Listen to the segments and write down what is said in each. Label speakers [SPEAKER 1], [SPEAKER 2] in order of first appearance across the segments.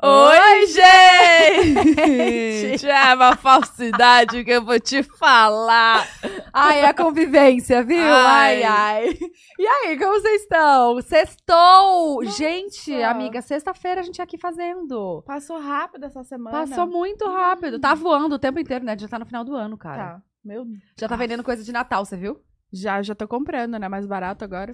[SPEAKER 1] Oi, gente! é uma falsidade que eu vou te falar.
[SPEAKER 2] Ai, a convivência, viu? Ai, ai. E aí, como vocês estão? Sextou! Gente, amiga, sexta-feira a gente aqui fazendo.
[SPEAKER 3] Passou rápido essa semana.
[SPEAKER 2] Passou muito rápido.
[SPEAKER 1] Uhum.
[SPEAKER 2] Tá voando o tempo inteiro, né? Já tá no final do ano, cara.
[SPEAKER 3] Tá. Meu
[SPEAKER 2] Já tá vendendo coisa de Natal, você viu?
[SPEAKER 3] Já, já tô comprando, né? Mais barato agora.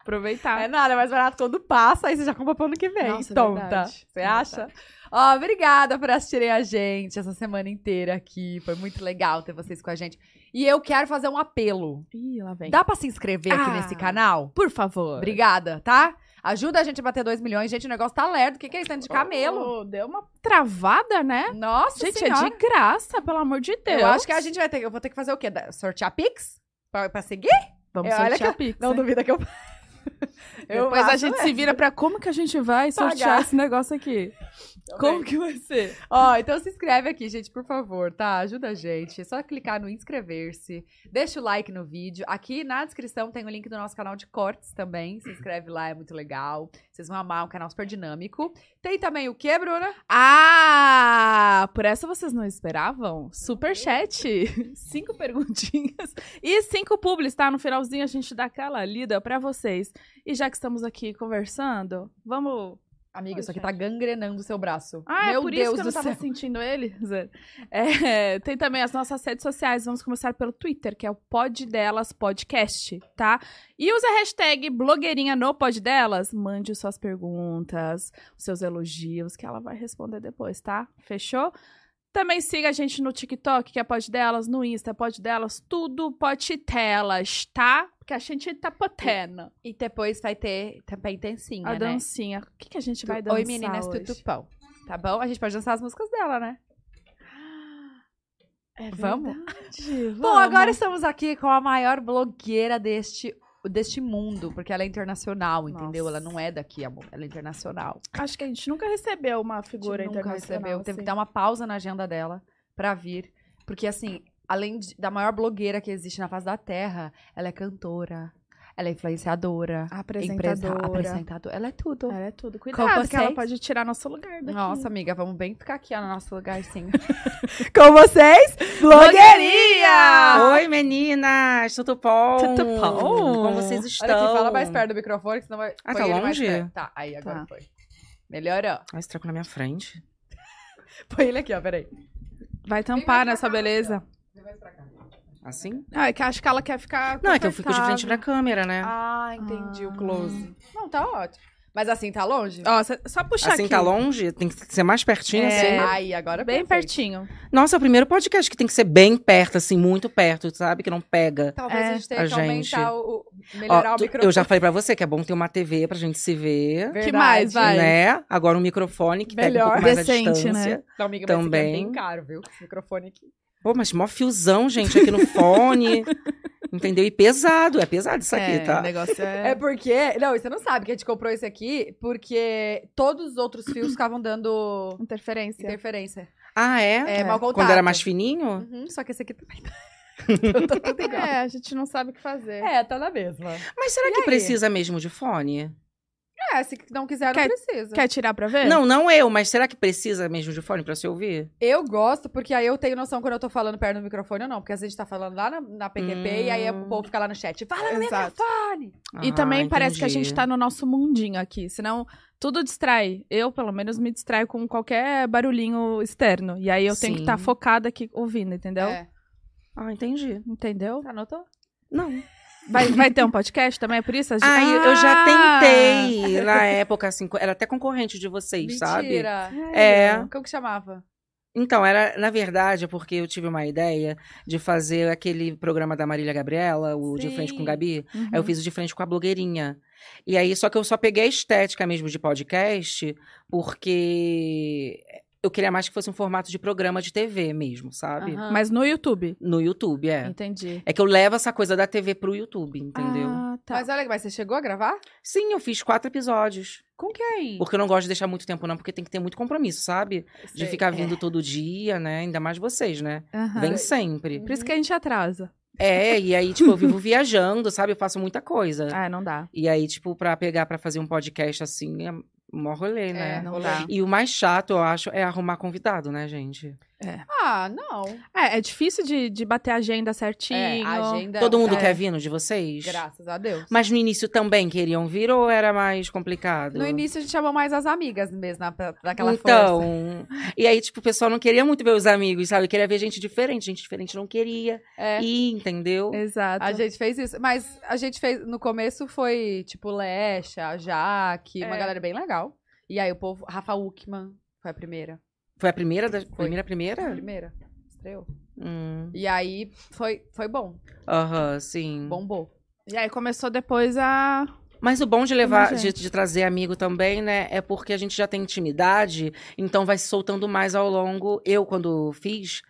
[SPEAKER 3] Aproveitar.
[SPEAKER 2] É nada, é mais barato quando passa, aí você já compra pro ano que vem.
[SPEAKER 3] Nossa, é
[SPEAKER 2] tonta.
[SPEAKER 3] verdade.
[SPEAKER 2] Você acha? Ó, obrigada por assistirem a gente essa semana inteira aqui. Foi muito legal ter vocês com a gente. E eu quero fazer um apelo.
[SPEAKER 3] Ih, lá vem.
[SPEAKER 2] Dá pra se inscrever aqui
[SPEAKER 3] Ah.
[SPEAKER 2] nesse canal?
[SPEAKER 3] Por favor.
[SPEAKER 2] Obrigada, tá? Ajuda a gente a bater 2 milhões. Gente, o negócio tá lerdo. O que, que é isso? Tanto de camelo?
[SPEAKER 3] Ô, deu uma travada, né?
[SPEAKER 2] Nossa
[SPEAKER 3] gente,
[SPEAKER 2] senhora.
[SPEAKER 3] é de graça, pelo amor de Deus.
[SPEAKER 2] Eu acho que a gente vai ter... Eu vou ter que fazer o quê? Da- Sortear Pix? Pra, pra seguir?
[SPEAKER 3] Vamos
[SPEAKER 2] Eu- olha
[SPEAKER 3] sortear Pix.
[SPEAKER 2] Não
[SPEAKER 3] hein?
[SPEAKER 2] duvida que eu...
[SPEAKER 3] Depois a
[SPEAKER 2] faço,
[SPEAKER 3] gente
[SPEAKER 2] né?
[SPEAKER 3] se vira pra como que a gente vai
[SPEAKER 2] Pagar.
[SPEAKER 3] sortear esse negócio aqui. Como que vai ser?
[SPEAKER 2] Ó, então se inscreve aqui, gente, por favor, tá? Ajuda a gente. É só clicar no inscrever-se. Deixa o like no vídeo. Aqui na descrição tem o link do nosso canal de cortes também. Se inscreve lá, é muito legal. Vocês vão amar, é um canal super dinâmico. Tem também o que, Bruna?
[SPEAKER 3] Ah, por essa vocês não esperavam? Superchat. Cinco perguntinhas e cinco publis, tá? No finalzinho a gente dá aquela lida pra vocês. E já que estamos aqui conversando, vamos...
[SPEAKER 2] Amiga,
[SPEAKER 3] Oi,
[SPEAKER 2] isso aqui tá gangrenando o seu braço.
[SPEAKER 3] Ah,
[SPEAKER 2] Meu
[SPEAKER 3] é por
[SPEAKER 2] Deus
[SPEAKER 3] isso que eu
[SPEAKER 2] do
[SPEAKER 3] não tava
[SPEAKER 2] céu.
[SPEAKER 3] sentindo ele? Zé. É, tem também as nossas redes sociais. Vamos começar pelo Twitter, que é o Pod Delas Podcast, tá? E usa a hashtag blogueirinha no Pod Delas. Mande suas perguntas, seus elogios, que ela vai responder depois, tá? Fechou? Também siga a gente no TikTok, que é Pod Delas, no Insta, Pod Delas, tudo Pod Telas, tá? Porque a gente tá potendo.
[SPEAKER 2] E depois vai ter também tem sim,
[SPEAKER 3] A
[SPEAKER 2] né?
[SPEAKER 3] dancinha. O que, que a gente vai dançar
[SPEAKER 2] Oi, meninas,
[SPEAKER 3] hoje?
[SPEAKER 2] tudo pão. Tá bom? A gente pode dançar as músicas dela, né?
[SPEAKER 3] É
[SPEAKER 2] Vamos?
[SPEAKER 3] verdade,
[SPEAKER 2] Bom,
[SPEAKER 3] vamos.
[SPEAKER 2] agora estamos aqui com a maior blogueira deste, deste mundo, porque ela é internacional, entendeu?
[SPEAKER 3] Nossa.
[SPEAKER 2] Ela não é daqui, amor. Ela é internacional.
[SPEAKER 3] Acho que a gente nunca recebeu uma
[SPEAKER 2] A gente
[SPEAKER 3] figura
[SPEAKER 2] nunca
[SPEAKER 3] internacional.
[SPEAKER 2] recebeu. Teve
[SPEAKER 3] assim.
[SPEAKER 2] que dar uma pausa na agenda dela pra vir. Porque, assim, além de- da maior blogueira que existe na face da Terra, ela é cantora, ela é influenciadora, empresa,
[SPEAKER 3] apresentadora.
[SPEAKER 2] apresentadora. Ela é tudo.
[SPEAKER 3] Ela é tudo.
[SPEAKER 2] Com
[SPEAKER 3] Cuidado que ela
[SPEAKER 2] vocês.
[SPEAKER 3] pode tirar nosso lugar daqui.
[SPEAKER 2] Nossa, amiga, vamos bem ficar aqui ó, no nosso lugarzinho.
[SPEAKER 3] Com vocês,
[SPEAKER 2] blogueirinha!
[SPEAKER 4] Oi, meninas! Tudo bom?
[SPEAKER 3] Tudo bom?
[SPEAKER 4] Como vocês
[SPEAKER 2] Olha
[SPEAKER 4] estão?
[SPEAKER 2] aqui, fala mais perto do microfone, que senão vai.
[SPEAKER 4] Oh. Ah,
[SPEAKER 2] põe
[SPEAKER 4] tá
[SPEAKER 2] ele mais
[SPEAKER 4] longe?
[SPEAKER 2] perto. Tá, aí agora
[SPEAKER 3] Tá.
[SPEAKER 2] foi. Melhorou.
[SPEAKER 4] Olha esse treco na minha frente.
[SPEAKER 2] Põe ele aqui, ó, peraí.
[SPEAKER 3] Vai tampar nessa beleza.
[SPEAKER 4] Assim?
[SPEAKER 3] Ah, é que acho que ela quer ficar
[SPEAKER 4] Não, é que eu fico de frente
[SPEAKER 3] confortável.
[SPEAKER 4] pra câmera, né?
[SPEAKER 2] Ah, entendi o close. Não, tá ótimo. Mas assim, tá longe?
[SPEAKER 3] Ó, cê- só puxar
[SPEAKER 4] assim
[SPEAKER 3] aqui.
[SPEAKER 4] tá longe? Tem que ser mais pertinho,
[SPEAKER 3] É.
[SPEAKER 4] assim?
[SPEAKER 2] Aí, agora
[SPEAKER 3] Bem
[SPEAKER 2] perfeito.
[SPEAKER 3] pertinho.
[SPEAKER 4] Nossa, é o primeiro podcast que tem que ser bem perto, assim, muito perto, sabe? Que não pega.
[SPEAKER 2] Talvez a gente tenha
[SPEAKER 4] a
[SPEAKER 2] que aumentar
[SPEAKER 4] gente.
[SPEAKER 2] o. o-
[SPEAKER 4] Ó,
[SPEAKER 2] Melhorar o
[SPEAKER 4] tu-
[SPEAKER 2] microfone.
[SPEAKER 4] eu já falei pra você que é bom ter uma TV pra gente se ver.
[SPEAKER 2] Verdade.
[SPEAKER 3] Que mais, vai?
[SPEAKER 4] Né? Agora um microfone que pega um
[SPEAKER 3] Melhor.
[SPEAKER 4] pouco mais
[SPEAKER 3] Decente,
[SPEAKER 4] a distância.
[SPEAKER 2] Não, amiga, mas Também.
[SPEAKER 4] Também.
[SPEAKER 2] aqui é bem caro, viu? Esse microfone aqui.
[SPEAKER 4] Pô, mas mó fiozão, gente, aqui no fone. entendeu? E pesado, é pesado isso aqui,
[SPEAKER 3] é,
[SPEAKER 4] tá?
[SPEAKER 3] O negócio
[SPEAKER 2] É.
[SPEAKER 3] é...
[SPEAKER 2] porque. Não, e você não sabe que a gente comprou esse aqui porque todos os outros fios ficavam dando
[SPEAKER 3] Interferência.
[SPEAKER 2] interferência.
[SPEAKER 4] Ah,
[SPEAKER 2] É, mal contato.
[SPEAKER 4] Quando era mais fininho?
[SPEAKER 2] Uhum, só que esse aqui também tá. Então tá tudo igual.
[SPEAKER 3] É, a gente não sabe o que fazer.
[SPEAKER 2] É, tá na mesma.
[SPEAKER 4] Mas será
[SPEAKER 2] E
[SPEAKER 4] que
[SPEAKER 2] aí?
[SPEAKER 4] precisa mesmo de fone?
[SPEAKER 2] É, se não quiser,
[SPEAKER 3] Quer-
[SPEAKER 2] não precisa.
[SPEAKER 3] Quer tirar pra ver?
[SPEAKER 4] Não, não eu, mas será que precisa mesmo de fone pra se ouvir?
[SPEAKER 2] Eu gosto, porque aí eu tenho noção quando eu tô falando perto do microfone ou não. Porque às vezes a gente tá falando lá na, na PQP
[SPEAKER 4] Hum.
[SPEAKER 2] e aí o povo fica lá no chat. Fala no
[SPEAKER 3] Exato.
[SPEAKER 2] microfone!
[SPEAKER 3] E
[SPEAKER 4] Ah,
[SPEAKER 3] também parece que a
[SPEAKER 4] entendi.
[SPEAKER 3] gente tá no nosso mundinho aqui, senão tudo distrai. Eu, pelo menos, me distraio com qualquer barulhinho externo. E aí eu tenho que
[SPEAKER 4] Sim.
[SPEAKER 3] estar focada aqui ouvindo, entendeu?
[SPEAKER 2] É.
[SPEAKER 4] Ah, entendi.
[SPEAKER 3] Entendeu?
[SPEAKER 2] Tá, Anotou?
[SPEAKER 4] Não.
[SPEAKER 3] Vai, vai ter um podcast também, é por isso? A gente-
[SPEAKER 4] Ah, eu- eu
[SPEAKER 3] Ah!
[SPEAKER 4] já tentei na época, assim, co- era até concorrente de vocês, sabe?
[SPEAKER 2] Mentira!
[SPEAKER 4] É.
[SPEAKER 2] Como que chamava?
[SPEAKER 4] Então, era, na verdade, é porque eu tive uma ideia de fazer aquele programa da Marília Gabriela, o De Frente com
[SPEAKER 2] Sim.
[SPEAKER 4] Gabi.
[SPEAKER 3] Uhum.
[SPEAKER 4] Aí eu fiz o de frente com a blogueirinha. E aí, só que eu só peguei a estética mesmo de podcast, porque eu queria mais que fosse um formato de programa de TV mesmo, sabe?
[SPEAKER 2] Aham.
[SPEAKER 3] Mas no YouTube.
[SPEAKER 4] No YouTube, é.
[SPEAKER 3] Entendi.
[SPEAKER 4] É que eu levo essa coisa da TV pro YouTube, entendeu?
[SPEAKER 3] Ah, tá.
[SPEAKER 2] Mas olha, mas você chegou a gravar?
[SPEAKER 4] Sim, eu fiz quatro episódios.
[SPEAKER 2] Com quem?
[SPEAKER 4] Porque eu não gosto de deixar muito tempo, não, porque tem que ter muito compromisso, sabe? De
[SPEAKER 2] Sei.
[SPEAKER 3] é.
[SPEAKER 4] ficar vindo todo dia, né? Ainda mais vocês, né?
[SPEAKER 3] Aham.
[SPEAKER 4] Vem sempre.
[SPEAKER 3] Por isso que a gente atrasa.
[SPEAKER 4] É, e aí, tipo, eu vivo viajando, sabe? Eu faço muita coisa.
[SPEAKER 3] Ah, não dá.
[SPEAKER 4] E aí, tipo, pra pegar pra fazer um podcast assim, é Mó rolê, né?
[SPEAKER 2] É,
[SPEAKER 3] Não dá.
[SPEAKER 4] E o mais chato, eu acho, é arrumar convidado, né, gente?
[SPEAKER 2] Ah, não.
[SPEAKER 3] É, é difícil de, de bater a agenda certinho.
[SPEAKER 2] É, a agenda.
[SPEAKER 4] Todo mundo
[SPEAKER 2] é,
[SPEAKER 4] quer vir no de vocês?
[SPEAKER 2] Graças a Deus.
[SPEAKER 4] Mas no início também queriam vir ou era mais complicado?
[SPEAKER 2] No início a gente chamou mais as amigas mesmo, na, pra, pra aquela força.
[SPEAKER 4] Então, e aí, tipo, o pessoal não queria muito ver os amigos, sabe? Queria ver gente diferente, gente diferente não queria.
[SPEAKER 2] É.
[SPEAKER 4] E, entendeu?
[SPEAKER 3] Exato.
[SPEAKER 2] A gente fez isso, mas a gente fez. No começo foi tipo Lecha, Jaque, uma
[SPEAKER 3] É.
[SPEAKER 2] galera bem legal. E aí o povo. Rafa Uckman foi a primeira.
[SPEAKER 4] Foi a primeira, da, primeira,
[SPEAKER 3] É.
[SPEAKER 4] primeira?
[SPEAKER 2] Primeira. Estreou.
[SPEAKER 4] Hum,
[SPEAKER 2] E aí foi, foi bom.
[SPEAKER 4] Aham, sim.
[SPEAKER 2] Bombou.
[SPEAKER 3] E aí começou depois a.
[SPEAKER 4] Mas o bom de levar,
[SPEAKER 3] Mas, é.
[SPEAKER 4] de, de trazer amigo também, né, é porque a gente já tem intimidade, então vai se soltando mais ao longo. Eu, quando fiz,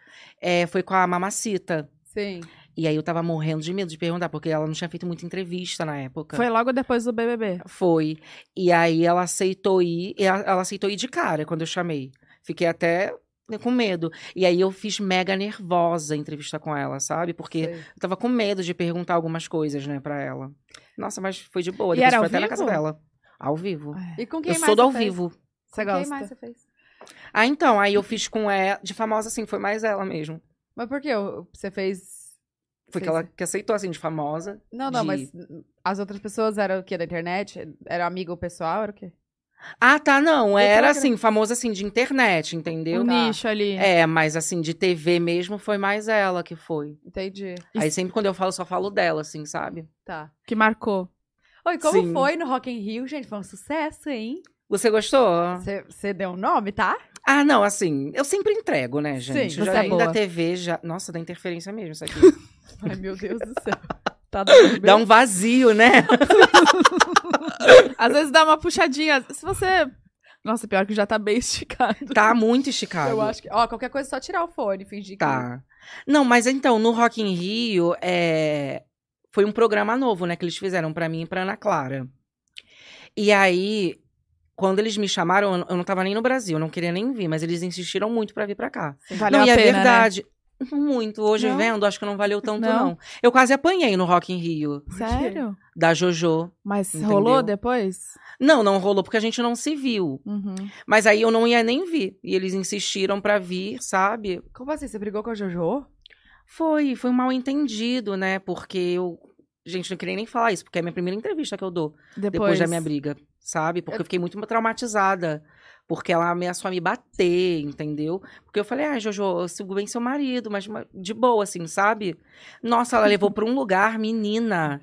[SPEAKER 4] eh, foi com a Mamacita.
[SPEAKER 2] Sim.
[SPEAKER 4] E aí eu tava morrendo de medo de perguntar, porque ela não tinha feito muita entrevista na época.
[SPEAKER 3] Foi logo depois do BBB.
[SPEAKER 4] Foi. E aí ela aceitou ir, e ela ela aceitou ir de cara quando eu chamei. Fiquei até né, com medo. E aí eu fiz mega nervosa a entrevista com ela, sabe? Porque
[SPEAKER 2] Sei.
[SPEAKER 4] eu tava com medo de perguntar algumas coisas, né, pra ela. Nossa, mas foi de boa.
[SPEAKER 3] E
[SPEAKER 4] Depois
[SPEAKER 3] era
[SPEAKER 4] foi
[SPEAKER 3] ao
[SPEAKER 4] até na casa
[SPEAKER 3] vivo?
[SPEAKER 4] dela. Ao vivo.
[SPEAKER 2] E com quem
[SPEAKER 4] eu
[SPEAKER 2] mais?
[SPEAKER 4] sou do
[SPEAKER 2] você
[SPEAKER 4] ao
[SPEAKER 2] fez?
[SPEAKER 4] vivo.
[SPEAKER 3] Você
[SPEAKER 2] Com
[SPEAKER 3] gosta?
[SPEAKER 2] Quem mais você fez?
[SPEAKER 4] Ah, então, aí eu fiz com ela. De famosa, assim, foi mais ela mesmo.
[SPEAKER 2] Mas por que eu- você fez.
[SPEAKER 4] Foi que
[SPEAKER 2] Sim,
[SPEAKER 4] ela que aceitou, assim, de famosa.
[SPEAKER 2] Não, não,
[SPEAKER 4] De-
[SPEAKER 2] mas as outras pessoas eram o quê? Da internet? Era amigo pessoal? Era o quê?
[SPEAKER 4] Ah, tá, não. Era,
[SPEAKER 2] Telegram.
[SPEAKER 4] assim, famosa, assim, de internet, entendeu?
[SPEAKER 3] O
[SPEAKER 2] Tá.
[SPEAKER 3] nicho ali.
[SPEAKER 4] É, mas, assim, de TV mesmo, foi mais ela que foi.
[SPEAKER 2] Entendi.
[SPEAKER 4] Aí sempre quando eu falo, só falo dela, assim, sabe?
[SPEAKER 2] Tá.
[SPEAKER 3] Que marcou.
[SPEAKER 2] Oi, como
[SPEAKER 4] Sim.
[SPEAKER 2] foi no Rock in Rio, gente? Foi um sucesso, hein?
[SPEAKER 4] Você gostou?
[SPEAKER 2] Você deu um nome, tá?
[SPEAKER 4] Ah, não, assim, eu sempre entrego, né, gente?
[SPEAKER 2] Sim,
[SPEAKER 4] Eu
[SPEAKER 3] você
[SPEAKER 4] já
[SPEAKER 3] é
[SPEAKER 4] vim
[SPEAKER 3] boa.
[SPEAKER 4] da TV, já. Nossa, dá interferência mesmo isso aqui.
[SPEAKER 2] Ai, meu Deus do céu. Tá dando
[SPEAKER 4] dá um vazio, né?
[SPEAKER 3] Às vezes dá uma puxadinha. Se você. Nossa, pior que já tá bem esticado.
[SPEAKER 4] Tá muito esticado.
[SPEAKER 2] Eu acho que. Ó, qualquer coisa é só tirar o fone, fingir que.
[SPEAKER 4] Tá. Não, mas então, no Rock in Rio, é, foi um programa novo, né, que eles fizeram pra mim e pra Ana Clara. E aí, quando eles me chamaram, eu- eu não tava nem no Brasil, eu não queria nem vir, mas eles insistiram muito pra vir pra cá.
[SPEAKER 3] Valeu
[SPEAKER 4] não,
[SPEAKER 3] a pena,
[SPEAKER 4] e
[SPEAKER 3] né?
[SPEAKER 4] é verdade. Muito. Hoje
[SPEAKER 3] Não?
[SPEAKER 4] vendo, acho que não valeu tanto,
[SPEAKER 3] Não?
[SPEAKER 4] não. Eu quase apanhei no Rock in Rio,
[SPEAKER 3] né? Sério?
[SPEAKER 4] da Jojo.
[SPEAKER 3] Mas
[SPEAKER 4] Entendeu?
[SPEAKER 3] rolou depois?
[SPEAKER 4] Não, não rolou, porque a gente não se viu.
[SPEAKER 3] Uhum.
[SPEAKER 4] Mas aí eu não ia nem vir. E eles insistiram pra vir, sabe?
[SPEAKER 2] Como assim? Você brigou com a JoJo?
[SPEAKER 4] Foi, foi um mal entendido, né? Porque eu. Gente, não queria nem falar isso, porque é a minha primeira entrevista que eu dou
[SPEAKER 3] Depois.
[SPEAKER 4] depois da minha briga, sabe?
[SPEAKER 3] É
[SPEAKER 4] Porque eu fiquei muito traumatizada. Porque ela ameaçou a me bater, entendeu? Porque eu falei, ah, Jojo, eu sigo bem seu marido, mas ma- de boa, assim, sabe? Nossa, ela levou pra um lugar, menina.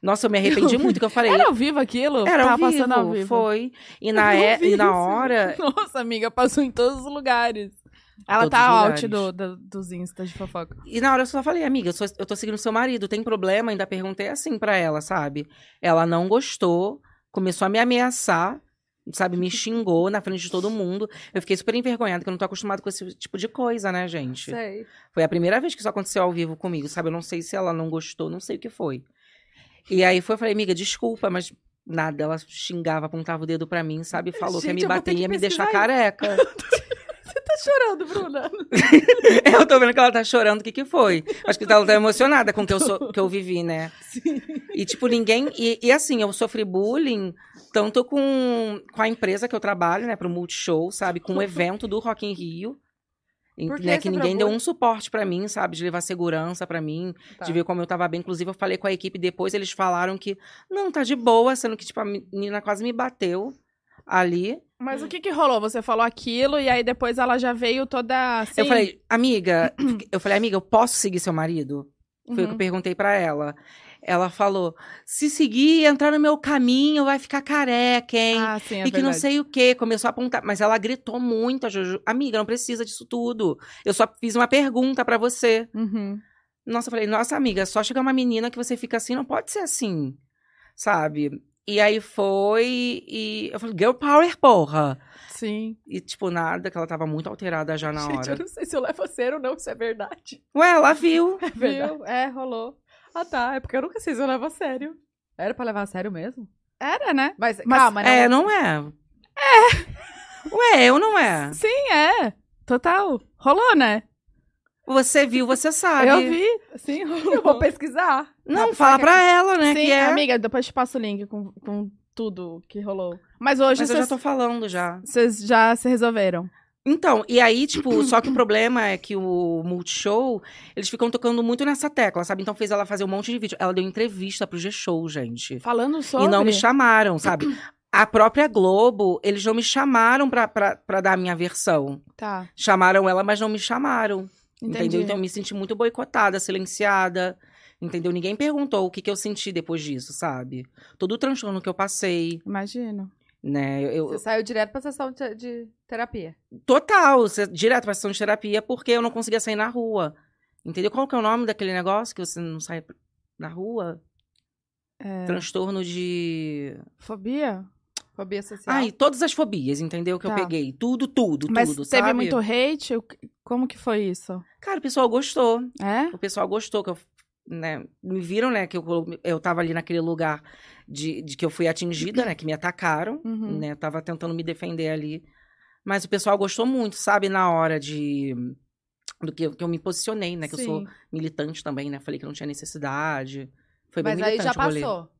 [SPEAKER 4] Nossa, eu me arrependi muito que eu falei.
[SPEAKER 3] Era ao vivo aquilo?
[SPEAKER 4] Era
[SPEAKER 3] Tava
[SPEAKER 4] ao vivo,
[SPEAKER 3] passando ao vivo.
[SPEAKER 4] foi. E na,
[SPEAKER 3] Eu
[SPEAKER 4] é-
[SPEAKER 3] vi
[SPEAKER 4] e na
[SPEAKER 3] isso.
[SPEAKER 4] hora,
[SPEAKER 3] Nossa, amiga, passou em todos os lugares. Ela
[SPEAKER 4] Todos
[SPEAKER 3] tá
[SPEAKER 4] os
[SPEAKER 3] out
[SPEAKER 4] lugares.
[SPEAKER 3] do, do- dos instas de fofoca.
[SPEAKER 4] E na hora eu só falei, amiga, eu, sou- eu tô seguindo seu marido, tem problema? Ainda perguntei assim pra ela, sabe? Ela não gostou, começou a me ameaçar, sabe? Me xingou na frente de todo mundo. Eu fiquei super envergonhada, que eu não tô acostumada com esse tipo de coisa, né, gente?
[SPEAKER 2] Sei.
[SPEAKER 4] Foi a primeira vez que isso aconteceu ao vivo comigo, sabe? Eu não sei se ela não gostou, não sei o que foi. E aí foi, eu falei, amiga, desculpa, mas nada. Ela xingava, apontava o dedo pra mim, sabe? Falou que ia
[SPEAKER 2] Gente,
[SPEAKER 4] me
[SPEAKER 2] eu vou ter
[SPEAKER 4] bater,
[SPEAKER 2] que
[SPEAKER 4] ia me deixar
[SPEAKER 2] pesquisar
[SPEAKER 4] careca.
[SPEAKER 2] Tá chorando, Bruna.
[SPEAKER 4] Eu tô vendo que ela tá chorando, o que que foi? Acho que ela tá emocionada com o que eu, sou, que eu vivi, né? E tipo, ninguém... E, e, assim, eu sofri bullying tanto com, com a empresa que eu trabalho, né? Pro Multishow, sabe? Com o evento do Rock in Rio. em-
[SPEAKER 2] Por que
[SPEAKER 4] né,
[SPEAKER 2] você
[SPEAKER 4] que ninguém deu
[SPEAKER 2] procura?
[SPEAKER 4] um suporte pra mim, sabe? De levar segurança pra mim,
[SPEAKER 2] Tá.
[SPEAKER 4] de ver como eu tava bem. Inclusive, eu falei com a equipe depois, eles falaram que... Não, tá de boa, sendo que tipo, a menina quase me bateu ali.
[SPEAKER 3] Mas o que que rolou? Você falou aquilo e aí depois ela já veio toda assim...
[SPEAKER 4] Eu falei, amiga... Eu falei, amiga, eu posso seguir seu marido? Foi o que eu
[SPEAKER 3] Uhum.
[SPEAKER 4] perguntei pra ela. Ela falou: se seguir e entrar no meu caminho, vai ficar careca, hein?
[SPEAKER 3] Ah, sim, é
[SPEAKER 4] e que não
[SPEAKER 3] verdade.
[SPEAKER 4] sei o quê. Começou a apontar. Mas ela gritou muito a Jojo. Amiga, não precisa disso tudo. Eu só fiz uma pergunta pra você.
[SPEAKER 3] Uhum.
[SPEAKER 4] Nossa, eu falei, nossa, amiga, só chegar uma menina que você fica assim, não pode ser assim. Sabe? E aí foi. E eu falei, Girl Power, porra!
[SPEAKER 3] Sim.
[SPEAKER 4] E, tipo, nada, que ela tava muito alterada já na
[SPEAKER 2] Gente, eu
[SPEAKER 4] hora.
[SPEAKER 2] não sei se eu levo a sério ou não, isso é verdade.
[SPEAKER 4] Ué, ela viu.
[SPEAKER 2] É verdade.
[SPEAKER 3] Viu? É, rolou.
[SPEAKER 2] Ah, tá. É porque eu nunca sei se eu levo a sério. Era pra levar a sério mesmo?
[SPEAKER 3] Era, né?
[SPEAKER 2] Mas,
[SPEAKER 3] Mas-
[SPEAKER 2] calma, né?
[SPEAKER 4] É, não é. É. Ué, eu não é.
[SPEAKER 3] Sim, é. Total. Rolou, né?
[SPEAKER 4] Você viu, você sabe.
[SPEAKER 3] Eu vi. Sim,
[SPEAKER 2] Eu vou
[SPEAKER 3] rolou.
[SPEAKER 2] pesquisar.
[SPEAKER 4] Não, fala pra ela, né?
[SPEAKER 3] Sim,
[SPEAKER 4] que é.
[SPEAKER 3] amiga, depois te passo o link com, com tudo que rolou. Mas hoje
[SPEAKER 4] Mas eu já
[SPEAKER 3] vocês
[SPEAKER 4] tô falando já.
[SPEAKER 3] vocês já se resolveram.
[SPEAKER 4] Então, e aí, tipo, só que o problema é que o Multishow, eles ficam tocando muito nessa tecla, sabe? Então fez ela fazer um monte de vídeo. Ela deu entrevista pro G-Show, gente.
[SPEAKER 3] Falando sobre...
[SPEAKER 4] E não me chamaram, sabe? A própria Globo, eles não me chamaram pra, pra, pra dar a minha versão.
[SPEAKER 3] Tá,
[SPEAKER 4] Chamaram ela, mas não me chamaram.
[SPEAKER 3] entendi.
[SPEAKER 4] Entendeu? Então eu me senti muito boicotada, silenciada. Entendeu? Ninguém perguntou o que, que eu senti depois disso, sabe? Todo o transtorno que eu passei,
[SPEAKER 3] Imagino.
[SPEAKER 4] né? Eu,
[SPEAKER 2] Você saiu direto pra sessão de, de terapia.
[SPEAKER 4] Total, você- direto pra sessão de terapia, porque eu não conseguia sair na rua. Entendeu? Qual que é o nome daquele negócio que você não sai na rua?
[SPEAKER 3] É.
[SPEAKER 4] Transtorno de.
[SPEAKER 3] Fobia?
[SPEAKER 2] Fobia social.
[SPEAKER 4] Ai, todas as fobias, entendeu? Que
[SPEAKER 3] é Tá.
[SPEAKER 4] eu peguei. Tudo, tudo,
[SPEAKER 3] Mas
[SPEAKER 4] tudo.
[SPEAKER 3] teve
[SPEAKER 4] sabe?
[SPEAKER 3] muito hate? O que- Como que foi isso?
[SPEAKER 4] Cara, o pessoal gostou.
[SPEAKER 3] É?
[SPEAKER 4] O pessoal gostou que eu. Né, me viram, né? Que eu, colo- eu tava ali naquele lugar de, de que eu fui atingida, né? Que me atacaram.
[SPEAKER 3] Uhum.
[SPEAKER 4] né? Eu tava tentando me defender ali. Mas o pessoal gostou muito, sabe? Na hora de. Do que, eu- que eu me posicionei, né? Que eu sou
[SPEAKER 3] Sim.
[SPEAKER 4] militante também, né? Falei que não tinha necessidade. Foi bem
[SPEAKER 2] Mas aí
[SPEAKER 4] militante
[SPEAKER 2] já
[SPEAKER 4] o rolê.
[SPEAKER 2] passou.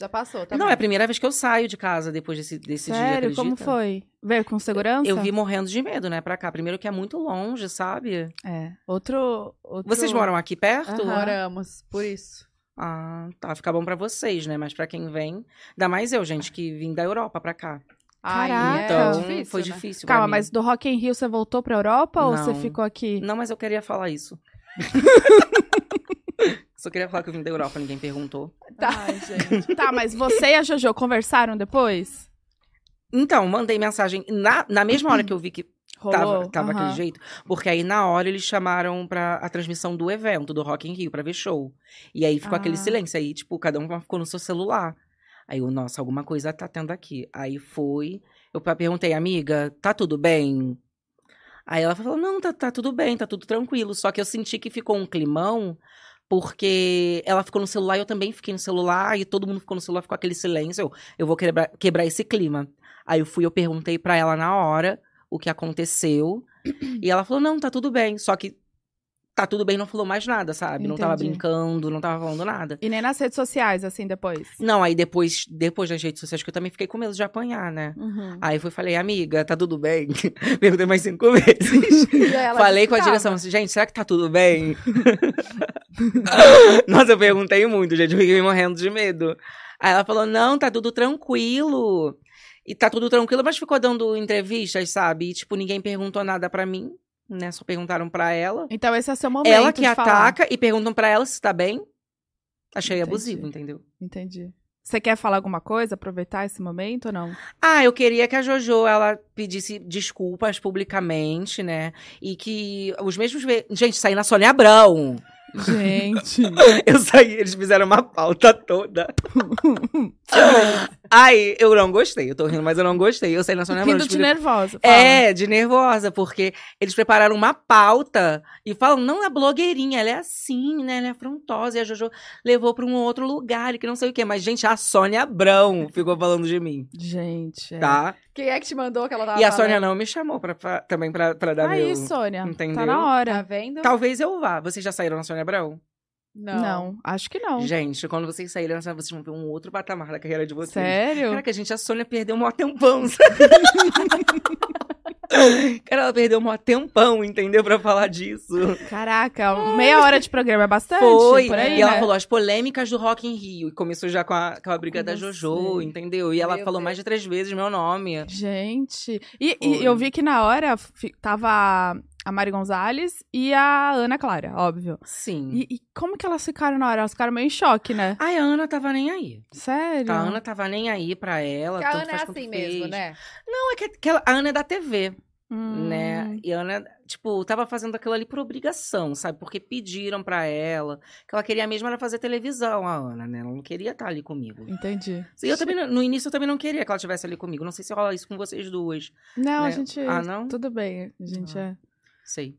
[SPEAKER 2] Já passou, tá
[SPEAKER 4] Não,
[SPEAKER 2] bom.
[SPEAKER 4] é a primeira vez que eu saio de casa depois desse, desse dia,
[SPEAKER 3] Sério? Como
[SPEAKER 4] acredita?
[SPEAKER 3] foi? Veio com segurança?
[SPEAKER 4] Eu vi morrendo de medo, né? Pra cá. Primeiro que é muito longe, sabe?
[SPEAKER 3] É. Outro... outro...
[SPEAKER 4] Vocês moram aqui perto?
[SPEAKER 3] Aham.
[SPEAKER 2] Moramos, por isso.
[SPEAKER 4] Ah, tá. Fica bom pra vocês, né? Mas pra quem vem... Ainda mais eu, gente, que vim da Europa pra cá.
[SPEAKER 2] Ai,
[SPEAKER 3] Caraca.
[SPEAKER 2] é
[SPEAKER 4] então,
[SPEAKER 2] difícil,
[SPEAKER 4] foi
[SPEAKER 2] né?
[SPEAKER 4] difícil pra
[SPEAKER 3] Calma,
[SPEAKER 4] mim.
[SPEAKER 3] mas do Rock in Rio você voltou pra Europa ou
[SPEAKER 4] Não.
[SPEAKER 3] você ficou aqui?
[SPEAKER 4] Não, mas eu queria falar isso. Só queria falar que eu vim da Europa, ninguém perguntou.
[SPEAKER 2] Tá. Ai, gente.
[SPEAKER 3] Tá, mas você e a Jojo conversaram depois?
[SPEAKER 4] Então, mandei mensagem na, na mesma hora que eu vi que
[SPEAKER 3] Rolou?
[SPEAKER 4] tava, tava
[SPEAKER 3] Aham.
[SPEAKER 4] aquele jeito, porque aí na hora eles chamaram pra a transmissão do evento, do Rock in Rio, pra ver show. E aí ficou aquele
[SPEAKER 3] Ah.
[SPEAKER 4] silêncio, aí tipo, cada um ficou no seu celular. Aí eu, nossa, alguma coisa tá tendo aqui. Aí foi, eu pa- perguntei, amiga, tá tudo bem? Aí ela falou, não, tá, tá tudo bem, tá tudo tranquilo. Só que eu senti que ficou um climão, porque ela ficou no celular e eu também fiquei no celular, e todo mundo ficou no celular, ficou aquele silêncio. Eu, eu vou quebrar, quebrar esse clima. Aí eu fui, eu perguntei pra ela na hora o que aconteceu. e ela falou, não, tá tudo bem. Só que tá tudo bem, não falou mais nada, sabe? Não tava
[SPEAKER 3] Entendi.
[SPEAKER 4] brincando, não tava falando nada.
[SPEAKER 3] E nem nas redes sociais, assim, depois?
[SPEAKER 4] Não, aí depois, depois das redes sociais, que eu também fiquei com medo de apanhar, né?
[SPEAKER 3] Uhum.
[SPEAKER 4] Aí eu fui, falei, amiga, tá tudo bem? Perguntei mais cinco vezes.
[SPEAKER 2] E aí ela
[SPEAKER 4] Falei
[SPEAKER 2] disse
[SPEAKER 4] com a
[SPEAKER 2] que tava.
[SPEAKER 4] direção, assim, gente, será que tá tudo bem? Nossa, eu perguntei muito, gente, eu fiquei morrendo de medo. Aí ela falou, não, tá tudo tranquilo. E tá tudo tranquilo, mas ficou dando entrevistas, sabe? E, tipo, ninguém perguntou nada pra mim, né? Só perguntaram pra ela.
[SPEAKER 3] Então esse é seu momento
[SPEAKER 4] ela que
[SPEAKER 3] de
[SPEAKER 4] ataca
[SPEAKER 3] falar.
[SPEAKER 4] e perguntam pra ela se tá bem. Achei
[SPEAKER 3] Entendi.
[SPEAKER 4] abusivo, entendeu?
[SPEAKER 3] Entendi. Você quer falar alguma coisa, aproveitar esse momento ou não?
[SPEAKER 4] Ah, eu queria que a JoJo ela pedisse desculpas publicamente, né? E que os mesmos. ve- Gente, saí na Sônia Abrão.
[SPEAKER 3] Gente.
[SPEAKER 4] Eu saí, eles fizeram uma pauta toda. Aí, eu não gostei. Eu tô rindo, mas eu não gostei. Eu saí na Sônia Abrão.
[SPEAKER 3] Rindo
[SPEAKER 4] eles
[SPEAKER 3] de
[SPEAKER 4] fizeram-
[SPEAKER 3] nervosa. fala.
[SPEAKER 4] É, de nervosa, porque eles prepararam uma pauta e falam, não, a blogueirinha, ela é assim, né? Ela é afrontosa. E a Jojo levou pra um outro lugar, e que não sei o quê. Mas, gente, a Sônia Abrão ficou falando de mim,
[SPEAKER 3] Gente. é. Tá,
[SPEAKER 4] tá?
[SPEAKER 2] Quem é que te mandou que ela tava
[SPEAKER 4] E a
[SPEAKER 2] falando?
[SPEAKER 4] Sônia não me chamou pra, pra- também pra, pra dar meu...
[SPEAKER 3] Aí, Sônia. Tá na
[SPEAKER 4] Entendeu?
[SPEAKER 2] Tá
[SPEAKER 3] hora.
[SPEAKER 2] vendo?
[SPEAKER 4] Talvez eu vá. Vocês já saíram na Sônia Abrão?
[SPEAKER 2] Não.
[SPEAKER 3] Não. acho que não.
[SPEAKER 4] Gente, quando vocês saíram, na Sônia, vocês vão ver um outro patamar da carreira de vocês.
[SPEAKER 2] Então.
[SPEAKER 3] Sério?
[SPEAKER 4] Caraca, gente, a Sônia perdeu um maior tempão. sabe? Cara, ela perdeu um maior tempão, entendeu? Pra falar disso.
[SPEAKER 3] Caraca, meia hora de programa é bastante.
[SPEAKER 4] Foi.
[SPEAKER 3] Por aí,
[SPEAKER 4] e ela
[SPEAKER 3] né?
[SPEAKER 4] falou as polêmicas do Rock in Rio. E começou já com a, com a briga
[SPEAKER 3] Com
[SPEAKER 4] da
[SPEAKER 3] você.
[SPEAKER 4] Jojo, entendeu? E ela
[SPEAKER 2] assim? Meu
[SPEAKER 4] falou
[SPEAKER 2] Deus.
[SPEAKER 4] mais de três vezes meu nome.
[SPEAKER 3] Gente. E, e
[SPEAKER 4] Foi.
[SPEAKER 3] eu vi que na hora fi- tava a Mari Gonzalez e a Ana Clara, óbvio.
[SPEAKER 4] Sim.
[SPEAKER 3] E, e como que elas ficaram na hora? Elas ficaram meio em choque, né?
[SPEAKER 4] Ai, a Ana tava nem aí.
[SPEAKER 3] Sério?
[SPEAKER 4] Tá, A Ana tava nem aí pra ela.
[SPEAKER 2] Porque a
[SPEAKER 4] tanto
[SPEAKER 2] Ana um é
[SPEAKER 4] faz quanto
[SPEAKER 2] assim mesmo,
[SPEAKER 4] fez.
[SPEAKER 2] né?
[SPEAKER 4] Não, é que, que ela- a Ana é da TV.
[SPEAKER 3] Hum.
[SPEAKER 4] né? E a Ana, tipo, tava fazendo aquilo ali por obrigação, sabe? Porque pediram pra ela, que ela queria mesmo era fazer televisão, a Ana, né? Ela não queria estar ali comigo.
[SPEAKER 3] Entendi.
[SPEAKER 4] E eu também, não- no início, eu também não queria que ela estivesse ali comigo. Não sei se rola isso com vocês duas.
[SPEAKER 3] Não, a
[SPEAKER 4] né?
[SPEAKER 3] gente.
[SPEAKER 4] Ah, não?
[SPEAKER 3] Tudo bem, a gente é.
[SPEAKER 4] Sei.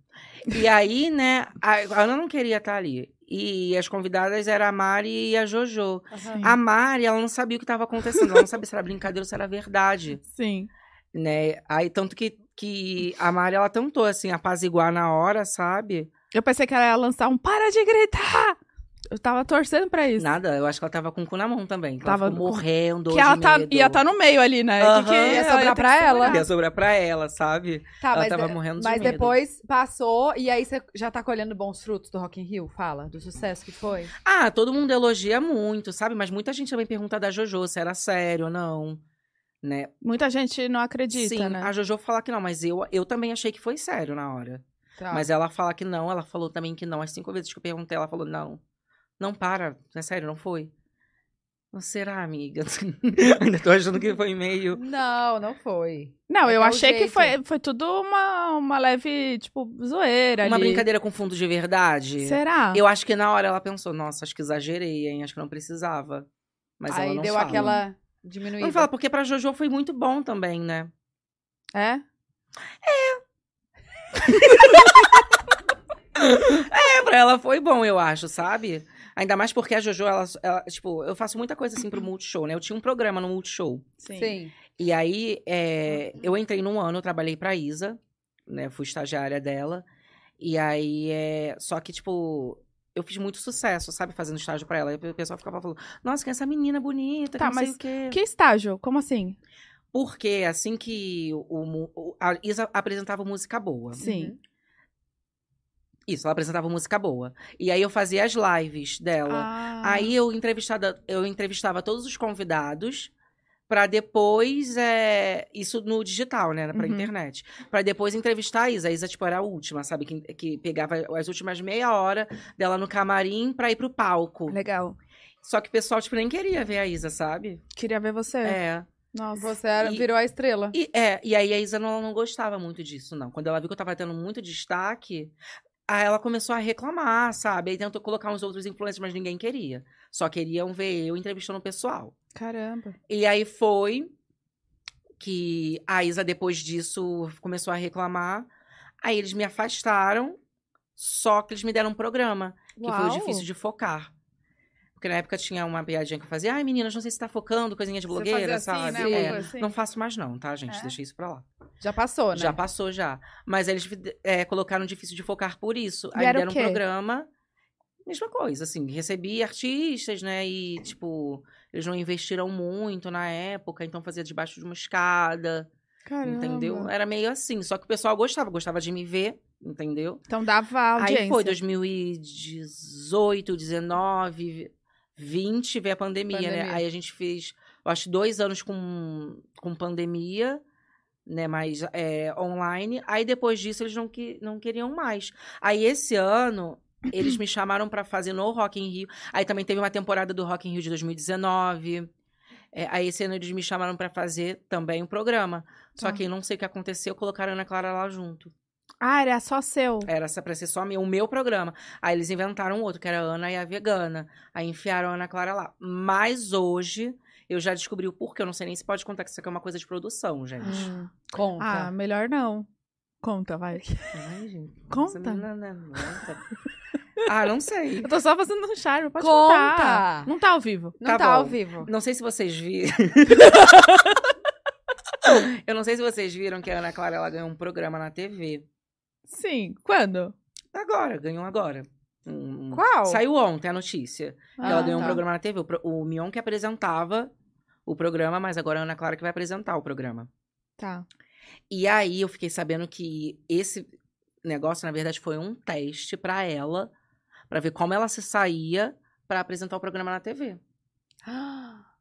[SPEAKER 4] E aí, né, a a Ana não queria estar ali. E as convidadas eram a Mari e a Jojo.
[SPEAKER 3] Sim.
[SPEAKER 4] A Mari, ela não sabia o que estava acontecendo. Ela não sabia se era brincadeira ou se era verdade.
[SPEAKER 3] Sim.
[SPEAKER 4] né? Aí, tanto que, que a Mari, ela tentou, assim, apaziguar na hora, sabe?
[SPEAKER 3] Eu pensei que ela ia lançar um para de gritar! Eu tava torcendo pra isso.
[SPEAKER 4] Nada, eu acho que ela tava com o cu na mão também. que
[SPEAKER 3] Tava
[SPEAKER 4] ela ficou
[SPEAKER 3] no-
[SPEAKER 4] morrendo.
[SPEAKER 3] que
[SPEAKER 4] de
[SPEAKER 3] ela tá,
[SPEAKER 4] medo.
[SPEAKER 3] ia estar no meio ali, né?
[SPEAKER 4] Aham.
[SPEAKER 3] Que que-
[SPEAKER 4] Ia
[SPEAKER 2] sobrar
[SPEAKER 3] tem que
[SPEAKER 2] pra ela.
[SPEAKER 3] segurar.
[SPEAKER 4] Ia sobrar pra ela, sabe?
[SPEAKER 3] Ah,
[SPEAKER 2] Tá,
[SPEAKER 4] ela
[SPEAKER 2] mas,
[SPEAKER 4] tava
[SPEAKER 3] é,
[SPEAKER 2] de-
[SPEAKER 4] morrendo de
[SPEAKER 2] mas
[SPEAKER 4] medo.
[SPEAKER 2] depois passou e aí você já tá colhendo bons frutos do Rock in Rio? Fala, do sucesso que foi.
[SPEAKER 4] Ah, todo mundo elogia muito, sabe? Mas muita gente também pergunta da JoJo se era sério ou não. Né?
[SPEAKER 3] Muita gente não acredita,
[SPEAKER 4] Sim,
[SPEAKER 3] né?
[SPEAKER 4] a JoJo fala que não, mas eu, eu também achei que foi sério na hora.
[SPEAKER 3] Ah.
[SPEAKER 2] Tá.
[SPEAKER 4] Mas ela fala que não, ela falou também que não. As cinco vezes que eu perguntei, ela falou: não, não para, é sério, não foi. Não será, amiga? Ainda tô achando que foi meio.
[SPEAKER 2] Não, não foi.
[SPEAKER 3] Não,
[SPEAKER 2] É
[SPEAKER 3] eu
[SPEAKER 2] o
[SPEAKER 3] achei que
[SPEAKER 2] jeito.
[SPEAKER 3] foi, foi tudo uma, uma leve, tipo, zoeira
[SPEAKER 4] Uma
[SPEAKER 3] ali.
[SPEAKER 4] brincadeira com fundo de verdade?
[SPEAKER 3] Será?
[SPEAKER 4] Eu acho que na hora ela pensou: nossa, acho que exagerei, hein? Acho que não precisava. Mas
[SPEAKER 2] aí
[SPEAKER 4] ela não
[SPEAKER 2] deu
[SPEAKER 4] fala.
[SPEAKER 2] aquela diminuída.
[SPEAKER 4] Não fala, porque pra JoJo foi muito bom também, né?
[SPEAKER 3] É?
[SPEAKER 4] É, pra ela foi bom, eu acho, sabe? Ainda mais porque a JoJo, ela, ela- tipo, eu faço muita coisa
[SPEAKER 2] Uhum.
[SPEAKER 4] assim pro Multishow, né? Eu tinha um programa no Multishow.
[SPEAKER 2] Sim.
[SPEAKER 4] E aí, é,
[SPEAKER 2] Uhum.
[SPEAKER 4] eu entrei num ano, eu trabalhei pra Isa, né? Fui estagiária dela. E aí, é, só que, tipo, eu fiz muito sucesso, sabe? Fazendo estágio pra ela. E o pessoal ficava falando, nossa, que essa menina bonita,
[SPEAKER 3] Tá,
[SPEAKER 4] que não
[SPEAKER 3] mas
[SPEAKER 4] sei o quê.
[SPEAKER 3] Que estágio? Como assim?
[SPEAKER 4] Porque assim que o, mu- o- a Isa apresentava música boa.
[SPEAKER 3] Sim.
[SPEAKER 4] Isso, ela apresentava música boa. E aí eu fazia as lives dela.
[SPEAKER 3] Ah,
[SPEAKER 4] Aí eu entrevistada, eu entrevistava todos os convidados pra depois é, isso no digital, né, pra
[SPEAKER 3] Uhum.
[SPEAKER 4] internet. Pra depois entrevistar a Isa. A Isa tipo era a última, sabe, que, que pegava as últimas meia hora dela no camarim pra ir pro palco.
[SPEAKER 3] legal.
[SPEAKER 4] Só que o pessoal tipo nem queria ver a Isa, sabe?
[SPEAKER 3] Queria ver você.
[SPEAKER 4] É.
[SPEAKER 3] Nossa.
[SPEAKER 2] Você era-
[SPEAKER 4] E-
[SPEAKER 2] virou a estrela.
[SPEAKER 4] E, é, e aí a Isa não, ela não gostava muito disso, não. Quando ela viu que eu tava tendo muito destaque, aí ela começou a reclamar, sabe? Aí tentou colocar uns outros influencers, mas ninguém queria. Só queriam ver eu entrevistando o pessoal.
[SPEAKER 3] Caramba.
[SPEAKER 4] E aí foi que a Isa, depois disso, começou a reclamar. Aí eles me afastaram, só que eles me deram um programa, que foi o difícil de focar. Porque na época tinha uma piadinha que eu fazia, ai meninas, não sei se tá focando, coisinha de blogueira,
[SPEAKER 3] Você fazia
[SPEAKER 4] sabe?
[SPEAKER 3] assim, né? uma
[SPEAKER 4] É.
[SPEAKER 3] coisa assim?
[SPEAKER 4] Não faço mais não, tá, gente?
[SPEAKER 3] É?
[SPEAKER 4] Deixei isso pra lá.
[SPEAKER 2] Já passou, né?
[SPEAKER 4] Já passou, já. Mas eles é, colocaram difícil de focar por isso.
[SPEAKER 3] E
[SPEAKER 4] Aí me
[SPEAKER 3] era o
[SPEAKER 4] deram um
[SPEAKER 3] quê?
[SPEAKER 4] programa. Mesma coisa, assim, recebi artistas, né? E, tipo, eles não investiram muito na época, então fazia debaixo de uma escada,
[SPEAKER 3] Caramba.
[SPEAKER 4] entendeu? Era meio assim. Só que o pessoal gostava, gostava de me ver, entendeu?
[SPEAKER 3] Então dava audiência.
[SPEAKER 4] Aí foi 2018, 19, 20, veio a pandemia, né?
[SPEAKER 2] Pandemia.
[SPEAKER 4] Aí a gente fez, eu acho, dois anos com, com pandemia, né? Mas é, online. Aí depois disso eles não, que, não queriam mais. Aí esse ano. Eles me chamaram pra fazer no Rock in Rio. Aí também teve uma temporada do Rock in Rio de 2019. É, aí esse ano eles me chamaram pra fazer também um programa. Só
[SPEAKER 3] Tá.
[SPEAKER 4] que não sei o que aconteceu, colocaram a Ana Clara lá junto.
[SPEAKER 3] Ah, era só seu.
[SPEAKER 4] Era só- pra ser só meu- o meu programa. Aí eles inventaram outro, que era a Ana e a Vegana. Aí enfiaram a Ana Clara lá. Mas hoje, eu já descobri o porquê. Eu não sei nem se pode contar que isso aqui é uma coisa de produção, gente.
[SPEAKER 2] Hum,
[SPEAKER 3] Ah,
[SPEAKER 2] Conta.
[SPEAKER 3] melhor não. Conta, vai.
[SPEAKER 4] Ai, gente.
[SPEAKER 3] Conta.
[SPEAKER 4] essa menina, né, não conta. ah, não sei.
[SPEAKER 3] Eu tô só fazendo um charme, pode contar.
[SPEAKER 2] Conta!
[SPEAKER 3] Não tá ao vivo.
[SPEAKER 2] Não
[SPEAKER 4] Tá
[SPEAKER 2] tá,
[SPEAKER 4] bom.
[SPEAKER 2] ao vivo.
[SPEAKER 4] Não sei se vocês viram. eu não sei se vocês viram que a Ana Clara ela ganhou um programa na TV.
[SPEAKER 3] Sim. Quando?
[SPEAKER 4] Agora, ganhou agora. Um-
[SPEAKER 2] Qual?
[SPEAKER 4] Saiu ontem a notícia. ela
[SPEAKER 3] Ah,
[SPEAKER 4] ganhou
[SPEAKER 2] tá.
[SPEAKER 4] um programa na TV. O, pro- o Mion que apresentava o programa, mas agora é a Ana Clara que vai apresentar o programa.
[SPEAKER 3] Tá.
[SPEAKER 4] E aí eu fiquei sabendo que esse negócio, na verdade, foi um teste pra ela, pra ver como ela se saía pra apresentar o programa na TV.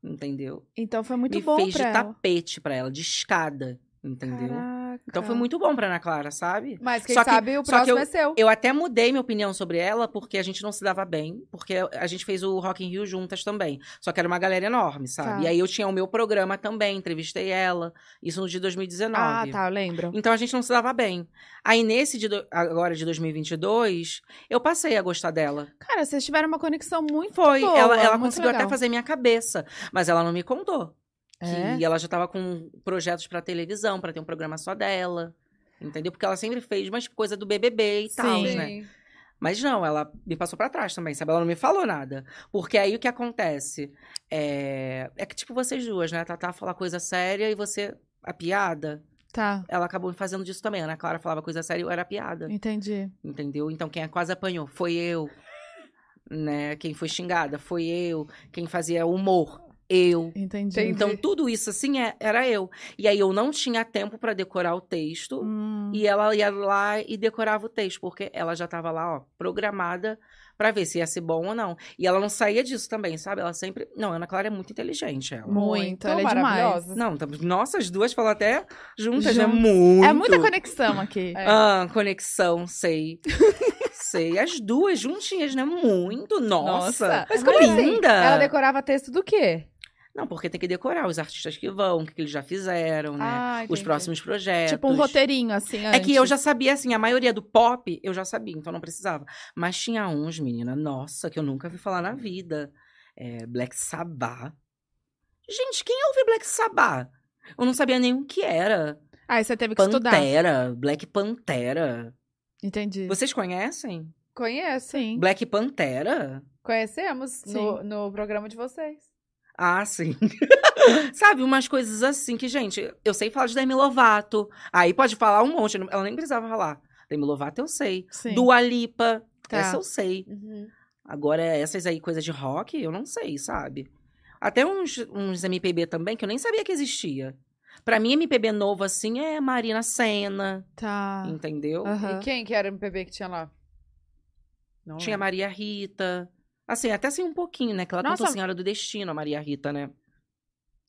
[SPEAKER 4] Entendeu?
[SPEAKER 3] Então foi muito
[SPEAKER 4] Me
[SPEAKER 3] bom
[SPEAKER 4] fez
[SPEAKER 3] pra
[SPEAKER 4] de
[SPEAKER 3] ela.
[SPEAKER 4] tapete pra ela, de escada. Entendeu?
[SPEAKER 3] Caraca.
[SPEAKER 4] Então foi muito bom pra Ana Clara, sabe?
[SPEAKER 2] Mas quem
[SPEAKER 4] Só que-
[SPEAKER 2] sabe o
[SPEAKER 4] só que
[SPEAKER 2] próximo
[SPEAKER 4] eu-
[SPEAKER 2] é seu.
[SPEAKER 4] Eu até mudei minha opinião sobre ela, porque a gente não se dava bem, porque a gente fez o Rock in Rio juntas também. Só que era uma galera enorme, sabe?
[SPEAKER 3] Tá.
[SPEAKER 4] E aí eu tinha o meu programa também, entrevistei ela, isso no dia 2019.
[SPEAKER 3] Ah, tá, eu lembro.
[SPEAKER 4] Então a gente não se dava bem. Aí nesse de do- agora de 2022, eu passei a gostar dela.
[SPEAKER 3] Cara, vocês tiveram uma conexão muito
[SPEAKER 4] Foi,
[SPEAKER 3] boa,
[SPEAKER 4] ela, ela
[SPEAKER 3] muito
[SPEAKER 4] conseguiu
[SPEAKER 3] legal.
[SPEAKER 4] até fazer minha cabeça, mas ela não me contou.
[SPEAKER 3] É?
[SPEAKER 4] Que ela já tava com projetos pra televisão, pra ter um programa só dela. Entendeu? Porque ela sempre fez umas coisa do BBB e tal,
[SPEAKER 3] Sim.
[SPEAKER 4] né? Mas não, ela me passou pra trás também, sabe? Ela não me falou nada. Porque aí o que acontece? É, é que, tipo, vocês duas, né? A Tatá fala coisa séria e você. A piada,
[SPEAKER 3] Tá,
[SPEAKER 4] ela acabou me fazendo disso também. A Ana Clara falava coisa séria e eu era piada.
[SPEAKER 3] entendi.
[SPEAKER 4] Entendeu? Então quem quase apanhou foi eu. né? Quem foi xingada foi eu, quem fazia humor, eu.
[SPEAKER 1] Entendi.
[SPEAKER 2] Tem-
[SPEAKER 4] Então tudo isso assim é- era eu. E aí eu não tinha tempo para decorar o texto
[SPEAKER 3] Hum.
[SPEAKER 4] e ela ia lá e decorava o texto, porque ela já estava lá, ó, programada para ver se ia ser bom ou não. E ela não saía disso também, sabe? Ela sempre, não, Ana Clara é muito inteligente, ela.
[SPEAKER 1] Muito, ela é
[SPEAKER 2] maravilhosa.
[SPEAKER 4] Não, tam- nossa, as duas falam até juntas, né?
[SPEAKER 1] Juntas.
[SPEAKER 4] Muito.
[SPEAKER 1] É muita conexão aqui.
[SPEAKER 2] É.
[SPEAKER 4] Ah, conexão, sei. sei. As duas juntinhas, né? Muito. Nossa.
[SPEAKER 1] Nossa.
[SPEAKER 2] Mas como assim?
[SPEAKER 4] linda.
[SPEAKER 2] Ela decorava texto do quê?
[SPEAKER 4] Não, porque tem que decorar os artistas que vão, o que, que eles já fizeram, né?
[SPEAKER 2] Ah,
[SPEAKER 4] Os
[SPEAKER 2] entendi.
[SPEAKER 4] próximos projetos.
[SPEAKER 3] Tipo um roteirinho, assim,
[SPEAKER 4] É que eu já sabia, assim, a maioria do pop eu já sabia, então não precisava. Mas tinha uns, menina, nossa, que eu nunca vi falar na vida. É, Black Sabbath. Gente, quem ouve Black Sabbath? Eu não sabia nem o que era.
[SPEAKER 3] Aí Ah, você teve que estudar.
[SPEAKER 4] Pantera, Black Pantera.
[SPEAKER 1] Entendi.
[SPEAKER 4] Vocês conhecem?
[SPEAKER 2] Conheço.
[SPEAKER 3] Sim.
[SPEAKER 4] Black Pantera?
[SPEAKER 2] Conhecemos no, no programa de vocês.
[SPEAKER 4] Ah, sim. Sabe, umas coisas assim que, gente, eu sei falar de Demi Lovato. Aí pode falar um monte, ela nem precisava falar. Demi Lovato eu sei.
[SPEAKER 1] Sim.
[SPEAKER 4] Dua Lipa,
[SPEAKER 1] Tá.
[SPEAKER 4] essa eu sei. Agora, essas aí, coisas de rock, eu não sei, sabe? Até uns, uns MPB também, que eu nem sabia que existia. Pra mim, MPB novo, assim, é Marina Senna,
[SPEAKER 1] Tá.
[SPEAKER 3] Ah.
[SPEAKER 4] entendeu?
[SPEAKER 1] Aham.
[SPEAKER 2] E quem que era o MPB que tinha lá? Não
[SPEAKER 4] Tinha
[SPEAKER 2] lembro.
[SPEAKER 4] Maria Rita. Assim, até assim um pouquinho, né? Que ela
[SPEAKER 3] Nossa.
[SPEAKER 4] cantou Senhora do Destino, a Maria Rita, né?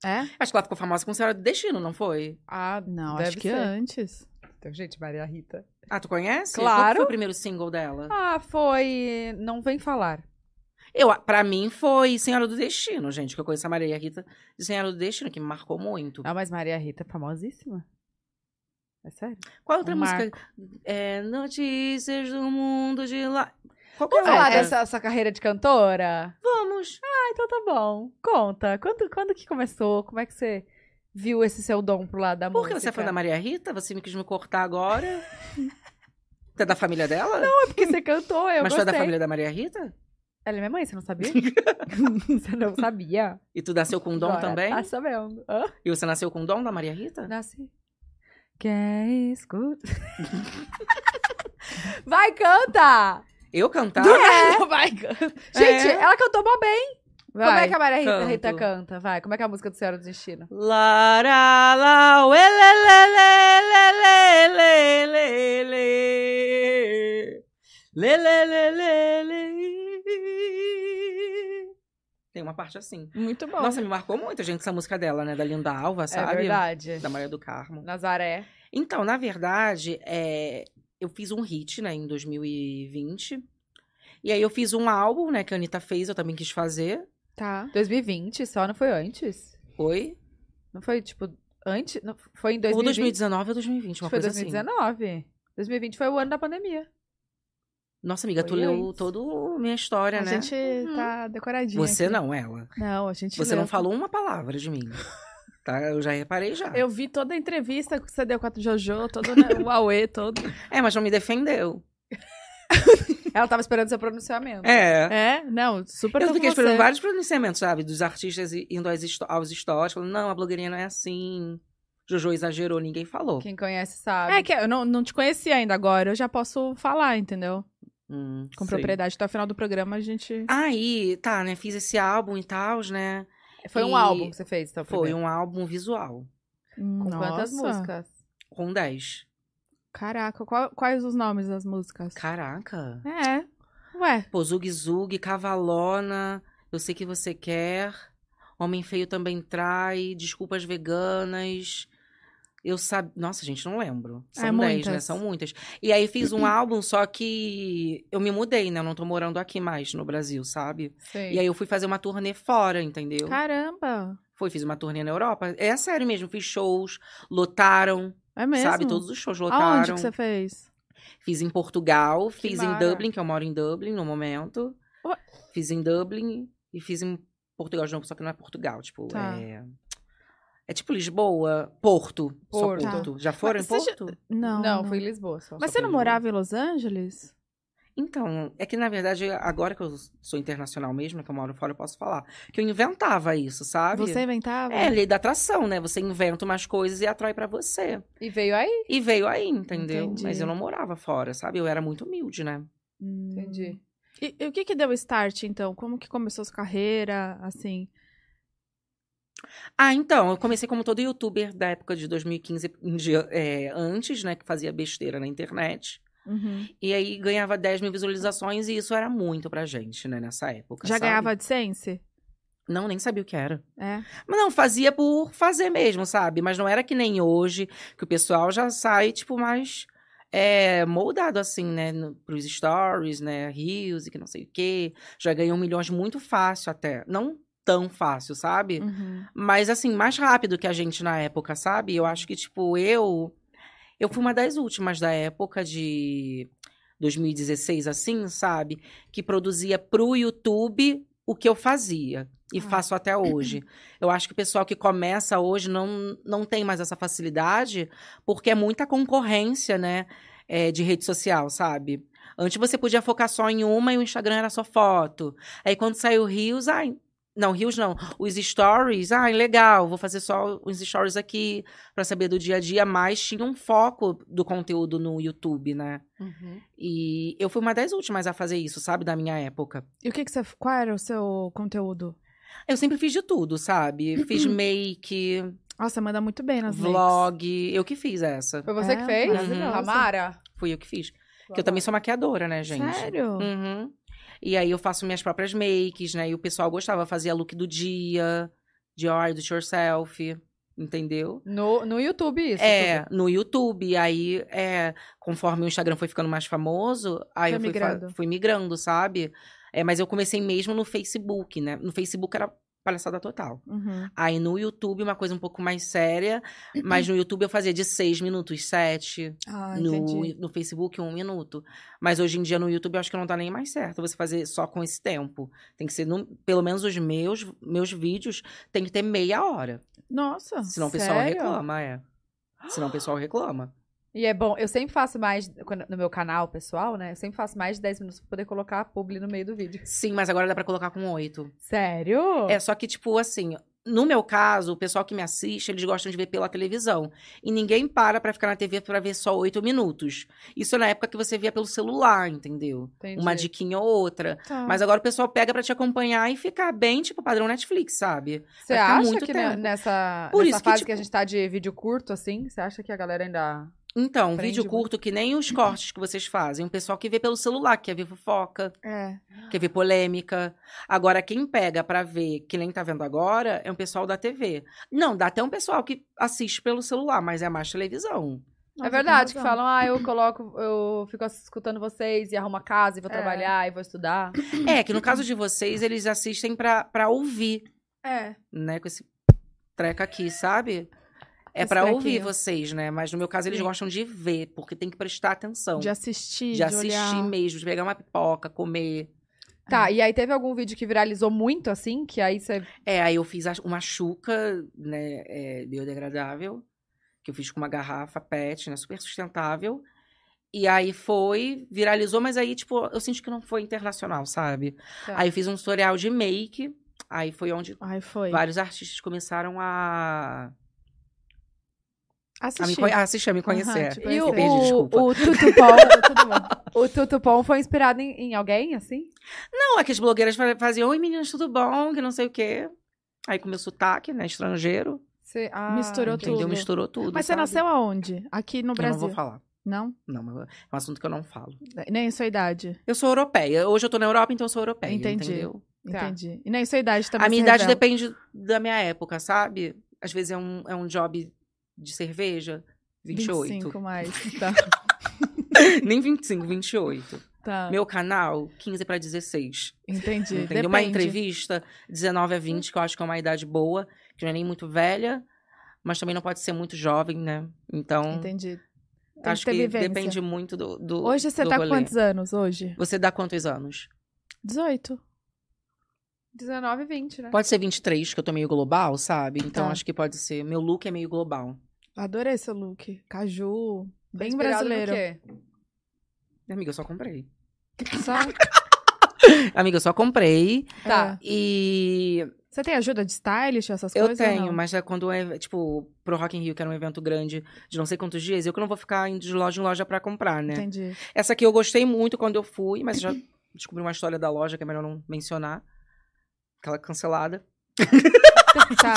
[SPEAKER 1] É?
[SPEAKER 4] Acho que ela ficou famosa com Senhora do Destino, não foi?
[SPEAKER 2] Ah,
[SPEAKER 1] Não,
[SPEAKER 2] deve
[SPEAKER 1] acho que
[SPEAKER 2] ser.
[SPEAKER 1] antes.
[SPEAKER 2] Então, gente, Maria Rita.
[SPEAKER 4] Ah, tu conhece?
[SPEAKER 2] Claro.
[SPEAKER 4] Qual que foi o primeiro single dela?
[SPEAKER 2] Ah, foi. Não vem falar.
[SPEAKER 4] Eu, pra mim foi Senhora do Destino, gente, que eu conheço a Maria Rita de Senhora do Destino, que me marcou muito.
[SPEAKER 2] Ah, mas Maria Rita é famosíssima. É sério?
[SPEAKER 4] Qual outra
[SPEAKER 2] Um
[SPEAKER 4] música? É, Notícias do Mundo de lá. Qual que é
[SPEAKER 2] Vamos falar
[SPEAKER 4] outra?
[SPEAKER 2] dessa sua carreira de cantora?
[SPEAKER 4] Vamos.
[SPEAKER 2] Ah, então tá bom. Conta. Quando, quando que começou? Como é que você viu esse seu dom pro lado da
[SPEAKER 4] Por que
[SPEAKER 2] música?
[SPEAKER 4] você é fã da Maria Rita? Você me quis me cortar agora? Você é da família dela?
[SPEAKER 2] Porque você cantou, eu
[SPEAKER 4] Mas tu é
[SPEAKER 2] gostei.
[SPEAKER 4] da família da Maria Rita?
[SPEAKER 2] Ela é minha mãe, você não sabia? você não sabia?
[SPEAKER 4] E tu nasceu com o dom
[SPEAKER 2] Agora
[SPEAKER 4] também?
[SPEAKER 2] Tá sabendo. Hã?
[SPEAKER 4] E você nasceu com o dom da Maria Rita?
[SPEAKER 2] Nasci. Quer escutar? Vai, canta!
[SPEAKER 4] Eu cantar?
[SPEAKER 2] É.
[SPEAKER 1] Vai, canta.
[SPEAKER 2] Gente,
[SPEAKER 4] É.
[SPEAKER 2] ela cantou mó bem. Como é que a Maria Rita,
[SPEAKER 4] canto.
[SPEAKER 2] Rita canta? Vai, como é que é a música do Senhora do Destino?
[SPEAKER 4] Lara la ué, lê, lê, lê, lê, lê, lê, lê. Lê, lê, lê, lê, lê. Tem uma parte assim.
[SPEAKER 3] Muito bom.
[SPEAKER 4] Nossa, me marcou muito, gente, essa música dela, né? Da Linda Alva, sabe?
[SPEAKER 2] É verdade.
[SPEAKER 4] Da Maria do Carmo.
[SPEAKER 2] Nazaré.
[SPEAKER 4] Então, na verdade, é, eu fiz um hit, né, em 2020. E aí eu fiz um álbum, né, que a Anitta fez, eu também quis fazer.
[SPEAKER 3] Tá.
[SPEAKER 2] 2020 só, não foi antes?
[SPEAKER 4] Foi?
[SPEAKER 2] Não foi, tipo, antes? Não, foi em
[SPEAKER 4] Ou
[SPEAKER 2] 2020?
[SPEAKER 4] 2019 ou 2020, uma
[SPEAKER 2] foi
[SPEAKER 4] coisa assim.
[SPEAKER 2] 2019. 2020 foi o ano da pandemia.
[SPEAKER 4] Nossa, amiga, tu
[SPEAKER 2] Foi
[SPEAKER 4] leu
[SPEAKER 2] antes.
[SPEAKER 4] toda a minha história,
[SPEAKER 3] A
[SPEAKER 4] né?
[SPEAKER 3] gente tá decoradinho.
[SPEAKER 4] Você
[SPEAKER 3] aqui.
[SPEAKER 4] não, ela.
[SPEAKER 3] Não, a gente
[SPEAKER 4] Você
[SPEAKER 3] leu.
[SPEAKER 4] não falou uma palavra de mim. Tá? Eu já reparei já.
[SPEAKER 3] Eu vi toda a entrevista que você deu com a Jojo, todo né, o Aue, todo.
[SPEAKER 4] É, mas não me defendeu.
[SPEAKER 2] Ela tava esperando seu pronunciamento.
[SPEAKER 4] É.
[SPEAKER 3] É, não, super tô
[SPEAKER 4] Eu
[SPEAKER 3] com
[SPEAKER 4] fiquei
[SPEAKER 3] você.
[SPEAKER 4] esperando vários pronunciamentos, sabe? Dos artistas i- indo aos, histó- aos stories, falando, não, a blogueirinha não é assim. Jojo exagerou, ninguém falou.
[SPEAKER 2] Quem conhece sabe.
[SPEAKER 3] É que eu não, não te conhecia ainda agora, eu já posso falar, entendeu?
[SPEAKER 4] Hum,
[SPEAKER 3] Com
[SPEAKER 4] sei.
[SPEAKER 3] propriedade. Então, ao final do programa, a gente...
[SPEAKER 4] Aí, tá, né? Fiz esse álbum e tal, né?
[SPEAKER 2] foi um
[SPEAKER 4] e-
[SPEAKER 2] álbum que você fez, então.
[SPEAKER 4] Foi um álbum visual,
[SPEAKER 2] Com quantas
[SPEAKER 3] Nossa.
[SPEAKER 2] músicas?
[SPEAKER 4] com 10.
[SPEAKER 3] Caraca, qual- quais os nomes das músicas?
[SPEAKER 4] Caraca.
[SPEAKER 3] É. Ué,
[SPEAKER 4] Pô, Zug Zug, Cavalona, Eu Sei Que Você Quer, Homem Feio Também Trai, Desculpas Veganas. Eu sabe. Nossa, gente, não lembro. São
[SPEAKER 3] É,
[SPEAKER 4] dez, né?
[SPEAKER 3] muitas.
[SPEAKER 4] São muitas. E aí fiz um álbum, só que eu me mudei, né? Eu não tô morando aqui mais no Brasil, sabe?
[SPEAKER 2] Sei.
[SPEAKER 4] E aí eu fui fazer uma turnê fora, entendeu?
[SPEAKER 3] caramba.
[SPEAKER 4] Foi, fiz uma turnê na Europa. É sério mesmo, fiz shows, lotaram,
[SPEAKER 3] É mesmo?
[SPEAKER 4] sabe? Todos os shows lotaram.
[SPEAKER 3] Aonde que você fez?
[SPEAKER 4] Fiz em Portugal,
[SPEAKER 2] Que
[SPEAKER 4] fiz
[SPEAKER 2] mara.
[SPEAKER 4] em Dublin, que eu moro em Dublin no momento.
[SPEAKER 3] Ué.
[SPEAKER 4] Fiz em Dublin e fiz em Portugal de novo, só que não é Portugal, tipo,
[SPEAKER 3] Tá.
[SPEAKER 4] é... É tipo Lisboa, Porto,
[SPEAKER 2] Porto.
[SPEAKER 4] só Porto. Já foram em
[SPEAKER 3] Tá. Mas você já-
[SPEAKER 4] Porto?
[SPEAKER 3] Não,
[SPEAKER 2] Não, foi em Lisboa só.
[SPEAKER 3] Mas você não morava em Los Angeles?
[SPEAKER 4] Então, é que na verdade, agora que eu sou internacional mesmo, que eu moro fora, eu posso falar. Que eu inventava isso, sabe?
[SPEAKER 3] Você inventava?
[SPEAKER 4] É, lei da atração, né? Você inventa umas coisas e atrai pra você.
[SPEAKER 2] E veio aí?
[SPEAKER 4] E veio aí, entendeu?
[SPEAKER 3] Entendi.
[SPEAKER 4] Mas eu não morava fora, sabe? Eu era muito humilde, né?
[SPEAKER 3] Hum.
[SPEAKER 2] Entendi.
[SPEAKER 3] E, e o que que deu o start, então? Como que começou sua carreira, assim?
[SPEAKER 4] Ah, então, eu comecei como todo youtuber da época de 2015 em dia- é, antes, né? Que fazia besteira na internet.
[SPEAKER 2] Uhum.
[SPEAKER 4] E aí ganhava 10 mil visualizações e isso era muito pra gente, né? Nessa época,
[SPEAKER 3] Já
[SPEAKER 4] sabe?
[SPEAKER 3] ganhava AdSense?
[SPEAKER 4] Não, nem sabia o que era.
[SPEAKER 3] É.
[SPEAKER 4] Mas não, fazia por fazer mesmo, sabe? Mas não era que nem hoje, que o pessoal já sai, tipo, mais é, moldado, assim, né? no- Pros stories, né? Reels e que não sei o quê. Já ganhou milhões muito fácil até. Não tão fácil, sabe?
[SPEAKER 3] Uhum.
[SPEAKER 4] Mas, assim, mais rápido que a gente na época, sabe? Eu acho que, tipo, eu... Eu fui uma das últimas da época de 2016, assim, sabe? Que produzia pro YouTube o que eu fazia. E
[SPEAKER 3] Ah.
[SPEAKER 4] faço até hoje. Eu acho que o pessoal que começa hoje não, não tem mais essa facilidade, porque é muita concorrência, né? é, de rede social, sabe? Antes você podia focar só em uma e o Instagram era só foto. Aí quando saiu o Reels, ai. Não, Reels não. Os stories, ai, legal, vou fazer só os stories aqui pra saber do dia a dia, mas tinha um foco do conteúdo no YouTube, né? E eu fui uma das últimas a fazer isso, sabe, da minha época.
[SPEAKER 3] E o que que você... Qual era o seu conteúdo?
[SPEAKER 4] Eu sempre fiz de tudo, sabe? Fiz make,
[SPEAKER 3] Nossa, você manda muito bem nas makes.
[SPEAKER 4] vlog, eu que fiz essa.
[SPEAKER 2] Foi você
[SPEAKER 3] É,
[SPEAKER 2] que fez?
[SPEAKER 3] maravilhosa.
[SPEAKER 2] Tamara?
[SPEAKER 4] Fui eu que fiz. Porque eu também sou maquiadora, né, gente?
[SPEAKER 3] Sério?
[SPEAKER 4] Uhum. E aí eu faço minhas próprias makes, né? E o pessoal gostava, fazia look do dia, de do it yourself, entendeu?
[SPEAKER 2] No, no YouTube, isso.
[SPEAKER 4] é,
[SPEAKER 2] tudo.
[SPEAKER 4] no YouTube. E aí, é, conforme o Instagram foi ficando mais famoso, aí
[SPEAKER 3] Foi
[SPEAKER 4] eu fui, fa-
[SPEAKER 3] migrando.
[SPEAKER 4] fui migrando, sabe? É, mas eu comecei mesmo no Facebook, né? No Facebook era palhaçada total.
[SPEAKER 2] Hum.
[SPEAKER 3] Uhum.
[SPEAKER 4] Aí no YouTube, uma coisa um pouco mais séria, mas no YouTube eu fazia de seis minutos, sete
[SPEAKER 3] Ah,
[SPEAKER 4] no,
[SPEAKER 3] entendi.
[SPEAKER 4] no Facebook um minuto. Mas hoje em dia no YouTube eu acho que não tá nem mais certo você fazer só com esse tempo. Tem que ser, no- pelo menos os meus, meus vídeos, tem que ter meia hora.
[SPEAKER 3] Nossa.
[SPEAKER 4] Senão o pessoal
[SPEAKER 2] sério?
[SPEAKER 4] reclama, é. Senão o pessoal reclama.
[SPEAKER 2] E é bom, eu sempre faço mais, quando- no meu canal pessoal, né? Eu sempre faço mais de 10 minutos pra poder colocar a publi no meio do vídeo.
[SPEAKER 4] Sim, mas agora dá pra colocar com oito.
[SPEAKER 2] Sério?
[SPEAKER 4] É, só que, tipo, assim, no meu caso, o pessoal que me assiste, eles gostam de ver pela televisão. E ninguém para pra ficar na TV pra ver só oito minutos. Isso na época que você via pelo celular, entendeu?
[SPEAKER 2] Entendi. Ah.
[SPEAKER 4] Uma diquinha ou outra.
[SPEAKER 3] Tá.
[SPEAKER 4] Mas agora o pessoal pega pra te acompanhar e ficar bem, tipo, padrão Netflix, sabe?
[SPEAKER 2] Você
[SPEAKER 4] vai ficar
[SPEAKER 2] acha
[SPEAKER 4] muito
[SPEAKER 2] que ne-
[SPEAKER 4] tempo.
[SPEAKER 2] nessa,
[SPEAKER 4] Por
[SPEAKER 2] nessa
[SPEAKER 4] isso que,
[SPEAKER 2] fase que,
[SPEAKER 4] tipo-
[SPEAKER 2] a gente tá de vídeo curto, assim, você acha que a galera ainda... É
[SPEAKER 4] Então, um
[SPEAKER 2] Prende
[SPEAKER 4] vídeo
[SPEAKER 2] muito.
[SPEAKER 4] curto que nem os cortes que vocês fazem. O pessoal que vê pelo celular, que quer ver fofoca,
[SPEAKER 3] É.
[SPEAKER 4] quer ver polêmica. Agora, quem pega pra ver, que nem tá vendo agora, é um pessoal da TV. Não, dá até um pessoal que assiste pelo celular, mas é mais televisão.
[SPEAKER 2] é
[SPEAKER 3] tá
[SPEAKER 2] verdade, que falam, ah, eu coloco, eu fico escutando vocês e arrumo a casa e vou
[SPEAKER 3] É.
[SPEAKER 2] trabalhar e vou estudar.
[SPEAKER 3] Hum,
[SPEAKER 4] É, que no caso de vocês, eles assistem pra, pra ouvir,
[SPEAKER 3] É.
[SPEAKER 4] né? Com esse treca aqui, sabe? É
[SPEAKER 3] Esse
[SPEAKER 4] pra ouvir
[SPEAKER 3] trequinho.
[SPEAKER 4] vocês, né? Mas no meu caso, eles
[SPEAKER 3] Sim.
[SPEAKER 4] gostam de ver, porque tem que prestar atenção.
[SPEAKER 3] De assistir,
[SPEAKER 4] Então, de
[SPEAKER 3] de
[SPEAKER 4] assistir
[SPEAKER 3] olhar.
[SPEAKER 4] mesmo, de pegar uma pipoca, comer.
[SPEAKER 2] Tá, e aí teve algum vídeo que viralizou muito, assim, que aí você...
[SPEAKER 4] É, aí eu fiz a- uma chuca, né, é, biodegradável, que eu fiz com uma garrafa PET, né, super sustentável. E aí foi, viralizou, mas aí, tipo, eu senti que não foi internacional, sabe?
[SPEAKER 2] Tá.
[SPEAKER 4] Aí eu fiz um tutorial de make, aí foi onde
[SPEAKER 3] Ai, foi.
[SPEAKER 4] vários artistas começaram a, a, me,
[SPEAKER 3] Assistir.
[SPEAKER 4] conhe- a assistir, a me conhecer.
[SPEAKER 3] te
[SPEAKER 2] E o,
[SPEAKER 3] conhecer.
[SPEAKER 4] Beijo,
[SPEAKER 2] o,
[SPEAKER 4] desculpa.
[SPEAKER 2] o Tutupom, assim? o Tutupom foi inspirado em, em alguém, assim?
[SPEAKER 4] Não, é que as blogueiras fa- faziam, oi meninas, tudo bom? Que não sei o quê. Aí com o meu sotaque, né, estrangeiro.
[SPEAKER 2] Você- ah,
[SPEAKER 3] Misturou
[SPEAKER 2] entendi.
[SPEAKER 4] Entendeu?
[SPEAKER 3] tudo.
[SPEAKER 4] Misturou tudo,
[SPEAKER 3] Mas você
[SPEAKER 4] sabe?
[SPEAKER 3] nasceu aonde? Aqui no
[SPEAKER 4] Eu
[SPEAKER 3] Brasil?
[SPEAKER 4] não vou falar.
[SPEAKER 3] Não?
[SPEAKER 4] Não, mas é um assunto que eu não falo.
[SPEAKER 3] Nem sua idade.
[SPEAKER 4] Eu sou europeia. Hoje eu tô na Europa, então eu sou europeia.
[SPEAKER 3] Entendi.
[SPEAKER 4] Entendeu?
[SPEAKER 2] Tá.
[SPEAKER 3] Entendi. E nem sua idade também.
[SPEAKER 4] a minha
[SPEAKER 3] se
[SPEAKER 4] idade
[SPEAKER 3] revela.
[SPEAKER 4] depende da minha época, sabe? Às vezes é um, é um job de cerveja. 28.
[SPEAKER 3] 25 mais. Tá.
[SPEAKER 4] Nem 25, 28.
[SPEAKER 3] tá.
[SPEAKER 4] Meu canal, 15 pra 16.
[SPEAKER 3] Entendi.
[SPEAKER 4] Entendeu?
[SPEAKER 3] Depende.
[SPEAKER 4] Uma entrevista, 19 a 20, que eu acho que é uma idade boa, que não é nem muito velha, mas também não pode ser muito jovem, né? Então,
[SPEAKER 3] Entendi. Tem
[SPEAKER 4] acho
[SPEAKER 3] ter
[SPEAKER 4] que
[SPEAKER 3] vivência.
[SPEAKER 4] depende muito do. do
[SPEAKER 3] Hoje você
[SPEAKER 4] do
[SPEAKER 3] tá com
[SPEAKER 4] rolê.
[SPEAKER 3] quantos anos hoje?
[SPEAKER 4] Você dá quantos anos?
[SPEAKER 3] 18.
[SPEAKER 2] 19 e 20, né?
[SPEAKER 4] Pode ser 23, que eu tô meio global, sabe? Então
[SPEAKER 3] Tá.
[SPEAKER 4] acho que pode ser. Meu look é meio global.
[SPEAKER 3] Adorei seu look. Caju. Bem
[SPEAKER 2] Inspirado no
[SPEAKER 3] brasileiro.
[SPEAKER 2] quê?
[SPEAKER 4] Amiga, eu só comprei.
[SPEAKER 2] Só...
[SPEAKER 4] Amiga, eu só comprei.
[SPEAKER 2] Tá.
[SPEAKER 3] É.
[SPEAKER 4] E
[SPEAKER 3] Você tem ajuda de stylist, essas
[SPEAKER 4] eu
[SPEAKER 3] coisas? ou
[SPEAKER 4] tenho,
[SPEAKER 3] não?
[SPEAKER 4] mas é quando é, tipo, pro Rock in Rio, que era um evento grande de não sei quantos dias, eu que não vou ficar indo de loja em loja pra comprar, né?
[SPEAKER 3] Entendi.
[SPEAKER 4] Essa aqui eu gostei muito quando eu fui, mas já descobri uma história da loja que é melhor não mencionar. Aquela cancelada.
[SPEAKER 2] Tá.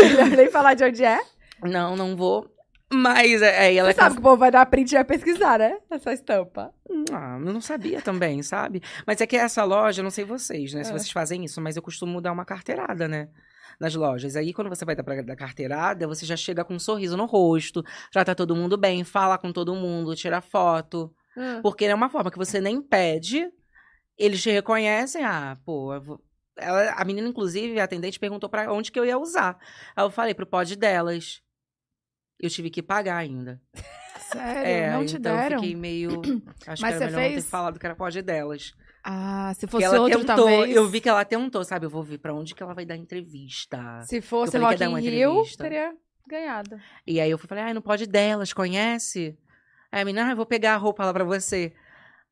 [SPEAKER 1] Melhor nem falar de onde é.
[SPEAKER 4] Não, não vou. Mas é, é, e ela
[SPEAKER 1] Você
[SPEAKER 4] é
[SPEAKER 1] sabe que o povo vai dar print e vai pesquisar, né?
[SPEAKER 2] É
[SPEAKER 1] Essa estampa.
[SPEAKER 4] Ah, eu não sabia também, sabe? Mas é que essa loja, eu não sei vocês, né? Se
[SPEAKER 1] Ah.
[SPEAKER 4] vocês fazem isso, mas eu costumo dar uma carteirada, né? Nas lojas. Aí, quando você vai dar pra dar carteirada, você já chega com um sorriso no rosto, já tá todo mundo bem, fala com todo mundo, tira foto. Porque é uma forma que você nem pede, eles te reconhecem. Ah, pô, eu vou- Ela- a menina, inclusive, a atendente perguntou pra onde que eu ia usar. Aí eu falei pro pod delas. Eu tive que pagar ainda.
[SPEAKER 3] Sério,
[SPEAKER 4] É,
[SPEAKER 3] não te
[SPEAKER 4] então eu
[SPEAKER 3] deram.
[SPEAKER 4] fiquei meio. Acho
[SPEAKER 3] Mas
[SPEAKER 4] que
[SPEAKER 3] você
[SPEAKER 4] era melhor não
[SPEAKER 3] fez?
[SPEAKER 4] ter falado que era pod delas.
[SPEAKER 3] Ah, se
[SPEAKER 4] Porque
[SPEAKER 3] fosse
[SPEAKER 4] ela
[SPEAKER 3] outro,
[SPEAKER 4] tentou,
[SPEAKER 3] talvez.
[SPEAKER 4] eu vi que ela tentou, sabe? Eu vou ver pra onde que ela vai dar entrevista.
[SPEAKER 2] Se fosse
[SPEAKER 4] Eu falei
[SPEAKER 2] Rock
[SPEAKER 4] que ia dar
[SPEAKER 2] in
[SPEAKER 4] uma
[SPEAKER 2] Rio,
[SPEAKER 4] entrevista.
[SPEAKER 2] teria ganhado.
[SPEAKER 4] E aí eu fui- falei, ai, não pode delas, conhece? Aí a menina, ah, eu vou pegar a roupa lá pra você.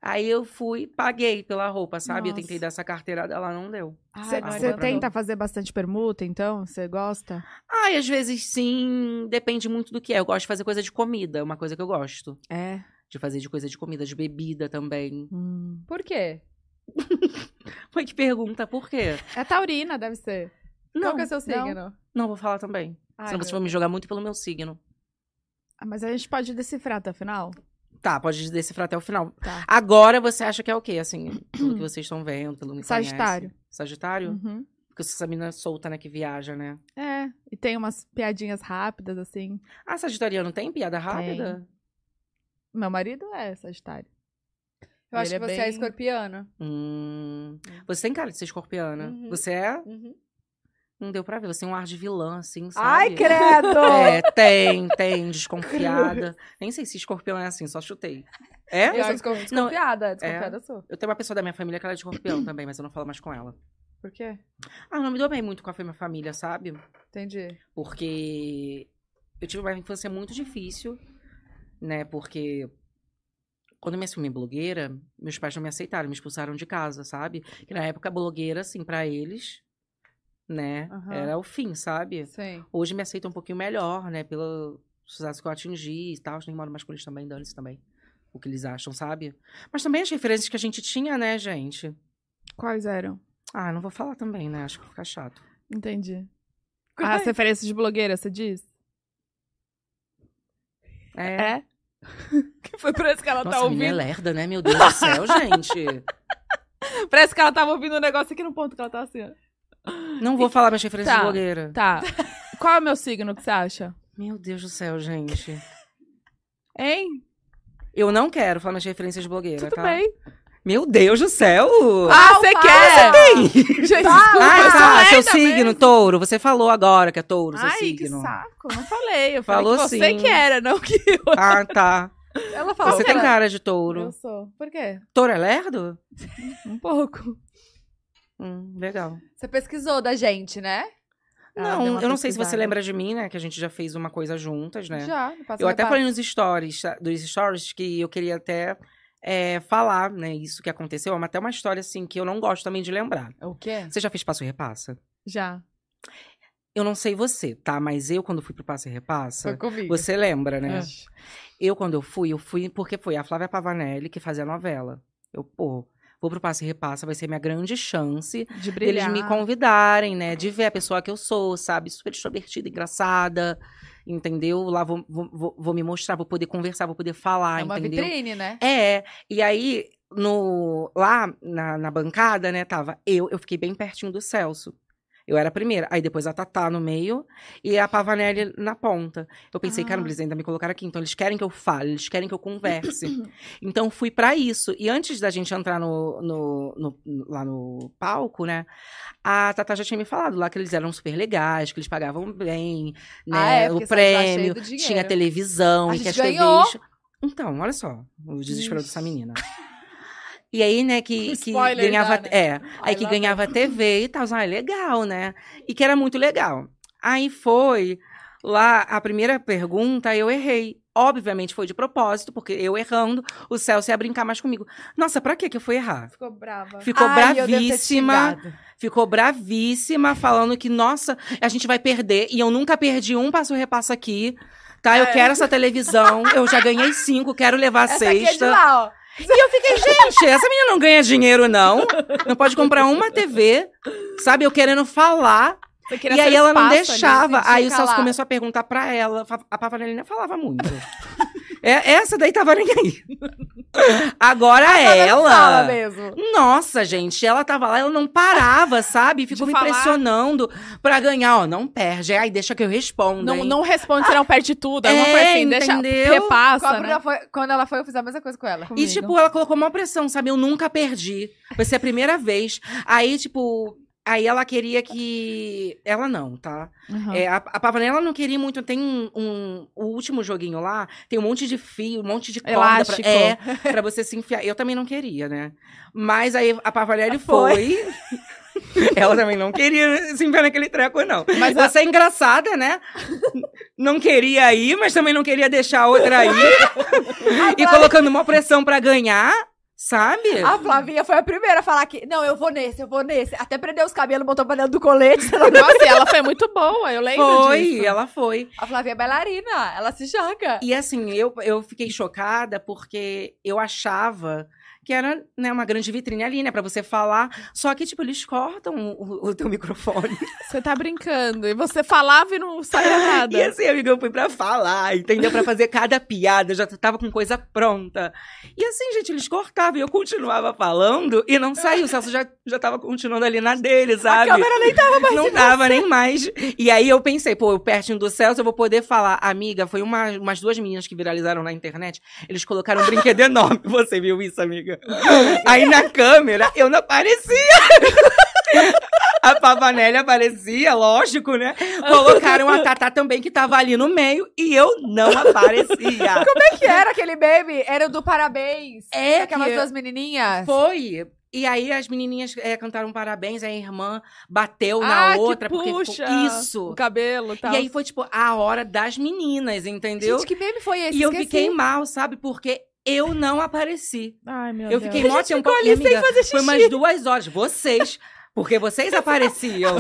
[SPEAKER 4] Aí eu fui, paguei pela roupa, sabe? Eu
[SPEAKER 3] Nossa.
[SPEAKER 4] tentei dar essa carteirada, ela não deu.
[SPEAKER 3] Você
[SPEAKER 4] não,
[SPEAKER 3] você
[SPEAKER 4] não.
[SPEAKER 3] tenta fazer bastante permuta, então? Você gosta?
[SPEAKER 4] Ai, às vezes sim, depende muito do que é. Eu gosto de fazer coisa de comida, é uma coisa que eu gosto.
[SPEAKER 3] É.
[SPEAKER 4] De fazer de coisa de comida, de bebida também.
[SPEAKER 3] Hum.
[SPEAKER 2] Por quê?
[SPEAKER 4] Foi que pergunta, por quê?
[SPEAKER 3] É taurina, deve ser.
[SPEAKER 2] Qual
[SPEAKER 4] Não,
[SPEAKER 2] que é o seu signo?
[SPEAKER 4] não vou falar também.
[SPEAKER 2] Ai,
[SPEAKER 4] Senão
[SPEAKER 2] meu
[SPEAKER 4] você vai me jogar muito pelo meu signo.
[SPEAKER 3] Ah, Mas a gente pode decifrar até o final?
[SPEAKER 4] Tá, pode decifrar até o final.
[SPEAKER 3] Tá.
[SPEAKER 4] Agora você acha que é o quê, assim? Pelo que vocês estão vendo, pelo que me conhecem.
[SPEAKER 3] Sagitário.
[SPEAKER 4] Sagitário?
[SPEAKER 3] Uhum.
[SPEAKER 4] Porque essa mina solta, né, que viaja, né?
[SPEAKER 3] É. E tem umas piadinhas rápidas, assim.
[SPEAKER 4] Ah, Sagitariano tem piada rápida?
[SPEAKER 3] Meu marido é Sagitário.
[SPEAKER 2] Eu acho
[SPEAKER 3] Ele é
[SPEAKER 2] que você é
[SPEAKER 3] bem-
[SPEAKER 2] escorpiano.
[SPEAKER 4] Hum. Você tem cara de ser escorpiana.
[SPEAKER 2] Uhum.
[SPEAKER 4] Você é?
[SPEAKER 2] Uhum.
[SPEAKER 4] Não deu pra ver. Você tem um ar de vilã, assim, sabe?
[SPEAKER 1] Ai, credo!
[SPEAKER 4] É, tem, tem, desconfiada. Nem sei se escorpião é assim, só chutei.
[SPEAKER 2] Eu,
[SPEAKER 4] É?
[SPEAKER 2] sou descon- desconfiada. Desconfiada eu sou.
[SPEAKER 4] Eu tenho uma pessoa da minha família que ela é de escorpião também, mas eu não falo mais com ela.
[SPEAKER 2] Por quê?
[SPEAKER 4] Ah, eu não me dou bem muito com a minha família, sabe?
[SPEAKER 2] Entendi.
[SPEAKER 4] porque eu tive uma infância muito difícil, né? Porque quando eu me assumi blogueira, meus pais não me aceitaram, me expulsaram de casa, sabe? Que na época blogueira, assim, pra eles, né?
[SPEAKER 2] Aham.
[SPEAKER 4] Era o fim, sabe?
[SPEAKER 2] Sim.
[SPEAKER 4] Hoje me aceitam um pouquinho melhor, né? Pelo sucesso que eu atingi e tal. Nem moro mais com eles também, dane-se também. O que eles acham, sabe? Mas também as referências que a gente tinha, né, gente?
[SPEAKER 3] Quais eram?
[SPEAKER 4] Ah, não vou falar também, né? Acho que fica chato.
[SPEAKER 3] Entendi. Ah, as referências de blogueira, você diz?
[SPEAKER 4] É.
[SPEAKER 3] Que foi por isso que ela
[SPEAKER 4] Nossa,
[SPEAKER 3] tá
[SPEAKER 4] a menina é
[SPEAKER 3] ouvindo.
[SPEAKER 4] lerda, né? Meu Deus do céu, gente.
[SPEAKER 3] Parece que ela tava ouvindo um negócio aqui no ponto que ela tá assim. ó.
[SPEAKER 4] Não vou falar minhas referências
[SPEAKER 3] Tá.
[SPEAKER 4] de blogueira.
[SPEAKER 3] Tá. Qual é o meu signo que você acha?
[SPEAKER 4] Meu Deus do céu, gente.
[SPEAKER 3] Hein?
[SPEAKER 4] Eu não quero falar minhas referências de blogueira,
[SPEAKER 3] Tudo
[SPEAKER 4] tá?
[SPEAKER 3] bem.
[SPEAKER 4] Meu Deus do céu!
[SPEAKER 3] Ah, você Ah, quer? Gente,
[SPEAKER 4] Ai,
[SPEAKER 3] desculpa.
[SPEAKER 4] tá, seu
[SPEAKER 3] lerda
[SPEAKER 4] signo,
[SPEAKER 3] mesmo.
[SPEAKER 4] touro. Você falou agora que é touro, seu
[SPEAKER 3] Ai, que
[SPEAKER 4] signo.
[SPEAKER 3] saco. Não falei. Eu falei
[SPEAKER 4] Falou
[SPEAKER 3] que você
[SPEAKER 4] sim.
[SPEAKER 3] que era, não que eu.
[SPEAKER 4] Ah, tá.
[SPEAKER 2] Ela falou
[SPEAKER 4] Você
[SPEAKER 2] que
[SPEAKER 4] tem
[SPEAKER 2] ela...
[SPEAKER 4] cara de touro.
[SPEAKER 3] Eu sou. Por quê?
[SPEAKER 4] Touro é lerdo?
[SPEAKER 3] Um pouco.
[SPEAKER 4] Hum, legal.
[SPEAKER 2] Você pesquisou da gente, né?
[SPEAKER 3] Ah, deu
[SPEAKER 4] não,
[SPEAKER 3] uma
[SPEAKER 4] eu não sei se
[SPEAKER 3] pesquisada.
[SPEAKER 4] você lembra de mim, né? Que a gente já fez uma coisa juntas, né?
[SPEAKER 2] Já. no passado
[SPEAKER 4] Eu até
[SPEAKER 2] repasso.
[SPEAKER 4] falei nos stories, tá? dos stories, que eu queria até é, falar, né, isso que aconteceu. É uma- até uma história, assim, que eu não gosto também de lembrar.
[SPEAKER 1] É
[SPEAKER 2] O quê?
[SPEAKER 4] Você já fez passo e repassa?
[SPEAKER 3] Já.
[SPEAKER 4] Eu não sei você, tá? Mas eu, quando fui pro passo e repassa,
[SPEAKER 2] Foi comigo.
[SPEAKER 4] você lembra, né?
[SPEAKER 2] É.
[SPEAKER 4] Eu, quando eu fui, eu fui porque foi a Flávia Pavanelli que fazia a novela. Eu, pô, vou pro passo e repassa, vai ser minha grande chance
[SPEAKER 3] De
[SPEAKER 4] deles
[SPEAKER 3] brilhar.
[SPEAKER 4] me convidarem, né? De ver a pessoa que eu sou, sabe? Super extrovertida, engraçada, entendeu? Lá vou, vou- vou, vou me mostrar, vou poder conversar, vou poder falar,
[SPEAKER 2] é uma
[SPEAKER 4] Ah, entendeu?
[SPEAKER 2] vitrine, né?
[SPEAKER 4] É, e aí, no, lá na, na bancada, né, tava eu, eu fiquei bem pertinho do Celso. Eu era a primeira. Aí depois a Tatá no meio e a Pavanelli na ponta. Eu pensei,
[SPEAKER 3] Ah.
[SPEAKER 4] caramba, eles ainda me colocaram aqui. Então eles querem que eu fale, eles querem que eu converse. então fui pra isso. E antes da gente entrar no, no- no- lá no palco, né, a Tatá já tinha me falado lá que eles eram super legais, que eles pagavam bem, né,
[SPEAKER 2] Ah, é, porque
[SPEAKER 4] o
[SPEAKER 2] você tá cheio
[SPEAKER 4] prêmio,
[SPEAKER 2] do dinheiro.
[SPEAKER 4] tinha televisão,
[SPEAKER 2] A
[SPEAKER 4] e
[SPEAKER 2] gente
[SPEAKER 4] que as
[SPEAKER 2] ganhou.
[SPEAKER 4] TVs então, olha só, o desespero dessa menina. E aí, né, que, que
[SPEAKER 3] Spoiler
[SPEAKER 4] ganhava.
[SPEAKER 3] já, né?
[SPEAKER 4] É,
[SPEAKER 3] Ai,
[SPEAKER 4] aí que
[SPEAKER 3] lá
[SPEAKER 4] ganhava TV e tal. Ah, legal, né? E que era muito legal. Aí foi lá a primeira pergunta, eu errei. Obviamente foi de propósito, porque eu errando, o Celso ia brincar mais comigo. Nossa, pra que que eu fui errar?
[SPEAKER 3] Ficou brava.
[SPEAKER 4] Ficou
[SPEAKER 2] Ai, eu devo ter te
[SPEAKER 4] bravíssima,
[SPEAKER 2] xingado.
[SPEAKER 4] ficou bravíssima, falando que, nossa, a gente vai perder. E eu nunca perdi um passo repassa aqui. Tá, eu
[SPEAKER 3] É.
[SPEAKER 4] quero essa televisão. Eu já ganhei cinco, quero levar a
[SPEAKER 2] Essa aqui é de
[SPEAKER 4] sexta.
[SPEAKER 2] lá, ó.
[SPEAKER 4] E eu fiquei, gente, essa menina não ganha dinheiro, não. Não pode comprar uma TV, sabe? Eu querendo falar.
[SPEAKER 3] Você queria
[SPEAKER 4] E aí
[SPEAKER 3] seu
[SPEAKER 4] ela
[SPEAKER 2] né?
[SPEAKER 4] não
[SPEAKER 3] espaço ali.
[SPEAKER 4] deixava.
[SPEAKER 2] sentia
[SPEAKER 4] Aí o Celso
[SPEAKER 2] calado.
[SPEAKER 4] começou a perguntar pra ela. fa- A Pavanelina falava muito. É, essa daí tava nem aí. Agora
[SPEAKER 2] Ela
[SPEAKER 4] ela.
[SPEAKER 2] fala mesmo.
[SPEAKER 4] Nossa, gente, ela tava lá, ela não parava, sabe? Ficou
[SPEAKER 3] De
[SPEAKER 4] me
[SPEAKER 3] falar.
[SPEAKER 4] pressionando pra ganhar, ó, não perde. Ai, deixa que eu respondo.
[SPEAKER 3] Não,
[SPEAKER 4] hein?
[SPEAKER 3] não responde, senão perde tudo. É, uma
[SPEAKER 4] É,
[SPEAKER 3] coisa assim, deixa,
[SPEAKER 4] entendeu?
[SPEAKER 2] Com a
[SPEAKER 3] repassa,
[SPEAKER 2] Bruna
[SPEAKER 3] né?
[SPEAKER 2] foi- quando ela foi, eu fiz a mesma coisa com ela.
[SPEAKER 4] E, tipo, ela colocou uma pressão, sabe? Eu nunca perdi. Vai ser a primeira vez. Aí, tipo. Aí ela queria que. Ela não, tá?
[SPEAKER 3] Uhum.
[SPEAKER 4] É, a, a Pavanella não queria muito. Tem um, um- O último joguinho lá tem um monte de fio, um monte de corda pra,
[SPEAKER 3] Elástico.
[SPEAKER 4] é, pra você se enfiar. Eu também não queria, né? Mas aí a Pavanelli
[SPEAKER 3] Ah,
[SPEAKER 4] foi. ela também não queria se enfiar naquele treco, não. Mas você é engraçada, né? Não queria ir, mas também não queria deixar a outra ir e colocando uma pressão pra ganhar, sabe?
[SPEAKER 3] Ah,
[SPEAKER 2] A Flavinha foi a primeira a falar que, não, eu vou nesse, eu vou nesse. Até prendeu os cabelos, botou pra dentro do colete. você não-
[SPEAKER 3] Nossa, e ela foi muito boa, eu lembro
[SPEAKER 4] foi,
[SPEAKER 3] disso.
[SPEAKER 4] ela foi.
[SPEAKER 2] A Flavinha é bailarina, ela se joga.
[SPEAKER 4] E assim, eu, eu fiquei chocada porque eu achava que era né, uma grande vitrine ali, né, pra você falar. Só que, tipo, eles cortam o, o teu microfone.
[SPEAKER 3] Você tá brincando. E você falava e não saía nada.
[SPEAKER 4] E assim, amiga, eu fui pra falar, entendeu? Pra fazer cada piada, eu já tava com coisa pronta. E assim, gente, eles cortavam e eu continuava falando e não saiu. O Celso já, já tava continuando ali na dele, sabe?
[SPEAKER 2] A câmera nem tá.
[SPEAKER 4] Não dava nem mais. E aí eu pensei, pô, eu pertinho do Celso, eu vou poder falar. Amiga, foi uma, umas duas meninas que viralizaram na internet. Eles colocaram um brinquedo enorme. Você viu isso, amiga? Aí na câmera, eu não aparecia. A Pavanelli aparecia, lógico, né? Colocaram a Tatá também, que tava ali no meio, e eu não aparecia.
[SPEAKER 2] que era aquele meme? Era o do parabéns.
[SPEAKER 4] É,
[SPEAKER 2] Aquelas
[SPEAKER 4] que-
[SPEAKER 2] duas menininhas.
[SPEAKER 4] Foi. E aí as menininhas eh, cantaram parabéns, aí a irmã bateu
[SPEAKER 3] Ah,
[SPEAKER 4] na
[SPEAKER 3] que
[SPEAKER 4] outra. porque ficou-
[SPEAKER 3] puxa
[SPEAKER 4] Isso.
[SPEAKER 3] O cabelo e tal.
[SPEAKER 4] E aí foi, tipo, a hora das meninas, entendeu?
[SPEAKER 2] Gente, é que meme foi esse?
[SPEAKER 4] e eu
[SPEAKER 2] Esqueci.
[SPEAKER 4] fiquei mal, sabe? Porque eu não apareci.
[SPEAKER 3] Ai, meu
[SPEAKER 4] eu
[SPEAKER 3] Deus.
[SPEAKER 4] fiquei mó tempo ali amiga, Foi umas duas horas. Vocês. Porque vocês apareciam.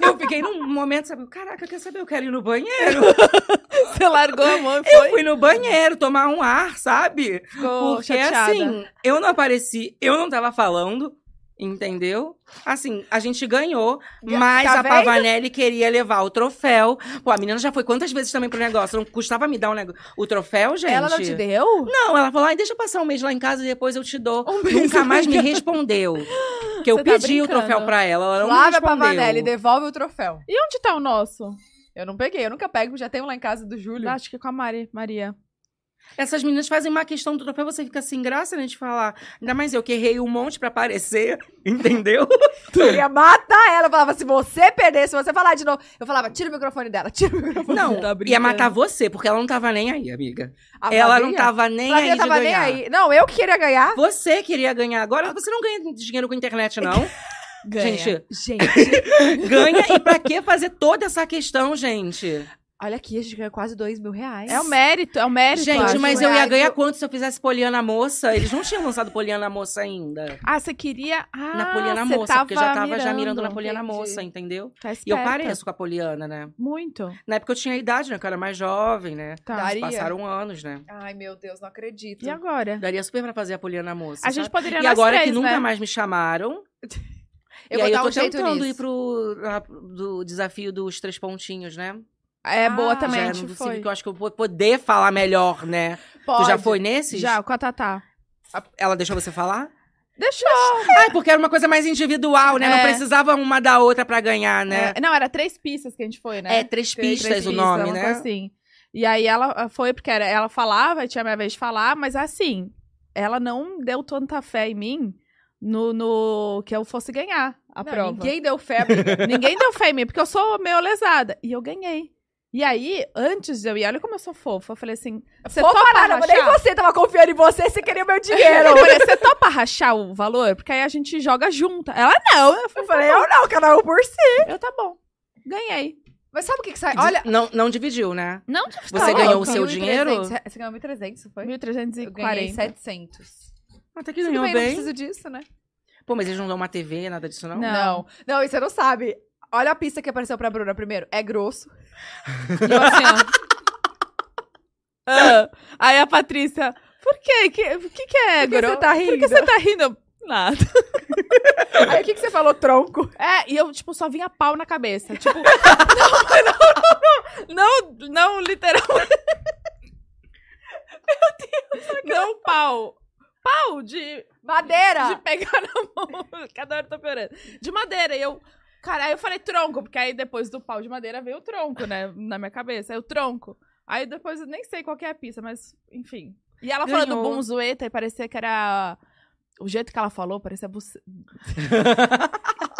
[SPEAKER 4] eu fiquei num momento, sabe? Caraca, quer saber? Eu quero ir no banheiro.
[SPEAKER 3] Você largou a mão e
[SPEAKER 4] Eu
[SPEAKER 3] foi.
[SPEAKER 4] fui no banheiro tomar um ar, sabe?
[SPEAKER 3] Ficou
[SPEAKER 4] Porque
[SPEAKER 3] chateada.
[SPEAKER 4] assim, eu não apareci, eu não tava falando. Entendeu? Assim, a gente ganhou, mas
[SPEAKER 2] tá
[SPEAKER 4] a
[SPEAKER 2] vendo?
[SPEAKER 4] Pavanelli queria levar o troféu. Pô, a menina já foi quantas vezes também pro negócio? Não custava me dar um nego- o troféu, gente?
[SPEAKER 2] Ela não te deu?
[SPEAKER 4] Não, ela falou, ai, deixa eu passar um mês lá em casa e depois eu te dou.
[SPEAKER 3] Um mês,
[SPEAKER 4] Nunca
[SPEAKER 3] um
[SPEAKER 4] mais me
[SPEAKER 3] mês.
[SPEAKER 4] respondeu. Que eu
[SPEAKER 3] Você tá
[SPEAKER 4] pedi o
[SPEAKER 3] brincando.
[SPEAKER 4] troféu pra ela, ela não
[SPEAKER 2] Flávia
[SPEAKER 4] me
[SPEAKER 2] Pavanelli,
[SPEAKER 4] respondeu.
[SPEAKER 2] devolve o troféu.
[SPEAKER 3] E onde tá o nosso?
[SPEAKER 2] Eu não peguei, eu nunca pego, já tenho lá em casa do Júlio.
[SPEAKER 3] Acho que é com a Mari, Maria.
[SPEAKER 4] Essas meninas fazem uma questão do troféu, você fica sem graça, né, de falar. Ainda mais eu que errei um monte pra aparecer, entendeu?
[SPEAKER 2] Eu ia matar ela. Eu falava, se você perder, se você falar de novo. Eu falava, tira o microfone dela, tira o microfone
[SPEAKER 4] Não,
[SPEAKER 2] dela.
[SPEAKER 4] ia matar você, porque ela não tava nem aí, amiga.
[SPEAKER 2] A
[SPEAKER 4] ela
[SPEAKER 2] Flavinha?
[SPEAKER 4] não tava nem
[SPEAKER 2] Flavinha
[SPEAKER 4] aí de
[SPEAKER 2] tava nem
[SPEAKER 4] ganhar.
[SPEAKER 2] aí. Não, eu que queria ganhar.
[SPEAKER 4] Você queria ganhar agora, você não ganha dinheiro com internet, não. Gente,
[SPEAKER 2] Gente,
[SPEAKER 4] ganha. E pra que fazer toda essa questão, gente?
[SPEAKER 2] olha aqui, a gente ganhou quase dois mil reais.
[SPEAKER 4] um
[SPEAKER 3] É o mérito, é o mérito. eu
[SPEAKER 4] Gente,
[SPEAKER 3] acho.
[SPEAKER 4] mas eu ia
[SPEAKER 2] Verdade.
[SPEAKER 4] ganhar quanto se eu fizesse Poliana Moça? Eles não tinham lançado Poliana Moça ainda.
[SPEAKER 3] Ah, você queria. Ah,
[SPEAKER 4] na Poliana
[SPEAKER 3] você
[SPEAKER 4] Moça,
[SPEAKER 3] tava
[SPEAKER 4] porque eu já tava já mirando na
[SPEAKER 3] mirando.
[SPEAKER 4] Poliana
[SPEAKER 2] entendi.
[SPEAKER 4] Moça, entendeu?
[SPEAKER 3] Tá
[SPEAKER 4] E eu
[SPEAKER 3] esperta.
[SPEAKER 4] pareço com a Poliana, né?
[SPEAKER 3] Muito.
[SPEAKER 4] Na época eu tinha idade, né? Que eu era mais jovem, né?
[SPEAKER 3] Tá.
[SPEAKER 2] Daria.
[SPEAKER 4] Passaram anos, né?
[SPEAKER 2] Ai, meu Deus, não acredito.
[SPEAKER 3] E agora?
[SPEAKER 4] Daria super pra fazer a Poliana Moça.
[SPEAKER 3] A
[SPEAKER 4] sabe?
[SPEAKER 3] gente poderia
[SPEAKER 4] E
[SPEAKER 3] nós
[SPEAKER 4] agora
[SPEAKER 3] três,
[SPEAKER 4] que nunca
[SPEAKER 3] né?
[SPEAKER 4] mais me chamaram.
[SPEAKER 2] Eu
[SPEAKER 4] e
[SPEAKER 2] vou
[SPEAKER 4] aí
[SPEAKER 2] dar
[SPEAKER 4] eu tô
[SPEAKER 2] um jeito
[SPEAKER 4] tentando
[SPEAKER 2] nisso.
[SPEAKER 4] ir pro na- do desafio dos três pontinhos, né?
[SPEAKER 3] É boa
[SPEAKER 2] Ah,
[SPEAKER 3] também,
[SPEAKER 4] já
[SPEAKER 3] a
[SPEAKER 4] era um
[SPEAKER 3] gente
[SPEAKER 4] dos
[SPEAKER 3] foi.
[SPEAKER 4] cinco que eu acho que eu vou poder falar melhor, né?
[SPEAKER 2] Pode.
[SPEAKER 4] Tu já foi nesses?
[SPEAKER 3] Já, com a Tatá.
[SPEAKER 4] Ela deixou você falar?
[SPEAKER 3] Deixou.
[SPEAKER 4] Ah, porque era uma coisa mais individual, né?
[SPEAKER 3] É.
[SPEAKER 4] Não precisava uma da outra pra ganhar, né?
[SPEAKER 3] É, não, era três pistas que a gente foi, né?
[SPEAKER 4] É, três
[SPEAKER 3] Três
[SPEAKER 4] pistas o
[SPEAKER 3] pistas,
[SPEAKER 4] nome,
[SPEAKER 3] uma
[SPEAKER 4] né?
[SPEAKER 3] coisa assim. E aí ela ah, foi, porque era- ela falava, tinha a minha vez de falar, mas assim, ela não deu tanta fé em mim no, no que eu fosse ganhar a
[SPEAKER 2] Não,
[SPEAKER 3] prova.
[SPEAKER 2] Ninguém deu febre.
[SPEAKER 3] Ninguém deu fé em mim, porque eu sou meio lesada. E eu ganhei. E aí, antes de eu ir, olha como eu sou fofa. Eu falei assim: você
[SPEAKER 2] Pô,
[SPEAKER 3] topa
[SPEAKER 2] parada, nem
[SPEAKER 3] rachar?
[SPEAKER 2] você tava confiando em você, você queria meu dinheiro.
[SPEAKER 3] Eu falei, você topa rachar o valor? Porque aí a gente joga junto. Ela não. Eu
[SPEAKER 2] Eu
[SPEAKER 3] falei, "Tá
[SPEAKER 2] falei, eu não, cada um por si.
[SPEAKER 3] eu tá bom. Ganhei.
[SPEAKER 2] Mas sabe o que que sai? Olha,
[SPEAKER 4] Não, não dividiu, né?
[SPEAKER 3] Não,
[SPEAKER 4] Você
[SPEAKER 2] Tá
[SPEAKER 4] ganhou o
[SPEAKER 2] louca.
[SPEAKER 4] seu
[SPEAKER 2] 1.300,
[SPEAKER 4] dinheiro?
[SPEAKER 2] Você ganhou 1.300, foi? Eu ganhei
[SPEAKER 3] 1340.
[SPEAKER 2] 700.
[SPEAKER 4] Até que
[SPEAKER 2] Tudo bem,
[SPEAKER 4] ganhou
[SPEAKER 2] não
[SPEAKER 4] bem.
[SPEAKER 2] preciso disso, né?
[SPEAKER 4] Pô, mas eles não dão uma TV, nada disso, não?
[SPEAKER 3] Não.
[SPEAKER 2] Não. Não, e você não sabe. Olha a pista que apareceu pra Bruna primeiro. É grosso.
[SPEAKER 3] E eu assim, ó. Ah, aí a Ah. Patrícia, Por quê? O que, que, que é,
[SPEAKER 2] Por que
[SPEAKER 3] Goro?
[SPEAKER 2] você tá
[SPEAKER 3] Por que
[SPEAKER 2] rindo?
[SPEAKER 3] você tá rindo? Nada.
[SPEAKER 2] Aí o que, que você falou, tronco?
[SPEAKER 3] É, e eu, tipo, só vinha pau na cabeça. Tipo, não, não, não, não, não, literalmente. Meu Deus, não pau. Pau de, de
[SPEAKER 2] Madeira!
[SPEAKER 3] pegar na mão. Cada hora eu tô piorando. De madeira. E eu, cara, aí eu falei tronco, porque aí depois do pau de madeira veio o tronco, né? Na minha cabeça. Aí o tronco. Aí depois eu nem sei qual que é a pista, mas enfim. E ela falando
[SPEAKER 4] Ganhou.
[SPEAKER 3] bunzoeta e parecia que era. O jeito que ela falou parecia. buce-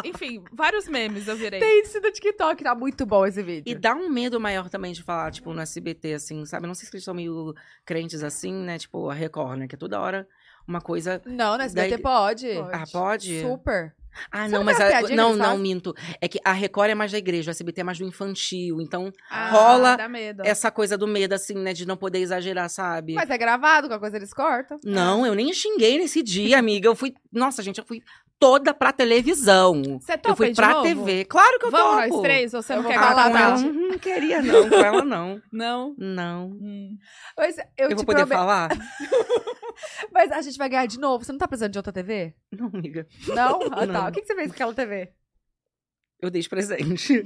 [SPEAKER 3] Enfim, vários memes eu virei.
[SPEAKER 2] Tem isso no TikTok, tá muito bom esse
[SPEAKER 4] E
[SPEAKER 2] vídeo.
[SPEAKER 4] dá um medo maior também de falar, tipo, no SBT, assim, sabe? Não sei se eles são meio crentes assim, né? Tipo, a Record, né? Que é toda hora uma coisa.
[SPEAKER 2] Não, no SBT
[SPEAKER 4] Daí-
[SPEAKER 2] pode.
[SPEAKER 3] Pode.
[SPEAKER 4] Ah, pode?
[SPEAKER 2] Super.
[SPEAKER 4] Ah,
[SPEAKER 2] Sabe
[SPEAKER 4] não, mas.
[SPEAKER 2] aquela
[SPEAKER 4] a-
[SPEAKER 2] piadinha que
[SPEAKER 4] Não,
[SPEAKER 2] eles
[SPEAKER 4] não,
[SPEAKER 2] fazem?
[SPEAKER 4] minto. É que a Record é mais da igreja, o SBT é mais do infantil. Então,
[SPEAKER 3] Ah,
[SPEAKER 4] rola
[SPEAKER 3] Dá medo.
[SPEAKER 4] essa coisa do medo, assim, né? De não poder exagerar, sabe?
[SPEAKER 2] Mas é gravado, qualquer coisa eles cortam.
[SPEAKER 4] Não, eu nem xinguei nesse dia, amiga. Eu fui. Nossa, gente, eu fui toda pra televisão.
[SPEAKER 3] Você topa
[SPEAKER 4] Eu fui
[SPEAKER 3] aí de
[SPEAKER 4] pra
[SPEAKER 3] novo?
[SPEAKER 4] TV. Claro que eu
[SPEAKER 3] Vamos
[SPEAKER 4] topo.
[SPEAKER 3] nós três? Ou você
[SPEAKER 2] Eu
[SPEAKER 3] não
[SPEAKER 2] vou
[SPEAKER 3] quer
[SPEAKER 4] Ah,
[SPEAKER 2] falar,
[SPEAKER 3] falar?
[SPEAKER 4] com ela,
[SPEAKER 2] Tati.
[SPEAKER 4] eu não queria, não. Com ela, não.
[SPEAKER 3] Não.
[SPEAKER 4] Não.
[SPEAKER 2] Mas eu,
[SPEAKER 4] Eu,
[SPEAKER 2] te
[SPEAKER 4] vou poder
[SPEAKER 2] prome-
[SPEAKER 4] falar?
[SPEAKER 2] Mas a gente vai ganhar de novo. Você não tá precisando de outra TV?
[SPEAKER 4] Não, amiga.
[SPEAKER 2] Não? Ah, tá.
[SPEAKER 4] Não.
[SPEAKER 2] O que, que você fez com aquela TV?
[SPEAKER 4] Eu dei de presente.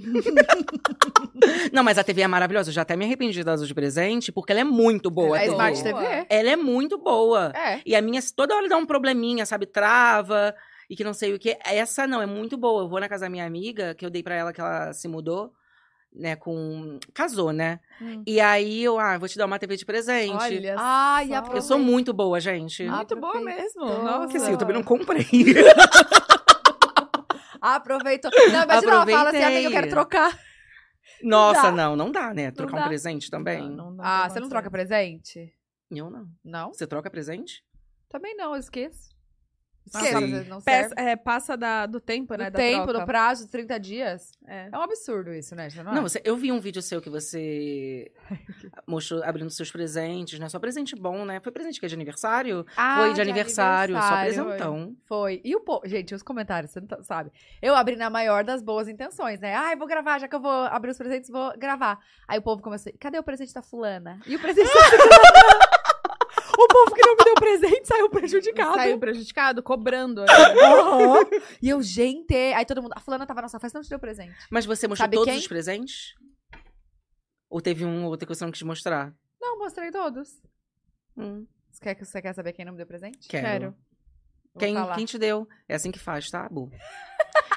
[SPEAKER 4] não, mas a TV é maravilhosa. Eu já até me arrependi das de presente, porque ela é muito boa.
[SPEAKER 3] Ela
[SPEAKER 4] a
[SPEAKER 2] a
[SPEAKER 3] é
[SPEAKER 4] TV.
[SPEAKER 2] Smart
[SPEAKER 3] boa.
[SPEAKER 2] TV?
[SPEAKER 4] Ela é muito boa.
[SPEAKER 2] É.
[SPEAKER 4] E a minha toda hora dá um probleminha, sabe? Trava e que não sei o que. Essa não, é muito boa. Eu vou na casa da minha amiga, que eu dei pra ela que ela se mudou, né? Com. Casou, né?
[SPEAKER 3] Hum.
[SPEAKER 4] E aí eu, ah, vou te dar uma TV de presente.
[SPEAKER 3] Olha
[SPEAKER 2] Ai,
[SPEAKER 3] só.
[SPEAKER 2] a-
[SPEAKER 4] eu sou um muito boa, gente.
[SPEAKER 2] Ah,
[SPEAKER 3] Muito boa
[SPEAKER 2] Aproveitou.
[SPEAKER 3] mesmo.
[SPEAKER 4] Porque
[SPEAKER 3] Nossa.
[SPEAKER 4] assim, eu também não comprei.
[SPEAKER 2] Aproveitou. Não, imagina ela fala assim,
[SPEAKER 4] Aproveitei.
[SPEAKER 2] amiga, eu quero trocar.
[SPEAKER 4] Nossa,
[SPEAKER 2] dá.
[SPEAKER 4] não, não dá, né? Trocar
[SPEAKER 3] dá.
[SPEAKER 4] um presente também.
[SPEAKER 2] Ah, você não troca presente?
[SPEAKER 4] Eu não.
[SPEAKER 2] Não?
[SPEAKER 4] Você troca presente?
[SPEAKER 2] Também não, eu esqueço.
[SPEAKER 4] Ah,
[SPEAKER 2] Esqueço,
[SPEAKER 4] sim.
[SPEAKER 2] às vezes não serve.
[SPEAKER 3] Peça- é, passa da- do tempo, né?
[SPEAKER 2] Do
[SPEAKER 3] da
[SPEAKER 2] tempo,
[SPEAKER 3] troca.
[SPEAKER 2] do prazo, de 30 dias.
[SPEAKER 3] É.
[SPEAKER 2] É um absurdo isso, né? Você não,
[SPEAKER 4] Não,
[SPEAKER 2] acha?
[SPEAKER 4] você, eu vi um vídeo seu que você mostrou abrindo seus presentes, né? Só presente bom, né? Foi presente que é de aniversário? Foi de, aniversário, só presentão.
[SPEAKER 2] Ah, Foi. E o povo. Gente, os comentários, você não tá- sabe. Eu abri na maior das boas intenções, né? Ai, vou gravar, já que eu vou abrir os presentes, vou gravar. Aí o povo começou. Cadê o presente da fulana? E o presente da fulana? o povo que não me deu presente saiu prejudicado.
[SPEAKER 3] Saiu prejudicado, cobrando. ainda.
[SPEAKER 2] Aham. E eu, gente. Aí todo mundo. A fulana tava na sua festa, não te deu presente.
[SPEAKER 4] Mas você mostrou
[SPEAKER 2] Sabe
[SPEAKER 4] todos
[SPEAKER 2] quem?
[SPEAKER 4] os presentes? Ou teve um ou outro que você não quis mostrar?
[SPEAKER 2] Não, mostrei todos.
[SPEAKER 4] Hum,
[SPEAKER 2] Você quer, que- você quer saber quem não me deu presente?
[SPEAKER 4] quero.
[SPEAKER 3] Quero.
[SPEAKER 2] Vou
[SPEAKER 4] Quem,
[SPEAKER 2] falar.
[SPEAKER 4] quem te deu? É assim que faz, tá, Bu?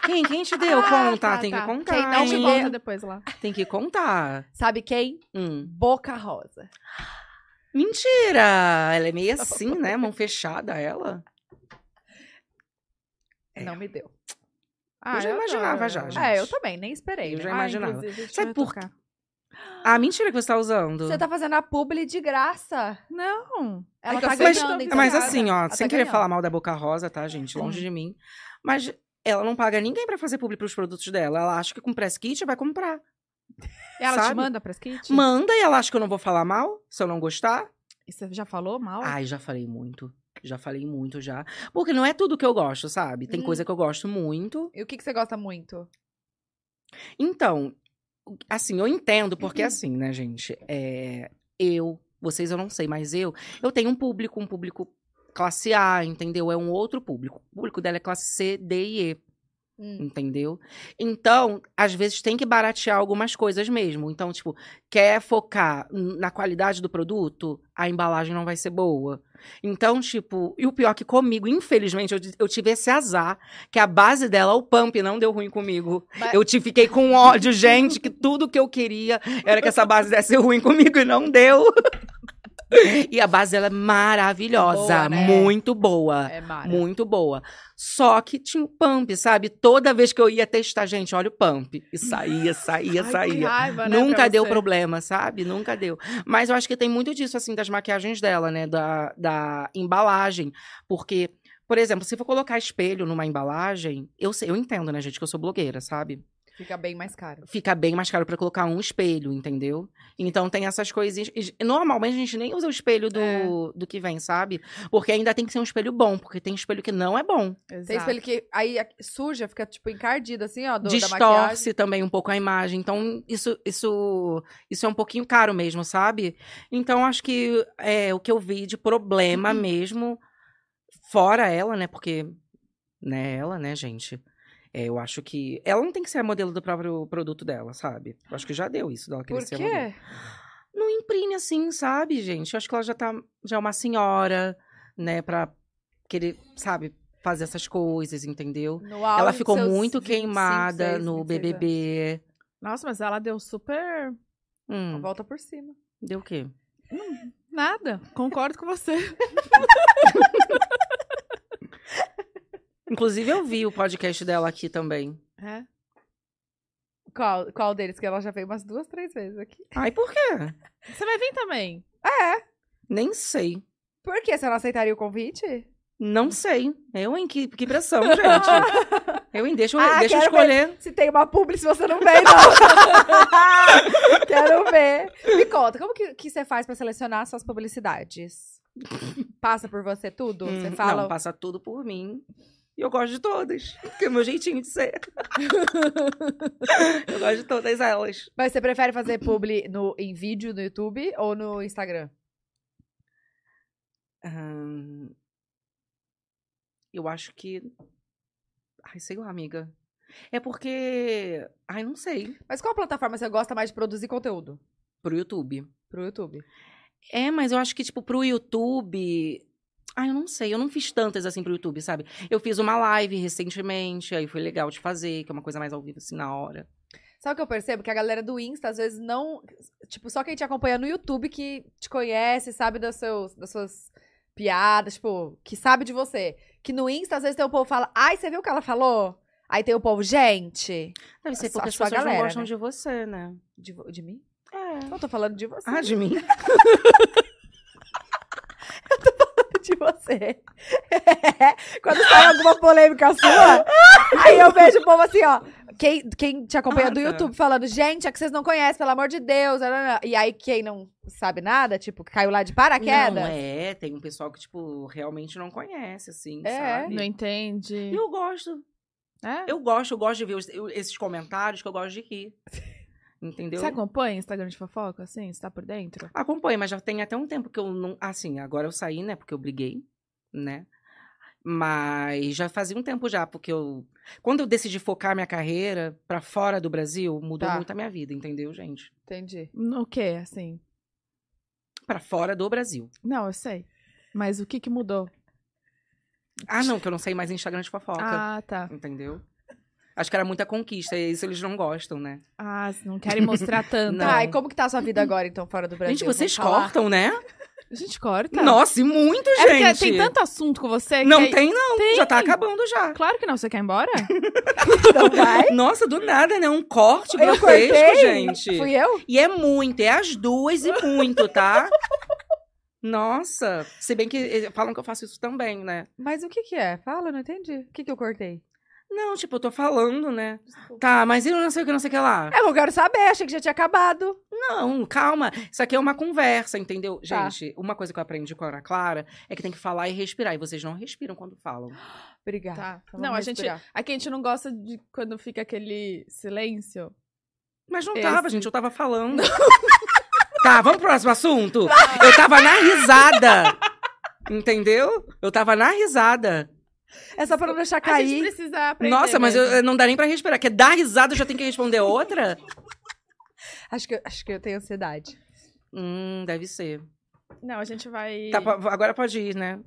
[SPEAKER 4] Quem, quem te deu?
[SPEAKER 3] Ah,
[SPEAKER 4] Conta,
[SPEAKER 3] tá,
[SPEAKER 4] tem
[SPEAKER 3] tá.
[SPEAKER 4] que contar.
[SPEAKER 2] Quem não
[SPEAKER 3] A
[SPEAKER 4] hein?
[SPEAKER 3] gente volta depois lá.
[SPEAKER 4] Tem que contar.
[SPEAKER 2] Sabe quem?
[SPEAKER 4] Hum.
[SPEAKER 2] Boca Rosa.
[SPEAKER 4] Mentira! Ela é meio assim, né? Mão fechada, ela. É.
[SPEAKER 2] Não me deu.
[SPEAKER 3] Ah,
[SPEAKER 4] já imaginava já, gente.
[SPEAKER 2] É, eu também, nem esperei.
[SPEAKER 4] Eu
[SPEAKER 2] né?
[SPEAKER 4] já
[SPEAKER 3] Ah,
[SPEAKER 4] imaginava.
[SPEAKER 3] inclusive, deixa
[SPEAKER 4] Sabe
[SPEAKER 3] eu
[SPEAKER 4] por
[SPEAKER 3] tocar.
[SPEAKER 4] Ah, mentira que você tá usando.
[SPEAKER 2] Você tá fazendo a publi de graça.
[SPEAKER 3] Não.
[SPEAKER 2] Ela
[SPEAKER 3] É que
[SPEAKER 2] tá
[SPEAKER 3] eu sei que
[SPEAKER 4] Mas, assim,
[SPEAKER 2] ganhando,
[SPEAKER 3] eu tô-
[SPEAKER 2] então.
[SPEAKER 4] mas
[SPEAKER 3] nada.
[SPEAKER 4] assim, ó,
[SPEAKER 2] Ela
[SPEAKER 4] sem
[SPEAKER 2] tá
[SPEAKER 4] querer
[SPEAKER 2] ganhando.
[SPEAKER 4] falar mal da Boca Rosa, tá, gente? Longe de mim. Mas ela não paga ninguém pra fazer publi pros produtos dela. Ela acha que com press kit vai comprar.
[SPEAKER 3] Ela te
[SPEAKER 4] Sabe?
[SPEAKER 3] manda pra skate?
[SPEAKER 4] Manda e ela acha que eu não vou falar mal se eu não gostar.
[SPEAKER 3] E Você já falou mal?
[SPEAKER 4] Ai, já falei muito. Já falei muito já. Porque não é tudo que eu gosto, sabe? Tem
[SPEAKER 3] Hum.
[SPEAKER 4] coisa que eu gosto muito.
[SPEAKER 2] E o que, que você gosta muito?
[SPEAKER 4] Então, assim, eu entendo, porque assim, né, gente? É, eu, vocês eu não sei, mas eu, eu tenho um público, um público classe A, entendeu? É um outro público. O público dela é classe C, D e E,
[SPEAKER 2] Uhum.
[SPEAKER 4] entendeu? Então, às vezes tem que baratear algumas coisas mesmo. Então, tipo, quer focar n- na qualidade do produto, a embalagem não vai ser boa. Então, tipo, e o pior é que comigo, infelizmente, eu, eu tive esse azar que a base dela, o pump, não deu ruim comigo.
[SPEAKER 2] Mas-
[SPEAKER 4] Eu te fiquei com ódio, gente, que tudo que eu queria era que essa base desse ruim comigo e não deu. E a base ela é maravilhosa,
[SPEAKER 2] Boa, né?
[SPEAKER 4] muito boa.
[SPEAKER 2] É Mara.
[SPEAKER 4] Ah, Muito boa. Só que tinha o pump, sabe? Toda vez que eu ia testar, gente, olha o pump. E saía, saía,
[SPEAKER 3] Ai, que
[SPEAKER 4] saía.
[SPEAKER 3] raiva, né,
[SPEAKER 4] Nunca
[SPEAKER 3] pra
[SPEAKER 4] deu
[SPEAKER 3] você.
[SPEAKER 4] problema, sabe? Nunca deu. Mas eu acho que tem muito disso, assim, das maquiagens dela, né? Da, da embalagem. Porque, por exemplo, se for colocar espelho numa embalagem, eu, sei, eu entendo, né, gente, que eu sou blogueira, sabe?
[SPEAKER 2] Fica bem mais caro.
[SPEAKER 4] fica bem mais caro pra colocar um espelho, entendeu? Então tem essas coisinhas. E, Normalmente a gente nem usa o espelho do,
[SPEAKER 2] É.
[SPEAKER 4] do que vem, sabe? Porque ainda tem que ser um espelho bom, porque tem espelho que não é bom.
[SPEAKER 2] Tem espelho que aí a- suja, fica tipo encardido assim, ó, do, da maquiagem.
[SPEAKER 4] Distorce também um pouco a imagem. Então isso isso isso é um pouquinho caro mesmo, sabe? Então acho que é o que eu vi de problema
[SPEAKER 2] Uhum.
[SPEAKER 4] mesmo fora ela, né? Porque né, ela, né, gente? É, eu acho que ela não tem que ser a modelo do próprio produto dela, sabe? Eu acho que já deu isso dela querer
[SPEAKER 2] Por
[SPEAKER 4] ser modelo.
[SPEAKER 2] quê?
[SPEAKER 4] não imprime assim, sabe, gente? Eu acho que ela já tá já é uma senhora, né, pra querer, sabe, fazer essas coisas, entendeu?
[SPEAKER 2] No
[SPEAKER 4] ela
[SPEAKER 2] auge
[SPEAKER 4] ficou
[SPEAKER 2] dos seus
[SPEAKER 4] muito
[SPEAKER 2] 25,
[SPEAKER 4] queimada
[SPEAKER 2] 26,
[SPEAKER 4] no
[SPEAKER 2] 26 anos. Tá
[SPEAKER 4] BBB.
[SPEAKER 3] Nossa, mas ela deu super.
[SPEAKER 4] Hum,
[SPEAKER 2] é. Volta por cima.
[SPEAKER 4] deu o quê?
[SPEAKER 3] Nada. Concordo com você.
[SPEAKER 4] Inclusive eu vi o podcast dela aqui também.
[SPEAKER 3] É.
[SPEAKER 2] Qual, qual deles? Que ela já veio umas duas, três vezes aqui.
[SPEAKER 4] Ai, por quê?
[SPEAKER 3] Você vai vir também.
[SPEAKER 4] Nem sei.
[SPEAKER 2] Por que você não aceitaria o convite? Hum.
[SPEAKER 4] Não sei. Eu, hein? Que, que pressão, gente. Eu, hein? Deixa eu,
[SPEAKER 2] Ah,
[SPEAKER 4] deixa eu
[SPEAKER 2] quero
[SPEAKER 4] escolher.
[SPEAKER 2] Se tem uma publi, se você não vem, não. Quero ver. Me conta, como que, que você faz pra selecionar suas publicidades? Passa por você tudo?
[SPEAKER 4] Hum,
[SPEAKER 2] você fala.
[SPEAKER 4] Não, passa tudo por mim. E eu gosto de todas. Que é o meu jeitinho de ser. eu gosto de todas elas.
[SPEAKER 2] Mas você prefere fazer publi no, em vídeo no YouTube ou no Instagram?
[SPEAKER 4] Ahn, eu acho que. Ai, sei lá, amiga. É porque. Ai, não sei.
[SPEAKER 2] Mas qual plataforma você gosta mais de produzir conteúdo?
[SPEAKER 4] Pro YouTube.
[SPEAKER 2] Pro YouTube.
[SPEAKER 4] É, mas eu acho que, tipo, pro YouTube. Ai, eu não sei. Eu não fiz tantas assim pro YouTube, sabe? Eu fiz uma live recentemente, aí foi legal de fazer, que é uma coisa mais ao vivo assim na hora.
[SPEAKER 2] Sabe o que eu percebo? Que a galera do Insta, às vezes, não. Tipo, só quem te acompanha no YouTube que te conhece, sabe dos seus, das suas piadas, tipo, que sabe de você. Que no Insta, às vezes, tem o povo que fala, ai, você viu o que ela falou? Aí tem o povo, gente.
[SPEAKER 4] Deve ser
[SPEAKER 2] Só
[SPEAKER 4] porque as
[SPEAKER 2] acho que a
[SPEAKER 4] pessoas
[SPEAKER 2] galera,
[SPEAKER 4] não gostam
[SPEAKER 2] né?
[SPEAKER 4] de você, né?
[SPEAKER 2] De, vo- de mim?
[SPEAKER 4] É.
[SPEAKER 2] Eu tô falando de você.
[SPEAKER 4] Ah, de mim?
[SPEAKER 2] de você. Quando sai alguma polêmica sua, aí eu vejo o povo assim, ó. Quem, quem te acompanha
[SPEAKER 4] Ah,
[SPEAKER 2] do
[SPEAKER 4] tá.
[SPEAKER 2] YouTube falando, gente, é que vocês não conhecem, pelo amor de Deus. nananã." E aí, quem não sabe nada, tipo, caiu lá de paraquedas.
[SPEAKER 4] Não, é, tem um pessoal que, tipo, realmente não conhece, assim,
[SPEAKER 2] É.
[SPEAKER 4] sabe?
[SPEAKER 3] Não entende.
[SPEAKER 4] E eu gosto.
[SPEAKER 3] É?
[SPEAKER 4] Eu gosto, eu gosto de ver os- eu- esses comentários que eu gosto de rir. Entendeu?
[SPEAKER 3] Você acompanha Instagram de fofoca, assim? Você tá por dentro?
[SPEAKER 4] Acompanho, mas já tem até um tempo que eu não. Assim, agora eu saí, né? Porque eu briguei, né? Mas já fazia um tempo já, porque eu. Quando eu decidi focar minha carreira pra fora do Brasil, mudou
[SPEAKER 2] Tá.
[SPEAKER 4] muito a minha vida, entendeu, gente?
[SPEAKER 2] Entendi.
[SPEAKER 3] O quê, assim?
[SPEAKER 4] Pra fora do Brasil.
[SPEAKER 3] Não, eu sei. Mas o que que mudou?
[SPEAKER 4] Ah, não, que eu não saí mais Instagram de fofoca.
[SPEAKER 3] Ah, tá.
[SPEAKER 4] Entendeu? Acho que era muita conquista, e isso eles não gostam, né?
[SPEAKER 3] Ah, vocês não querem mostrar tanto.
[SPEAKER 4] Não.
[SPEAKER 2] Tá, e como que tá a sua vida agora, então, fora do Brasil?
[SPEAKER 4] Gente, vocês
[SPEAKER 2] Vamos falar?
[SPEAKER 4] cortam, né?
[SPEAKER 3] A gente corta.
[SPEAKER 4] Nossa, e muito,
[SPEAKER 3] É porque
[SPEAKER 4] gente.
[SPEAKER 3] tem tanto assunto com você que... é
[SPEAKER 4] Não tem, não.
[SPEAKER 3] Tem.
[SPEAKER 4] Já tá acabando já.
[SPEAKER 3] Claro que não. Você quer ir embora?
[SPEAKER 2] Não Então vai?
[SPEAKER 4] Nossa, do nada, né? Um corte
[SPEAKER 2] Eu
[SPEAKER 4] grotesco,
[SPEAKER 2] cortei?
[SPEAKER 4] gente.
[SPEAKER 2] Fui eu?
[SPEAKER 4] E é muito, é as duas e muito, tá? Nossa. Se bem que eh, falam que eu faço isso também, né?
[SPEAKER 2] Mas o que que é? Fala, não entendi. O que que eu cortei?
[SPEAKER 4] Não, tipo, eu tô falando, né? Tá, mas eu não sei o que, não sei o que lá.
[SPEAKER 2] Eu não quero saber, achei que já tinha acabado.
[SPEAKER 4] Não, calma. Isso aqui é uma conversa, entendeu? Gente, uma coisa que eu aprendi com a Ana Clara é que tem que falar e respirar. E vocês não respiram quando falam.
[SPEAKER 2] Obrigada.
[SPEAKER 3] Tá.
[SPEAKER 2] Então
[SPEAKER 3] Não,
[SPEAKER 2] vamos
[SPEAKER 3] a gente...
[SPEAKER 2] respirar.
[SPEAKER 3] Aqui a gente não gosta de quando fica aquele silêncio.
[SPEAKER 4] Mas não
[SPEAKER 3] Esse.
[SPEAKER 4] tava, gente, eu tava falando. tá, vamos pro próximo assunto? Eu tava na risada. Entendeu? Eu tava na risada.
[SPEAKER 2] É só pra não deixar
[SPEAKER 3] A
[SPEAKER 2] cair.
[SPEAKER 3] gente precisa aprender
[SPEAKER 4] Nossa, mas eu,
[SPEAKER 3] mesmo.
[SPEAKER 4] eu não dá nem pra respirar. Quer dar risada, eu já tenho que responder outra?
[SPEAKER 2] Acho que, eu- acho que eu tenho ansiedade.
[SPEAKER 4] Hum, deve ser.
[SPEAKER 3] Não, a gente vai...
[SPEAKER 4] Tá, pa- agora pode ir, né?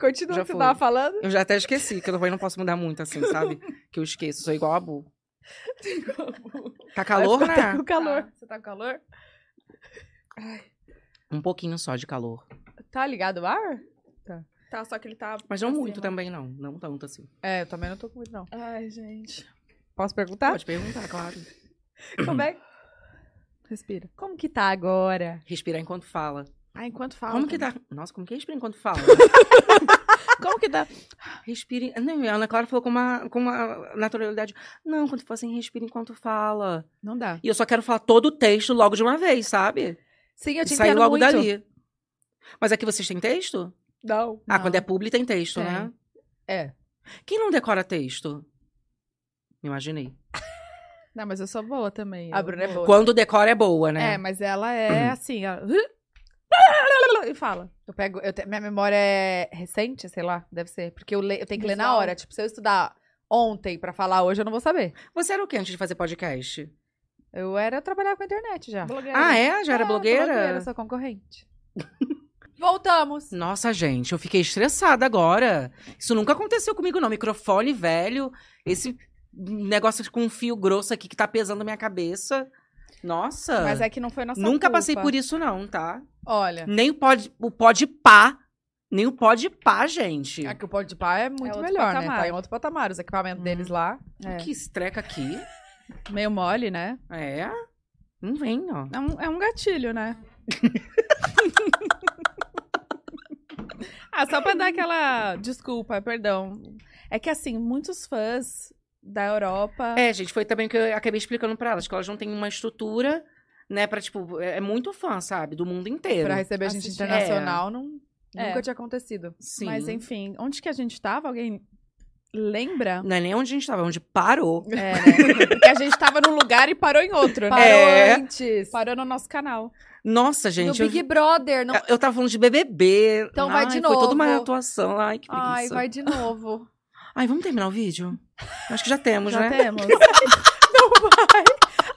[SPEAKER 2] Continua
[SPEAKER 4] Já
[SPEAKER 2] o que você
[SPEAKER 4] foi.
[SPEAKER 2] tava falando.
[SPEAKER 4] Eu já até esqueci, que eu também não posso mudar muito assim, sabe? Que eu esqueço, sou igual a Bu. Tá calor,
[SPEAKER 2] Vai ficar
[SPEAKER 4] né?
[SPEAKER 2] com calor.
[SPEAKER 3] Tá. Você tá com calor?
[SPEAKER 4] Um pouquinho só de calor.
[SPEAKER 2] Tá ligado o ar?
[SPEAKER 3] Tá, só que ele tá...
[SPEAKER 4] Mas não
[SPEAKER 3] pra
[SPEAKER 4] muito
[SPEAKER 3] cima.
[SPEAKER 4] também, não. Não tanto assim.
[SPEAKER 2] É, eu também não tô com muito, não.
[SPEAKER 3] Ai, gente.
[SPEAKER 2] Posso
[SPEAKER 3] Tá.
[SPEAKER 2] perguntar?
[SPEAKER 4] Pode perguntar, claro.
[SPEAKER 2] Como, é-
[SPEAKER 3] Respira.
[SPEAKER 2] como que tá agora?
[SPEAKER 4] Respirar enquanto fala.
[SPEAKER 3] Ah, enquanto fala.
[SPEAKER 4] Como que tá? Nossa, como que respira enquanto fala?
[SPEAKER 3] Como que dá?
[SPEAKER 4] Respire. Não, e a Ana Clara falou com uma, com uma naturalidade. Não, quando for assim, respira enquanto fala.
[SPEAKER 2] Não dá.
[SPEAKER 4] E eu só quero falar todo o texto logo de uma vez, sabe?
[SPEAKER 2] Sim, eu
[SPEAKER 4] E
[SPEAKER 2] te
[SPEAKER 4] sair
[SPEAKER 2] entendo
[SPEAKER 4] logo
[SPEAKER 2] muito.
[SPEAKER 4] dali. Mas aqui vocês têm texto?
[SPEAKER 3] Não.
[SPEAKER 4] Ah, quando é publi tem texto,
[SPEAKER 2] Tem.
[SPEAKER 4] né?
[SPEAKER 2] É.
[SPEAKER 4] Quem não decora texto? Imaginei.
[SPEAKER 3] Não, mas eu sou boa também.
[SPEAKER 2] A
[SPEAKER 3] eu
[SPEAKER 2] Bruna é
[SPEAKER 3] vou.
[SPEAKER 2] boa.
[SPEAKER 4] Quando decora é boa,
[SPEAKER 3] É,
[SPEAKER 4] né?
[SPEAKER 3] mas ela é assim, ela... E fala.
[SPEAKER 2] Eu pego, eu te- minha memória é recente, sei lá, deve ser. Porque eu, le- eu tenho que ler na
[SPEAKER 3] Visual.
[SPEAKER 2] hora. Tipo, se eu estudar ontem pra falar hoje, eu não vou saber.
[SPEAKER 4] Você era o que antes de fazer podcast?
[SPEAKER 2] Eu era trabalhar com a internet já.
[SPEAKER 4] Ah, é? Já era
[SPEAKER 2] Ah,
[SPEAKER 4] blogueira?
[SPEAKER 2] blogueira, sou concorrente. Voltamos.
[SPEAKER 4] Nossa, gente, eu fiquei estressada agora. Isso nunca aconteceu comigo, não. Microfone velho, esse negócio com um fio grosso aqui que tá pesando minha cabeça. Nossa.
[SPEAKER 3] Mas é que não foi nossa
[SPEAKER 4] Ah. Nunca passei
[SPEAKER 3] culpa.
[SPEAKER 4] por isso, não, tá?
[SPEAKER 2] Olha,
[SPEAKER 4] Nem o pode, o pode pá. Nem o pode pá, gente.
[SPEAKER 2] aqui o pó de pá é muito
[SPEAKER 3] outro
[SPEAKER 2] melhor, né?
[SPEAKER 3] patamar.
[SPEAKER 2] Tá em outro patamar. Os equipamentos
[SPEAKER 4] Uhum.
[SPEAKER 2] deles lá.
[SPEAKER 3] É.
[SPEAKER 4] Que estreca aqui.
[SPEAKER 3] Meio mole, né?
[SPEAKER 4] É? Não vem, ó.
[SPEAKER 3] É um, é um gatilho, né? ah, só pra dar aquela desculpa, perdão. É que assim, muitos fãs da Europa.
[SPEAKER 4] É, gente, foi também o que eu acabei explicando pra elas, que elas não têm uma estrutura, né, pra, tipo, é é muito fã, sabe, do mundo inteiro.
[SPEAKER 2] Pra receber gente
[SPEAKER 3] Assistir.
[SPEAKER 2] internacional, não,
[SPEAKER 3] É.
[SPEAKER 2] nunca tinha acontecido.
[SPEAKER 4] Sim.
[SPEAKER 3] Mas enfim, onde que a gente tava? Alguém lembra?
[SPEAKER 4] Não é nem onde a gente tava, é onde parou.
[SPEAKER 3] É, né? Porque a gente tava num lugar e parou em outro,
[SPEAKER 2] Parou
[SPEAKER 3] né?
[SPEAKER 4] É.
[SPEAKER 2] antes.
[SPEAKER 3] Parou no nosso canal.
[SPEAKER 4] Nossa, gente,
[SPEAKER 2] no
[SPEAKER 4] eu,
[SPEAKER 2] Big Brother. Não...
[SPEAKER 4] eu tava falando de BBB.
[SPEAKER 2] Então vai
[SPEAKER 4] Ai,
[SPEAKER 2] de
[SPEAKER 4] Foi toda uma
[SPEAKER 2] novo.
[SPEAKER 4] atuação. Ai, que preguiça.
[SPEAKER 2] Ai, vai de novo.
[SPEAKER 4] Ai, vamos terminar o vídeo? Acho que já temos,
[SPEAKER 3] Já
[SPEAKER 4] né?
[SPEAKER 3] temos.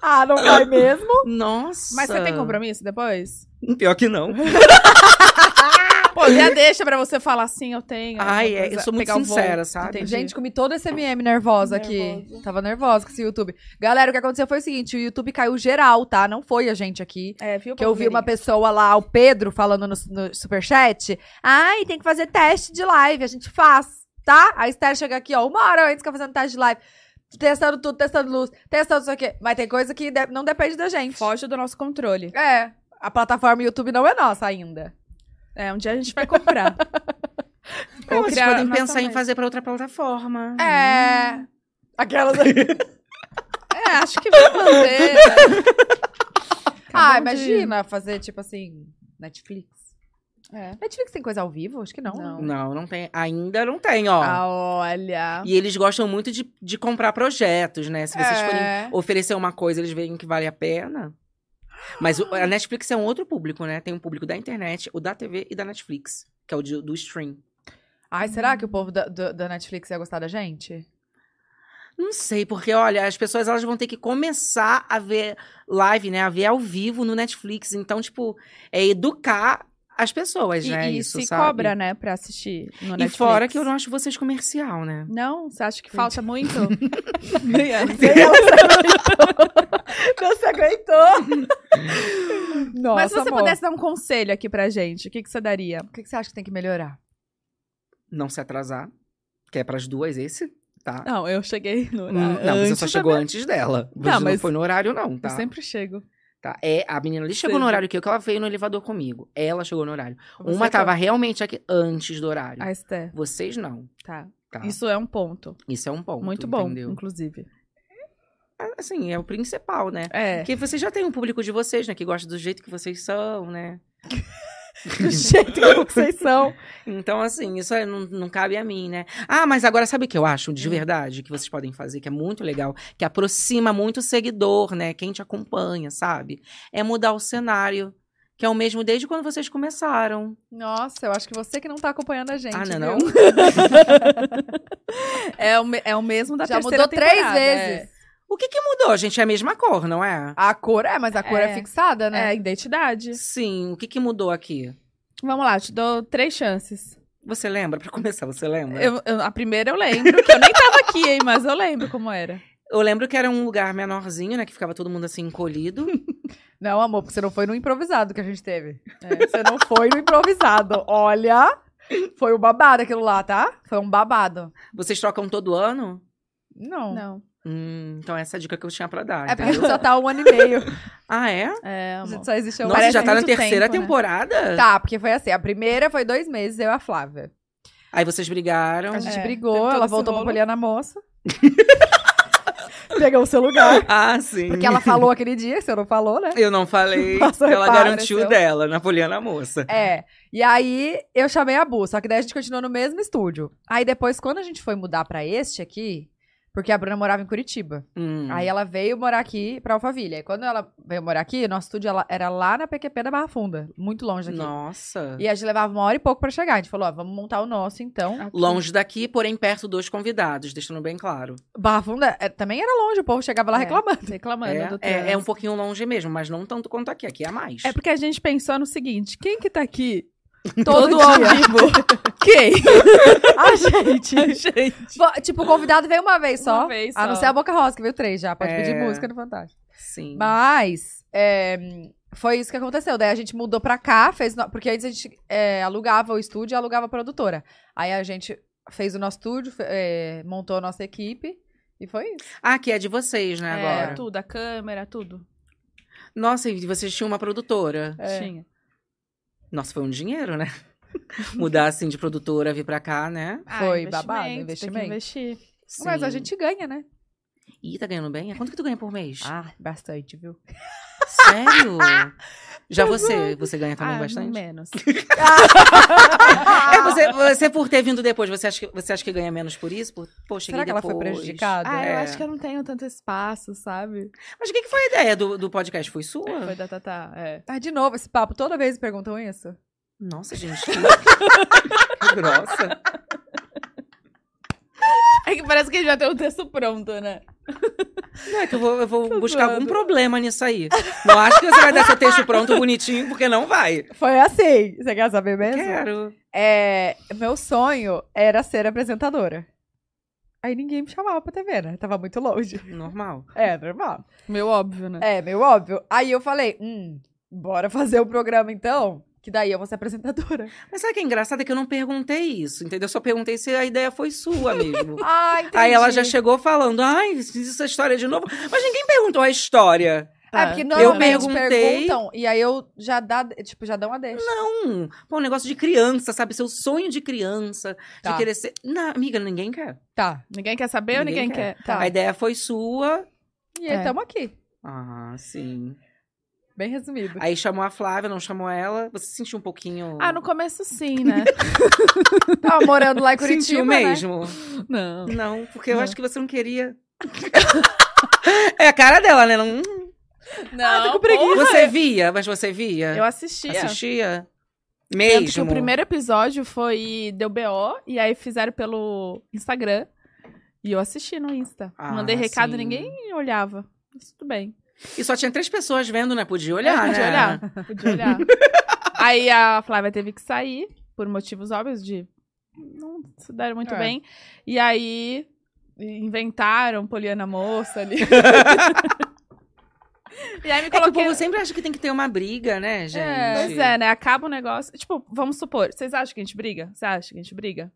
[SPEAKER 2] ah, não vai mesmo?
[SPEAKER 4] Nossa.
[SPEAKER 3] Mas você tem compromisso depois?
[SPEAKER 4] Pior que não.
[SPEAKER 3] Pô, já deixa pra você falar assim, eu tenho.
[SPEAKER 4] Ai,
[SPEAKER 3] alguma
[SPEAKER 4] é,
[SPEAKER 3] coisa,
[SPEAKER 4] eu sou muito
[SPEAKER 3] pegar o voo.
[SPEAKER 4] sincera, sabe?
[SPEAKER 3] Entendi.
[SPEAKER 2] Gente, comi todo esse MM nervosa aqui. Tava nervosa com esse YouTube. Galera, o que aconteceu foi o seguinte: o YouTube caiu geral, tá? Não foi a gente aqui.
[SPEAKER 3] É, viu?
[SPEAKER 2] Que eu vi
[SPEAKER 3] Palmeirinha?
[SPEAKER 2] uma pessoa lá, o Pedro, falando no, no superchat. Ai, tem que fazer teste de live, a gente faz, tá? A Esther chega aqui, ó, uma hora antes que eu fazendo teste de live. Testando tudo, testando luz, testando isso aqui. Mas tem coisa que de- não depende da gente.
[SPEAKER 3] Foge do nosso controle.
[SPEAKER 2] É. A plataforma YouTube não é nossa ainda.
[SPEAKER 3] É, um dia a gente vai comprar.
[SPEAKER 4] Pô, vocês
[SPEAKER 3] criar
[SPEAKER 4] podem
[SPEAKER 3] nossa
[SPEAKER 4] pensar em
[SPEAKER 3] mãe.
[SPEAKER 4] fazer pra outra plataforma.
[SPEAKER 2] É. Aquelas.
[SPEAKER 3] É, acho que vai manter. né?
[SPEAKER 2] ah,
[SPEAKER 3] Acabam de-
[SPEAKER 2] imagina fazer, tipo assim, Netflix.
[SPEAKER 3] É.
[SPEAKER 2] Netflix tem coisa ao vivo? Acho que não.
[SPEAKER 3] Não.
[SPEAKER 4] Não, não tem. Ainda não tem, ó.
[SPEAKER 3] Ah, olha.
[SPEAKER 4] E eles gostam muito de, de comprar projetos, né? Se vocês forem
[SPEAKER 3] É.
[SPEAKER 4] oferecer uma coisa, eles veem que vale a pena. Mas o- a Netflix é um outro público, né? Tem um público da internet, o da TV e da Netflix, que é o de- do stream.
[SPEAKER 2] Ai, será que o povo da, do- da Netflix ia gostar da gente?
[SPEAKER 4] Não sei, porque olha, as pessoas elas vão ter que começar a ver live, né? A ver ao vivo no Netflix. Então, tipo, é educar as pessoas,
[SPEAKER 3] E,
[SPEAKER 4] né?
[SPEAKER 3] e
[SPEAKER 4] isso,
[SPEAKER 3] se
[SPEAKER 4] sabe?
[SPEAKER 3] cobra, né, pra assistir no
[SPEAKER 4] E
[SPEAKER 3] Netflix.
[SPEAKER 4] fora que eu não acho vocês comercial, né?
[SPEAKER 3] Não? Você acha que falta muito?
[SPEAKER 2] Não se aguentou! Nossa,
[SPEAKER 3] Mas se você
[SPEAKER 2] amor.
[SPEAKER 3] pudesse dar um conselho aqui pra gente, o que, que você daria?
[SPEAKER 2] O que que você acha que tem que melhorar?
[SPEAKER 4] Não se atrasar, que é pras duas esse, tá?
[SPEAKER 3] Não, eu cheguei no.
[SPEAKER 4] Hum, Não, você só chegou antes dela. Você não,
[SPEAKER 3] Tá, mas-
[SPEAKER 4] foi no horário, não, tá?
[SPEAKER 3] Eu sempre chego.
[SPEAKER 4] Tá, É, a menina ali chegou
[SPEAKER 3] Seja.
[SPEAKER 4] no horário que eu, que ela veio no elevador comigo. Ela chegou no horário.
[SPEAKER 3] Você
[SPEAKER 4] Uma
[SPEAKER 3] que-
[SPEAKER 4] tava realmente aqui antes do horário.
[SPEAKER 3] Ah, Esther,
[SPEAKER 4] Vocês não,
[SPEAKER 3] tá.
[SPEAKER 4] tá? Isso,
[SPEAKER 3] Isso é um ponto.
[SPEAKER 4] é um ponto,
[SPEAKER 3] Muito bom,
[SPEAKER 4] entendeu?
[SPEAKER 3] inclusive.
[SPEAKER 4] Assim, é o principal, né?
[SPEAKER 3] É.
[SPEAKER 4] Porque vocês já têm um público de vocês, né? Que gosta do jeito que vocês são, né?
[SPEAKER 3] Do jeito que vocês são.
[SPEAKER 4] Então, assim, isso é- não, não cabe a mim, né? Ah, mas agora sabe o que eu acho de verdade que vocês podem fazer, que é muito legal, que aproxima muito o seguidor, né? Quem te acompanha, sabe? É mudar o cenário. Que é o mesmo desde quando vocês começaram.
[SPEAKER 2] Nossa, eu acho que você que não tá acompanhando a gente.
[SPEAKER 4] ah, não,
[SPEAKER 2] viu?
[SPEAKER 4] não.
[SPEAKER 3] É o, me- é o mesmo da
[SPEAKER 2] Já
[SPEAKER 3] terceira
[SPEAKER 2] mudou três
[SPEAKER 3] temporada, é.
[SPEAKER 2] vezes.
[SPEAKER 4] O que que mudou, gente? É a mesma cor, não é?
[SPEAKER 2] A cor, é, mas a cor é,
[SPEAKER 3] É.
[SPEAKER 2] fixada, né?
[SPEAKER 3] É, identidade.
[SPEAKER 4] Sim, o que que mudou aqui?
[SPEAKER 3] Vamos lá, te dou três chances.
[SPEAKER 4] Você lembra? Pra começar, você lembra? Eu,
[SPEAKER 3] Eu- eu- a primeira eu lembro, que eu nem tava aqui, hein, mas eu lembro como era.
[SPEAKER 4] lembro que era um lugar menorzinho, né? Que ficava todo mundo assim encolhido.
[SPEAKER 2] Não, amor, porque você não foi no improvisado que a gente teve. Você não foi no improvisado. Olha, foi um babado aquilo lá, tá? Foi um babado.
[SPEAKER 4] Vocês trocam todo ano?
[SPEAKER 2] Não.
[SPEAKER 3] Não.
[SPEAKER 4] Hum, então essa é a dica que eu tinha pra dar.
[SPEAKER 2] É porque a
[SPEAKER 4] entendeu?
[SPEAKER 2] gente só tá um ano e meio.
[SPEAKER 4] Ah, é?
[SPEAKER 3] É,
[SPEAKER 2] A
[SPEAKER 3] amor.
[SPEAKER 2] gente só existe há um
[SPEAKER 4] Nossa,
[SPEAKER 2] ano.
[SPEAKER 3] parece
[SPEAKER 4] já tá na
[SPEAKER 3] muito
[SPEAKER 4] terceira
[SPEAKER 3] tempo, né?
[SPEAKER 4] temporada?
[SPEAKER 2] Tá, porque foi assim. A primeira foi dois meses, eu e a Flávia.
[SPEAKER 4] Aí vocês brigaram.
[SPEAKER 2] A gente
[SPEAKER 3] É,
[SPEAKER 2] brigou,
[SPEAKER 3] teve todo
[SPEAKER 2] ela
[SPEAKER 3] esse
[SPEAKER 2] voltou pra
[SPEAKER 3] rolo.
[SPEAKER 2] Poliana Moça. Pegou o seu lugar.
[SPEAKER 4] Ah, sim.
[SPEAKER 2] Porque ela falou aquele dia, você não falou, né?
[SPEAKER 4] Eu não falei.
[SPEAKER 2] Nossa,
[SPEAKER 4] ela
[SPEAKER 2] repara,
[SPEAKER 4] garantiu
[SPEAKER 2] seu.
[SPEAKER 4] dela, Napoliana Moça.
[SPEAKER 2] É. E aí eu chamei a Bu, só que daí a gente continuou no mesmo estúdio. Aí depois, quando a gente foi mudar pra este aqui, porque a Bruna morava em Curitiba.
[SPEAKER 4] Hum.
[SPEAKER 2] Aí ela veio morar aqui pra Alphaville. Aí quando ela veio morar aqui, nosso estúdio ela- era lá na PQP da Barra Funda, muito longe daqui.
[SPEAKER 4] Nossa.
[SPEAKER 2] E a gente levava uma hora e pouco pra chegar. A gente falou, ó, vamos montar o nosso
[SPEAKER 3] É
[SPEAKER 2] então.
[SPEAKER 4] Longe daqui, porém perto dos convidados, deixando bem claro.
[SPEAKER 2] Barra Funda é, também era longe, o povo chegava lá
[SPEAKER 3] É.
[SPEAKER 2] reclamando.
[SPEAKER 3] Reclamando
[SPEAKER 4] É,
[SPEAKER 3] do
[SPEAKER 4] é,
[SPEAKER 3] trânsito.
[SPEAKER 4] é um pouquinho longe mesmo, mas não tanto quanto aqui. Aqui é a mais.
[SPEAKER 3] É porque a gente pensou no seguinte: quem que tá aqui?
[SPEAKER 2] Todo
[SPEAKER 3] Todo ao
[SPEAKER 2] dia.
[SPEAKER 3] vivo. quem?
[SPEAKER 2] A gente.
[SPEAKER 3] A gente.
[SPEAKER 2] Fo- Tipo, o convidado veio uma vez só.
[SPEAKER 3] Uma vez
[SPEAKER 2] A não
[SPEAKER 3] só.
[SPEAKER 2] ser a Boca Rosa, que veio três já. Pode
[SPEAKER 4] É.
[SPEAKER 2] pedir música no Fantástico.
[SPEAKER 4] Sim.
[SPEAKER 2] Mas é, foi isso que aconteceu. Daí a gente mudou pra cá, fez. no- Porque antes a gente é, alugava o estúdio e alugava a produtora. Aí a gente fez o nosso estúdio, fe- é, montou a nossa equipe. E foi isso.
[SPEAKER 4] Ah, aqui é de vocês, né,
[SPEAKER 3] É,
[SPEAKER 4] agora.
[SPEAKER 3] tudo, a câmera, tudo.
[SPEAKER 4] Nossa, e vocês tinham uma produtora.
[SPEAKER 2] É.
[SPEAKER 3] Tinha.
[SPEAKER 4] Nossa, foi um dinheiro, né? Mudar, assim, de produtora, vir pra cá, né?
[SPEAKER 2] Foi
[SPEAKER 3] Ah, investimento,
[SPEAKER 2] babado,
[SPEAKER 3] tem que
[SPEAKER 2] investimento.
[SPEAKER 3] investir.
[SPEAKER 2] Mas a
[SPEAKER 4] Sim.
[SPEAKER 2] gente ganha, né?
[SPEAKER 4] Ih, tá ganhando bem? Quanto que tu ganha por mês?
[SPEAKER 2] Ah, bastante, viu?
[SPEAKER 4] Sério? Já você, você ganha também
[SPEAKER 3] Ah,
[SPEAKER 4] bastante?
[SPEAKER 3] menos.
[SPEAKER 4] É, você, você por ter vindo depois, você acha que, você acha que ganha menos por isso? Por, pô, cheguei
[SPEAKER 2] Será que ela foi
[SPEAKER 4] depois.
[SPEAKER 2] prejudicada?
[SPEAKER 3] Ah,
[SPEAKER 4] É.
[SPEAKER 3] eu acho que eu não tenho tanto espaço, sabe?
[SPEAKER 4] Mas o que, que foi a ideia do, do podcast? Foi sua?
[SPEAKER 3] Foi da Tatá, é.
[SPEAKER 2] Ah, de novo esse papo. Toda vez me perguntam isso.
[SPEAKER 4] Nossa, gente. Que, que grossa.
[SPEAKER 3] É que parece que a gente já tem o texto pronto, né?
[SPEAKER 4] Não, é que eu vou, eu vou
[SPEAKER 3] Tô
[SPEAKER 4] buscar algum
[SPEAKER 3] zoando.
[SPEAKER 4] problema nisso aí. Não acho que você vai dar seu texto pronto, bonitinho, porque não vai.
[SPEAKER 2] Foi assim. Você quer saber mesmo?
[SPEAKER 4] Quero.
[SPEAKER 2] É, meu sonho era ser apresentadora. Aí ninguém me chamava pra TV, né? Tava muito longe.
[SPEAKER 4] Normal.
[SPEAKER 2] É, normal.
[SPEAKER 3] Meu óbvio, né?
[SPEAKER 2] É, meio óbvio. Aí eu falei, hum, bora fazer o programa então, que daí eu vou ser apresentadora.
[SPEAKER 4] Mas sabe o que é engraçado? É que eu não perguntei isso, entendeu? Eu só perguntei se a ideia foi sua mesmo.
[SPEAKER 2] Ah, entendi.
[SPEAKER 4] Aí ela já chegou falando, ai, fiz essa história de novo. Mas ninguém perguntou a história.
[SPEAKER 2] É, porque
[SPEAKER 3] Tá.
[SPEAKER 2] normalmente
[SPEAKER 4] Eu perguntei.
[SPEAKER 2] perguntam, e aí eu já dá, tipo, já dá uma deixa.
[SPEAKER 4] Não. Pô, um negócio de criança, sabe? Seu sonho de criança,
[SPEAKER 2] Tá.
[SPEAKER 4] de querer ser. Não, amiga, ninguém quer.
[SPEAKER 2] Tá,
[SPEAKER 3] Ninguém quer saber ou
[SPEAKER 4] Ninguém
[SPEAKER 3] ninguém
[SPEAKER 4] quer.
[SPEAKER 3] quer?
[SPEAKER 2] tá.
[SPEAKER 4] A ideia foi sua.
[SPEAKER 2] E aí
[SPEAKER 3] É.
[SPEAKER 2] tamo aqui.
[SPEAKER 4] Ah, sim.
[SPEAKER 2] Bem resumido.
[SPEAKER 4] Aí chamou a Flávia, não chamou ela. Você se sentiu um pouquinho.
[SPEAKER 3] Ah, no começo sim, né?
[SPEAKER 2] Tava Tá morando lá em Curitiba,
[SPEAKER 4] Sentiu
[SPEAKER 2] né?
[SPEAKER 4] mesmo?
[SPEAKER 3] não.
[SPEAKER 4] Não, porque eu
[SPEAKER 3] Não.
[SPEAKER 4] acho que você não queria. é a cara dela, né? Não-
[SPEAKER 3] Não,
[SPEAKER 2] Ah, tô com
[SPEAKER 3] pô.
[SPEAKER 2] preguiça.
[SPEAKER 4] Você via, mas você via?
[SPEAKER 3] Eu assistia.
[SPEAKER 4] assistia.
[SPEAKER 3] Tanto
[SPEAKER 4] Mesmo.
[SPEAKER 3] que o primeiro episódio foi deu BO e aí fizeram pelo Instagram. E eu assisti no Insta.
[SPEAKER 4] Ah,
[SPEAKER 3] Mandei recado,
[SPEAKER 4] sim.
[SPEAKER 3] ninguém olhava. Mas tudo bem.
[SPEAKER 4] E só tinha três pessoas vendo, né? Podia olhar,
[SPEAKER 3] É,
[SPEAKER 4] né?
[SPEAKER 3] podia olhar. Podia olhar. aí a Flávia teve que sair, por motivos óbvios de. Não se deram muito
[SPEAKER 2] É.
[SPEAKER 3] bem. E aí inventaram Poliana Moça ali. e aí me
[SPEAKER 4] É que o
[SPEAKER 3] coloquei.
[SPEAKER 4] povo sempre acha que tem que ter uma briga, né, gente?
[SPEAKER 2] É,
[SPEAKER 3] Pois é, né? Acaba o negócio. Tipo, vamos supor, vocês acham que a gente briga? Você acha que a gente briga?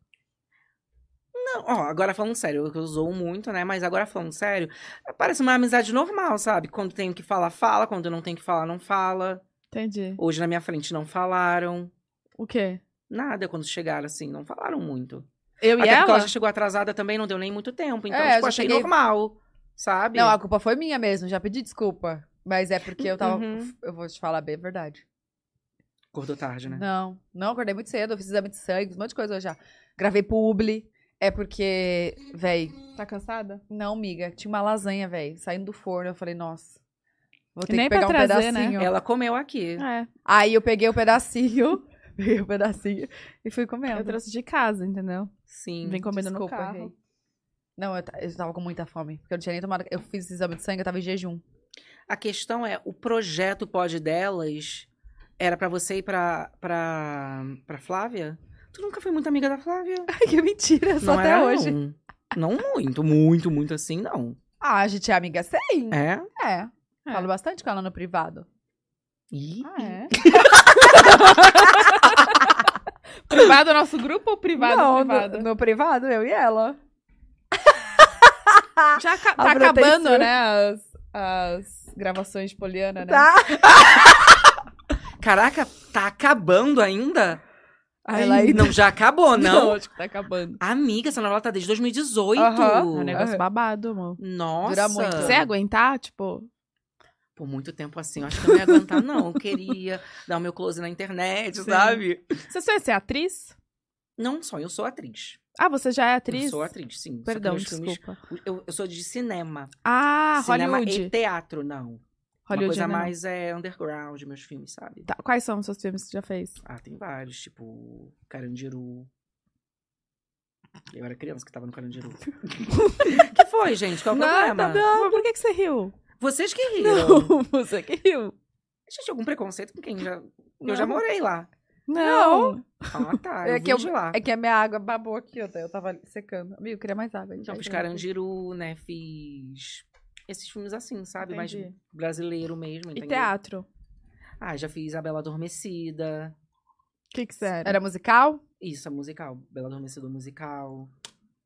[SPEAKER 4] Não, ó, agora falando sério, eu- eu usou muito, né? Mas agora falando sério, parece uma amizade normal, sabe? Quando tem o que falar, fala. Quando não tem o que falar, não fala.
[SPEAKER 3] Entendi.
[SPEAKER 4] Hoje na minha frente não falaram.
[SPEAKER 3] O quê?
[SPEAKER 4] Nada quando chegaram, assim, não falaram muito.
[SPEAKER 3] Eu e
[SPEAKER 4] Até porque
[SPEAKER 3] ela?
[SPEAKER 4] ela já chegou atrasada também, não deu nem muito tempo. Então,
[SPEAKER 2] É, eu
[SPEAKER 4] tipo,
[SPEAKER 2] já
[SPEAKER 4] achei
[SPEAKER 2] cheguei-
[SPEAKER 4] normal, sabe?
[SPEAKER 2] Não, a culpa foi minha mesmo, já pedi desculpa. Mas é porque eu tava.
[SPEAKER 4] Uhum.
[SPEAKER 2] Eu vou te falar bem a verdade.
[SPEAKER 4] Acordou tarde, né?
[SPEAKER 2] Não, não, acordei muito cedo, eu fiz exame de sangue, um monte de coisa hoje já. Gravei publi, é porque, véi,
[SPEAKER 3] Tá cansada?
[SPEAKER 2] não, miga, tinha uma lasanha, véi, saindo do forno, eu falei, nossa, vou ter
[SPEAKER 3] nem
[SPEAKER 2] que pegar
[SPEAKER 3] pra
[SPEAKER 2] um
[SPEAKER 3] trazer, né?
[SPEAKER 2] pedacinho.
[SPEAKER 4] Ela comeu aqui.
[SPEAKER 3] É.
[SPEAKER 2] Aí eu peguei o pedacinho, peguei o pedacinho e fui
[SPEAKER 3] Eu
[SPEAKER 2] comendo.
[SPEAKER 3] trouxe de casa, entendeu?
[SPEAKER 4] Sim.
[SPEAKER 3] Vem comendo no
[SPEAKER 2] Desculpa,
[SPEAKER 3] carro.
[SPEAKER 2] errei. Não, eu, ta- eu tava com muita fome, porque eu não tinha nem tomado, eu fiz esse exame de sangue, eu tava em jejum.
[SPEAKER 4] A questão é, o projeto Pod Delas era pra você e pra, pra, pra Flávia? Tu nunca foi muito amiga da Flávia?
[SPEAKER 2] Ai, que mentira, só
[SPEAKER 4] não
[SPEAKER 2] até
[SPEAKER 4] era,
[SPEAKER 2] hoje.
[SPEAKER 4] Não. Não muito, muito, muito assim, não.
[SPEAKER 2] Ah, a gente é amiga sim,
[SPEAKER 4] É?
[SPEAKER 2] é.
[SPEAKER 3] É.
[SPEAKER 2] Falo bastante com ela no privado.
[SPEAKER 4] Ih.
[SPEAKER 3] Ah, é? privado é nosso grupo ou privado?
[SPEAKER 2] não, no-
[SPEAKER 3] privado?
[SPEAKER 2] no privado, eu e ela.
[SPEAKER 3] Já aca-
[SPEAKER 2] A
[SPEAKER 3] tá
[SPEAKER 2] Bruna tem
[SPEAKER 3] acabando,
[SPEAKER 2] ciúme.
[SPEAKER 3] né? As, as gravações de Tá. Poliana, né?
[SPEAKER 2] Tá?
[SPEAKER 4] Caraca, tá acabando ainda?
[SPEAKER 3] Aí,
[SPEAKER 1] Ela aí-
[SPEAKER 4] Não, já acabou, não.
[SPEAKER 1] acho que tá acabando.
[SPEAKER 4] Amiga, essa novela tá desde 2018.
[SPEAKER 2] Aham. né?
[SPEAKER 3] É um negócio babado, amor.
[SPEAKER 4] Nossa.
[SPEAKER 2] Dura muito.
[SPEAKER 3] Se você é aguentar, tipo,
[SPEAKER 4] Por muito tempo assim, eu acho que eu não ia aguentar, não. Eu queria dar o meu close na internet, sabe?
[SPEAKER 3] você só ia ser atriz?
[SPEAKER 4] Não só, eu sou atriz.
[SPEAKER 3] Ah, você já é
[SPEAKER 4] Eu
[SPEAKER 3] atriz?
[SPEAKER 4] sou atriz, sim. Só que
[SPEAKER 3] Perdão,
[SPEAKER 4] meus filmes-
[SPEAKER 3] desculpa.
[SPEAKER 4] Eu, eu sou de cinema.
[SPEAKER 3] Ah,
[SPEAKER 4] cinema e
[SPEAKER 3] Hollywood.
[SPEAKER 4] teatro, não. Uma
[SPEAKER 3] Hollywood
[SPEAKER 4] coisa
[SPEAKER 3] não.
[SPEAKER 4] mais é underground, meus filmes, sabe?
[SPEAKER 3] Tá, quais são os seus filmes que você já fez?
[SPEAKER 4] Ah, tem vários, tipo Carandiru. Eu era criança que tava no Carandiru. que foi, gente? Qual o problema?
[SPEAKER 3] não. Por que, que você riu?
[SPEAKER 4] Vocês que riram.
[SPEAKER 3] Não, você que riu.
[SPEAKER 4] Gente, algum preconceito com quem já...
[SPEAKER 3] Não.
[SPEAKER 4] Eu já morei lá.
[SPEAKER 3] Não.
[SPEAKER 4] Ah, tá. Eu
[SPEAKER 2] É
[SPEAKER 4] é
[SPEAKER 2] que
[SPEAKER 4] que
[SPEAKER 2] eu-
[SPEAKER 4] de lá.
[SPEAKER 2] É que a minha água babou aqui, ó. Eu tava secando. Amigo, eu queria mais água.
[SPEAKER 4] Então, fiz
[SPEAKER 2] caranjo.
[SPEAKER 4] Carandiru, né? Fiz esses filmes assim, sabe? Mais
[SPEAKER 3] Entendi.
[SPEAKER 4] brasileiro
[SPEAKER 3] E
[SPEAKER 4] mesmo, entendeu?
[SPEAKER 3] teatro? O
[SPEAKER 4] Ah, já fiz A Bela Adormecida.
[SPEAKER 3] que que você era?
[SPEAKER 2] Era musical?
[SPEAKER 4] Isso, a musical. Bela Adormecida o musical.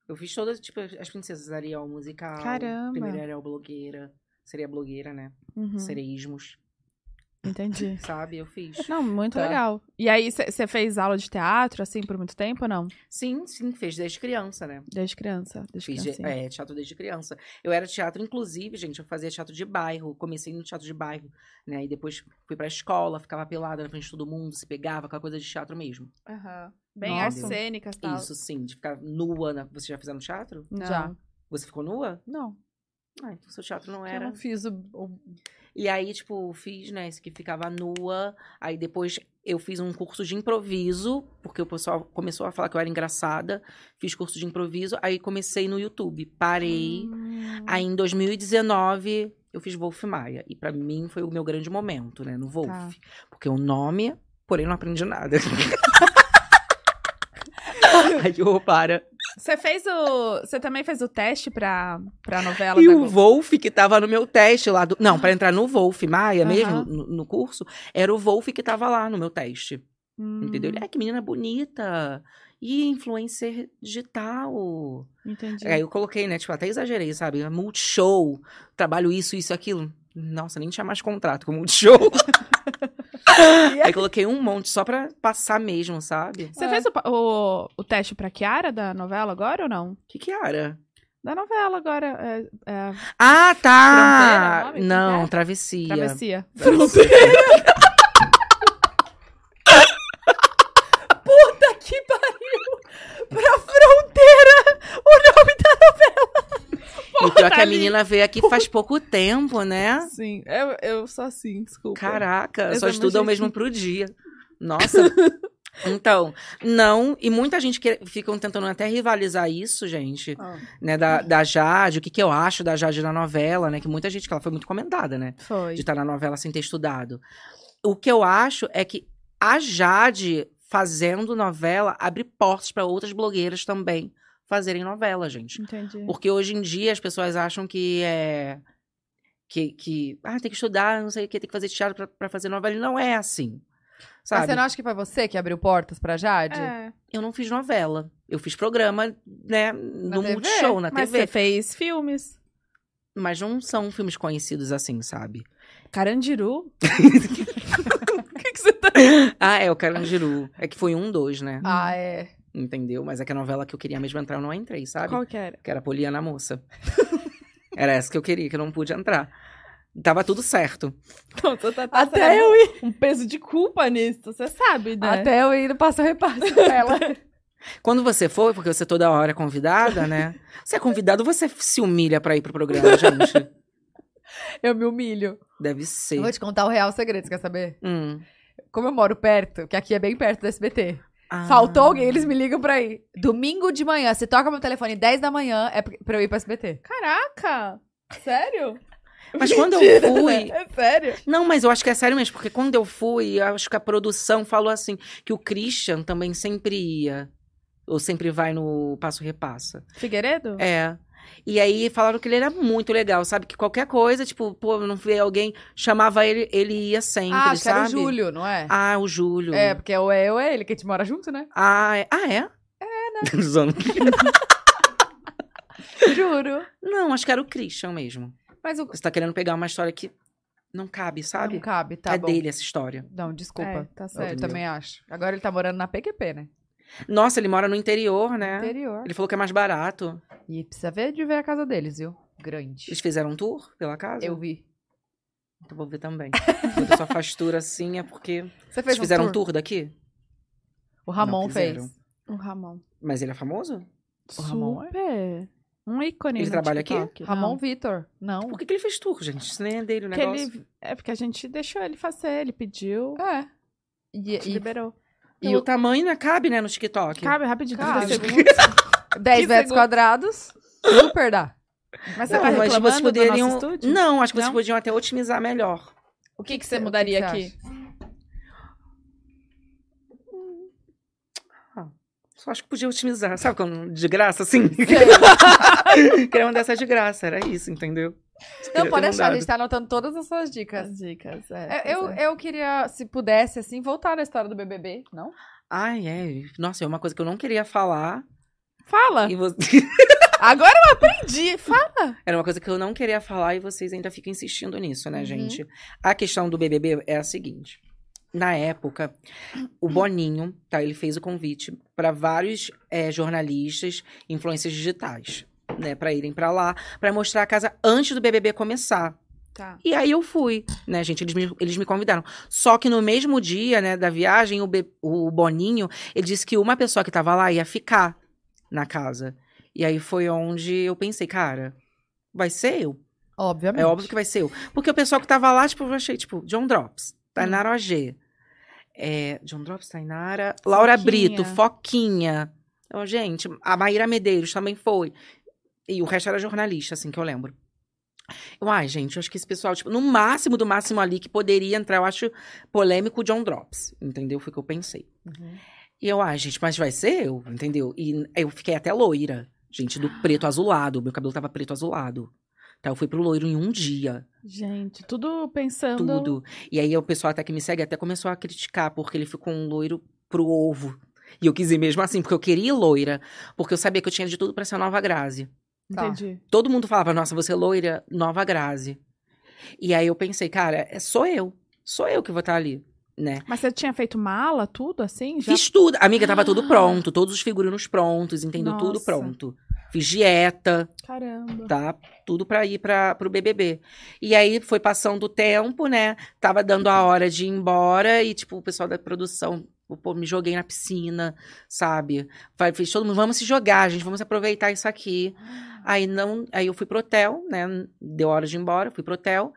[SPEAKER 4] Eu fiz todas, tipo, as Princesas Ariel musical.
[SPEAKER 3] Caramba.
[SPEAKER 4] Primeira Ariel blogueira. Seria blogueira, né?
[SPEAKER 3] Uhum,
[SPEAKER 4] Sereísmos,
[SPEAKER 3] Entendi.
[SPEAKER 4] sabe? Eu fiz.
[SPEAKER 3] Não, muito
[SPEAKER 2] Tá.
[SPEAKER 3] legal. E aí, você fez aula de teatro, assim, por muito tempo ou não?
[SPEAKER 4] Sim, sim, fez desde criança, né?
[SPEAKER 3] Desde criança. Desde
[SPEAKER 4] Fiz de-
[SPEAKER 3] criancinha.
[SPEAKER 4] é, teatro desde criança. Eu era teatro, inclusive, gente, eu fazia teatro de bairro. Comecei no teatro de bairro, né? E depois fui pra escola, ficava pelada na frente de todo mundo, se pegava, aquela coisa de teatro mesmo.
[SPEAKER 3] Aham. Bem
[SPEAKER 4] é, Nossa.
[SPEAKER 3] artes cênicas, tal.
[SPEAKER 4] Isso sim, de ficar nua. Na... Vocês já fizeram teatro?
[SPEAKER 3] Não.
[SPEAKER 2] Já.
[SPEAKER 4] Você ficou nua?
[SPEAKER 2] Não.
[SPEAKER 4] Ah, então seu teatro não
[SPEAKER 2] Eu
[SPEAKER 4] era.
[SPEAKER 2] não fiz o. o-
[SPEAKER 4] E aí, tipo, fiz, né, esse que ficava nua. Aí depois eu fiz um curso de improviso, porque o pessoal começou a falar que eu era engraçada. Fiz curso de improviso, aí comecei no YouTube. Parei.
[SPEAKER 3] Hum,
[SPEAKER 4] Aí em 2019 eu fiz Wolf Maia. E pra mim foi o meu grande momento, né, no Wolf.
[SPEAKER 3] Tá.
[SPEAKER 4] Porque o nome, porém não aprendi nada. Aí eu, para.
[SPEAKER 3] Você fez o. Você também fez o teste pra, pra novela
[SPEAKER 4] E
[SPEAKER 3] da
[SPEAKER 4] o
[SPEAKER 3] Globo?
[SPEAKER 4] Wolf que tava no meu teste lá do. Não, pra entrar no Wolf Maia
[SPEAKER 3] Aham.
[SPEAKER 4] mesmo, no, no curso, era o Wolf que tava lá no meu teste.
[SPEAKER 3] Hum,
[SPEAKER 4] Entendeu? Ele, ah, que menina bonita. E influencer digital.
[SPEAKER 3] Entendi.
[SPEAKER 4] Aí eu coloquei, né? Tipo, até exagerei, sabe? Multishow. Trabalho isso, isso, aquilo. Nossa, nem tinha mais contrato com Multishow. Aí coloquei um monte só pra passar mesmo, sabe?
[SPEAKER 3] Você
[SPEAKER 2] É.
[SPEAKER 3] fez o, pa- o, o teste pra Kiara da novela agora ou não?
[SPEAKER 4] Que que era?
[SPEAKER 3] Da novela agora. É, é
[SPEAKER 4] Ah,
[SPEAKER 3] Fronteira,
[SPEAKER 4] tá!
[SPEAKER 3] o nome?
[SPEAKER 4] Não,
[SPEAKER 3] Que que
[SPEAKER 4] travessia.
[SPEAKER 3] Travessia.
[SPEAKER 2] Puta que pariu! Pra fronteira! O nome da.
[SPEAKER 4] E o pior que a
[SPEAKER 3] Dali.
[SPEAKER 4] menina veio aqui faz pouco tempo, né?
[SPEAKER 1] Sim, eu, eu sou assim, desculpa.
[SPEAKER 4] Caraca,
[SPEAKER 1] Eu
[SPEAKER 4] só
[SPEAKER 1] também
[SPEAKER 4] estuda o
[SPEAKER 1] achei
[SPEAKER 4] mesmo pro dia. Nossa. Então, não, e muita gente que ficam tentando até rivalizar isso, gente,
[SPEAKER 1] Ah.
[SPEAKER 4] né, da, da Jade, o que, que eu acho da Jade na novela, né, que muita gente, que ela foi muito comentada, né,
[SPEAKER 3] Foi.
[SPEAKER 4] de estar na novela sem ter estudado. O que eu acho é que a Jade, fazendo novela, abre portas para outras blogueiras também fazerem novela, gente.
[SPEAKER 3] Entendi.
[SPEAKER 4] Porque hoje em dia as pessoas acham que é. Que, que ah, tem que estudar, não sei o que, tem que fazer teatro pra, pra fazer novela. E não é assim.
[SPEAKER 2] Mas
[SPEAKER 4] Sabe?
[SPEAKER 2] você não acha que foi você que abriu portas pra Jade?
[SPEAKER 3] É.
[SPEAKER 4] Eu não fiz novela. Eu fiz programa, né, no
[SPEAKER 2] TV?
[SPEAKER 4] Multishow, na
[SPEAKER 3] Mas
[SPEAKER 4] TV.
[SPEAKER 3] você fez filmes.
[SPEAKER 4] Mas não são filmes conhecidos assim, sabe?
[SPEAKER 3] Carandiru.
[SPEAKER 4] Ah, é, o Carandiru. É que foi um, dois, né?
[SPEAKER 2] Ah, é.
[SPEAKER 4] Entendeu? Mas é que a novela que eu queria mesmo entrar, eu não entrei, sabe?
[SPEAKER 3] Qual que era?
[SPEAKER 4] Que era Poliana Moça. era essa que eu queria, que eu não pude entrar. Tava tudo certo.
[SPEAKER 1] Até eu ir. Um peso de culpa nisso, você sabe, né?
[SPEAKER 2] Até eu ir no passo repasso pra ela.
[SPEAKER 4] Quando você for, porque você toda hora é convidada, né? Você é convidado, você se humilha pra ir pro programa, gente.
[SPEAKER 2] Eu me humilho.
[SPEAKER 4] Deve
[SPEAKER 2] Eu
[SPEAKER 4] ser.
[SPEAKER 2] vou te contar o real segredo, você quer saber?
[SPEAKER 4] Hum.
[SPEAKER 2] Como eu moro perto, que aqui é bem perto do SBT.
[SPEAKER 4] Ah.
[SPEAKER 2] Faltou alguém, eles me ligam pra ir. Domingo de manhã, se toca meu telefone 10 da manhã, é pra pra eu ir pro SBT.
[SPEAKER 3] Caraca! Sério?
[SPEAKER 4] Mas quando eu fui.
[SPEAKER 3] É sério?
[SPEAKER 4] Não, mas eu acho que é sério mesmo, porque quando eu fui, eu acho que a produção falou assim: que o Christian também sempre ia. Ou sempre vai no Passo Repassa.
[SPEAKER 3] Figueiredo?
[SPEAKER 4] É. E aí falaram que ele era muito legal, sabe? Que qualquer coisa, tipo, pô, não vê alguém, chamava ele, ele ia sempre,
[SPEAKER 2] ah, acho que
[SPEAKER 4] sabe?
[SPEAKER 2] era o Júlio, não é?
[SPEAKER 4] Ah, o Júlio.
[SPEAKER 2] É, porque ou é eu é ele, que a gente mora junto, né?
[SPEAKER 4] Ah, é? Ah, é? É, né?
[SPEAKER 2] Juro.
[SPEAKER 4] Não, acho que era o Christian mesmo.
[SPEAKER 2] Mas o.
[SPEAKER 4] Você tá querendo pegar uma história que não cabe, sabe?
[SPEAKER 2] Não cabe, tá
[SPEAKER 4] é
[SPEAKER 2] bom.
[SPEAKER 4] dele essa história.
[SPEAKER 2] Não, desculpa. É,
[SPEAKER 3] tá
[SPEAKER 2] eu também acho. Agora ele tá morando na PQP, né?
[SPEAKER 4] Nossa, ele mora no interior, né?
[SPEAKER 2] Interior.
[SPEAKER 4] Ele falou que é mais barato.
[SPEAKER 2] E precisa ver de ver a casa deles, viu? Grande.
[SPEAKER 4] Eles fizeram um tour pela casa?
[SPEAKER 2] Eu vi.
[SPEAKER 4] Então vou ver também. Quando a sua fastura assim é porque.
[SPEAKER 2] Você
[SPEAKER 4] Eles
[SPEAKER 2] fez
[SPEAKER 4] fizeram
[SPEAKER 2] um tour?
[SPEAKER 4] daqui?
[SPEAKER 2] O Ramon
[SPEAKER 4] Não fizeram.
[SPEAKER 2] fez.
[SPEAKER 3] O Ramon.
[SPEAKER 4] Mas ele é famoso?
[SPEAKER 2] O Ramon é?
[SPEAKER 3] Super. Um ícone
[SPEAKER 4] Ele
[SPEAKER 3] no
[SPEAKER 4] trabalha aqui?
[SPEAKER 3] TikTok.
[SPEAKER 2] Ramon um Vitor. Não.
[SPEAKER 4] Por que, que ele fez tour, gente? Isso nem é dele o
[SPEAKER 3] Porque
[SPEAKER 4] negócio.
[SPEAKER 3] ele, é porque a gente deixou ele fazer, ele pediu,
[SPEAKER 2] É. E,
[SPEAKER 3] te
[SPEAKER 2] e,
[SPEAKER 3] liberou.
[SPEAKER 4] E
[SPEAKER 2] e
[SPEAKER 4] o tamanho né, cabe, né, no TikTok.
[SPEAKER 3] Cabe rapidinho,
[SPEAKER 2] Cabe.
[SPEAKER 3] 30 segundos.
[SPEAKER 2] 10 metros
[SPEAKER 3] Que segundo-
[SPEAKER 2] quadrados, super dá.
[SPEAKER 3] Mas você
[SPEAKER 4] Não,
[SPEAKER 3] tá
[SPEAKER 4] mas
[SPEAKER 3] reclamando
[SPEAKER 4] vocês poderiam...
[SPEAKER 3] do nosso estúdio?
[SPEAKER 4] Não, acho que vocês
[SPEAKER 3] Não?
[SPEAKER 4] podiam até otimizar melhor.
[SPEAKER 3] O que, que você mudaria
[SPEAKER 2] O que que
[SPEAKER 3] aqui?
[SPEAKER 2] você
[SPEAKER 4] Só acho que podia otimizar. Sabe quando de graça, assim? Queria mandar essa de graça, era isso, entendeu? Isso
[SPEAKER 2] Não,
[SPEAKER 4] podia
[SPEAKER 2] pode
[SPEAKER 4] ter
[SPEAKER 2] achar, a gente
[SPEAKER 4] mandado.
[SPEAKER 2] tá anotando todas as suas dicas.
[SPEAKER 3] As dicas, é.
[SPEAKER 2] Eu, eu,
[SPEAKER 3] pois é.
[SPEAKER 2] eu queria, se pudesse, assim, voltar na história do BBB, não?
[SPEAKER 4] Ai, é. Nossa, é uma coisa que eu não queria falar.
[SPEAKER 3] Fala!
[SPEAKER 4] E vo-
[SPEAKER 3] Agora eu aprendi! Fala!
[SPEAKER 4] Era uma coisa que eu não queria falar e vocês ainda ficam insistindo nisso, né,
[SPEAKER 2] Uhum.
[SPEAKER 4] gente? A questão do BBB é a seguinte. Na época, o Boninho, tá? Ele fez o convite para vários eh, jornalistas, influências digitais, né? Para irem para lá, para mostrar a casa antes do BBB começar.
[SPEAKER 3] Tá.
[SPEAKER 4] E aí eu fui, né, gente? Eles me, eles me convidaram. Só que no mesmo dia, né, da viagem, o, Be- o Boninho, ele disse que uma pessoa que tava lá ia ficar na casa. E aí foi onde eu pensei, cara, vai ser eu.
[SPEAKER 2] Obviamente.
[SPEAKER 4] É óbvio que vai ser eu. Porque o pessoal que tava lá, tipo, eu achei, tipo, John Drops, Tainara OG. É, John Drops, Tainara. Laura
[SPEAKER 3] Foquinha.
[SPEAKER 4] Brito, Foquinha. Eu, gente, a Maíra Medeiros também foi. E o resto era jornalista, assim, que eu lembro. Eu, ai, gente, eu acho que esse pessoal, tipo, no máximo do máximo ali que poderia entrar, eu acho polêmico o John Drops. Entendeu? Foi o que eu pensei.
[SPEAKER 2] Uhum.
[SPEAKER 4] E eu, ai, gente, mas vai ser eu, entendeu? E eu fiquei até loira, gente, do preto azulado. Meu cabelo tava preto azulado. Tá, eu fui pro loiro em um dia
[SPEAKER 3] Gente, tudo pensando.
[SPEAKER 4] tudo. E aí o pessoal até que me segue até começou a criticar, porque ele ficou um loiro pro ovo. E eu quis ir mesmo assim, porque eu queria ir loira. Porque eu sabia que eu tinha de tudo pra ser a nova Grazi.
[SPEAKER 2] Tá.
[SPEAKER 3] Entendi.
[SPEAKER 4] Todo mundo falava, nossa, você é loira, nova Grazi. E aí eu pensei, cara, é- sou eu. Sou eu que vou estar ali, né?
[SPEAKER 3] Mas você tinha feito mala, tudo assim? Já Ah.
[SPEAKER 4] Fiz tudo. Amiga, tava tudo pronto. Todos os figurinos prontos, entendeu? Tudo
[SPEAKER 3] Nossa.
[SPEAKER 4] pronto. Fiz dieta.
[SPEAKER 3] Caramba.
[SPEAKER 4] tá? Tudo pra ir para pro BBB. E aí foi passando o tempo, né? Tava dando a hora de ir embora e tipo o pessoal da produção Pô, me joguei na piscina, sabe? Vai- Fez todo mundo, vamos se jogar, gente, vamos aproveitar isso aqui. Aí não, aí eu fui pro hotel, né? Deu hora de ir embora, fui pro hotel.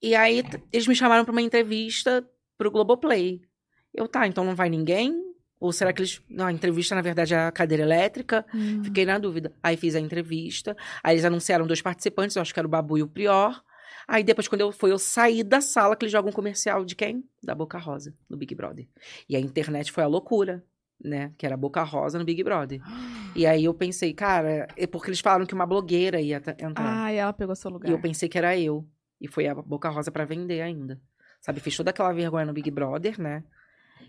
[SPEAKER 4] E aí t- eles me chamaram pra uma entrevista pro Globoplay. Eu, tá, então não vai ninguém? Ou será que eles. Não, a entrevista, na verdade, é a cadeira elétrica.
[SPEAKER 3] Hum.
[SPEAKER 4] Fiquei na dúvida. Aí fiz a entrevista. Aí eles anunciaram dois participantes, eu acho que era o Babu e o Prior. Aí depois, quando eu fui, eu saí da sala que eles jogam um comercial de quem? Da Boca Rosa, no Big Brother. E a internet foi a loucura, né? Que era a Boca Rosa no Big Brother. E aí eu pensei, cara, é porque eles falaram que uma blogueira ia ta- entrar.
[SPEAKER 3] Ai, ela pegou seu lugar.
[SPEAKER 4] E eu pensei que era eu. E foi a Boca Rosa pra vender ainda. Sabe, fez toda aquela vergonha no Big Brother, né?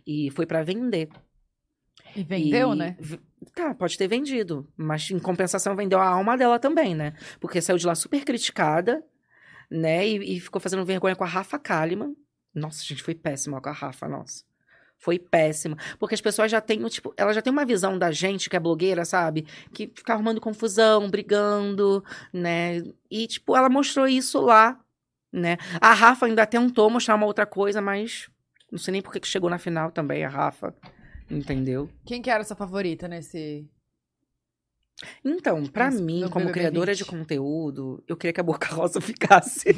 [SPEAKER 4] E foi pra vender.
[SPEAKER 2] E vendeu,
[SPEAKER 4] E
[SPEAKER 2] né?
[SPEAKER 4] v- Tá, pode ter vendido. Mas em compensação vendeu a alma dela também, né? Porque saiu de lá super criticada, né? E, e ficou fazendo vergonha com a Rafa Kalimann. Nossa, gente, foi péssima com a Rafa, nossa. Foi péssima. Porque as pessoas já têm, o tipo, ela já tem uma visão da gente que é blogueira, sabe? Que fica arrumando confusão, brigando, né? E, tipo, ela mostrou isso lá, né? A Rafa ainda tentou mostrar uma outra coisa, mas não sei nem por que que chegou na final também, a Rafa. Entendeu?
[SPEAKER 2] Quem que era a sua favorita nesse...
[SPEAKER 4] Então, pra
[SPEAKER 2] Mas
[SPEAKER 4] mim,
[SPEAKER 2] no
[SPEAKER 4] como
[SPEAKER 2] BBB
[SPEAKER 4] criadora de
[SPEAKER 2] 20.
[SPEAKER 4] conteúdo, eu queria que a Boca Rosa ficasse.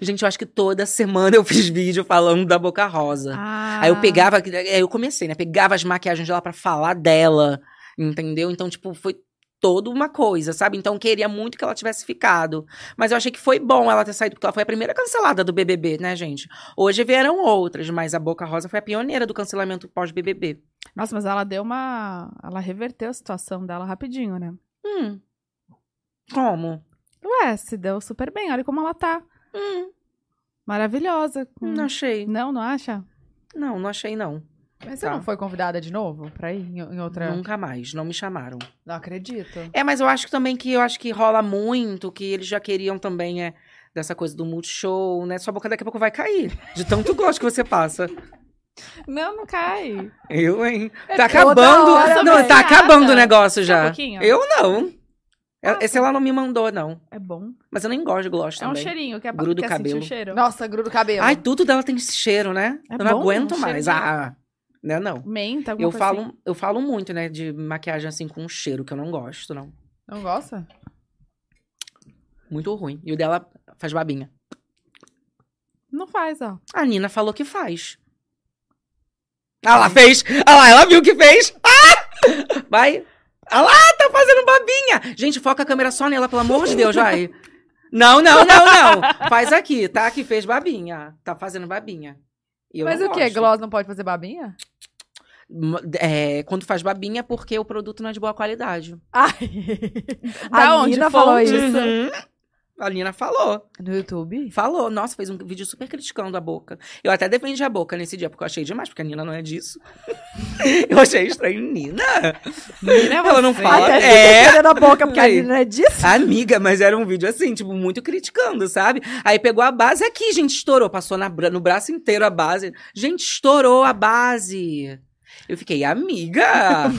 [SPEAKER 4] Gente, eu acho que toda semana eu fiz vídeo falando da Boca Rosa.
[SPEAKER 3] Ah.
[SPEAKER 4] Aí eu pegava, aí eu comecei, né? Pegava as maquiagens dela pra falar dela, entendeu? Então, tipo, foi toda uma coisa, sabe? Então, eu queria muito que ela tivesse ficado. Mas eu achei que foi bom ela ter saído, porque ela foi a primeira cancelada do BBB, né, gente? Hoje vieram outras, mas a Boca Rosa foi a pioneira do cancelamento pós-BBB.
[SPEAKER 3] Nossa, mas ela deu uma. Ela reverteu a situação dela rapidinho, né?
[SPEAKER 4] Hum. Como?
[SPEAKER 3] Ué, se deu super bem. Olha como ela tá.
[SPEAKER 4] Hum,
[SPEAKER 3] Maravilhosa. com-
[SPEAKER 4] não achei.
[SPEAKER 3] Não, não acha?
[SPEAKER 4] Não, não achei, não.
[SPEAKER 2] Mas você
[SPEAKER 4] Tá.
[SPEAKER 2] não foi convidada de novo pra ir em, em outra...
[SPEAKER 4] Nunca mais, não me chamaram.
[SPEAKER 2] Não acredito.
[SPEAKER 4] É, mas eu acho que também que eu acho que rola muito, que eles já queriam também é, dessa coisa do multishow, né? Sua boca daqui a pouco vai cair, de tanto gosto que você passa.
[SPEAKER 1] Não, não cai.
[SPEAKER 4] Eu, hein? Tá acabando.
[SPEAKER 1] hora,
[SPEAKER 4] não,
[SPEAKER 1] velho.
[SPEAKER 4] tá acabando o
[SPEAKER 3] Só um
[SPEAKER 4] negócio já.
[SPEAKER 3] pouquinho?
[SPEAKER 4] eu não. É- Esse ela não me mandou, não.
[SPEAKER 3] É bom.
[SPEAKER 4] Mas eu nem gosto de gloss
[SPEAKER 3] É um
[SPEAKER 4] também.
[SPEAKER 3] cheirinho. Quer,
[SPEAKER 4] Gruda o
[SPEAKER 3] quer sentir o
[SPEAKER 4] cabelo.
[SPEAKER 3] cheiro?
[SPEAKER 2] Nossa, gruda o cabelo.
[SPEAKER 4] Ai, tudo dela tem esse cheiro, né?
[SPEAKER 3] É
[SPEAKER 4] eu não
[SPEAKER 3] bom,
[SPEAKER 4] aguento
[SPEAKER 3] um
[SPEAKER 4] mais.
[SPEAKER 3] cheiro de-
[SPEAKER 4] Ah, né, não.
[SPEAKER 3] Menta, alguma
[SPEAKER 4] Eu
[SPEAKER 3] coisa
[SPEAKER 4] falo,
[SPEAKER 3] assim.
[SPEAKER 4] eu falo muito, né, de maquiagem assim com cheiro, que eu não gosto, não.
[SPEAKER 2] Não gosta?
[SPEAKER 4] Muito ruim. E o dela faz babinha. um-
[SPEAKER 2] Não faz, ó.
[SPEAKER 4] A Nina falou que faz. Ah lá, fez. Ah lá, ela viu que fez. Ah! Vai. Ah lá, tá fazendo babinha. Gente, foca a câmera só nela, pelo amor de Deus, vai. Não, não, não, não. Faz aqui, tá? Que fez babinha. Tá fazendo babinha. E eu
[SPEAKER 2] Mas
[SPEAKER 4] não
[SPEAKER 2] o quê?
[SPEAKER 4] gosto.
[SPEAKER 2] Gloss não pode fazer babinha?
[SPEAKER 4] Ma- É, quando faz babinha é porque o produto não é de boa qualidade.
[SPEAKER 2] Ai.
[SPEAKER 3] Da
[SPEAKER 2] a
[SPEAKER 3] Tá onde?
[SPEAKER 2] Nina falou
[SPEAKER 3] Fonte?
[SPEAKER 2] isso.
[SPEAKER 4] Uhum. A Nina falou.
[SPEAKER 2] No YouTube?
[SPEAKER 4] Falou, nossa, fez um vídeo super criticando a boca. Eu até defendi a boca nesse dia, porque eu achei demais, porque a Nina não é disso. eu achei estranho, Nina. Ela não fala.
[SPEAKER 1] Até
[SPEAKER 4] é,
[SPEAKER 1] fica querendo a boca, porque a
[SPEAKER 4] Aí.
[SPEAKER 1] Nina é disso.
[SPEAKER 4] amiga, mas era um vídeo assim, tipo, muito criticando, sabe? Aí pegou a base aqui, gente, estourou. Passou na bra- no braço inteiro a base. Gente, estourou a base. Eu fiquei, amiga.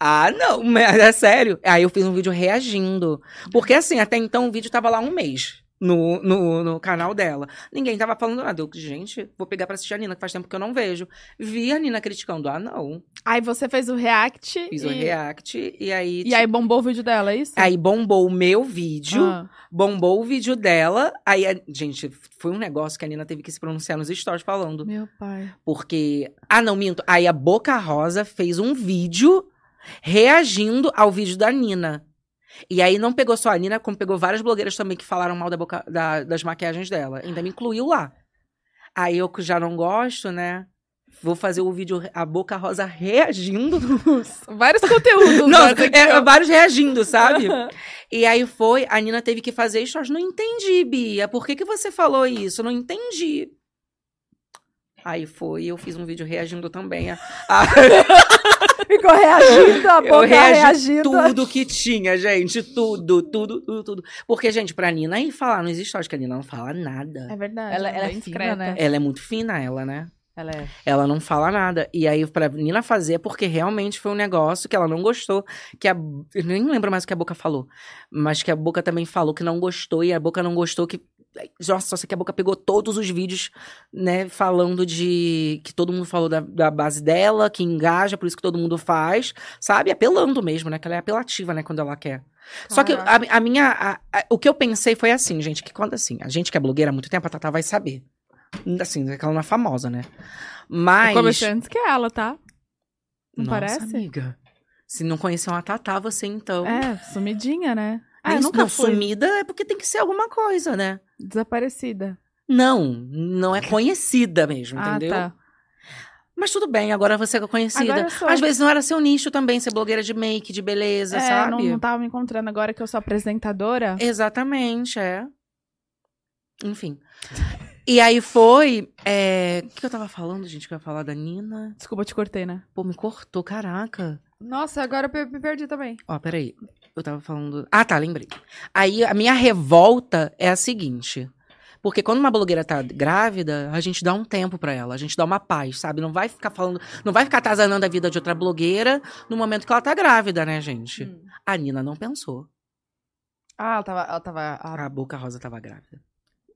[SPEAKER 4] Ah, não, mas é sério. Aí eu fiz um vídeo reagindo. Porque assim, até então o vídeo tava lá um mês no, no, no canal dela. Ninguém tava falando nada. Eu, gente, vou pegar pra assistir a Nina, que faz tempo que eu não vejo. Vi a Nina criticando. Ah, não.
[SPEAKER 3] Aí você fez o react.
[SPEAKER 4] Fiz
[SPEAKER 3] e...
[SPEAKER 4] o react e aí.
[SPEAKER 3] É. E aí bombou o vídeo dela, é isso?
[SPEAKER 4] Aí bombou o meu vídeo,
[SPEAKER 3] Ah.
[SPEAKER 4] bombou o vídeo dela. Aí, a- gente, foi um negócio que a Nina teve que se pronunciar nos stories falando.
[SPEAKER 3] Meu pai.
[SPEAKER 4] Porque. Ah, não, minto. Aí a Boca Rosa fez um vídeo reagindo ao vídeo da Nina. E aí não pegou só a Nina, como pegou várias blogueiras também que falaram mal da boca, da- das maquiagens dela. Ainda me incluiu lá. Aí eu que já não gosto, né? Vou fazer o vídeo a Boca Rosa reagindo.
[SPEAKER 3] Vários conteúdos.
[SPEAKER 4] Não,
[SPEAKER 3] né?
[SPEAKER 4] é, vários reagindo, sabe? E aí foi, a Nina teve que fazer stories. Não entendi, Bia. Por que, que você falou isso? Não entendi. Aí foi, eu fiz um vídeo reagindo também a, a
[SPEAKER 1] Ficou reagindo, a boca
[SPEAKER 4] reagi
[SPEAKER 1] reagindo.
[SPEAKER 4] tudo que tinha, gente. Tudo, tudo, tudo, tudo. Porque, gente, pra Nina ir falar nos stories, que a Nina não fala nada.
[SPEAKER 3] É verdade.
[SPEAKER 2] Ela-
[SPEAKER 3] né?
[SPEAKER 2] ela é
[SPEAKER 3] Bem
[SPEAKER 2] fina,
[SPEAKER 3] discreta.
[SPEAKER 2] né?
[SPEAKER 4] Ela é muito fina, ela, né?
[SPEAKER 2] Ela é.
[SPEAKER 4] Ela não fala nada. E aí, pra Nina fazer, porque realmente foi um negócio que ela não gostou. Que a. Eu nem lembro mais o que a boca falou. Mas que a boca também falou que não gostou. E a boca não gostou que. Nossa, só sei que a boca pegou todos os vídeos, né? Falando de. Que todo mundo falou da, da base dela, que engaja, por isso que todo mundo faz. Sabe? Apelando mesmo, né? Que ela é apelativa, né? Quando ela quer. Só que a, a minha. a- a- o que eu pensei foi assim, gente, que quando assim, a gente que é blogueira há muito tempo, a Tatá vai saber. Assim, é que ela não é famosa, né?
[SPEAKER 3] Eu
[SPEAKER 4] Mas.
[SPEAKER 3] comecei antes que ela, tá? Não
[SPEAKER 4] Nossa,
[SPEAKER 3] parece?
[SPEAKER 4] Amiga. Se não conheceu a Tatá, você então.
[SPEAKER 3] É, sumidinha, né? Ah,
[SPEAKER 4] Nem-
[SPEAKER 3] eu nunca
[SPEAKER 4] não,
[SPEAKER 3] fui.
[SPEAKER 4] sumida é porque tem que ser alguma coisa, né?
[SPEAKER 3] Desaparecida.
[SPEAKER 4] Não, não é conhecida mesmo, entendeu?
[SPEAKER 3] Ah, tá.
[SPEAKER 4] Mas tudo bem, agora você é conhecida.
[SPEAKER 3] Agora eu sou.
[SPEAKER 4] Às vezes não era seu nicho também, ser blogueira de make, de beleza,
[SPEAKER 3] É,
[SPEAKER 4] sabe?
[SPEAKER 3] não, não tava me encontrando agora que eu sou apresentadora.
[SPEAKER 4] Exatamente, é. Enfim. E aí foi. é, O que eu tava falando, gente? Que eu ia falar da Nina.
[SPEAKER 3] Desculpa, eu te cortei, né?
[SPEAKER 4] Pô, me cortou, caraca.
[SPEAKER 2] Nossa, agora eu per- me perdi também.
[SPEAKER 4] Ó, peraí. Eu tava falando. Ah, tá, lembrei. Aí a minha revolta é a seguinte. Porque quando uma blogueira tá grávida, a gente dá um tempo pra ela, a gente dá uma paz, sabe? Não vai ficar falando, não vai ficar atazanando a vida de outra blogueira no momento que ela tá grávida, né, gente?
[SPEAKER 2] Hum.
[SPEAKER 4] A Nina não pensou.
[SPEAKER 2] Ah, ela tava. Ela tava ah,
[SPEAKER 4] A Boca Rosa tava grávida.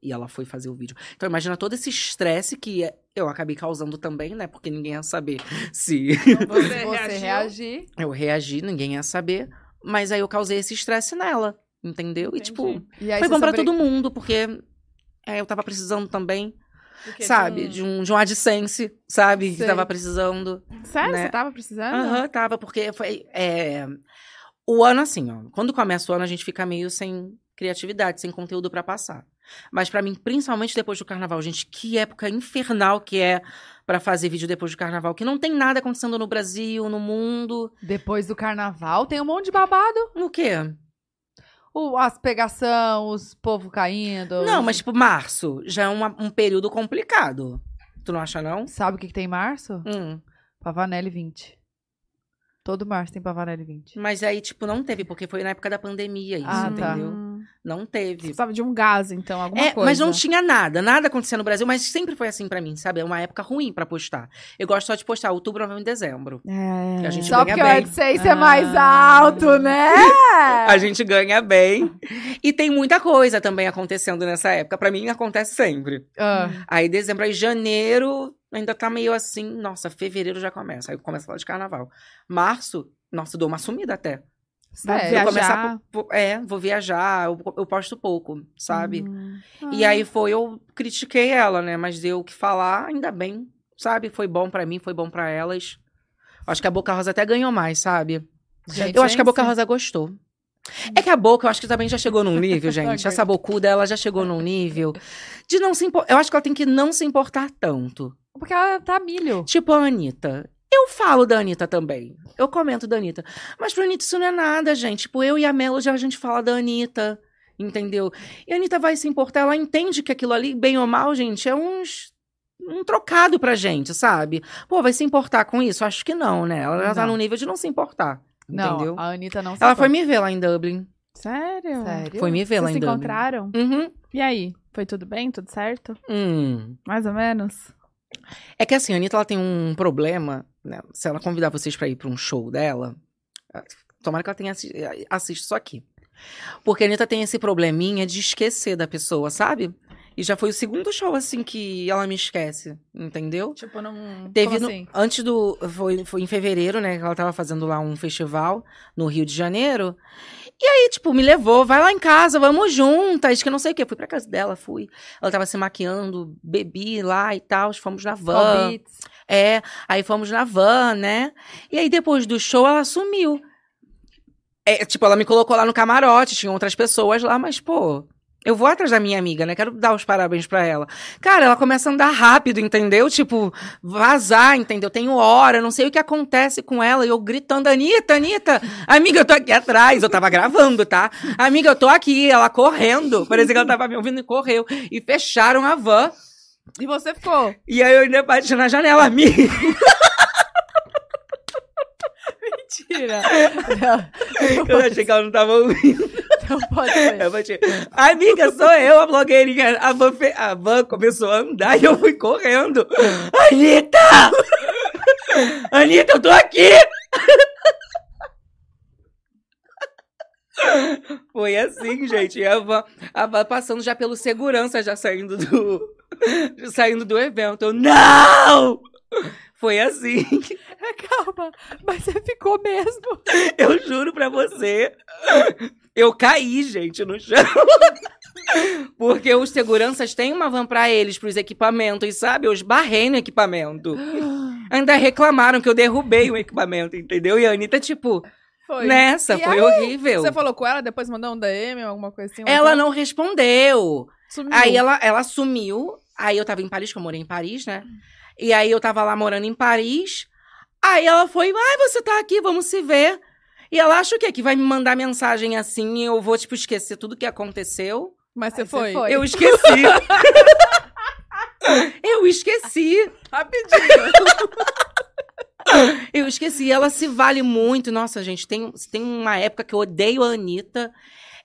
[SPEAKER 4] E ela foi fazer o vídeo. Então imagina todo esse estresse que eu acabei causando também, né? Porque ninguém ia saber se
[SPEAKER 2] você
[SPEAKER 3] reagiu?
[SPEAKER 2] reagir.
[SPEAKER 4] eu reagi, ninguém ia saber. Mas aí eu causei esse estresse nela, entendeu? E tipo,
[SPEAKER 3] Entendi.
[SPEAKER 2] E aí
[SPEAKER 4] foi
[SPEAKER 2] você
[SPEAKER 4] bom pra
[SPEAKER 2] sobre-
[SPEAKER 4] todo mundo, porque é, eu tava precisando também,
[SPEAKER 3] Porque
[SPEAKER 4] sabe? De um, de um AdSense, sabe?
[SPEAKER 2] Sei.
[SPEAKER 4] Que tava precisando.
[SPEAKER 3] um Sério,
[SPEAKER 4] né?
[SPEAKER 3] você tava precisando?
[SPEAKER 4] Aham, tava, porque foi. é, o ano, assim, ó. Quando começa o ano, a gente fica meio sem criatividade, sem conteúdo pra passar. Mas pra mim, principalmente depois do carnaval, gente, que época infernal que é pra fazer vídeo depois do carnaval, que não tem nada acontecendo no Brasil, no mundo.
[SPEAKER 2] Depois do carnaval tem um monte de babado.
[SPEAKER 4] No quê?
[SPEAKER 2] O, as pegação, os povo caindo.
[SPEAKER 4] Não, mas tipo, março já é uma- um período complicado. Tu não acha, não?
[SPEAKER 2] Sabe o que, que tem em março?
[SPEAKER 4] Hum.
[SPEAKER 2] Pavanelli 20. Todo março tem Pavanelli 20.
[SPEAKER 4] Mas aí, tipo, não teve, porque foi na época da pandemia isso,
[SPEAKER 2] Ah, tá.
[SPEAKER 4] entendeu?
[SPEAKER 3] Hum.
[SPEAKER 4] Não
[SPEAKER 3] Você
[SPEAKER 4] teve.
[SPEAKER 3] precisava de um gás, então, alguma
[SPEAKER 4] É,
[SPEAKER 3] coisa.
[SPEAKER 4] mas não tinha nada, nada acontecendo no Brasil, mas sempre foi assim pra mim, sabe? É uma época ruim pra postar. Eu gosto só de postar outubro, novembro e dezembro.
[SPEAKER 1] É.
[SPEAKER 4] Que a gente
[SPEAKER 2] Só
[SPEAKER 4] ganha
[SPEAKER 2] porque o
[SPEAKER 4] bem.
[SPEAKER 2] AdSense é mais
[SPEAKER 3] Ah.
[SPEAKER 2] alto, né?
[SPEAKER 4] A gente ganha bem. E tem muita coisa também acontecendo nessa época. Pra mim acontece sempre.
[SPEAKER 2] Ah,
[SPEAKER 4] Aí dezembro, aí janeiro ainda tá meio assim, nossa, fevereiro já começa. Aí começa a falar de carnaval. Março, nossa, eu dou uma sumida até.
[SPEAKER 3] Vai
[SPEAKER 2] sério.
[SPEAKER 3] viajar.
[SPEAKER 4] Eu É, começar po- po- é, vou viajar, eu, eu posto pouco, sabe?
[SPEAKER 3] Hum.
[SPEAKER 4] E aí foi, eu critiquei ela, né? Mas deu o que falar, ainda bem, sabe? Foi bom pra mim, foi bom pra elas. Acho que a Boca Rosa até ganhou mais, sabe?
[SPEAKER 2] Gente,
[SPEAKER 4] Eu acho que a Boca
[SPEAKER 2] sim.
[SPEAKER 4] Rosa gostou. É que a Boca, eu acho que também já chegou num nível, gente. Essa bocuda, ela já chegou num nível de não se importar. Eu acho que ela tem que não se importar tanto.
[SPEAKER 2] Porque ela tá milho.
[SPEAKER 4] Tipo a Anitta. Eu falo da Anitta também. Eu comento da Anitta. Mas pra Anitta isso não é nada, gente. Tipo, eu e a Melody, a gente fala da Anitta. Entendeu? E a Anitta vai se importar. Ela entende que aquilo ali, bem ou mal, gente, é uns... Um trocado pra gente, sabe? Pô, vai se importar com isso? Acho que não, né? Ela já tá
[SPEAKER 2] Não.
[SPEAKER 4] num nível de não se importar.
[SPEAKER 2] Não,
[SPEAKER 4] Entendeu?
[SPEAKER 2] a Anitta não se
[SPEAKER 4] Ela foi
[SPEAKER 2] importa.
[SPEAKER 4] me ver lá em Dublin.
[SPEAKER 3] Ah, Sério?
[SPEAKER 2] Sério?
[SPEAKER 4] Foi me ver lá
[SPEAKER 3] Vocês se
[SPEAKER 4] em Dublin.
[SPEAKER 3] encontraram?
[SPEAKER 4] Uhum.
[SPEAKER 3] E aí? Foi tudo bem? Tudo certo?
[SPEAKER 4] Hum.
[SPEAKER 3] Mais ou menos?
[SPEAKER 4] É que assim, a Anitta ela tem um problema, né? Se ela convidar vocês pra ir pra um show dela, ah, tomara que ela tenha assi- assista isso aqui. Porque a Anitta tem esse probleminha de esquecer da pessoa, sabe? E já foi o segundo show assim que ela me esquece, entendeu?
[SPEAKER 3] Tipo, não.
[SPEAKER 4] Teve
[SPEAKER 2] Como
[SPEAKER 4] no-
[SPEAKER 2] assim?
[SPEAKER 4] antes do foi, foi em fevereiro, né, que ela tava fazendo lá um festival no Rio de Janeiro. E aí, tipo, me levou, vai lá em casa, vamos juntas, que não sei o quê. Fui pra casa dela, fui. Ela tava se maquiando, bebi lá e tal, fomos na van.
[SPEAKER 2] All Beats.
[SPEAKER 4] É, aí fomos na van, né? E aí depois do show ela sumiu. É, tipo, ela me colocou lá no camarote, tinha outras pessoas lá, mas pô, eu vou atrás da minha amiga, né? Quero dar os parabéns pra ela. Cara, ela começa a andar rápido, entendeu? Tipo, vazar, entendeu? Tenho hora, não sei o que acontece com ela. E eu gritando, Anitta, Anitta, amiga, eu tô aqui atrás. Eu tava gravando, tá? Amiga, eu tô aqui. Ela correndo. Parecia que ela tava me ouvindo e correu. E fecharam a van.
[SPEAKER 3] E você ficou?
[SPEAKER 4] E aí eu ainda bati na janela, amiga.
[SPEAKER 3] Mentira!
[SPEAKER 4] Eu achei que ela não tava ouvindo.
[SPEAKER 3] Não pode ser.
[SPEAKER 4] Eu bati. Amiga, sou eu, a blogueirinha. A van, fe- a van começou a andar e eu fui correndo. Anitta! Anitta, eu tô aqui! Foi assim, gente. E A van, a van passando já pelo segurança, já saindo do. Saindo do evento. Eu, não! Foi assim.
[SPEAKER 3] É,
[SPEAKER 2] Calma, mas você ficou mesmo.
[SPEAKER 4] Eu juro pra você. Eu caí, gente, no chão. Porque os seguranças têm uma van pra eles, pros equipamentos, sabe? Eu esbarrei no equipamento. Ainda reclamaram que eu derrubei o equipamento, entendeu? E a Anitta, tipo,
[SPEAKER 3] Foi.
[SPEAKER 4] nessa,
[SPEAKER 3] E aí?
[SPEAKER 4] foi horrível.
[SPEAKER 3] Você falou com ela, depois mandou um DM ou alguma coisa assim?
[SPEAKER 4] Ela não respondeu.
[SPEAKER 3] Sumiu.
[SPEAKER 4] Aí ela, ela sumiu. Aí eu tava em Paris, que eu morei em Paris, né? E aí eu tava lá morando em Paris. Aí ela foi, ai, você tá aqui, vamos se ver. E ela acha o quê? Que vai me mandar mensagem assim e eu vou, tipo, esquecer tudo que aconteceu.
[SPEAKER 3] Mas você
[SPEAKER 2] Aí você
[SPEAKER 3] foi.
[SPEAKER 2] foi.
[SPEAKER 4] Eu esqueci. eu esqueci.
[SPEAKER 3] Rapidinho.
[SPEAKER 4] Eu esqueci. Ela se vale muito. Nossa, gente, tem, tem uma época que eu odeio a Anitta.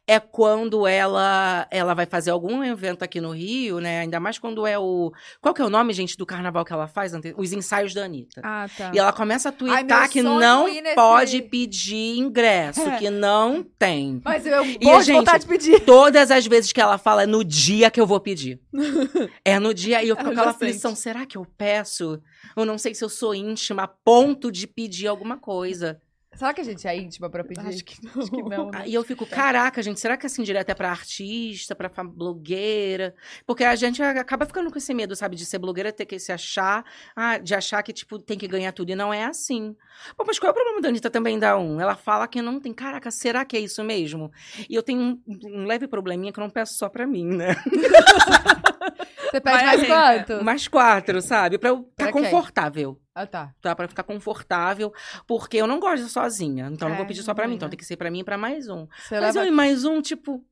[SPEAKER 4] É quando ela ela vai fazer algum evento aqui no Rio, né? Ainda mais quando é o. Qual que é o nome, gente, do carnaval que ela faz? ante- Os ensaios da Anitta.
[SPEAKER 3] ah, tá.
[SPEAKER 4] E ela começa a twittar
[SPEAKER 2] meu
[SPEAKER 4] que
[SPEAKER 2] sonho
[SPEAKER 4] não
[SPEAKER 2] é ir nesse-
[SPEAKER 4] pode pedir ingresso,
[SPEAKER 2] É.
[SPEAKER 4] que não tem.
[SPEAKER 2] Mas eu
[SPEAKER 4] E,
[SPEAKER 2] morro de
[SPEAKER 4] gente,
[SPEAKER 2] vontade de pedir.
[SPEAKER 4] Todas as vezes que ela fala, é no dia que eu vou pedir. É no dia. E eu fico com
[SPEAKER 3] Ela já
[SPEAKER 4] aquela aflição: será que eu peço? Eu não sei se eu sou íntima a ponto de pedir alguma coisa.
[SPEAKER 2] Será que a gente é íntima pra pedir?
[SPEAKER 3] Acho que não.
[SPEAKER 2] Acho que não. né?
[SPEAKER 4] Ah, E eu fico, caraca, gente, será que assim direto é pra artista, pra fa- blogueira? Porque a gente acaba ficando com esse medo, sabe, de ser blogueira, ter que se achar, ah, de achar que, tipo, tem que ganhar tudo. E não é assim. Pô, mas qual é o problema da Anitta também da um? Ela fala que não tem. Caraca, será que é isso mesmo? E eu tenho um, um leve probleminha que eu não peço só pra mim, né?
[SPEAKER 2] Você pede
[SPEAKER 3] Vai,
[SPEAKER 2] mais
[SPEAKER 3] Rita.
[SPEAKER 2] quanto?
[SPEAKER 4] Mais quatro, sabe? Pra eu ficar
[SPEAKER 2] Pra quem?
[SPEAKER 4] confortável.
[SPEAKER 2] Ah, tá.
[SPEAKER 4] Tá? Pra eu ficar confortável. Porque eu não gosto de ser sozinha. Então
[SPEAKER 3] É,
[SPEAKER 4] eu não vou pedir só pra
[SPEAKER 3] ruim,
[SPEAKER 4] mim. Então
[SPEAKER 3] né?
[SPEAKER 4] tem que ser pra mim e pra mais um.
[SPEAKER 2] Você
[SPEAKER 4] Mas eu
[SPEAKER 2] leva...
[SPEAKER 4] e mais um, tipo,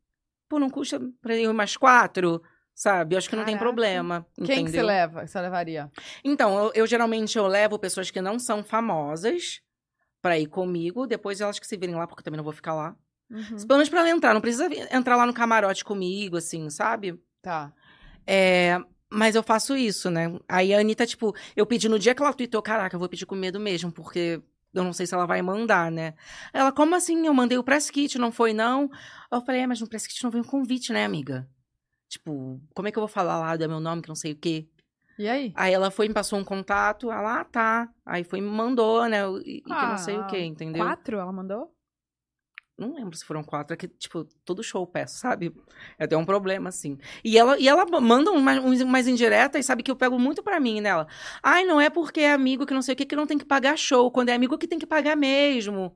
[SPEAKER 4] pô, não custa pra eu e mais quatro, sabe? Eu acho que não tem
[SPEAKER 3] Caraca.
[SPEAKER 4] problema.
[SPEAKER 2] Quem que você
[SPEAKER 4] entendeu?
[SPEAKER 2] leva? Você levaria?
[SPEAKER 4] Então, eu, eu geralmente eu levo pessoas que não são famosas pra ir comigo, depois elas que se virem lá, porque eu também não vou ficar lá.
[SPEAKER 3] Uhum.
[SPEAKER 4] Pelo menos pra ela entrar. Não precisa vir- entrar lá no camarote comigo, assim, sabe?
[SPEAKER 2] Tá.
[SPEAKER 4] É, mas eu faço isso, né? Aí a Anitta, tipo, eu pedi no dia que ela tweetou, caraca, eu vou pedir com medo mesmo, porque eu não sei se ela vai mandar, né? Ela, como assim? Eu mandei o press kit, não foi não? Eu falei, é, mas no press kit não veio um convite, né, amiga? Tipo, como é que eu vou falar lá do meu nome, que não sei o quê?
[SPEAKER 2] E aí?
[SPEAKER 4] Aí ela foi, me passou um contato, ela, ah, tá. Aí foi, e me mandou, né? E, e que não sei o quê, entendeu?
[SPEAKER 3] Quatro ela mandou?
[SPEAKER 4] Não lembro se foram quatro. É que, tipo, todo show eu peço, sabe? É até um problema, assim. E ela, e ela manda umas, uns- umas indiretas, sabe? Que eu pego muito pra mim nela. Ai, não é porque é amigo que não sei o que que não tem que pagar show. Quando é amigo que tem que pagar mesmo.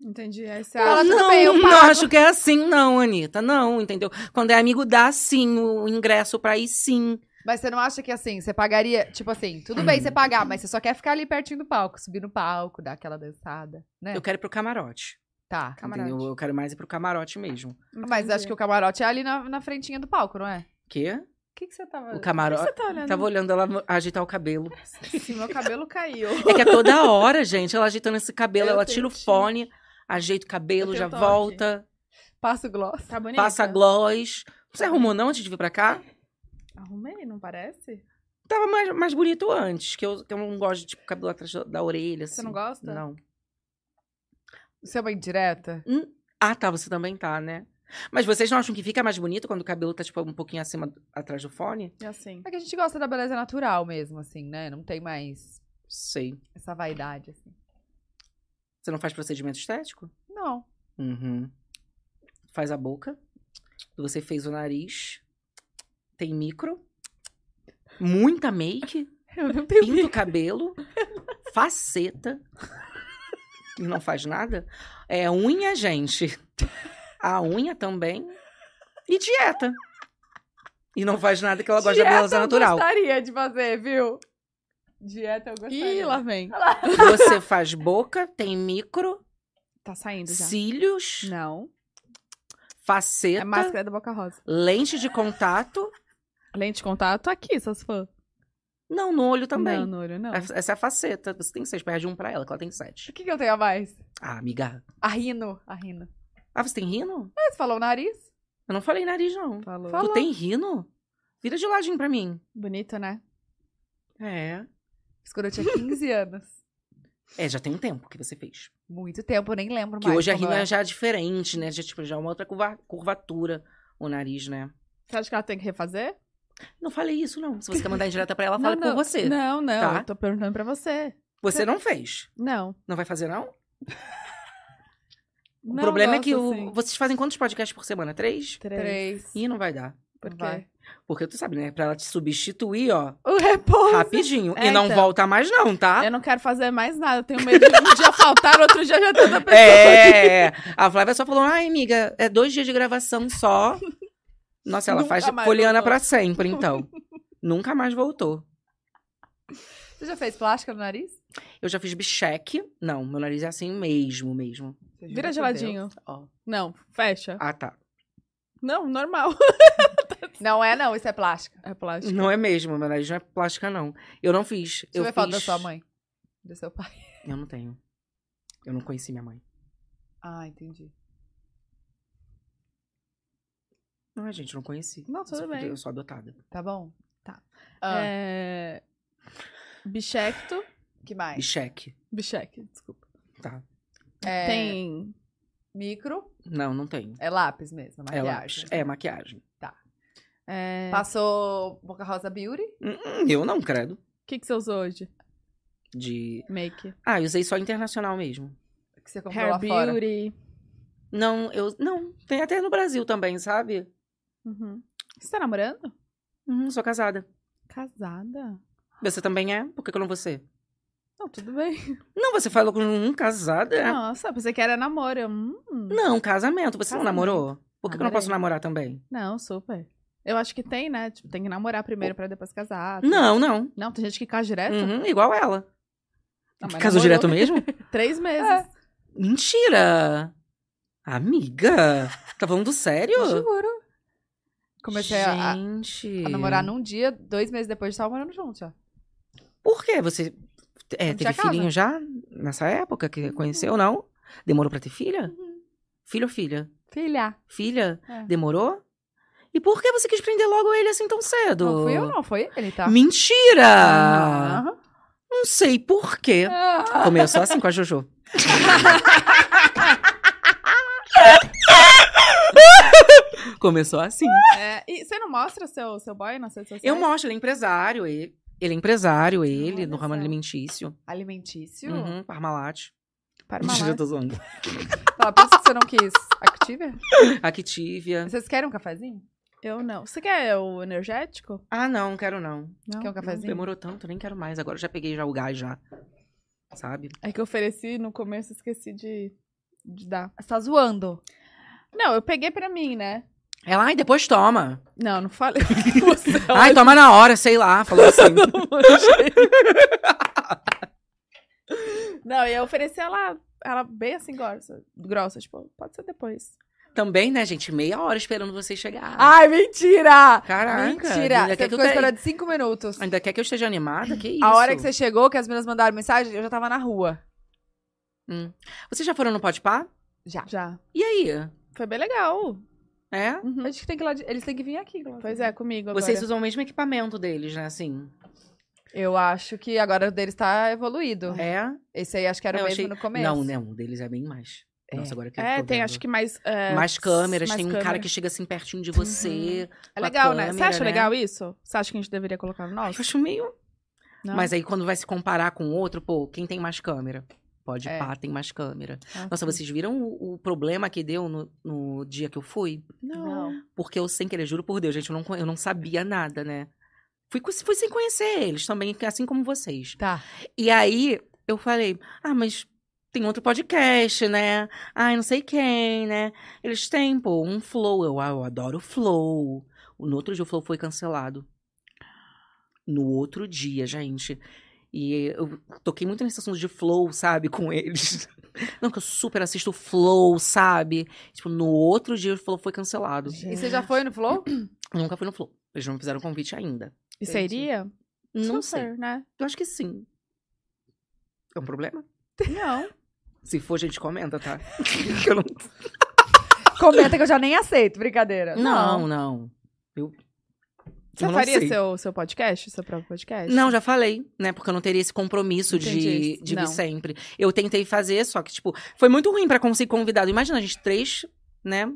[SPEAKER 1] Entendi. Aí você
[SPEAKER 2] Fala,
[SPEAKER 4] Eu,
[SPEAKER 2] tudo
[SPEAKER 4] não,
[SPEAKER 2] bem, eu
[SPEAKER 4] não
[SPEAKER 2] pago.
[SPEAKER 4] acho que é assim, não, Anitta. Não, entendeu? Quando é amigo, dá sim o ingresso pra ir sim.
[SPEAKER 2] Mas você não acha que assim, você pagaria, tipo assim, tudo bem você pagar, mas você só quer ficar ali pertinho do palco, subir no palco, dar aquela dançada, né?
[SPEAKER 4] Eu quero ir pro camarote.
[SPEAKER 2] Tá.
[SPEAKER 4] entendeu?
[SPEAKER 1] Camarote.
[SPEAKER 4] Eu quero mais ir pro camarote mesmo.
[SPEAKER 2] Mas acho que o camarote é ali na, na frentinha do palco, não é?
[SPEAKER 4] Quê?
[SPEAKER 2] O que, que você tava.
[SPEAKER 4] O camarote.
[SPEAKER 2] é
[SPEAKER 3] Você tá olhando?
[SPEAKER 4] Tava olhando ela agitar o cabelo.
[SPEAKER 3] Se meu cabelo caiu.
[SPEAKER 4] É que é toda hora, gente. Ela ajeitando esse cabelo,
[SPEAKER 3] Eu
[SPEAKER 4] ela
[SPEAKER 3] tenho
[SPEAKER 4] tira o
[SPEAKER 3] tido.
[SPEAKER 4] fone, ajeita o cabelo,
[SPEAKER 3] Eu
[SPEAKER 4] já
[SPEAKER 3] tenho toque.
[SPEAKER 4] volta,
[SPEAKER 2] Passa o gloss.
[SPEAKER 3] Tá bonita?
[SPEAKER 4] passa gloss. Você arrumou não antes de vir pra cá?
[SPEAKER 3] Arrumei, não parece?
[SPEAKER 4] Tava mais, mais bonito antes, que eu, que eu não gosto de tipo, cabelo atrás da, da orelha, assim.
[SPEAKER 3] Você não gosta?
[SPEAKER 4] Não.
[SPEAKER 2] Isso é uma indireta?
[SPEAKER 4] Ah, tá, você também tá, né? Mas vocês não acham que fica mais bonito quando o cabelo tá, tipo, um pouquinho acima, do- atrás do fone?
[SPEAKER 3] É assim.
[SPEAKER 2] É que a gente gosta da beleza natural mesmo, assim, né? Não tem mais
[SPEAKER 4] Sei.
[SPEAKER 2] essa vaidade, assim.
[SPEAKER 4] Você não faz procedimento estético?
[SPEAKER 2] Não.
[SPEAKER 4] Uhum. Faz a boca. Você fez o nariz. Tem micro. Muita make.
[SPEAKER 2] Eu não tenho.
[SPEAKER 4] pinta o cabelo, faceta. E não faz nada. É unha, gente. A unha também. E dieta. E não faz nada que ela gosta da beleza natural.
[SPEAKER 2] gostaria de fazer, viu? Dieta eu gostaria.
[SPEAKER 3] Ih, lá vem.
[SPEAKER 4] Você faz boca, tem micro,
[SPEAKER 3] Tá saindo já.
[SPEAKER 4] cílios,
[SPEAKER 3] Não.
[SPEAKER 4] faceta,
[SPEAKER 3] É máscara da Boca Rosa.
[SPEAKER 4] lente de contato.
[SPEAKER 3] Lente de contato aqui, seus fãs.
[SPEAKER 4] Não, no olho também.
[SPEAKER 3] Não, no olho, não.
[SPEAKER 4] Essa é a faceta. Você tem seis, perde um pra ela, que ela tem
[SPEAKER 2] O
[SPEAKER 4] sete.
[SPEAKER 2] que, que eu tenho a mais?
[SPEAKER 4] Ah, amiga.
[SPEAKER 2] A rino. A rino.
[SPEAKER 4] Ah, você tem rino?
[SPEAKER 2] Ah, Você falou o nariz?
[SPEAKER 4] Eu não falei nariz, não.
[SPEAKER 3] Falou.
[SPEAKER 2] Fala.
[SPEAKER 4] Tu tem rino? Vira de ladinho pra mim.
[SPEAKER 3] Bonito, né?
[SPEAKER 4] É.
[SPEAKER 2] Fiz quando eu tinha 15 anos.
[SPEAKER 4] É, já tem um tempo que você fez.
[SPEAKER 2] Muito tempo, eu nem lembro
[SPEAKER 4] Porque
[SPEAKER 2] mais.
[SPEAKER 4] hoje a
[SPEAKER 2] como
[SPEAKER 4] rima
[SPEAKER 2] eu
[SPEAKER 4] já é diferente, né? Já, tipo, já é uma outra curva- curvatura o nariz, né?
[SPEAKER 3] Você acha que ela tem que refazer?
[SPEAKER 4] Não falei isso, não. Se você quer mandar em direta pra ela,
[SPEAKER 3] Não,
[SPEAKER 4] fala
[SPEAKER 3] não.
[SPEAKER 4] por você.
[SPEAKER 3] Não, não.
[SPEAKER 4] Tá.
[SPEAKER 3] Eu tô perguntando pra você.
[SPEAKER 4] Você não fez.
[SPEAKER 3] Não.
[SPEAKER 4] Não vai fazer, não? O
[SPEAKER 3] Não
[SPEAKER 4] problema é
[SPEAKER 3] gosto
[SPEAKER 4] que o-
[SPEAKER 3] assim.
[SPEAKER 4] vocês fazem quantos podcasts por semana? Três?
[SPEAKER 3] Três.
[SPEAKER 2] era. Três.
[SPEAKER 4] Ih, não vai dar.
[SPEAKER 3] Por
[SPEAKER 2] Não
[SPEAKER 3] quê?
[SPEAKER 2] vai.
[SPEAKER 4] Porque tu sabe, né? Pra ela te substituir, ó,
[SPEAKER 3] O repouso.
[SPEAKER 4] rapidinho.
[SPEAKER 3] É,
[SPEAKER 4] e não
[SPEAKER 3] então.
[SPEAKER 4] volta mais, não, tá?
[SPEAKER 3] Eu não quero fazer mais nada. Eu tenho medo de um dia faltar, outro dia já tô na pessoa.
[SPEAKER 4] É, a Flávia só falou, ai, amiga, é dois dias de gravação só. Nossa, ela
[SPEAKER 3] Nunca
[SPEAKER 4] faz
[SPEAKER 3] mais
[SPEAKER 4] poliana
[SPEAKER 3] voltou.
[SPEAKER 4] pra sempre, então. Nunca mais voltou. é
[SPEAKER 2] Você já fez plástica no nariz?
[SPEAKER 4] Eu já fiz bicheque. Não, meu nariz é assim mesmo, mesmo.
[SPEAKER 3] Vira geladinho.
[SPEAKER 4] Ó.
[SPEAKER 3] Não, fecha.
[SPEAKER 4] Ah, tá.
[SPEAKER 3] Não, normal.
[SPEAKER 2] Não é, não. Isso é plástica.
[SPEAKER 3] É plástico.
[SPEAKER 4] Não é mesmo, meu nariz não é plástica, não. Eu não fiz.
[SPEAKER 2] Deixa eu
[SPEAKER 4] eu
[SPEAKER 2] ver
[SPEAKER 4] fiz...
[SPEAKER 2] foto da sua mãe. Do seu pai.
[SPEAKER 4] Eu não tenho. Eu não conheci minha mãe.
[SPEAKER 2] Ah, entendi.
[SPEAKER 4] Não, é, gente, eu não conheci.
[SPEAKER 3] Não, tudo
[SPEAKER 4] Só porque
[SPEAKER 3] bem.
[SPEAKER 4] Eu sou adotada.
[SPEAKER 2] Tá bom?
[SPEAKER 3] Tá.
[SPEAKER 2] Ah,
[SPEAKER 3] É... Bichecto.
[SPEAKER 2] É, que mais?
[SPEAKER 4] Bicheque,
[SPEAKER 3] Bicheque, desculpa.
[SPEAKER 4] tá?
[SPEAKER 2] É,
[SPEAKER 3] Tem
[SPEAKER 2] micro.
[SPEAKER 4] Não, não tenho.
[SPEAKER 2] É lápis mesmo,
[SPEAKER 4] É
[SPEAKER 2] maquiagem.
[SPEAKER 4] lápis. É maquiagem.
[SPEAKER 3] É...
[SPEAKER 2] Passou Boca Rosa Beauty.
[SPEAKER 4] Hum, Eu não credo.
[SPEAKER 3] O que, que você usou hoje?
[SPEAKER 4] De.
[SPEAKER 3] Make.
[SPEAKER 4] Ah, eu usei só internacional mesmo.
[SPEAKER 2] Que você comprou lá
[SPEAKER 3] Hair
[SPEAKER 2] fora.
[SPEAKER 3] beauty.
[SPEAKER 4] Não, eu. Não, tem até no Brasil também, sabe?
[SPEAKER 3] Uhum. Você tá namorando?
[SPEAKER 4] Uhum, sou casada.
[SPEAKER 3] Casada?
[SPEAKER 4] Você também é? Por que, que eu não vou ser?
[SPEAKER 3] Não, tudo bem.
[SPEAKER 4] Não, você falou com um casada? é?
[SPEAKER 3] Nossa, pensei que era namoro. Eu, hum,
[SPEAKER 4] Não, casamento. Você não
[SPEAKER 3] Casamento.
[SPEAKER 4] namorou? Por que, que eu não
[SPEAKER 3] Namorei.
[SPEAKER 4] posso namorar também?
[SPEAKER 3] Não, super. Eu acho que tem, né? Tipo, tem que namorar primeiro pra depois casar. Tem-
[SPEAKER 4] Não, não.
[SPEAKER 3] Não, tem gente que
[SPEAKER 2] É
[SPEAKER 3] casa direto.
[SPEAKER 4] Uhum, igual ela.
[SPEAKER 3] Não, mas namorou
[SPEAKER 4] Casou direto É, mesmo?
[SPEAKER 3] Três meses.
[SPEAKER 4] Mentira! Amiga! Tá falando sério?
[SPEAKER 2] Juro. Comecei a, a-
[SPEAKER 4] Gente.
[SPEAKER 2] a namorar num dia, dois meses depois de estar morando junto já.
[SPEAKER 4] Por quê? Você é,
[SPEAKER 2] Não
[SPEAKER 4] teve
[SPEAKER 2] tinha casa. Uhum.
[SPEAKER 4] filhinho já? Nessa época que conheceu, não? Demorou pra ter filha? Filho ou filha?
[SPEAKER 2] Filha.
[SPEAKER 4] Filha?
[SPEAKER 2] É.
[SPEAKER 4] Demorou? E por que você quis prender logo ele assim tão cedo?
[SPEAKER 2] Não fui eu, não. Foi ele, tá?
[SPEAKER 4] Mentira!
[SPEAKER 2] Aham.
[SPEAKER 4] Não sei por quê.
[SPEAKER 2] Ah.
[SPEAKER 4] Começou assim com a Jojo. Começou assim.
[SPEAKER 3] É, e você não mostra seu, seu boy nas redes sociais?
[SPEAKER 4] Eu mostro, ele é empresário, ele. Ele é empresário, ele,
[SPEAKER 3] Olha
[SPEAKER 4] no ramo
[SPEAKER 3] só.
[SPEAKER 4] alimentício.
[SPEAKER 2] Alimentício?
[SPEAKER 4] Uhum, Parmalat.
[SPEAKER 2] Para
[SPEAKER 4] Mentira,
[SPEAKER 2] mamar.
[SPEAKER 3] né?
[SPEAKER 4] eu tô zoando.
[SPEAKER 2] Fala, por isso que você não quis. Activa?
[SPEAKER 4] Activia.
[SPEAKER 2] Vocês querem um cafezinho?
[SPEAKER 3] Eu não. Você quer o energético?
[SPEAKER 4] Ah, não, quero não.
[SPEAKER 2] Quer um cafezinho?
[SPEAKER 4] Demorou tanto, nem quero mais agora. Já peguei já o gás já. Sabe?
[SPEAKER 3] É que eu ofereci no começo e esqueci de, de dar.
[SPEAKER 2] Você tá zoando.
[SPEAKER 3] Não, eu peguei pra mim, né?
[SPEAKER 4] Ela, ai, depois toma.
[SPEAKER 3] Não, não falei. Você
[SPEAKER 2] Então,
[SPEAKER 3] é
[SPEAKER 4] Ai, toma na hora, sei lá. Falou assim.
[SPEAKER 3] Não, e eu ofereci ela, ela bem assim, grossa, grossa, tipo, pode ser depois.
[SPEAKER 4] Também, né, gente? Meia hora esperando você chegar.
[SPEAKER 2] Ai, mentira!
[SPEAKER 4] Caraca.
[SPEAKER 2] Ah, mentira!
[SPEAKER 4] Ainda
[SPEAKER 2] Você
[SPEAKER 4] quer, que eu
[SPEAKER 2] ficou
[SPEAKER 4] tenha-
[SPEAKER 2] esperando cinco minutos.
[SPEAKER 4] ainda quer que eu esteja animada? Que isso?
[SPEAKER 2] A hora que você chegou, que as meninas mandaram mensagem, eu já tava na rua.
[SPEAKER 4] Vocês já foram no Podpah?
[SPEAKER 2] Já.
[SPEAKER 3] Já.
[SPEAKER 4] E aí?
[SPEAKER 3] Foi bem legal.
[SPEAKER 4] É?
[SPEAKER 2] Eu Acho que tem que ir lá de- eles têm que vir aqui. Glauco.
[SPEAKER 3] Pois é, comigo agora.
[SPEAKER 4] Vocês usam o mesmo equipamento deles, né? Assim.
[SPEAKER 2] Eu acho que agora o deles tá evoluído.
[SPEAKER 4] É?
[SPEAKER 2] Esse aí acho que era o
[SPEAKER 4] Eu
[SPEAKER 2] mesmo
[SPEAKER 4] achei-
[SPEAKER 2] no começo.
[SPEAKER 4] Não, né? Um deles é bem mais.
[SPEAKER 2] É.
[SPEAKER 4] Nossa, agora que eu
[SPEAKER 3] É,
[SPEAKER 4] tô
[SPEAKER 3] tem
[SPEAKER 4] vendo.
[SPEAKER 3] acho que mais... é,
[SPEAKER 4] Mais câmeras,
[SPEAKER 3] mais
[SPEAKER 4] tem um cara
[SPEAKER 3] câmera.
[SPEAKER 4] que chega assim pertinho de
[SPEAKER 2] Uhum.
[SPEAKER 4] você.
[SPEAKER 3] É
[SPEAKER 4] com a
[SPEAKER 3] legal, né? Você
[SPEAKER 4] câmera,
[SPEAKER 3] acha
[SPEAKER 4] né?
[SPEAKER 3] legal isso? Você acha que a gente deveria colocar no
[SPEAKER 4] Eu
[SPEAKER 3] nosso?
[SPEAKER 4] acho meio. né?
[SPEAKER 3] Não?
[SPEAKER 4] Mas aí quando vai se comparar com o outro, pô, quem tem mais câmera? Pode
[SPEAKER 2] É.
[SPEAKER 4] pá, tem mais câmera.
[SPEAKER 2] Ah,
[SPEAKER 4] Nossa, vocês viram o, o problema que deu no, no dia que eu fui?
[SPEAKER 3] Não.
[SPEAKER 4] Porque eu, sem querer, juro por Deus, gente, eu não, con- eu não sabia nada, né? Fui, co- fui sem conhecer eles também, assim como vocês.
[SPEAKER 2] Tá.
[SPEAKER 4] E aí eu falei, ah, mas tem outro podcast, né? Ai, não sei quem, né? Eles têm, pô, um flow. Eu, ah, eu adoro o flow. O- No outro dia o flow foi cancelado. No outro dia, gente. E eu toquei muito nesse assunto de flow, sabe, com eles. Não, que eu super assisto flow, sabe? Tipo, no outro dia o flow foi cancelado.
[SPEAKER 2] E você já foi no Flow?
[SPEAKER 4] Nunca fui no flow. Eles não me fizeram convite ainda.
[SPEAKER 3] E seria?
[SPEAKER 4] Não sei.
[SPEAKER 3] Super, né?
[SPEAKER 4] Eu acho que sim. É um problema?
[SPEAKER 3] Não.
[SPEAKER 4] Se for, a gente comenta, tá? Que eu não...
[SPEAKER 2] Comenta que eu já nem aceito, brincadeira.
[SPEAKER 4] não, não. Eu...
[SPEAKER 3] Você
[SPEAKER 4] eu não
[SPEAKER 3] faria
[SPEAKER 4] sei.
[SPEAKER 3] seu, seu podcast? Seu próprio podcast?
[SPEAKER 4] Não, já falei, né? Porque eu não teria esse compromisso de,
[SPEAKER 3] Entendi.
[SPEAKER 4] de vir
[SPEAKER 3] Não.
[SPEAKER 4] sempre. Eu tentei fazer, só que, tipo, foi muito ruim pra conseguir convidado. Imagina, a gente, três, né?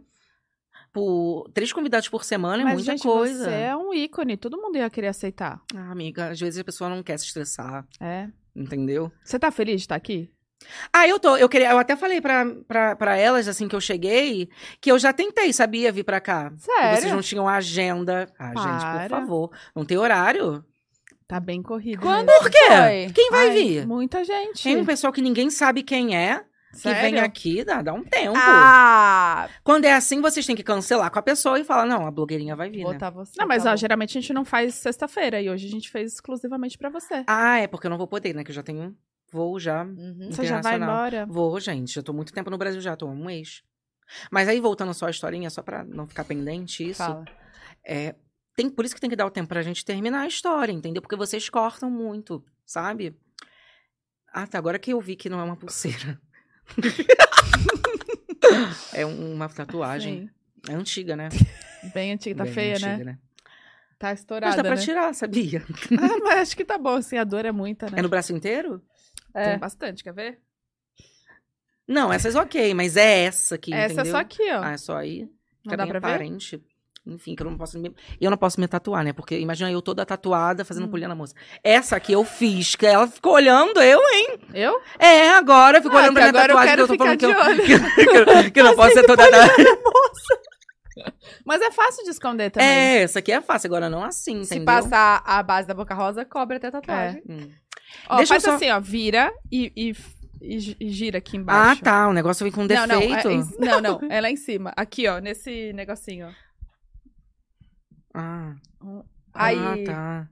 [SPEAKER 4] Por... Três convidados por semana é
[SPEAKER 3] Mas,
[SPEAKER 4] muita
[SPEAKER 3] gente,
[SPEAKER 4] coisa.
[SPEAKER 3] você é um ícone. Todo mundo ia querer aceitar.
[SPEAKER 4] Ah, amiga, às vezes a pessoa não quer se estressar,
[SPEAKER 3] É.
[SPEAKER 4] entendeu?
[SPEAKER 3] Você tá feliz de estar aqui?
[SPEAKER 4] Ah, eu tô. Eu, queria, eu até falei pra, pra, pra elas, assim, que eu cheguei, que eu já tentei, sabia, vir pra cá. E
[SPEAKER 2] Sério?
[SPEAKER 4] Vocês não tinham agenda. Ah, gente,
[SPEAKER 3] Para.
[SPEAKER 4] por favor. Não tem horário?
[SPEAKER 3] Tá bem corrido.
[SPEAKER 2] Quando
[SPEAKER 3] mesmo.
[SPEAKER 4] Por quê?
[SPEAKER 2] Foi.
[SPEAKER 4] Quem vai
[SPEAKER 3] Ai,
[SPEAKER 4] vir?
[SPEAKER 3] Muita gente.
[SPEAKER 4] Tem um pessoal que ninguém sabe quem é, que vem
[SPEAKER 3] Sério?
[SPEAKER 4] aqui, dá, dá um tempo.
[SPEAKER 2] Ah!
[SPEAKER 4] Quando é assim, vocês têm que cancelar com a pessoa e falar, não, a blogueirinha vai vir, né?
[SPEAKER 2] Botar você.
[SPEAKER 3] Não, mas
[SPEAKER 2] tá
[SPEAKER 3] ó,
[SPEAKER 2] bom.
[SPEAKER 3] geralmente a gente não faz sexta-feira e hoje a gente fez exclusivamente pra você.
[SPEAKER 4] Ah, é porque eu não vou poder, né? Que eu já tenho voo já.
[SPEAKER 2] Uhum.
[SPEAKER 3] Você já vai
[SPEAKER 4] internacional.
[SPEAKER 3] embora.
[SPEAKER 4] Vou, gente. Já tô muito tempo no Brasil já, tô há um mês. Mas aí, voltando só a historinha, só pra não ficar pendente isso.
[SPEAKER 2] Fala.
[SPEAKER 4] É, tem, por isso que tem que dar o tempo pra gente terminar a história, entendeu? Porque vocês cortam muito, sabe? Ah, tá. Agora que eu vi que não é uma pulseira. é um- uma tatuagem.
[SPEAKER 3] Sim.
[SPEAKER 4] É antiga, né?
[SPEAKER 3] Bem antiga, tá
[SPEAKER 4] Bem
[SPEAKER 3] feia,
[SPEAKER 4] antiga,
[SPEAKER 3] né?
[SPEAKER 4] né?
[SPEAKER 3] Tá
[SPEAKER 4] Mas
[SPEAKER 3] estourada,
[SPEAKER 4] dá pra
[SPEAKER 3] né?
[SPEAKER 4] tirar, sabia?
[SPEAKER 3] Ah, mas acho que tá bom, assim, a dor é muita, né?
[SPEAKER 4] É no braço inteiro?
[SPEAKER 3] Tem
[SPEAKER 2] É.
[SPEAKER 3] bastante, quer ver?
[SPEAKER 4] Não, essas ok, mas é essa aqui,
[SPEAKER 3] Essa é
[SPEAKER 4] entendeu?
[SPEAKER 3] só aqui, ó.
[SPEAKER 4] Ah, é só aí.
[SPEAKER 3] não
[SPEAKER 4] Fica
[SPEAKER 3] dá
[SPEAKER 4] bem
[SPEAKER 3] pra ver?
[SPEAKER 4] aparente. Enfim, que eu não posso me... Eu não posso me tatuar, né? Porque imagina eu toda tatuada fazendo
[SPEAKER 3] Hum.
[SPEAKER 4] colher na moça. Essa aqui eu fiz, que ela ficou olhando eu, hein?
[SPEAKER 3] Eu?
[SPEAKER 4] É, agora eu fico
[SPEAKER 3] Ah,
[SPEAKER 4] olhando pra
[SPEAKER 3] que
[SPEAKER 4] minha
[SPEAKER 3] agora eu
[SPEAKER 4] tatuagem
[SPEAKER 3] quero
[SPEAKER 4] que eu tô falando que eu,
[SPEAKER 3] ficar
[SPEAKER 4] que eu- que eu não posso ser toda...
[SPEAKER 3] Mas é fácil de esconder também.
[SPEAKER 4] É, essa aqui é fácil, agora não assim,
[SPEAKER 2] Se
[SPEAKER 4] entendeu?
[SPEAKER 2] passar a base da boca rosa, cobre até a tatuagem.
[SPEAKER 4] Hum.
[SPEAKER 3] Ó,
[SPEAKER 4] Deixa eu
[SPEAKER 3] faz
[SPEAKER 4] só-
[SPEAKER 3] assim, ó, vira e, e, e gi- e gira aqui
[SPEAKER 4] Ah,
[SPEAKER 3] embaixo.
[SPEAKER 4] tá, o negócio vem com
[SPEAKER 3] Não, não, é,
[SPEAKER 4] defeito.
[SPEAKER 3] é em- não, não, é lá em cima. Aqui, ó, nesse negocinho, ó.
[SPEAKER 4] Ah,
[SPEAKER 2] Aí.
[SPEAKER 4] ah, tá.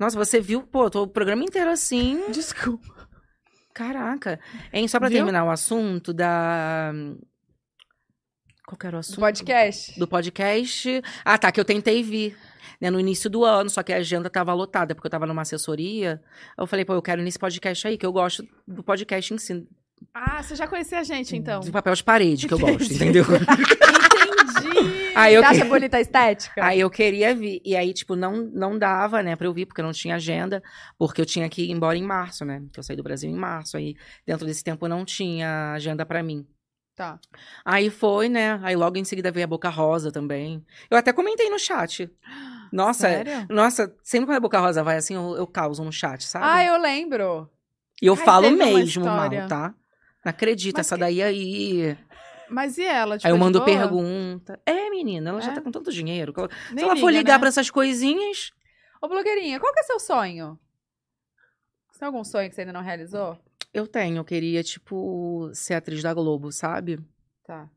[SPEAKER 4] Nossa, você viu, pô, tô o programa inteiro assim,
[SPEAKER 3] Desculpa.
[SPEAKER 4] caraca. Hein, só pra
[SPEAKER 3] Viu?
[SPEAKER 4] terminar o assunto da... hum, Qual que era
[SPEAKER 2] Do
[SPEAKER 4] o assunto?
[SPEAKER 2] podcast.
[SPEAKER 4] do podcast. Ah, tá, que eu tentei vir. Né, no início do ano, só que a agenda tava lotada, porque eu tava numa assessoria. Eu falei, pô, eu quero ir nesse podcast aí, que eu gosto do podcast em si.
[SPEAKER 3] Ah, você já conhecia a gente, então.
[SPEAKER 4] De papel de parede que eu gosto, entendeu?
[SPEAKER 3] Entendi!
[SPEAKER 4] Aí eu,
[SPEAKER 2] Você acha
[SPEAKER 4] que-
[SPEAKER 2] bonita a estética?
[SPEAKER 4] aí eu queria vir. E aí, tipo, não, não dava, né, pra eu vir, porque eu não tinha agenda, porque eu tinha que ir embora em março, né? Que eu saí do Brasil em março. Aí, dentro desse tempo, não tinha agenda pra mim.
[SPEAKER 2] Tá.
[SPEAKER 4] Aí foi, né? Aí logo em seguida veio a Boca Rosa também. Eu até comentei no chat. Nossa, é.
[SPEAKER 3] Sério?
[SPEAKER 4] nossa, sempre quando a Boca Rosa vai assim, eu, eu causo no chat, sabe?
[SPEAKER 2] Ah, eu lembro.
[SPEAKER 4] e eu
[SPEAKER 3] ai,
[SPEAKER 4] falo
[SPEAKER 3] teve uma
[SPEAKER 4] mesmo mal,
[SPEAKER 3] história.
[SPEAKER 4] tá? Não acredita,
[SPEAKER 3] Mas
[SPEAKER 4] essa
[SPEAKER 3] que-
[SPEAKER 4] daí aí.
[SPEAKER 3] Mas e ela? Tipo,
[SPEAKER 4] aí eu mando
[SPEAKER 3] de boa?
[SPEAKER 4] pergunta. É, menina, ela já
[SPEAKER 3] É?
[SPEAKER 4] tá com tanto dinheiro. que ela- Se
[SPEAKER 3] Nem
[SPEAKER 4] ela for
[SPEAKER 3] liga,
[SPEAKER 4] ligar
[SPEAKER 3] né?
[SPEAKER 4] pra essas coisinhas.
[SPEAKER 2] Ô, blogueirinha, qual que é seu sonho? Você tem algum sonho que você ainda não realizou?
[SPEAKER 4] Eu tenho, eu queria, tipo, ser atriz da Globo, sabe?
[SPEAKER 2] Tá.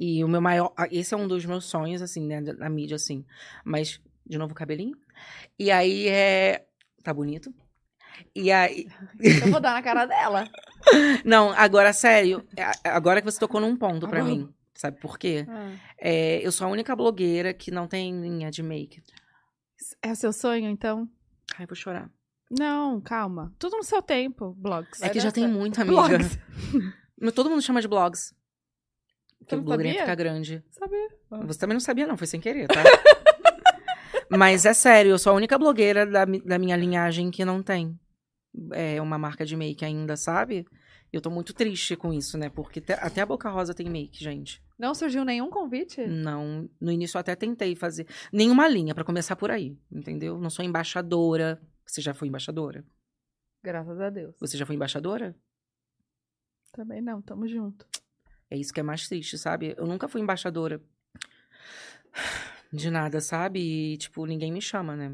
[SPEAKER 4] E o meu maior. ah, Esse é um dos meus sonhos, assim, né? da- Na mídia, assim. Mas, de novo, o cabelinho. E aí é. Tá bonito. E aí.
[SPEAKER 2] Eu vou dar na cara dela.
[SPEAKER 4] Não, agora, sério, é- agora que você tocou num ponto
[SPEAKER 2] Ah.
[SPEAKER 4] pra
[SPEAKER 3] Agora.
[SPEAKER 4] mim. Sabe por quê?
[SPEAKER 3] Ah.
[SPEAKER 4] É, eu sou a única blogueira que não tem linha de make.
[SPEAKER 3] É seu sonho, então?
[SPEAKER 4] Ai, vou chorar.
[SPEAKER 3] Não, calma. Tudo no seu tempo, blogs.
[SPEAKER 4] é
[SPEAKER 2] Vai
[SPEAKER 4] que
[SPEAKER 2] dar
[SPEAKER 4] já tem
[SPEAKER 2] certo.
[SPEAKER 4] muita amiga. Mas Todo mundo chama de blogs. Porque
[SPEAKER 3] não
[SPEAKER 4] blogueirinha
[SPEAKER 3] sabia?
[SPEAKER 4] fica grande.
[SPEAKER 2] Sabia.
[SPEAKER 4] Você também não sabia, não, foi sem querer, tá? Mas é sério, eu sou a única blogueira da, mi- da minha linhagem que não tem é, uma marca de make ainda, sabe? Eu tô muito triste com isso, né? Porque te- até a Boca Rosa tem make, gente.
[SPEAKER 2] Não surgiu nenhum convite?
[SPEAKER 4] Hum. Não, no início eu até tentei fazer nenhuma linha, pra começar por aí, entendeu? Não sou embaixadora. Você já foi embaixadora?
[SPEAKER 2] Graças a Deus.
[SPEAKER 4] Você já foi embaixadora?
[SPEAKER 3] Também não, tamo junto.
[SPEAKER 4] É isso que é mais triste, sabe? Eu nunca fui embaixadora de nada, sabe? E, tipo, ninguém me chama, né?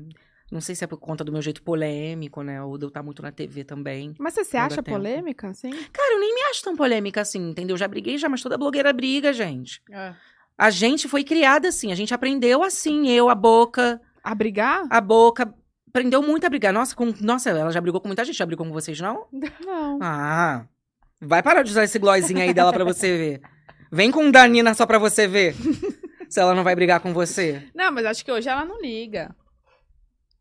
[SPEAKER 4] Não sei se é por conta do meu jeito polêmico, né? Ou de eu estar muito na TV também.
[SPEAKER 3] Mas você se
[SPEAKER 4] Não dá
[SPEAKER 3] acha
[SPEAKER 4] tempo.
[SPEAKER 3] polêmica, assim?
[SPEAKER 4] Cara, eu nem me acho tão polêmica assim, entendeu? Já briguei já, mas toda blogueira briga, gente.
[SPEAKER 2] É.
[SPEAKER 4] A gente foi criada assim, a gente aprendeu assim, eu, a boca,
[SPEAKER 3] A brigar?
[SPEAKER 4] a boca. Aprendeu muito a brigar. Nossa, com- nossa, ela já brigou com muita gente. Já brigou com vocês, não?
[SPEAKER 3] Não.
[SPEAKER 4] Ah, vai parar de usar esse glossinho aí dela pra você ver. Vem com Danina só pra você ver. se ela não vai brigar com você.
[SPEAKER 3] Não, mas acho que hoje ela não liga.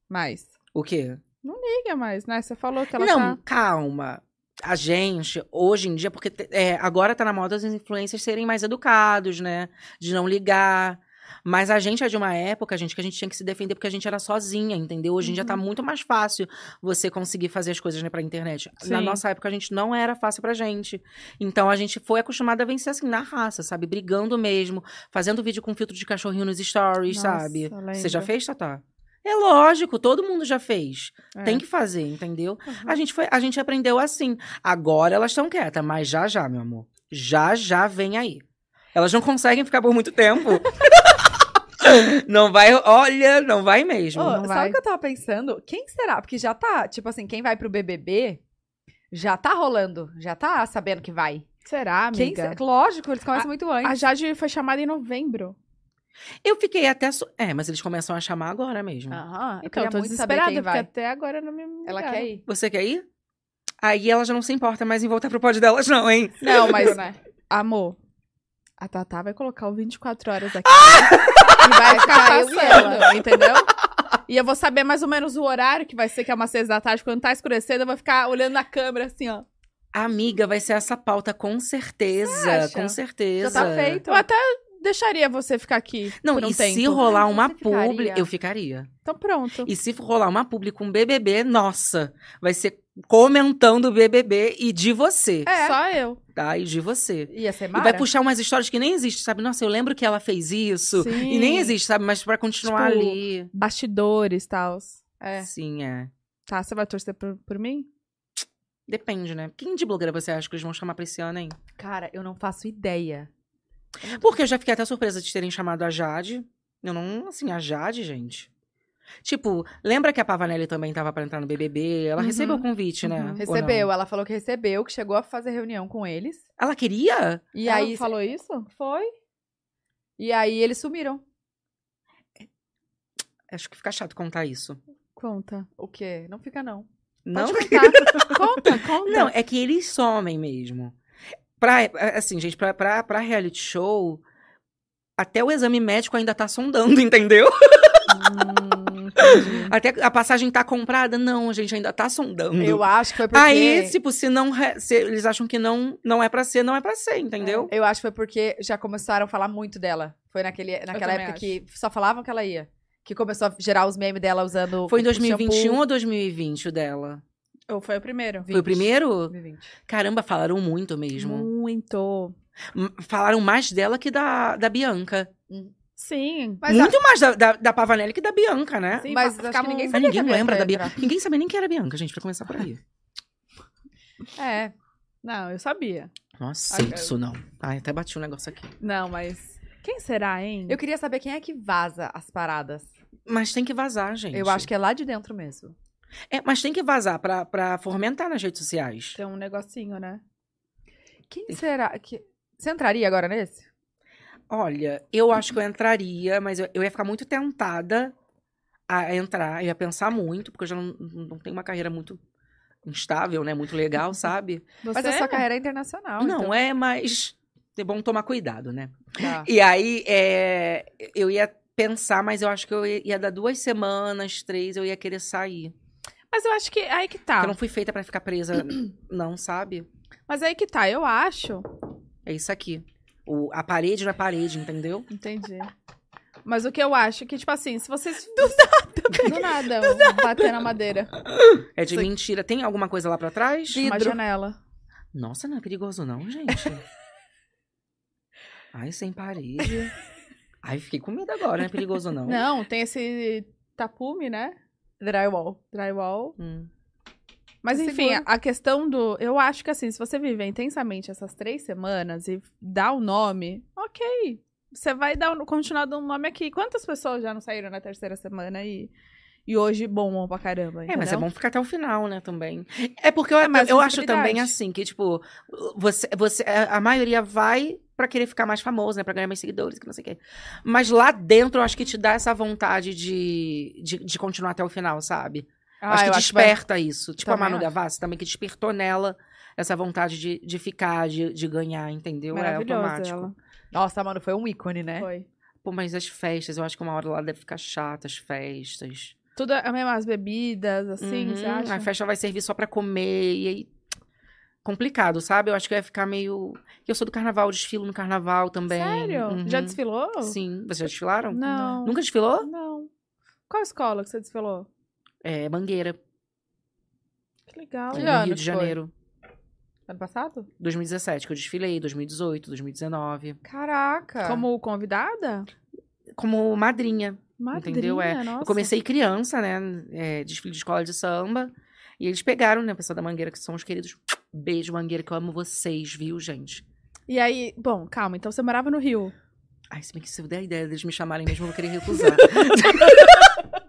[SPEAKER 3] Mais.
[SPEAKER 4] O quê?
[SPEAKER 3] Liga mais, né? Você falou que ela
[SPEAKER 4] não,
[SPEAKER 3] tá...
[SPEAKER 4] calma. A gente, hoje em dia, porque te- é, agora tá na moda os influencers serem mais educados, né? De não ligar. Mas a gente é de uma época, gente, que a gente tinha que se defender porque a gente era sozinha, entendeu? Hoje em
[SPEAKER 3] Uhum.
[SPEAKER 4] dia tá muito mais fácil você conseguir fazer as coisas né, pra internet. Na
[SPEAKER 3] Sim.
[SPEAKER 4] nossa época, a gente não era fácil pra gente. Então a gente foi acostumada a vencer assim, na raça, sabe? Brigando mesmo, fazendo vídeo com filtro de cachorrinho nos stories,
[SPEAKER 3] Nossa,
[SPEAKER 4] sabe? Você
[SPEAKER 3] lembro.
[SPEAKER 4] já fez, Tatá? É lógico, todo mundo já fez.
[SPEAKER 3] É.
[SPEAKER 4] Tem que fazer, entendeu? A gente, foi, a gente aprendeu assim. Agora elas estão quietas, mas já já, meu amor. Já já vem aí. Elas não conseguem ficar por muito tempo. não vai, olha, não vai mesmo.
[SPEAKER 2] Ô,
[SPEAKER 3] não
[SPEAKER 2] sabe
[SPEAKER 3] vai.
[SPEAKER 2] o que eu tava pensando? Quem será? Porque já tá, tipo assim, quem vai pro BBB já tá rolando, já tá sabendo que vai.
[SPEAKER 3] Será, amiga?
[SPEAKER 2] Quem se- Lógico, eles começam muito antes.
[SPEAKER 3] A Jade foi chamada em novembro.
[SPEAKER 4] Eu fiquei até. su- É, mas eles começam a chamar agora mesmo.
[SPEAKER 2] Aham, eu
[SPEAKER 3] Então,
[SPEAKER 2] queria
[SPEAKER 3] eu tô
[SPEAKER 2] muito saber
[SPEAKER 3] desesperada,
[SPEAKER 2] quem
[SPEAKER 3] porque é
[SPEAKER 2] vai.
[SPEAKER 3] até agora não me
[SPEAKER 2] Ela
[SPEAKER 3] ligaram.
[SPEAKER 2] quer ir.
[SPEAKER 4] Você quer ir? Aí ela já não se importa mais em voltar pro pod delas, não, hein?
[SPEAKER 3] Não, mas,
[SPEAKER 2] né?
[SPEAKER 3] amor, a Tatá vai colocar o 24 horas aqui. E vai ficar
[SPEAKER 2] Ficar eu
[SPEAKER 3] passando,
[SPEAKER 2] e ela.
[SPEAKER 3] entendeu? E eu vou saber mais ou menos o horário que vai ser, que é umas seis da tarde. Quando tá escurecendo, eu vou ficar olhando na câmera assim, ó.
[SPEAKER 4] Amiga, vai ser essa pauta, com certeza.
[SPEAKER 2] acha?
[SPEAKER 4] Com
[SPEAKER 2] Já
[SPEAKER 4] certeza.
[SPEAKER 2] tá feito.
[SPEAKER 3] Eu até deixaria você ficar aqui
[SPEAKER 4] Não,
[SPEAKER 3] por um
[SPEAKER 4] e
[SPEAKER 3] tempo.
[SPEAKER 4] se rolar
[SPEAKER 2] Ai,
[SPEAKER 4] uma
[SPEAKER 2] você ficaria?
[SPEAKER 4] publi, eu ficaria.
[SPEAKER 3] Então pronto.
[SPEAKER 4] E se rolar uma publi com BBB, nossa, vai ser comentando o BBB e de você,
[SPEAKER 2] É.
[SPEAKER 3] Só eu.
[SPEAKER 4] tá? E de você.
[SPEAKER 2] Ia ser
[SPEAKER 4] E
[SPEAKER 2] mara.
[SPEAKER 4] vai puxar umas histórias que nem existem, sabe? Nossa, eu lembro que ela fez isso.
[SPEAKER 3] Sim.
[SPEAKER 4] E nem existe, sabe? Mas pra continuar
[SPEAKER 3] Tipo,
[SPEAKER 4] ali.
[SPEAKER 3] Bastidores e tal.
[SPEAKER 2] É.
[SPEAKER 4] Sim, é.
[SPEAKER 3] Tá, você vai torcer por, por mim?
[SPEAKER 4] Depende, né? Quem de blogueira você acha que eles vão chamar pra esse ano, hein?
[SPEAKER 2] Cara, eu não faço ideia.
[SPEAKER 4] Porque eu já fiquei até surpresa de terem chamado a Jade. Eu não, assim, a Jade, gente. Tipo, lembra que a Pavanelli também tava pra entrar no BBB? Ela
[SPEAKER 3] Uhum.
[SPEAKER 4] recebeu o convite, né?
[SPEAKER 3] Uhum.
[SPEAKER 4] Ou não?
[SPEAKER 2] Recebeu, ela falou que recebeu, que chegou a fazer reunião com eles.
[SPEAKER 4] Ela queria?
[SPEAKER 2] E
[SPEAKER 3] Ela
[SPEAKER 2] aí
[SPEAKER 3] falou isso?
[SPEAKER 2] foi. E aí eles sumiram.
[SPEAKER 4] Acho que fica chato contar isso.
[SPEAKER 3] Conta.
[SPEAKER 2] O quê? Não fica não.
[SPEAKER 4] Não,
[SPEAKER 2] Pode contar.
[SPEAKER 3] Conta, conta.
[SPEAKER 4] não, é que eles somem mesmo. Pra, assim, gente, pra, pra, pra reality show, até o exame médico ainda tá sondando, entendeu?
[SPEAKER 3] Hum,
[SPEAKER 4] Até a passagem tá comprada? Não, a gente ainda tá sondando.
[SPEAKER 2] Eu acho que foi porque.
[SPEAKER 4] Aí, tipo, se não re- se eles acham que não não é pra ser, não é pra ser, entendeu?
[SPEAKER 2] Eu acho que foi porque já começaram a falar muito dela. Foi naquele, naquela
[SPEAKER 3] também
[SPEAKER 2] época
[SPEAKER 3] acho.
[SPEAKER 2] que só falavam que ela ia. Que começou a gerar os memes dela usando.
[SPEAKER 4] Foi em
[SPEAKER 2] é, o shampoo.
[SPEAKER 4] 2021 ou 2020 o dela?
[SPEAKER 3] Ou foi o primeiro?
[SPEAKER 4] Foi o primeiro?
[SPEAKER 2] 2020.
[SPEAKER 4] Caramba, falaram muito mesmo.
[SPEAKER 3] Muito.
[SPEAKER 4] M- Falaram mais dela que da, da Bianca.
[SPEAKER 3] Sim.
[SPEAKER 2] Mas
[SPEAKER 4] muito mais da, da, da Pavanelli que da Bianca, né?
[SPEAKER 3] Sim,
[SPEAKER 2] mas acho
[SPEAKER 3] fa-
[SPEAKER 2] que
[SPEAKER 3] ficavam-
[SPEAKER 2] um ninguém
[SPEAKER 4] Mas ninguém
[SPEAKER 2] sabia que a
[SPEAKER 4] lembra da
[SPEAKER 2] Bianca ia
[SPEAKER 4] Bianca. Ninguém sabia nem quem era a Bianca, gente, pra começar por aí.
[SPEAKER 2] É.
[SPEAKER 3] Não, eu sabia.
[SPEAKER 4] Nossa,
[SPEAKER 3] Ah, cara.
[SPEAKER 4] isso não. Ai, até bati um negócio aqui.
[SPEAKER 3] Não, mas. Quem será, hein?
[SPEAKER 4] Hum.
[SPEAKER 2] Eu queria saber quem é que vaza as paradas.
[SPEAKER 4] Mas tem que vazar, gente.
[SPEAKER 2] Eu acho que é lá de dentro mesmo.
[SPEAKER 4] É, mas tem que vazar pra, pra fomentar nas redes sociais.
[SPEAKER 3] Tem um negocinho, né?
[SPEAKER 2] Quem será que. Você entraria agora nesse?
[SPEAKER 4] Olha, eu acho que eu entraria, mas eu, eu ia ficar muito tentada a entrar. Eu ia pensar muito, porque eu já não, não tenho uma carreira muito instável, né? Muito legal, sabe?
[SPEAKER 3] Você
[SPEAKER 2] Mas a sua carreira é internacional.
[SPEAKER 4] não
[SPEAKER 2] então.
[SPEAKER 4] é, mas é bom tomar cuidado, né?
[SPEAKER 2] Tá.
[SPEAKER 4] E aí, é, eu ia pensar, mas eu acho que eu ia, ia dar duas semanas, três, eu ia querer sair.
[SPEAKER 3] Mas eu acho que. Aí que tá.
[SPEAKER 4] Eu não fui feita pra ficar presa, não, sabe?
[SPEAKER 3] Mas aí que tá. Eu acho.
[SPEAKER 4] É isso aqui. O, a parede na parede, entendeu?
[SPEAKER 3] Entendi. Mas o que eu acho que, tipo assim, se vocês. um
[SPEAKER 1] Do nada, bater na madeira.
[SPEAKER 4] É de
[SPEAKER 3] Isso aqui.
[SPEAKER 4] mentira. Tem alguma coisa lá pra trás?
[SPEAKER 3] Uma
[SPEAKER 2] Vidro.
[SPEAKER 3] janela.
[SPEAKER 4] Nossa, não é perigoso não, gente. Ai, sem parede. Ai, fiquei com medo agora, não é perigoso não.
[SPEAKER 3] Não, tem esse tapume, né?
[SPEAKER 2] Drywall.
[SPEAKER 3] Drywall.
[SPEAKER 4] Hum.
[SPEAKER 3] Mas
[SPEAKER 2] Tá
[SPEAKER 3] enfim,
[SPEAKER 2] seguro.
[SPEAKER 3] a questão do. Eu acho que assim, se você viver intensamente essas três semanas e dá o nome, ok. Você vai dar, o- continuar dando nome aqui. Quantas pessoas já não saíram na terceira semana e, e hoje bombam pra caramba?
[SPEAKER 4] É, mas é
[SPEAKER 3] entendeu?
[SPEAKER 4] bom ficar até o final, né, também. É porque eu,
[SPEAKER 3] mais
[SPEAKER 4] eu acho
[SPEAKER 3] visibilidade.
[SPEAKER 4] também assim, que tipo, você, você, é, a maioria vai pra querer ficar mais famoso, né, pra ganhar mais seguidores, que não sei o quê. Mas lá dentro, eu acho que te dá essa vontade de, de, de continuar até o final, sabe?
[SPEAKER 3] Ah,
[SPEAKER 4] acho
[SPEAKER 3] eu
[SPEAKER 4] que
[SPEAKER 3] vai-
[SPEAKER 4] desperta isso. Tipo a
[SPEAKER 3] Também
[SPEAKER 4] Manu
[SPEAKER 3] acho.
[SPEAKER 4] Gavassi também, que despertou nela essa vontade de, de ficar, de, de ganhar, entendeu? É
[SPEAKER 3] Maravilhosa
[SPEAKER 4] automático.
[SPEAKER 3] ela.
[SPEAKER 2] Nossa, mano, foi um ícone, né?
[SPEAKER 3] Foi.
[SPEAKER 4] Pô, mas as festas, eu acho que uma hora lá deve ficar chata, as festas.
[SPEAKER 3] Tudo a mesma, as bebidas, assim, você
[SPEAKER 4] Uhum,
[SPEAKER 3] acha?
[SPEAKER 4] A festa vai servir só pra comer e aí. Complicado, sabe? Eu acho que eu ia ficar meio. Eu sou do carnaval, desfilo no carnaval também.
[SPEAKER 3] Sério?
[SPEAKER 4] Uhum.
[SPEAKER 3] Já desfilou?
[SPEAKER 4] Sim. Vocês já desfilaram?
[SPEAKER 3] Não.
[SPEAKER 4] Nunca desfilou?
[SPEAKER 3] Não. Qual escola que você desfilou?
[SPEAKER 4] É, Mangueira.
[SPEAKER 3] Que legal.
[SPEAKER 2] Que
[SPEAKER 4] é,
[SPEAKER 3] hein?
[SPEAKER 4] no
[SPEAKER 2] ano
[SPEAKER 4] Rio de
[SPEAKER 2] que foi?
[SPEAKER 4] Janeiro.
[SPEAKER 2] Ano passado?
[SPEAKER 4] 2017, que eu desfilei, 2018, 2019.
[SPEAKER 2] Caraca.
[SPEAKER 3] Como convidada?
[SPEAKER 4] Como madrinha.
[SPEAKER 3] Madrinha,
[SPEAKER 4] Entendeu? É.
[SPEAKER 3] nossa.
[SPEAKER 4] Eu comecei criança, né? é, desfile de escola de samba. E eles pegaram, né? O pessoal da Mangueira, que são os queridos. Beijo, Mangueira, que eu amo vocês, viu, gente?
[SPEAKER 3] E aí, bom, calma, então você morava no Rio.
[SPEAKER 4] Ai, se bem que se eu der a ideia deles me chamarem mesmo, eu vou querer recusar.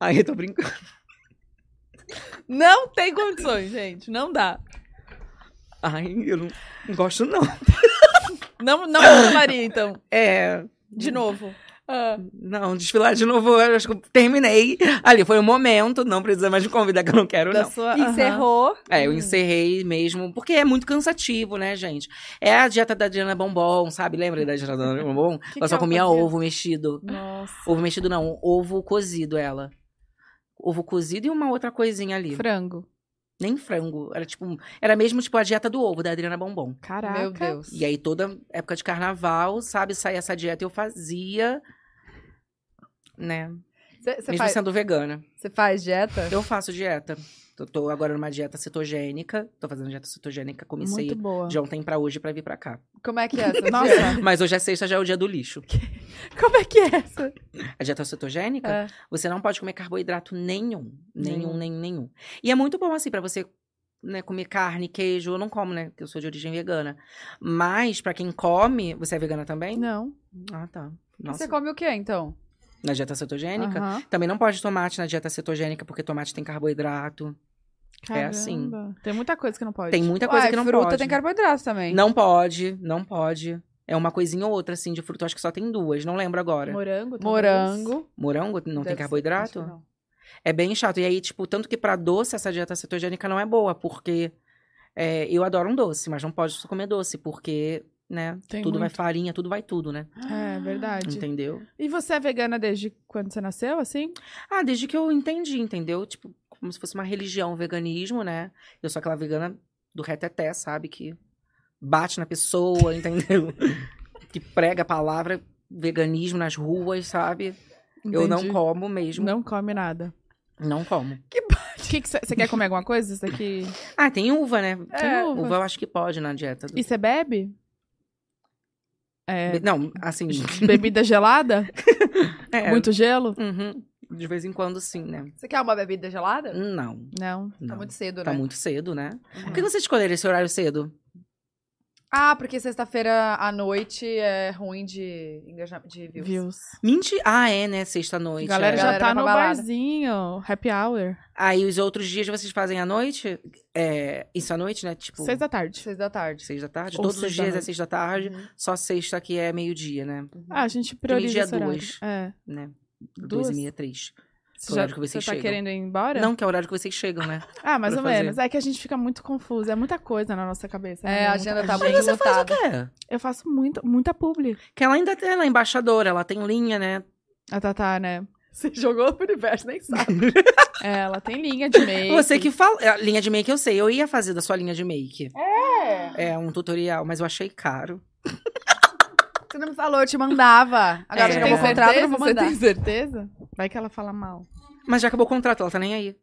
[SPEAKER 4] Ai, eu tô brincando.
[SPEAKER 3] Não tem condições, gente. Não dá.
[SPEAKER 4] Ai, eu não, não gosto, não.
[SPEAKER 3] Não, não chamaria, então.
[SPEAKER 4] É.
[SPEAKER 3] De novo. Ah,
[SPEAKER 4] Não, desfilar de novo, eu acho que eu terminei. Ali foi o momento, não precisa mais me convidar, que eu não quero,
[SPEAKER 3] da
[SPEAKER 4] não.
[SPEAKER 3] sua.
[SPEAKER 2] Encerrou.
[SPEAKER 4] É, eu encerrei mesmo, porque é muito cansativo, né, gente? É a dieta da Diana Bombom, sabe? Lembra da dieta da Diana Bombom?
[SPEAKER 3] que
[SPEAKER 4] ela só
[SPEAKER 3] ela
[SPEAKER 4] comia
[SPEAKER 3] fazia?
[SPEAKER 4] ovo mexido.
[SPEAKER 3] Aham. Nossa.
[SPEAKER 4] Ovo mexido não, ovo cozido ela. Ovo cozido e uma outra coisinha ali.
[SPEAKER 3] Frango.
[SPEAKER 4] Nem frango. Era tipo. um- Era mesmo tipo a dieta do ovo da Adriana Bombom.
[SPEAKER 3] Caraca.
[SPEAKER 2] Meu Deus.
[SPEAKER 4] E aí, toda época de carnaval, sabe, saía essa dieta eu fazia. Né?
[SPEAKER 2] Você
[SPEAKER 4] mesmo assim-
[SPEAKER 2] faz,
[SPEAKER 4] sendo vegana.
[SPEAKER 2] cê faz dieta?
[SPEAKER 4] Eu faço dieta. Eu tô agora numa dieta cetogênica. Tô fazendo dieta cetogênica. Comecei
[SPEAKER 3] Muito boa.
[SPEAKER 4] de ontem pra hoje pra vir pra cá.
[SPEAKER 2] Como é que é essa
[SPEAKER 3] Nossa.
[SPEAKER 2] dieta?
[SPEAKER 4] Mas hoje é sexta, já é o dia do lixo.
[SPEAKER 3] Como é que é essa?
[SPEAKER 4] A dieta cetogênica,
[SPEAKER 2] É.
[SPEAKER 4] você não pode comer carboidrato nenhum. Nenhum,
[SPEAKER 3] Nenhum.
[SPEAKER 4] nenhum, nenhum. E é muito bom, assim, pra você né, comer carne, queijo. Eu não como, né? Porque eu sou de origem vegana. Mas, pra quem come. Você é vegana também?
[SPEAKER 3] Não. é
[SPEAKER 4] Ah, tá. Nossa.
[SPEAKER 2] Você come o que, então?
[SPEAKER 4] Na dieta cetogênica?
[SPEAKER 3] Aham.
[SPEAKER 4] Também não pode tomate na dieta cetogênica, porque tomate tem carboidrato. É assim.
[SPEAKER 3] Caramba. Tem muita coisa que não pode.
[SPEAKER 4] Tem muita coisa
[SPEAKER 2] Uai,
[SPEAKER 4] que não
[SPEAKER 2] fruta
[SPEAKER 4] pode.
[SPEAKER 2] tem carboidrato também.
[SPEAKER 4] Não pode, não pode. É uma coisinha ou outra, assim, de fruta. Eu Acho que só tem duas, não lembro agora.
[SPEAKER 3] Morango. talvez?
[SPEAKER 2] Morango.
[SPEAKER 4] Morango não
[SPEAKER 2] Deve
[SPEAKER 4] tem
[SPEAKER 2] ser,
[SPEAKER 4] carboidrato?
[SPEAKER 2] acho que não.
[SPEAKER 4] É bem chato. E aí, tipo, tanto que pra doce essa dieta cetogênica não é boa, porque é, eu adoro um doce, mas não pode comer doce, porque né?
[SPEAKER 3] Tem
[SPEAKER 4] tudo vai
[SPEAKER 3] muito.
[SPEAKER 4] farinha, tudo vai tudo, né?
[SPEAKER 3] É, verdade.
[SPEAKER 4] Entendeu?
[SPEAKER 3] E você é vegana desde quando você nasceu, assim?
[SPEAKER 4] Ah, desde que eu entendi, entendeu? Tipo, como se fosse uma religião, o veganismo, né? Eu sou aquela vegana do reteté, sabe? Que bate na pessoa, entendeu? que prega a palavra veganismo nas ruas, sabe? Eu não
[SPEAKER 3] Entendi.
[SPEAKER 4] como mesmo.
[SPEAKER 3] Não come nada.
[SPEAKER 4] Não como.
[SPEAKER 3] O que que você quer comer alguma coisa? Isso daqui.
[SPEAKER 4] Ah, tem uva, né?
[SPEAKER 3] Tem É, uva.
[SPEAKER 4] uva. eu acho que pode na dieta. do-
[SPEAKER 3] E você bebe? É.
[SPEAKER 4] Be- Não, assim.
[SPEAKER 3] Bebida gelada?
[SPEAKER 4] é,
[SPEAKER 3] Muito gelo?
[SPEAKER 4] uhum, de vez em quando, sim, né?
[SPEAKER 2] Você quer uma bebida gelada?
[SPEAKER 4] Não.
[SPEAKER 3] Não.
[SPEAKER 4] Hum, não.
[SPEAKER 2] Tá muito cedo,
[SPEAKER 4] Tá
[SPEAKER 2] né?
[SPEAKER 4] muito cedo, né? Por
[SPEAKER 3] É.
[SPEAKER 4] que vocês escolheram esse horário cedo?
[SPEAKER 2] Ah, porque sexta-feira à noite é ruim de engajamento, de views.
[SPEAKER 3] Views.
[SPEAKER 4] Menti. Ah, é, né? Sexta-noite.
[SPEAKER 3] Galera
[SPEAKER 4] é.
[SPEAKER 3] já
[SPEAKER 2] Galera
[SPEAKER 3] tá
[SPEAKER 2] vai
[SPEAKER 3] no
[SPEAKER 2] pra balada.
[SPEAKER 3] barzinho. Happy hour.
[SPEAKER 4] Aí os outros dias vocês fazem à noite? É, isso à noite, né? Tipo,
[SPEAKER 3] Seis da tarde.
[SPEAKER 2] Seis da tarde. Uhum.
[SPEAKER 4] seis da tarde.
[SPEAKER 3] Ou
[SPEAKER 4] Todos
[SPEAKER 3] seis
[SPEAKER 4] os
[SPEAKER 3] da
[SPEAKER 4] dias é
[SPEAKER 3] noite. Uhum.
[SPEAKER 4] seis da tarde. Só sexta que é meio-dia, né?
[SPEAKER 3] Ah, a gente
[SPEAKER 4] Meio-dia,
[SPEAKER 3] prioriza esse horário.
[SPEAKER 4] duas.
[SPEAKER 3] É.
[SPEAKER 4] né?
[SPEAKER 3] Duas?
[SPEAKER 4] Duas e meia, três.
[SPEAKER 3] Você
[SPEAKER 4] Que
[SPEAKER 3] já
[SPEAKER 4] horário que
[SPEAKER 3] você
[SPEAKER 4] vocês
[SPEAKER 3] tá
[SPEAKER 4] chegam?
[SPEAKER 3] querendo ir embora?
[SPEAKER 4] Não, que é o horário que vocês chegam, né?
[SPEAKER 3] Ah, mais
[SPEAKER 4] pra
[SPEAKER 3] ou
[SPEAKER 4] fazer.
[SPEAKER 3] menos. É que a gente fica muito confuso. É muita coisa na nossa cabeça. né?
[SPEAKER 2] É, a
[SPEAKER 3] Muita-
[SPEAKER 2] agenda tá
[SPEAKER 4] Mas
[SPEAKER 2] muito
[SPEAKER 4] você faz o
[SPEAKER 2] lotada.
[SPEAKER 4] quê?
[SPEAKER 3] Eu faço muita, muita publi.
[SPEAKER 4] Que ela ainda tem- ela é embaixadora, ela tem linha, né?
[SPEAKER 3] A Tatá, né?
[SPEAKER 2] Você jogou pro universo, nem sabe.
[SPEAKER 3] É, Ela tem linha de make.
[SPEAKER 4] Você que fala. a Linha de make eu sei, eu ia fazer da sua linha de make. É. É um tutorial, mas eu achei caro.
[SPEAKER 2] Você não me falou, eu te mandava. Agora já
[SPEAKER 3] Você
[SPEAKER 4] É. que
[SPEAKER 2] acabou
[SPEAKER 3] tem
[SPEAKER 2] o contrato, eu
[SPEAKER 3] certeza?
[SPEAKER 2] vou
[SPEAKER 3] Você
[SPEAKER 2] mandar.
[SPEAKER 3] tem certeza? Vai que ela fala mal.
[SPEAKER 4] Mas já acabou o contrato, ela tá nem aí.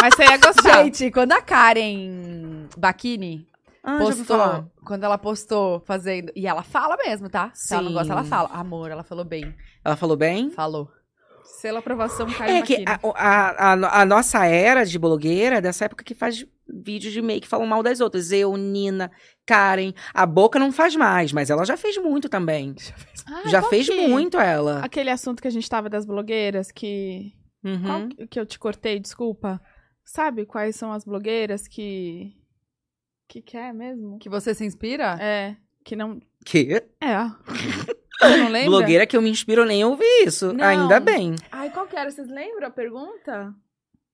[SPEAKER 3] Mas você ia gostar.
[SPEAKER 2] Gente, quando a Karen Bakini
[SPEAKER 4] Ah, já ouvi falar.
[SPEAKER 2] postou, quando ela postou fazendo. E ela fala mesmo, tá? Se ela não
[SPEAKER 4] Sim.
[SPEAKER 2] gosta, ela fala. Amor, ela falou bem.
[SPEAKER 4] Ela falou bem?
[SPEAKER 2] Falou.
[SPEAKER 3] Selo aprovação caiu
[SPEAKER 4] É que
[SPEAKER 3] aqui.
[SPEAKER 4] a, a, a- a nossa era de blogueira, é dessa época que faz vídeo de make, falam mal das outras. Eu, Nina, Karen. A boca não faz mais, mas ela já fez muito também.
[SPEAKER 3] Ah,
[SPEAKER 4] já
[SPEAKER 3] qual
[SPEAKER 4] fez
[SPEAKER 3] que-
[SPEAKER 4] muito ela.
[SPEAKER 3] Aquele assunto que a gente tava das blogueiras, que.
[SPEAKER 4] Uhum.
[SPEAKER 3] Qual que- é? que eu te cortei, desculpa. Sabe quais são as blogueiras que. Que que é mesmo?
[SPEAKER 2] Que você se inspira?
[SPEAKER 3] É, que não.
[SPEAKER 4] Que?
[SPEAKER 3] É. Você não lembra?
[SPEAKER 4] Blogueira que eu me inspiro nem ouvi isso.
[SPEAKER 3] Não.
[SPEAKER 4] Ainda bem.
[SPEAKER 3] Ai, qual que era? Vocês lembram a pergunta?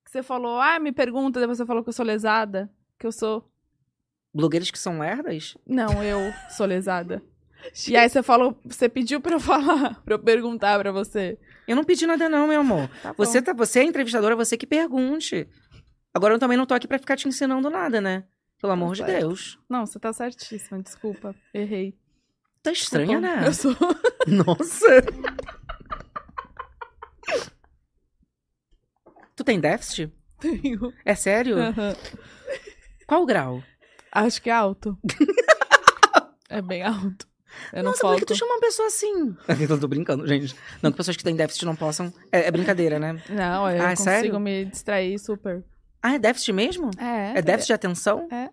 [SPEAKER 3] Que você falou, ah, me pergunta, depois você falou que eu sou lesada. Que eu sou.
[SPEAKER 4] Blogueiras que são lerdas?
[SPEAKER 3] Não, eu sou lesada. E aí você falou, você pediu pra eu falar, pra eu perguntar pra você.
[SPEAKER 4] Eu não pedi nada, não, meu amor.
[SPEAKER 3] Tá bom.
[SPEAKER 4] Você, tá, você é entrevistadora, você que pergunte. Agora eu também não tô aqui pra ficar te ensinando nada, né? Pelo amor de
[SPEAKER 3] certo.
[SPEAKER 4] Deus.
[SPEAKER 3] Não, você tá certíssima, desculpa. Errei.
[SPEAKER 4] Tá estranha,
[SPEAKER 3] Desculpa.
[SPEAKER 4] né?
[SPEAKER 3] Eu sou.
[SPEAKER 4] Nossa! tu tem déficit?
[SPEAKER 3] Tenho.
[SPEAKER 4] É sério?
[SPEAKER 3] Aham.
[SPEAKER 4] Qual o grau?
[SPEAKER 3] Acho que é alto. é bem alto. Eu não
[SPEAKER 4] Nossa, por
[SPEAKER 3] falo.
[SPEAKER 4] que tu chama uma pessoa assim? Eu tô brincando, gente. Não que pessoas que têm déficit não possam. É, é brincadeira, né?
[SPEAKER 3] Não, eu
[SPEAKER 4] Ah, é
[SPEAKER 3] consigo
[SPEAKER 4] sério?
[SPEAKER 3] me distrair super.
[SPEAKER 4] Ah, é déficit mesmo?
[SPEAKER 3] É.
[SPEAKER 4] É déficit de atenção?
[SPEAKER 3] É.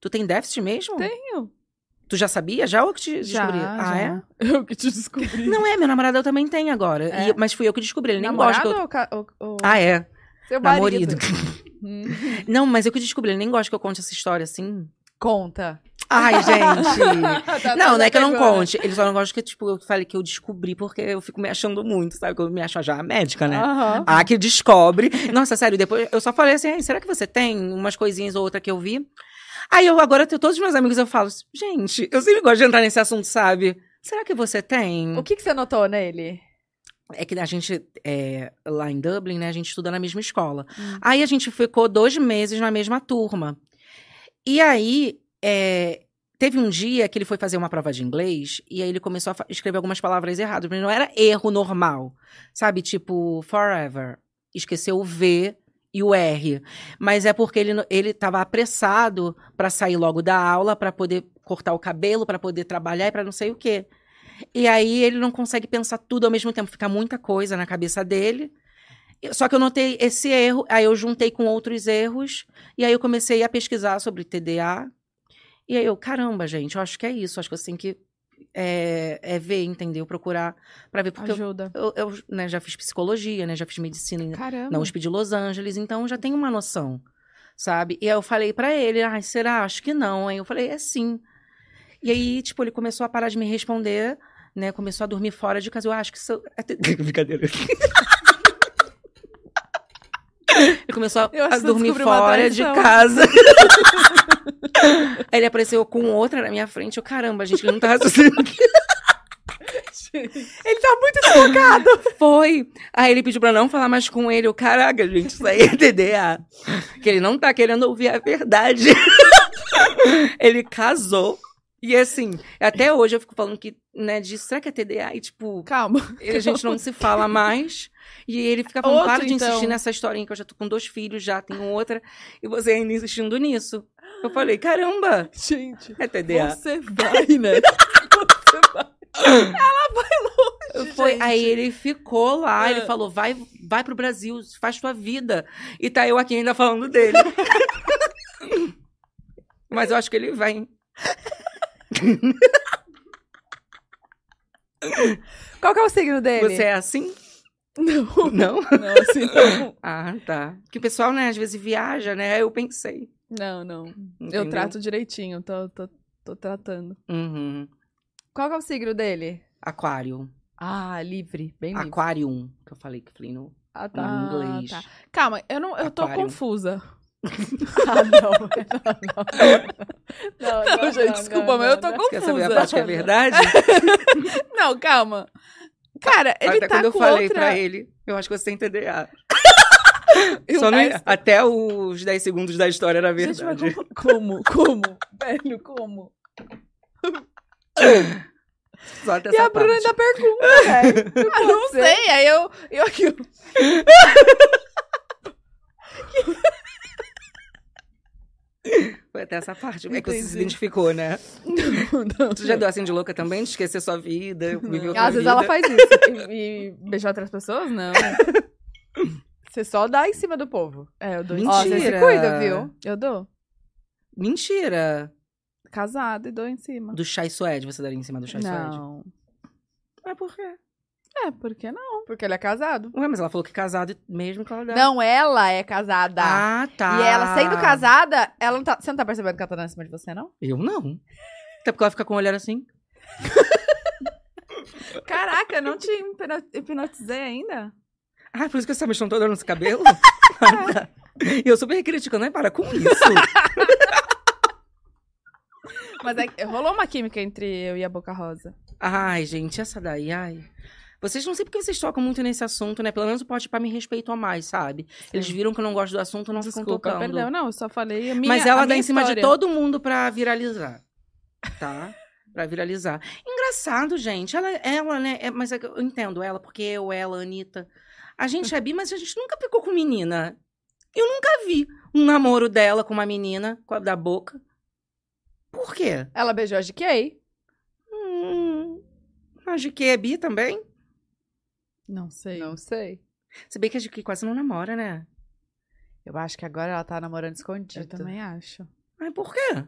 [SPEAKER 4] Tu tem déficit mesmo?
[SPEAKER 3] Tenho.
[SPEAKER 4] Tu já sabia já ou que te
[SPEAKER 3] Já,
[SPEAKER 4] descobri? ah,
[SPEAKER 3] já.
[SPEAKER 4] é?
[SPEAKER 3] Eu que te descobri.
[SPEAKER 4] Não é, meu namorado eu também tem agora.
[SPEAKER 2] É.
[SPEAKER 4] E- mas fui eu que descobri, ele nem
[SPEAKER 3] Namorado
[SPEAKER 4] gosta que eu...
[SPEAKER 3] ou ca- ou, ou...
[SPEAKER 4] Ah, é.
[SPEAKER 2] Seu marido.
[SPEAKER 4] Namorido.
[SPEAKER 3] Uhum.
[SPEAKER 4] não, mas eu que descobri, ele nem gosta que eu conte essa história assim.
[SPEAKER 2] Conta.
[SPEAKER 4] Ai, gente.
[SPEAKER 2] Tá, tá,
[SPEAKER 4] Não, não é que eu não
[SPEAKER 2] pegou, né?
[SPEAKER 4] conte. Ele só não gosta que tipo, eu falei que eu descobri, porque eu fico me achando muito, sabe? Que eu me acho já a médica, né?
[SPEAKER 3] Aham.
[SPEAKER 4] Ah, que descobre. Nossa, sério, depois eu só falei assim: "Ai, será que você tem umas coisinhas ou outra que eu vi? Aí eu agora tenho todos os meus amigos, eu falo, gente, eu sempre gosto de entrar nesse assunto, sabe? Será que você tem?
[SPEAKER 2] O que, que você notou nele?
[SPEAKER 4] É que a gente, é, lá em Dublin, né, a gente estuda na mesma escola. Aí a gente ficou dois meses na mesma turma. E aí, é, teve um dia que ele foi fazer uma prova de inglês e aí ele começou a fa- escrever algumas palavras erradas. Mas não era erro normal, sabe? Tipo, forever. Esqueceu o V e o R. Mas é porque ele, no- ele tava apressado para sair logo da aula, para poder cortar o cabelo, para poder trabalhar e para não sei o quê. E aí ele não consegue pensar tudo ao mesmo tempo, fica muita coisa na cabeça dele. Eu- Só que eu notei esse erro, aí eu juntei com outros erros, e aí eu comecei a pesquisar sobre TDA. E aí eu, caramba, gente, eu acho que é isso, acho que você tem que é, é ver, entendeu? Procurar para ver, porque eu,
[SPEAKER 3] Ajuda.
[SPEAKER 4] eu, eu, né, já fiz psicologia, né, já fiz medicina em-
[SPEAKER 3] Caramba.
[SPEAKER 4] na USP de Los Angeles, então eu já tenho uma noção, sabe? E aí eu falei pra ele, ai, será? Acho que não. Aí eu falei, é sim. E aí, tipo, ele começou a parar de me responder, né? Começou a dormir fora de casa. Eu acho que isso. é te- Brincadeira. ele começou a,
[SPEAKER 3] Eu acho
[SPEAKER 4] a
[SPEAKER 3] que eu
[SPEAKER 4] dormir
[SPEAKER 3] descobri uma
[SPEAKER 4] fora de
[SPEAKER 3] traição.
[SPEAKER 4] casa. Aí ele apareceu com outra na minha frente. Eu, caramba, gente, ele não tá raciocinando.
[SPEAKER 2] Ele tá muito.
[SPEAKER 4] Foi. Aí ele pediu pra não falar mais com ele. Eu, caraca, gente, isso aí é TDA. Que ele não tá querendo ouvir a verdade. ele casou. E assim, até hoje eu fico falando que, né, disso, será que é TDA? E tipo,
[SPEAKER 3] Calma.
[SPEAKER 4] a gente não se fala mais. E ele fica falando,
[SPEAKER 3] Outro,
[SPEAKER 4] para de insistir
[SPEAKER 3] então.
[SPEAKER 4] nessa historinha que eu já tô com dois filhos, já tenho outra. E você ainda insistindo nisso. Eu falei, caramba,
[SPEAKER 1] Gente,
[SPEAKER 4] é TDA.
[SPEAKER 1] você vai, né?
[SPEAKER 4] Foi,
[SPEAKER 1] gente.
[SPEAKER 4] aí ele ficou lá, ele
[SPEAKER 1] Ah.
[SPEAKER 4] falou, vai, vai pro Brasil, faz tua vida. E tá eu aqui ainda falando dele. Mas eu acho que ele vai.
[SPEAKER 2] Qual que é o signo dele?
[SPEAKER 4] Você é assim?
[SPEAKER 1] Não,
[SPEAKER 4] Não?
[SPEAKER 1] não, assim, não.
[SPEAKER 4] Ah, tá. Que o pessoal, né, às vezes viaja, né? Eu pensei.
[SPEAKER 1] Não, não.
[SPEAKER 4] entendeu?
[SPEAKER 1] Eu trato direitinho, tô, tô, tô tratando.
[SPEAKER 4] Uhum.
[SPEAKER 2] Qual que é o signo dele?
[SPEAKER 4] Aquário.
[SPEAKER 2] Ah, livre. Bem livre.
[SPEAKER 4] Aquarium, que eu falei que falei no
[SPEAKER 2] Ah,
[SPEAKER 4] no
[SPEAKER 2] tá.
[SPEAKER 4] inglês.
[SPEAKER 3] tá. Calma, eu, não, eu tô
[SPEAKER 4] Aquário.
[SPEAKER 3] confusa.
[SPEAKER 2] Ah, não. Não,
[SPEAKER 1] Não, gente, desculpa, mas eu tô
[SPEAKER 2] não.
[SPEAKER 4] Quer
[SPEAKER 1] confusa.
[SPEAKER 4] saber a parte que é verdade?
[SPEAKER 3] Não, calma. Cara, ele
[SPEAKER 4] Até
[SPEAKER 3] tá
[SPEAKER 4] quando eu
[SPEAKER 3] com
[SPEAKER 4] falei
[SPEAKER 3] outra...
[SPEAKER 4] pra ele, eu acho que você tem TDA.
[SPEAKER 1] Eu-
[SPEAKER 4] Só não- é,
[SPEAKER 1] Ai,
[SPEAKER 4] Até os 10 segundos da história era verdade.
[SPEAKER 1] Gente, mas como? Como? Como? Velho, como?
[SPEAKER 4] Só até
[SPEAKER 1] E
[SPEAKER 4] essa
[SPEAKER 1] a Bruna
[SPEAKER 4] parte.
[SPEAKER 1] ainda pergunta, velho.
[SPEAKER 3] Ah, não sei, aí eu... eu aqui, eu-
[SPEAKER 4] Foi até essa parte. É que você se
[SPEAKER 1] Entendi.
[SPEAKER 4] identificou, né?
[SPEAKER 1] Não, não.
[SPEAKER 4] Tu já deu assim de louca também? De esquecer sua vida, viver outra
[SPEAKER 2] Às vezes
[SPEAKER 4] vida.
[SPEAKER 2] ela faz isso.
[SPEAKER 3] E, e beijar outras pessoas? Não.
[SPEAKER 2] Você só dá em cima do povo.
[SPEAKER 1] É, eu dou em
[SPEAKER 4] Mentira.
[SPEAKER 2] Ó, você se cuida, viu?
[SPEAKER 3] Eu dou.
[SPEAKER 4] Mentira.
[SPEAKER 3] Casado e dou em cima.
[SPEAKER 4] Do Chai Suede, você daria em cima do Chai Suede.
[SPEAKER 3] Não.
[SPEAKER 4] Mas por quê?
[SPEAKER 3] É, por que não?
[SPEAKER 2] Porque ele é casado.
[SPEAKER 4] Ué, mas ela falou que é casado mesmo que ela dá.
[SPEAKER 2] Não, ela é casada.
[SPEAKER 4] Ah, tá.
[SPEAKER 2] E ela, sendo casada, ela não tá. Você não tá percebendo que ela tá dando em cima de você, não?
[SPEAKER 4] Eu não. Até porque ela fica com o olhar assim.
[SPEAKER 3] Caraca, eu não te hipno- hipnotizei ainda?
[SPEAKER 4] Ah, por isso que essa bicha não tá dando esse cabelo? Ah, tá. E eu super criticando, né? Para com isso.
[SPEAKER 3] Mas é que rolou uma química entre eu e a Boca Rosa.
[SPEAKER 4] ai, gente, essa daí, ai. Vocês não sei porque vocês tocam muito nesse assunto, né? Pelo menos o Pode Pá me respeitou mais, sabe? Eles viram que eu não gosto do assunto, não ficam
[SPEAKER 3] Desculpa,
[SPEAKER 4] tocando.
[SPEAKER 3] perdeu. Não, eu só falei a minha
[SPEAKER 4] Mas ela
[SPEAKER 3] a
[SPEAKER 4] dá
[SPEAKER 3] minha
[SPEAKER 4] em cima de
[SPEAKER 3] história.
[SPEAKER 4] todo mundo pra viralizar. Tá? Pra viralizar. Engraçado, gente. Ela, ela né? é- mas é que eu entendo ela, porque eu, ela, a Anitta. A gente é bi, mas a gente nunca ficou com menina. Eu nunca vi um namoro dela com uma menina com a da boca. Por quê?
[SPEAKER 2] Ela beijou a GK.
[SPEAKER 4] Hum, a GQ é bi também?
[SPEAKER 3] Não sei.
[SPEAKER 2] Não sei.
[SPEAKER 4] Se bem que a GQ quase não namora, né?
[SPEAKER 2] Eu acho que agora ela tá namorando
[SPEAKER 3] Eu
[SPEAKER 2] escondido.
[SPEAKER 3] também acho.
[SPEAKER 4] Mas por quê?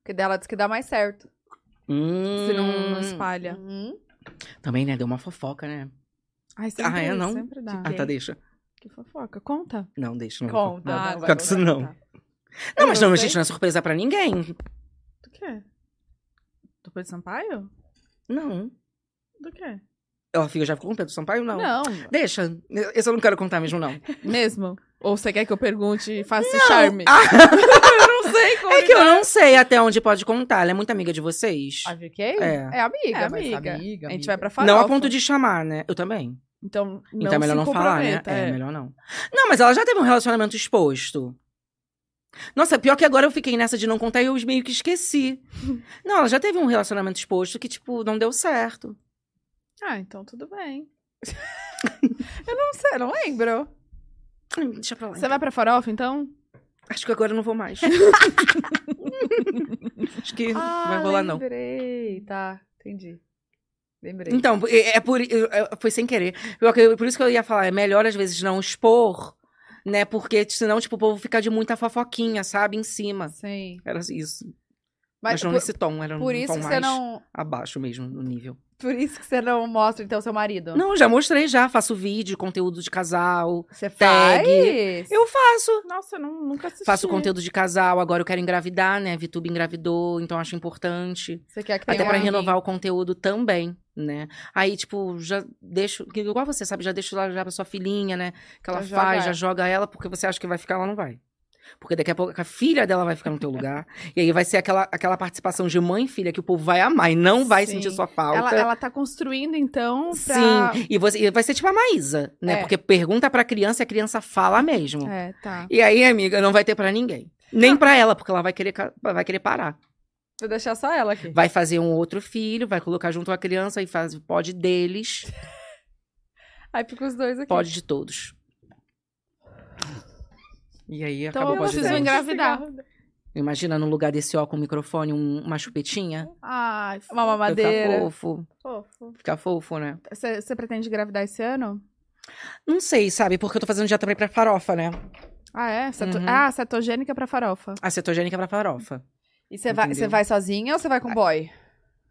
[SPEAKER 2] Porque dela diz que dá mais certo.
[SPEAKER 3] Se não, não
[SPEAKER 4] Hum,
[SPEAKER 3] espalha.
[SPEAKER 2] Uhum.
[SPEAKER 4] Também, né? Deu uma fofoca, né?
[SPEAKER 3] Ai, sempre,
[SPEAKER 4] Ah, é, não?
[SPEAKER 3] sempre dá.
[SPEAKER 4] Ah, tá, deixa.
[SPEAKER 3] Que fofoca. Conta.
[SPEAKER 4] Não, deixa. Não vou
[SPEAKER 2] Conta.
[SPEAKER 4] contar.
[SPEAKER 2] não
[SPEAKER 3] Ah,
[SPEAKER 2] vai
[SPEAKER 4] conta isso
[SPEAKER 2] contar.
[SPEAKER 4] não. Não, mas não, a gente não é surpresa pra ninguém.
[SPEAKER 3] Do quê? Do Pedro Sampaio?
[SPEAKER 4] Não.
[SPEAKER 3] Do quê?
[SPEAKER 4] Ela fica já com o Pedro Sampaio, não.
[SPEAKER 3] Não.
[SPEAKER 4] Deixa. Esse eu não quero contar mesmo, não.
[SPEAKER 3] Mesmo? Ou você quer que eu pergunte e faça esse charme?
[SPEAKER 4] não sei como. É que eu não sei até onde pode contar. Ela é muito amiga de vocês.
[SPEAKER 2] A GK?
[SPEAKER 4] É.
[SPEAKER 2] É amiga,
[SPEAKER 3] É
[SPEAKER 2] mas
[SPEAKER 3] amiga.
[SPEAKER 2] amiga.
[SPEAKER 3] a gente
[SPEAKER 2] amiga.
[SPEAKER 3] vai pra farofa.
[SPEAKER 4] Não a ponto de chamar, né? Eu também.
[SPEAKER 3] Então, não
[SPEAKER 4] então é melhor
[SPEAKER 3] se
[SPEAKER 4] não falar, né?
[SPEAKER 3] comprometa,
[SPEAKER 4] É.
[SPEAKER 3] É,
[SPEAKER 4] melhor não. Não, mas ela já teve um relacionamento exposto. Nossa, pior que agora eu fiquei nessa de não contar e eu meio que esqueci. Não, ela já teve um relacionamento exposto que, tipo, não deu certo.
[SPEAKER 3] Ah, então tudo bem.
[SPEAKER 2] Não sei, não lembro.
[SPEAKER 4] Ai, Hum, Deixa pra lá.
[SPEAKER 3] Você vai pra farofa, então?
[SPEAKER 4] Acho que agora eu não vou mais. Acho que não vai rolar, não.
[SPEAKER 2] lembrei. Tá, entendi. Lembrei.
[SPEAKER 4] Então, é é por, é- é- foi sem querer. Eu ac- por isso que eu ia falar, é melhor às vezes não expor, né? Porque senão, tipo, o povo fica de muita fofoquinha, sabe? Em cima.
[SPEAKER 2] Sim.
[SPEAKER 4] Era isso. Mas,
[SPEAKER 2] Mas,
[SPEAKER 4] não
[SPEAKER 2] por,
[SPEAKER 4] nesse tom, era
[SPEAKER 2] por
[SPEAKER 4] um
[SPEAKER 2] isso
[SPEAKER 4] tom
[SPEAKER 2] que você
[SPEAKER 4] mais
[SPEAKER 2] não.
[SPEAKER 4] abaixo mesmo, no nível.
[SPEAKER 2] Por isso que você não mostra, então, seu marido.
[SPEAKER 4] Não, já mostrei já, faço vídeo, conteúdo de casal.
[SPEAKER 2] Você
[SPEAKER 4] Tag.
[SPEAKER 2] faz.
[SPEAKER 4] Eu faço.
[SPEAKER 3] Nossa, eu não, nunca assisti.
[SPEAKER 4] Faço conteúdo de casal, agora eu quero engravidar, né? VTube engravidou, então acho importante.
[SPEAKER 2] Você quer que tenha
[SPEAKER 3] um
[SPEAKER 2] um
[SPEAKER 4] Até pra
[SPEAKER 2] alguém?
[SPEAKER 4] renovar o conteúdo também, né? Aí, tipo, já deixo. que Igual você, sabe? Já deixo lá já pra sua filhinha, né? Que ela
[SPEAKER 2] Já joga
[SPEAKER 4] faz, já
[SPEAKER 2] ela.
[SPEAKER 4] joga ela, porque você acha que vai ficar, ela não vai. Porque daqui a pouco a filha dela vai ficar no teu lugar. e aí vai ser aquela, aquela participação de mãe e filha que o povo vai amar e não vai
[SPEAKER 3] Sim.
[SPEAKER 4] sentir sua falta.
[SPEAKER 3] Ela, ela tá construindo, então, pra...
[SPEAKER 4] Sim, e, você, e vai ser tipo a Maísa, né?
[SPEAKER 3] É.
[SPEAKER 4] Porque pergunta pra criança e a criança fala mesmo.
[SPEAKER 3] É, tá.
[SPEAKER 4] E aí, amiga, não vai ter pra ninguém. Nem pra ela, porque ela vai querer, ca- vai querer parar.
[SPEAKER 2] Vou deixar só ela aqui.
[SPEAKER 4] Vai fazer um outro filho, vai colocar junto a criança e faz o pod deles,
[SPEAKER 2] Aí fica os dois aqui.
[SPEAKER 4] pod de todos. E aí,
[SPEAKER 3] Então
[SPEAKER 4] acabou
[SPEAKER 3] eu
[SPEAKER 4] o pod
[SPEAKER 3] preciso
[SPEAKER 4] deles.
[SPEAKER 3] engravidar.
[SPEAKER 4] Imagina no lugar desse ó com o microfone, um- uma chupetinha.
[SPEAKER 3] Ai,
[SPEAKER 2] Uma
[SPEAKER 4] Fica
[SPEAKER 2] mamadeira.
[SPEAKER 4] fofo.
[SPEAKER 3] fofo.
[SPEAKER 4] Fica fofo, né?
[SPEAKER 3] Você pretende engravidar esse ano?
[SPEAKER 4] Não sei, sabe? Porque eu tô fazendo dieta também pra farofa, né?
[SPEAKER 3] Ah, é? Ceto...
[SPEAKER 4] Uhum.
[SPEAKER 3] Ah, cetogênica pra farofa.
[SPEAKER 4] A cetogênica é pra farofa.
[SPEAKER 2] E você vai,
[SPEAKER 4] Entendeu?
[SPEAKER 2] você
[SPEAKER 4] Ah.
[SPEAKER 2] vai sozinha ou você vai com o boy?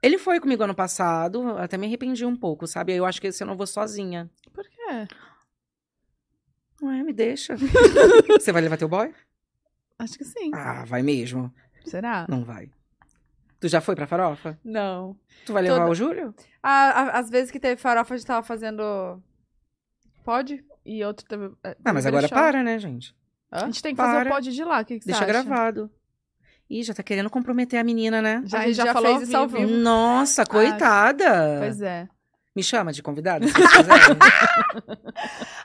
[SPEAKER 4] Ele foi comigo ano passado, eu até me arrependi um pouco, sabe? Eu acho que esse ano eu vou sozinha.
[SPEAKER 3] Por quê?
[SPEAKER 4] Ué, me deixa. Você vai levar teu boy?
[SPEAKER 3] Acho que sim.
[SPEAKER 4] Ah, vai mesmo.
[SPEAKER 3] Será?
[SPEAKER 4] Não vai. Tu já foi pra farofa?
[SPEAKER 2] Não.
[SPEAKER 4] Tu vai levar
[SPEAKER 2] Toda-
[SPEAKER 4] o Júlio?
[SPEAKER 2] A- a- Às vezes que teve farofa, a gente tava fazendo. Pode?
[SPEAKER 3] E outro teve... é,
[SPEAKER 4] Ah, mas
[SPEAKER 3] teve
[SPEAKER 4] agora
[SPEAKER 3] brechó.
[SPEAKER 4] para, né, gente?
[SPEAKER 3] A gente tem que fazer
[SPEAKER 4] Para.
[SPEAKER 3] o pod de lá, o que, que
[SPEAKER 4] Deixa
[SPEAKER 3] você acha?
[SPEAKER 4] gravado. Ih, já tá querendo comprometer a menina, né?
[SPEAKER 2] Já,
[SPEAKER 3] Ah,
[SPEAKER 2] a gente já, falou fez isso ao vivo.
[SPEAKER 4] Nossa, coitada!
[SPEAKER 3] Pois é.
[SPEAKER 4] Me chama de convidada, se vocês quiserem.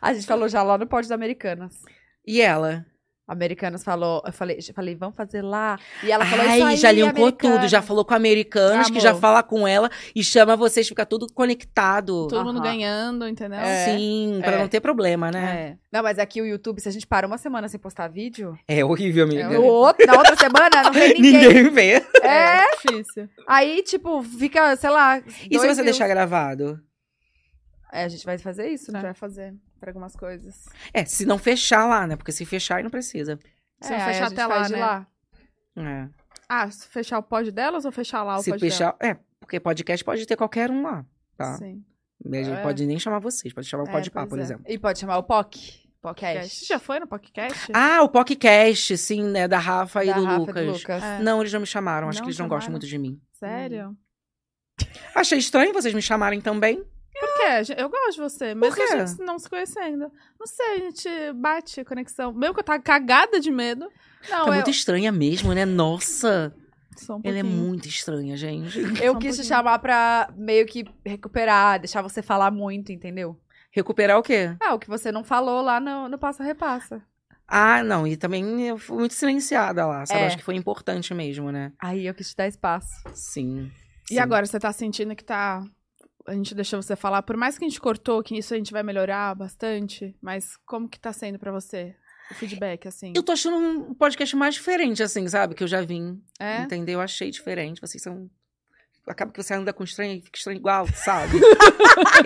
[SPEAKER 2] A gente falou já lá no pódio da Americanas.
[SPEAKER 4] E ela?
[SPEAKER 2] Americanas falou, eu falei, eu falei, vamos fazer lá. E ela falou
[SPEAKER 4] Ai,
[SPEAKER 2] isso aí,
[SPEAKER 4] já linkou
[SPEAKER 2] Americanas."
[SPEAKER 4] tudo, já falou com americanos, que
[SPEAKER 3] Amor.
[SPEAKER 4] já fala com ela e chama vocês, fica tudo conectado.
[SPEAKER 3] Todo mundo
[SPEAKER 2] Aham.
[SPEAKER 3] ganhando, entendeu?
[SPEAKER 2] É.
[SPEAKER 4] Sim, pra
[SPEAKER 2] é.
[SPEAKER 4] não ter problema, né?
[SPEAKER 2] É. Não, mas aqui o YouTube, se a gente para uma semana sem postar vídeo,
[SPEAKER 4] É, horrível,
[SPEAKER 3] É
[SPEAKER 4] amiga.
[SPEAKER 2] no outro- na outra semana não tem ninguém.
[SPEAKER 4] Ninguém vê.
[SPEAKER 2] É,
[SPEAKER 3] Difícil.
[SPEAKER 2] aí tipo, fica, sei lá.
[SPEAKER 4] E
[SPEAKER 2] dois
[SPEAKER 4] se você
[SPEAKER 2] views.
[SPEAKER 4] deixar gravado?
[SPEAKER 2] É, a gente vai fazer isso,
[SPEAKER 3] A gente
[SPEAKER 2] né?
[SPEAKER 3] vai fazer pra algumas coisas.
[SPEAKER 4] É, se não fechar lá, né? Porque se fechar, aí não precisa.
[SPEAKER 3] Se
[SPEAKER 2] é,
[SPEAKER 3] não
[SPEAKER 2] aí
[SPEAKER 3] fechar
[SPEAKER 2] a gente
[SPEAKER 3] até lá,
[SPEAKER 2] faz de
[SPEAKER 3] né?
[SPEAKER 2] lá.
[SPEAKER 4] É.
[SPEAKER 3] Ah, se fechar o pod delas ou fechar lá o
[SPEAKER 4] se
[SPEAKER 3] pod
[SPEAKER 4] fechar. É, porque podcast pode ter qualquer um lá. Tá?
[SPEAKER 3] delas? Sim.
[SPEAKER 4] A gente
[SPEAKER 3] É.
[SPEAKER 4] Pode nem chamar vocês, pode chamar o
[SPEAKER 3] É,
[SPEAKER 4] Pode Pá,
[SPEAKER 3] pois
[SPEAKER 4] por
[SPEAKER 3] é.
[SPEAKER 4] exemplo.
[SPEAKER 2] E pode chamar o POC.
[SPEAKER 3] Podcast.
[SPEAKER 2] Podcast.
[SPEAKER 3] Já foi no podcast?
[SPEAKER 4] Ah, o podcast, sim, né? Da Rafa e
[SPEAKER 2] da
[SPEAKER 4] do
[SPEAKER 2] Rafa e
[SPEAKER 4] Lucas.
[SPEAKER 2] do Lucas.
[SPEAKER 3] É.
[SPEAKER 4] Não, eles não me chamaram. Acho
[SPEAKER 3] Não
[SPEAKER 4] que eles não gostam
[SPEAKER 3] chamaram?
[SPEAKER 4] muito de mim.
[SPEAKER 3] Sério?
[SPEAKER 4] Achei estranho vocês me chamarem também.
[SPEAKER 3] Por quê? Gen- Eu gosto de você, mas
[SPEAKER 4] quê?
[SPEAKER 3] a gente não se conhece ainda. Não sei, a gente bate a conexão. Mesmo que eu tava cagada de medo. Não,
[SPEAKER 4] tá
[SPEAKER 3] eu
[SPEAKER 4] muito estranha mesmo, né? Nossa,
[SPEAKER 3] sou um
[SPEAKER 4] ela é
[SPEAKER 3] pouquinho-
[SPEAKER 4] muito estranha, gente.
[SPEAKER 2] Eu
[SPEAKER 3] Só um
[SPEAKER 2] quis te
[SPEAKER 3] pouquinho.
[SPEAKER 2] chamar pra meio que recuperar, deixar você falar muito, entendeu?
[SPEAKER 4] Recuperar o quê?
[SPEAKER 2] Ah, o que você não falou lá no, no Passa Repassa.
[SPEAKER 4] Ah, não, e também eu fui muito silenciada lá, sabe?
[SPEAKER 2] É.
[SPEAKER 4] Acho que foi importante mesmo, né?
[SPEAKER 2] Aí eu quis te dar espaço.
[SPEAKER 4] Sim.
[SPEAKER 3] E
[SPEAKER 4] sim.
[SPEAKER 3] agora, você tá sentindo que tá. A gente deixou você falar, por mais que a gente cortou, que isso a gente vai melhorar bastante, mas como que tá sendo pra você? O feedback, assim.
[SPEAKER 4] Eu tô achando um podcast mais diferente, assim, sabe? Que eu já vim.
[SPEAKER 3] É?
[SPEAKER 4] Entendeu? Eu achei diferente. Vocês são. Acaba que você anda com estranho e fica estranho igual, sabe?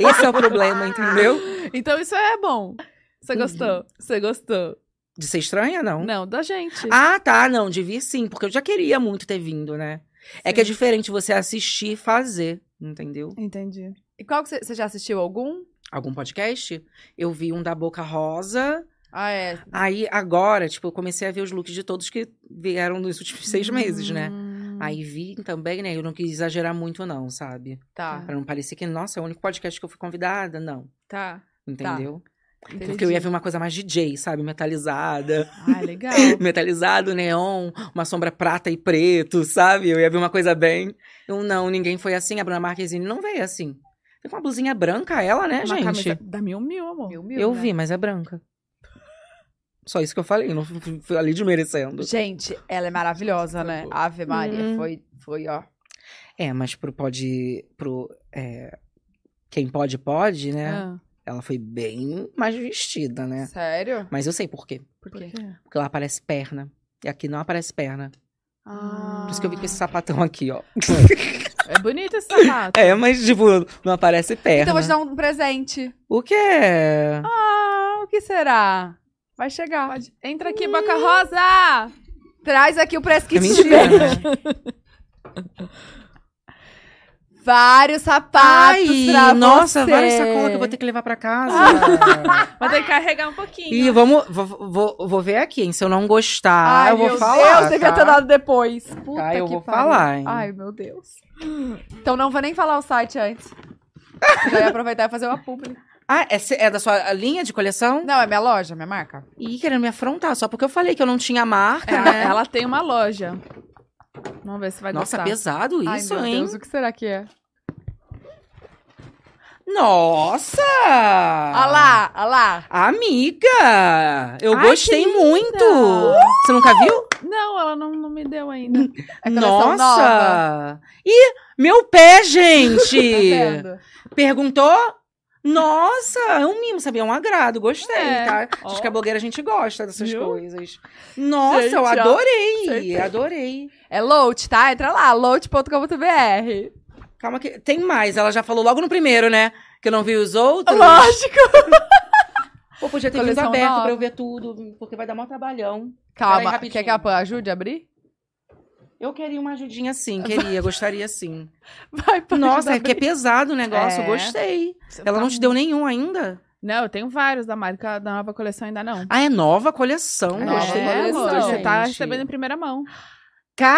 [SPEAKER 4] Esse é o problema, entendeu?
[SPEAKER 3] Então isso é bom. Você gostou? Você gostou?
[SPEAKER 4] De ser estranha, não.
[SPEAKER 3] Não, da gente.
[SPEAKER 4] Então Ah, tá, não, de vir sim, porque eu já queria muito ter vindo, né? É que é diferente você assistir e fazer, entendeu?
[SPEAKER 3] Entendi.
[SPEAKER 2] E qual que você, você já assistiu algum?
[SPEAKER 4] Algum podcast? Eu vi um da Boca Rosa.
[SPEAKER 2] Ah, é.
[SPEAKER 4] Aí agora, tipo, eu comecei a ver os looks de todos que vieram nos últimos seis meses, né?
[SPEAKER 3] Hum,
[SPEAKER 4] Aí vi também, né? Eu não quis exagerar muito, não, sabe?
[SPEAKER 3] Ah.
[SPEAKER 2] Tá.
[SPEAKER 4] Pra não parecer que, nossa, é o único podcast que eu fui convidada, não.
[SPEAKER 3] Tá.
[SPEAKER 4] Entendeu? Porque
[SPEAKER 2] Entendi.
[SPEAKER 4] eu ia ver uma coisa mais DJ, sabe? Metalizada.
[SPEAKER 3] Ah, legal.
[SPEAKER 4] metalizado, neon, uma sombra prata e preto, sabe? Eu ia ver uma coisa bem. Eu não, ninguém foi assim. A Bruna Marquezine não veio assim. Tem uma blusinha branca ela, né,
[SPEAKER 3] Uma
[SPEAKER 4] gente?
[SPEAKER 3] camisa da Mil Mil, amor.
[SPEAKER 2] Mil, mil,
[SPEAKER 4] Eu
[SPEAKER 2] né?
[SPEAKER 4] vi, mas é branca. Só isso que eu falei, não fui fui ali desmerecendo.
[SPEAKER 2] Gente, ela é maravilhosa, né? Ave Maria.
[SPEAKER 4] Hum.
[SPEAKER 2] Foi, foi, ó.
[SPEAKER 4] É, mas pro pode. pro. é, quem pode, pode, né?
[SPEAKER 3] Ah,
[SPEAKER 4] Ela foi bem mais vestida,
[SPEAKER 2] É.
[SPEAKER 4] né?
[SPEAKER 2] Sério?
[SPEAKER 4] Mas eu sei por quê.
[SPEAKER 2] Por
[SPEAKER 3] por
[SPEAKER 2] quê?
[SPEAKER 3] quê?
[SPEAKER 4] Porque lá aparece perna. E aqui não aparece perna.
[SPEAKER 3] Ah.
[SPEAKER 4] Por isso que eu vim com esse sapatão aqui, ó.
[SPEAKER 3] É bonito esse sapato.
[SPEAKER 4] É, mas, tipo, não aparece perna.
[SPEAKER 2] Então eu vou te dar um presente.
[SPEAKER 4] O que é?
[SPEAKER 2] Ah, o que será? Vai chegar.
[SPEAKER 3] Entra aqui, Boca Rosa!
[SPEAKER 2] Traz aqui o press
[SPEAKER 4] É
[SPEAKER 2] kit de
[SPEAKER 4] mentira,
[SPEAKER 2] bebê.
[SPEAKER 4] né?
[SPEAKER 2] Vários sapatos pra
[SPEAKER 4] Ai, nossa,
[SPEAKER 2] você.
[SPEAKER 4] várias sacolas que eu vou ter que levar pra casa.
[SPEAKER 3] Vai ter que carregar um pouquinho.
[SPEAKER 4] ah. e vamos, vou, vou, vou ver aqui, hein? Se eu não gostar,
[SPEAKER 2] Ai,
[SPEAKER 4] Ah, eu vou
[SPEAKER 2] meu
[SPEAKER 4] falar.
[SPEAKER 2] Deus, devia
[SPEAKER 4] tá?
[SPEAKER 2] ter dado depois. Puta
[SPEAKER 4] Tá, eu
[SPEAKER 2] que
[SPEAKER 4] vou
[SPEAKER 2] pariu.
[SPEAKER 4] falar, hein?
[SPEAKER 2] Ai, meu Deus. Então não vou nem falar o site antes. Já ia aproveitar e fazer uma publi.
[SPEAKER 4] Ah, é, se- é da sua linha de coleção?
[SPEAKER 2] Não, é minha loja, minha marca.
[SPEAKER 4] Ih, querendo me afrontar, só porque eu falei que eu não tinha marca,
[SPEAKER 3] Ela,
[SPEAKER 4] né?
[SPEAKER 3] ela tem uma loja. É. Vamos ver se vai
[SPEAKER 4] Nossa,
[SPEAKER 3] gostar.
[SPEAKER 4] é pesado isso,
[SPEAKER 2] Ai, meu
[SPEAKER 4] hein?
[SPEAKER 2] Deus, o que será que é?
[SPEAKER 4] Nossa! Ah.
[SPEAKER 2] Olha lá, olha lá.
[SPEAKER 4] Amiga! Eu
[SPEAKER 3] Ai,
[SPEAKER 4] gostei
[SPEAKER 3] que linda!
[SPEAKER 4] muito! Você nunca viu?
[SPEAKER 3] Não, ela não, não me deu ainda. tá
[SPEAKER 2] É coleção nova.
[SPEAKER 4] Nossa! Ih, meu pé,
[SPEAKER 2] Tá
[SPEAKER 4] gente!
[SPEAKER 2] vendo?
[SPEAKER 4] Perguntou? Nossa, é um mimo, sabia? É um agrado, gostei,
[SPEAKER 3] É.
[SPEAKER 4] tá?
[SPEAKER 3] Ó.
[SPEAKER 4] Acho que a blogueira a gente gosta dessas
[SPEAKER 3] Viu?
[SPEAKER 4] coisas. Nossa,
[SPEAKER 3] Gente,
[SPEAKER 4] eu
[SPEAKER 3] ó,
[SPEAKER 4] adorei!
[SPEAKER 3] certeza.
[SPEAKER 4] Adorei.
[SPEAKER 2] É Loat, tá? Entra lá, loat.com.br.
[SPEAKER 4] Calma que tem mais. Ela já falou logo no primeiro, né? Que eu não vi os outros.
[SPEAKER 3] Lógico.
[SPEAKER 4] Pô, podia ter vindo
[SPEAKER 2] Coleção
[SPEAKER 4] aberto
[SPEAKER 2] nova.
[SPEAKER 4] pra eu ver tudo, porque vai dar mó trabalhão. Peraí,
[SPEAKER 2] Calma,
[SPEAKER 4] rapidinho.
[SPEAKER 2] quer que a Pan ajude a abrir?
[SPEAKER 4] Eu queria uma ajudinha sim, queria, gostaria sim.
[SPEAKER 3] Vai pra
[SPEAKER 4] Nossa,
[SPEAKER 3] ajudar
[SPEAKER 4] é que é pesado o negócio,
[SPEAKER 2] É.
[SPEAKER 4] gostei.
[SPEAKER 3] bem.
[SPEAKER 4] Ela não te deu nenhum ainda?
[SPEAKER 3] Tá Não, eu tenho vários da marca da nova coleção ainda não.
[SPEAKER 4] Ah, é nova coleção,
[SPEAKER 2] É,
[SPEAKER 4] gostei
[SPEAKER 2] nova
[SPEAKER 3] amor,
[SPEAKER 4] muito,
[SPEAKER 2] coleção,
[SPEAKER 3] você tá
[SPEAKER 4] gente.
[SPEAKER 3] recebendo em primeira mão. Essa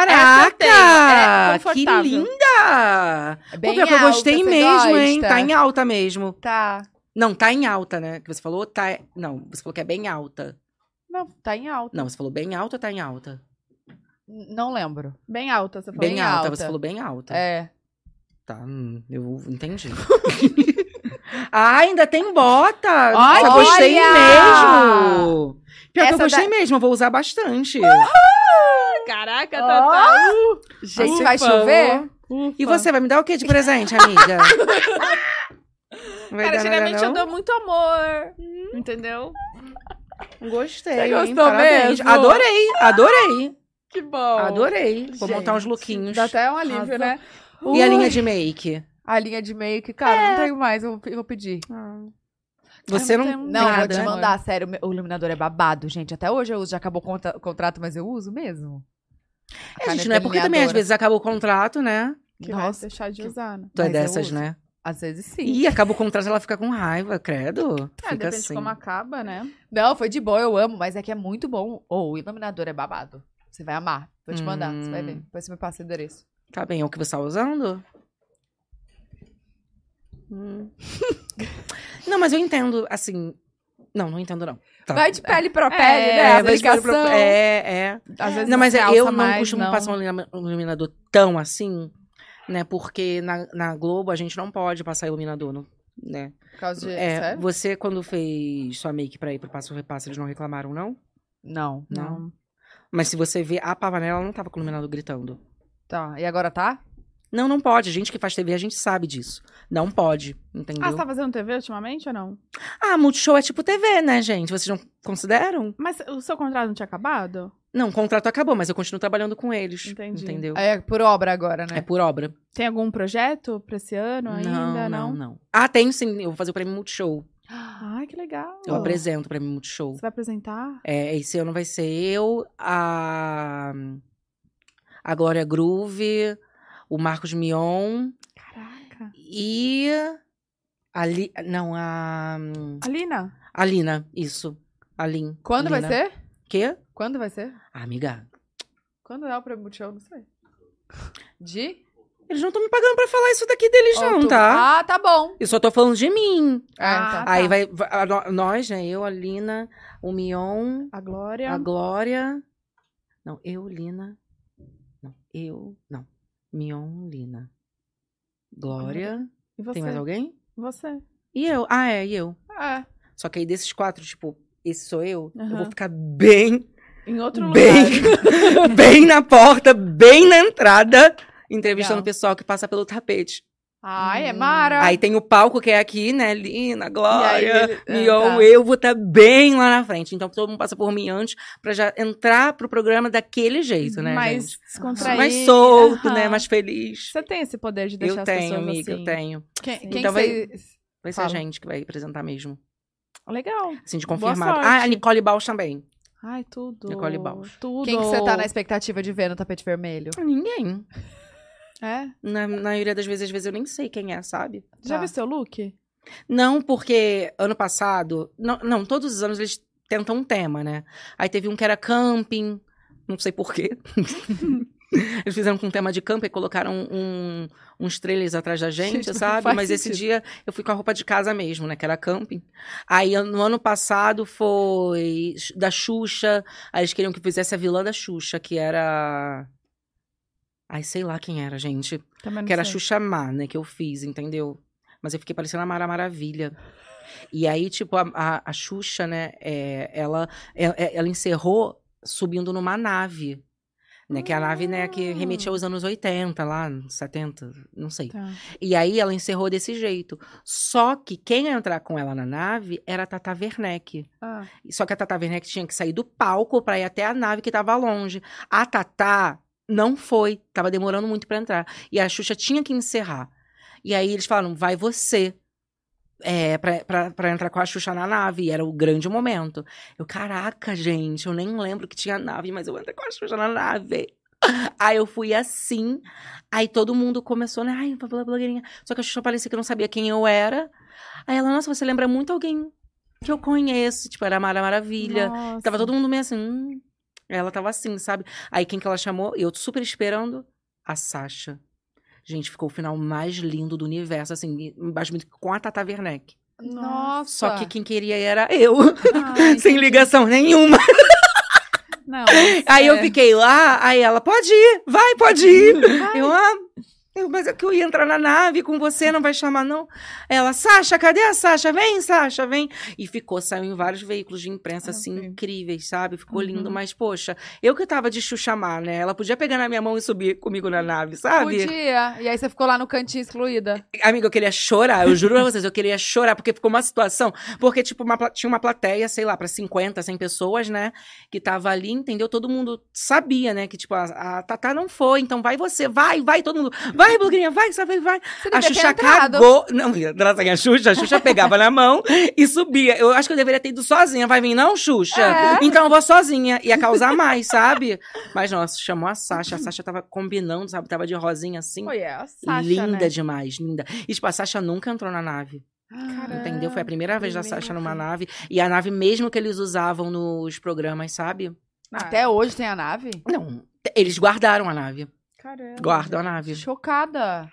[SPEAKER 3] eu tenho, é
[SPEAKER 4] Caraca, que
[SPEAKER 3] confortável.
[SPEAKER 4] linda!
[SPEAKER 2] É
[SPEAKER 4] Pô,
[SPEAKER 2] bem
[SPEAKER 4] pior que eu
[SPEAKER 2] alta,
[SPEAKER 4] gostei
[SPEAKER 2] você
[SPEAKER 4] mesmo, hein?
[SPEAKER 2] gosta?
[SPEAKER 4] Tá em alta mesmo.
[SPEAKER 2] Tá.
[SPEAKER 4] Não, tá em alta, né? Que você falou, tá... Não, você falou que é bem alta.
[SPEAKER 2] Não, tá em alta.
[SPEAKER 4] Não, você falou bem alta ou tá em alta?
[SPEAKER 2] N- Não lembro.
[SPEAKER 3] Bem alta, você falou.
[SPEAKER 4] Bem,
[SPEAKER 2] Bem
[SPEAKER 4] alta.
[SPEAKER 2] alta.
[SPEAKER 4] você falou bem alta.
[SPEAKER 2] É.
[SPEAKER 4] Tá, hum, eu entendi. ah, ainda tem bota!
[SPEAKER 3] Ai,
[SPEAKER 4] Nossa, gostei
[SPEAKER 2] olha!
[SPEAKER 4] mesmo! Pior que eu
[SPEAKER 2] Essa
[SPEAKER 4] gostei mesmo, eu vou usar bastante.
[SPEAKER 3] Caraca,
[SPEAKER 2] Ó!
[SPEAKER 3] Tatá.
[SPEAKER 2] Gente,
[SPEAKER 4] Ufa,
[SPEAKER 2] vai chover?
[SPEAKER 3] Ufa.
[SPEAKER 4] E você vai me dar o que de presente, amiga? Vai
[SPEAKER 3] Cara,
[SPEAKER 4] dar nada,
[SPEAKER 3] geralmente eu
[SPEAKER 4] não?
[SPEAKER 3] dou muito amor. Entendeu?
[SPEAKER 4] Gostei.
[SPEAKER 2] Você
[SPEAKER 4] hein?
[SPEAKER 2] gostou
[SPEAKER 4] Parabéns.
[SPEAKER 2] mesmo?
[SPEAKER 4] Adorei, adorei,
[SPEAKER 2] Que bom.
[SPEAKER 4] adorei. Vou montar uns
[SPEAKER 2] Gente,
[SPEAKER 4] lookinhos.
[SPEAKER 2] Dá até um alívio,
[SPEAKER 3] Arrasou.
[SPEAKER 2] né?
[SPEAKER 4] E a
[SPEAKER 2] Ui,
[SPEAKER 4] linha de make?
[SPEAKER 2] a linha de meio que, cara,
[SPEAKER 4] É.
[SPEAKER 2] não tenho mais, eu vou, eu vou pedir.
[SPEAKER 4] Você
[SPEAKER 3] eu
[SPEAKER 4] não.
[SPEAKER 3] não tenho
[SPEAKER 2] Não, eu vou
[SPEAKER 4] nada.
[SPEAKER 2] te
[SPEAKER 3] né, amor.
[SPEAKER 2] mandar, sério, o iluminador é babado, gente. Até hoje eu uso, já acabou o conta- o contrato, mas eu uso mesmo.
[SPEAKER 4] É, gente, não é porque também às vezes acaba o contrato, né?
[SPEAKER 3] Que
[SPEAKER 2] Nossa,
[SPEAKER 3] vai deixar de usar, né?
[SPEAKER 4] Tu é
[SPEAKER 2] Mas eu
[SPEAKER 4] dessas,
[SPEAKER 2] uso.
[SPEAKER 4] né?
[SPEAKER 2] Às vezes sim.
[SPEAKER 4] Ih, acaba o contrato, ela fica com raiva, credo.
[SPEAKER 3] Ah,
[SPEAKER 4] fica
[SPEAKER 3] depende
[SPEAKER 4] assim.
[SPEAKER 3] de como acaba, né?
[SPEAKER 2] Não, foi de boa, eu amo, mas é que é muito bom. Ou o iluminador é babado. Você vai amar. Vou te mandar,
[SPEAKER 4] Hum.
[SPEAKER 2] você vai ver. Depois você me passa o endereço.
[SPEAKER 4] Tá bem, é o que você tá usando? Hum. não, mas eu entendo, assim. Não, não entendo, não. Tá.
[SPEAKER 2] Vai de pele pra pele,
[SPEAKER 3] É,
[SPEAKER 2] né?
[SPEAKER 4] É,
[SPEAKER 2] A
[SPEAKER 4] vai de cara pra-
[SPEAKER 2] aplicação.
[SPEAKER 4] é, é.
[SPEAKER 3] Às vezes
[SPEAKER 4] Não, mas
[SPEAKER 3] você
[SPEAKER 4] é,
[SPEAKER 3] alça
[SPEAKER 4] eu não
[SPEAKER 3] mais,
[SPEAKER 4] costumo
[SPEAKER 3] não.
[SPEAKER 4] passar um ilumina- um iluminador tão assim, né? Porque na, na Globo a gente não pode passar iluminador, não- né?
[SPEAKER 2] Por causa de.
[SPEAKER 4] É,
[SPEAKER 2] Sério?
[SPEAKER 4] você, quando fez sua make pra ir pro Passo Repasso, eles não reclamaram, não?
[SPEAKER 2] Não.
[SPEAKER 3] Não.
[SPEAKER 4] Mas se você vê a Pavanela, ela não tava com o iluminador gritando.
[SPEAKER 2] Tá. E agora tá?
[SPEAKER 4] Não, não pode. A gente que faz TV, a gente sabe disso. Não pode, entendeu?
[SPEAKER 3] Ah, você tá fazendo TV ultimamente ou não?
[SPEAKER 4] Ah, Multishow é tipo TV, né, gente? Vocês não consideram?
[SPEAKER 3] Mas o seu contrato não tinha acabado?
[SPEAKER 4] Não, o contrato acabou, mas eu continuo trabalhando com eles.
[SPEAKER 3] Entendi.
[SPEAKER 4] Entendeu?
[SPEAKER 2] É por obra agora,
[SPEAKER 4] É
[SPEAKER 2] né?
[SPEAKER 4] por obra.
[SPEAKER 3] Tem algum projeto pra esse ano ainda?
[SPEAKER 4] não,
[SPEAKER 3] Não,
[SPEAKER 4] não. Ah, tem sim. Eu vou fazer o prêmio Multishow.
[SPEAKER 3] Ai, que legal.
[SPEAKER 4] Eu apresento o prêmio Multishow.
[SPEAKER 3] Você vai apresentar?
[SPEAKER 4] É, esse ano vai ser eu, a, a Glória Groove, o Marcos Mion
[SPEAKER 3] Caraca.
[SPEAKER 4] e a Li, não, a
[SPEAKER 3] Alina,
[SPEAKER 4] a Lina, isso. A Lin.
[SPEAKER 2] Quando vai
[SPEAKER 4] Lina.
[SPEAKER 2] ser?
[SPEAKER 4] Quê?
[SPEAKER 2] Quando vai ser?
[SPEAKER 4] Ah, amiga,
[SPEAKER 2] Quando é o prêmio Multishow? Não sei. De?
[SPEAKER 4] eles não estão me pagando pra falar isso daqui deles não,
[SPEAKER 2] Outubro.
[SPEAKER 4] tá?
[SPEAKER 2] Ah, tá bom.
[SPEAKER 4] Eu só tô falando de mim.
[SPEAKER 2] Ah,
[SPEAKER 3] Ah,
[SPEAKER 2] tá.
[SPEAKER 4] Aí vai, vai- a no- nós, né, eu, a Lina, o Mion,
[SPEAKER 3] a Glória.
[SPEAKER 4] a Glória. Não, eu, Lina. Não, eu, não. Mion, Lina. Glória.
[SPEAKER 3] E você?
[SPEAKER 4] Tem mais alguém?
[SPEAKER 3] Você.
[SPEAKER 4] E eu. Ah, é, e eu.
[SPEAKER 3] É.
[SPEAKER 4] Só que aí desses quatro, tipo, esse sou eu, eu vou
[SPEAKER 3] Aham.
[SPEAKER 4] ficar bem,
[SPEAKER 3] Em outro lugar.
[SPEAKER 4] bem, bem na porta, bem na entrada, entrevistando o
[SPEAKER 2] Legal.
[SPEAKER 4] pessoal que passa pelo tapete.
[SPEAKER 2] Ai, é Mara.
[SPEAKER 4] Aí tem o palco que é aqui, né, Lina,
[SPEAKER 3] Ah. E aí
[SPEAKER 4] Glória,
[SPEAKER 2] é,
[SPEAKER 3] ele- ah,
[SPEAKER 4] Mion,
[SPEAKER 3] tá.
[SPEAKER 4] eu vou estar bem lá na frente. Então todo mundo passa por mim antes pra já entrar pro programa daquele jeito, né,
[SPEAKER 3] mais
[SPEAKER 4] gente?
[SPEAKER 3] descontraído.
[SPEAKER 4] Mais solto,
[SPEAKER 3] Aham.
[SPEAKER 4] né, mais feliz.
[SPEAKER 3] Você tem esse poder de deixar
[SPEAKER 4] Eu
[SPEAKER 3] as
[SPEAKER 4] tenho,
[SPEAKER 3] pessoas
[SPEAKER 4] amiga,
[SPEAKER 3] assim.
[SPEAKER 4] eu tenho.
[SPEAKER 2] Quem, quem
[SPEAKER 4] Então vai-
[SPEAKER 2] vocês-
[SPEAKER 4] Vai ser a
[SPEAKER 2] Fala.
[SPEAKER 4] gente que vai apresentar mesmo.
[SPEAKER 3] Legal.
[SPEAKER 4] Assim, de
[SPEAKER 3] Boa
[SPEAKER 4] confirmado. Ah,
[SPEAKER 3] sorte.
[SPEAKER 4] a Nicole Bausch também.
[SPEAKER 3] Ai, tudo.
[SPEAKER 4] Nicole Bausch.
[SPEAKER 3] Tudo.
[SPEAKER 2] Quem que você tá na expectativa de ver no tapete vermelho?
[SPEAKER 4] Ninguém.
[SPEAKER 3] É?
[SPEAKER 4] Na, na maioria das vezes, às vezes eu nem sei quem é, sabe?
[SPEAKER 3] Já
[SPEAKER 2] Tá.
[SPEAKER 3] viu seu look?
[SPEAKER 4] Não, porque ano passado. Não, não, todos os anos eles tentam um tema, né? Aí teve um que era camping, não sei porquê. Eles fizeram com tema de campo e colocaram um- uns trailers atrás da gente,
[SPEAKER 1] Gente, não
[SPEAKER 4] sabe?
[SPEAKER 1] faz
[SPEAKER 4] Mas esse
[SPEAKER 1] sentido.
[SPEAKER 4] dia eu fui com a roupa de casa mesmo, né? Que era camping. Aí an- no ano passado foi X- da Xuxa. Aí eles queriam que fizesse a vilã da Xuxa, que era. Ai, sei lá quem era, gente.
[SPEAKER 3] Também não
[SPEAKER 4] Que era a
[SPEAKER 3] sei.
[SPEAKER 4] Xuxa Má, né? Que eu fiz, entendeu? Mas eu fiquei parecendo a Mara Maravilha. E aí, tipo, a, a, a Xuxa, né? é, ela, é- é- ela encerrou subindo numa nave. Né, que é a nave, né, que
[SPEAKER 3] Ah.
[SPEAKER 4] remetia aos anos 80, lá, 70, não sei.
[SPEAKER 3] Tá.
[SPEAKER 4] E aí ela encerrou desse jeito. Só que quem ia entrar com ela na nave era a Tata Werneck.
[SPEAKER 3] Ah.
[SPEAKER 4] Só que a Tata Werneck tinha que sair do palco pra ir até a nave que tava longe. A Tata não foi, tava demorando muito pra entrar. E a Xuxa tinha que encerrar. E aí eles falaram, vai você. É, pra, pra, pra entrar com a Xuxa na nave, e era o grande momento. Eu, caraca, gente, eu nem lembro que tinha nave, mas eu entrei com a Xuxa na nave. Aí eu fui assim, aí todo mundo começou, né? Ai, blá, blogueirinha. Só que a Xuxa parecia que não sabia quem eu era. Aí ela, nossa, você lembra muito alguém que eu conheço. Tipo, era a Mara Maravilha.
[SPEAKER 3] Nossa.
[SPEAKER 4] Tava todo mundo meio assim, hum. Ela tava assim, sabe? Aí quem que ela chamou? Eu super esperando. A Sasha. Gente, ficou o final mais lindo do universo, assim, embaixo com a Tata Werneck.
[SPEAKER 2] Nossa.
[SPEAKER 4] Só que quem queria era eu,
[SPEAKER 2] Ai,
[SPEAKER 4] sem ligação nenhuma.
[SPEAKER 3] Não,
[SPEAKER 4] Aí eu
[SPEAKER 3] é.
[SPEAKER 4] fiquei lá, aí ela, pode ir, vai, pode ir. Eu, ah, eu, mas é que eu ia entrar na nave com você, não vai chamar, não. Ela, Sasha, cadê a Sasha? Vem, Sasha, vem. E ficou, saiu em vários veículos de
[SPEAKER 1] Ah,
[SPEAKER 4] imprensa, assim,
[SPEAKER 1] sim.
[SPEAKER 4] incríveis, sabe? Ficou lindo,
[SPEAKER 3] Uhum.
[SPEAKER 4] mas, poxa, eu que tava de chuchamar, né? Ela podia pegar na minha mão e subir comigo na nave, sabe?
[SPEAKER 2] Podia. E aí você ficou lá no cantinho
[SPEAKER 3] É.
[SPEAKER 2] excluída.
[SPEAKER 4] Amiga, eu queria chorar, eu juro pra vocês, eu queria chorar, porque ficou uma situação. Porque, tipo, uma pla- tinha uma plateia, sei lá, pra 50, 100 pessoas, né? Que tava ali, entendeu? Todo mundo sabia, né? Que, tipo, a, a Tatá não foi, então vai você, vai, vai, todo mundo. Vai, blogueirinha, vai, sabe, vai.
[SPEAKER 2] Você devia
[SPEAKER 4] A
[SPEAKER 2] ter
[SPEAKER 4] Xuxa
[SPEAKER 2] entrado.
[SPEAKER 4] cagou. Não, graças a Xuxa, a Xuxa pegava na mão e subia. Eu acho que eu deveria ter ido sozinha. Vai vir, não, Xuxa?
[SPEAKER 2] É.
[SPEAKER 4] Então eu vou sozinha. Ia causar mais, sabe? Mas não, chamou a Sasha. A Sasha tava combinando, sabe? Tava de rosinha assim.
[SPEAKER 3] Foi a Sasha,
[SPEAKER 4] linda
[SPEAKER 3] né?
[SPEAKER 4] demais, linda. E tipo, a Sasha nunca entrou na nave.
[SPEAKER 2] Caramba.
[SPEAKER 4] entendeu? Foi a primeira vez da
[SPEAKER 1] primeira
[SPEAKER 4] Sasha numa
[SPEAKER 1] vez.
[SPEAKER 4] nave. E a nave mesmo que eles usavam nos programas, sabe?
[SPEAKER 2] Até hoje tem a nave?
[SPEAKER 4] Não. Eles guardaram a nave.
[SPEAKER 1] Caramba.
[SPEAKER 4] Guardam a nave.
[SPEAKER 2] Chocada.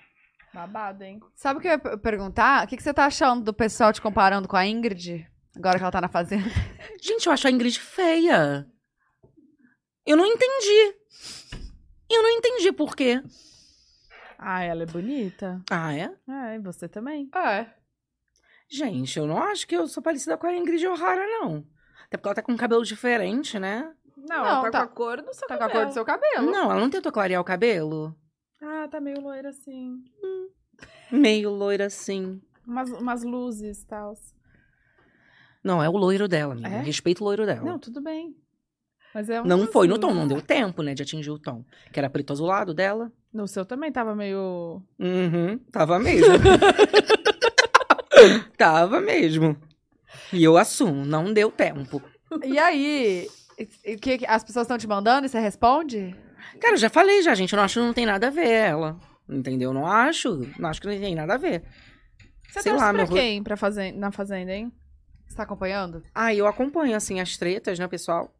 [SPEAKER 1] Babado, hein?
[SPEAKER 2] Sabe o que eu ia per- perguntar? O que, que você tá achando do pessoal te comparando com a Ingrid? Agora que ela tá na fazenda.
[SPEAKER 4] Gente, eu acho a Ingrid feia. Eu não entendi. Eu não entendi por quê.
[SPEAKER 1] Ah, ela é bonita.
[SPEAKER 4] Ah, é?
[SPEAKER 1] Ah, e você também.
[SPEAKER 2] É.
[SPEAKER 4] Gente, eu não acho que eu sou parecida com a Ingrid O'Hara, não. Até porque ela tá com um cabelo diferente, né?
[SPEAKER 1] Não,
[SPEAKER 2] Não,
[SPEAKER 1] tá,
[SPEAKER 2] tá-
[SPEAKER 1] com a cor do seu
[SPEAKER 2] Tá com a
[SPEAKER 1] cabelo.
[SPEAKER 2] cor do seu cabelo.
[SPEAKER 4] Não, ela não tentou clarear o cabelo?
[SPEAKER 1] Ah, tá meio loira assim.
[SPEAKER 4] Meio loira assim.
[SPEAKER 1] Umas, umas luzes e tal.
[SPEAKER 4] Não, é o loiro dela, amiga.
[SPEAKER 1] É?
[SPEAKER 4] Respeito o loiro dela.
[SPEAKER 1] Não, tudo bem. Mas é um
[SPEAKER 4] Não foi no
[SPEAKER 1] azul.
[SPEAKER 4] tom, não deu tempo, né, de atingir o tom. Que era preto azulado dela.
[SPEAKER 1] No seu também tava meio.
[SPEAKER 4] Uhum, tava mesmo. tava mesmo. E eu assumo, não deu tempo.
[SPEAKER 2] E aí? E- e que, que- as pessoas estão te mandando e você responde?
[SPEAKER 4] Cara, eu já falei já, gente, eu não acho que não tem nada a ver ela. Entendeu? Não acho, não acho que não tem nada a ver.
[SPEAKER 1] Você
[SPEAKER 4] Sei
[SPEAKER 1] torce
[SPEAKER 4] lá,
[SPEAKER 1] pra
[SPEAKER 4] meu ro-
[SPEAKER 1] quem pra fazen- na fazenda, hein?
[SPEAKER 2] Você tá acompanhando?
[SPEAKER 4] Ah, eu acompanho, assim, as tretas, né, pessoal?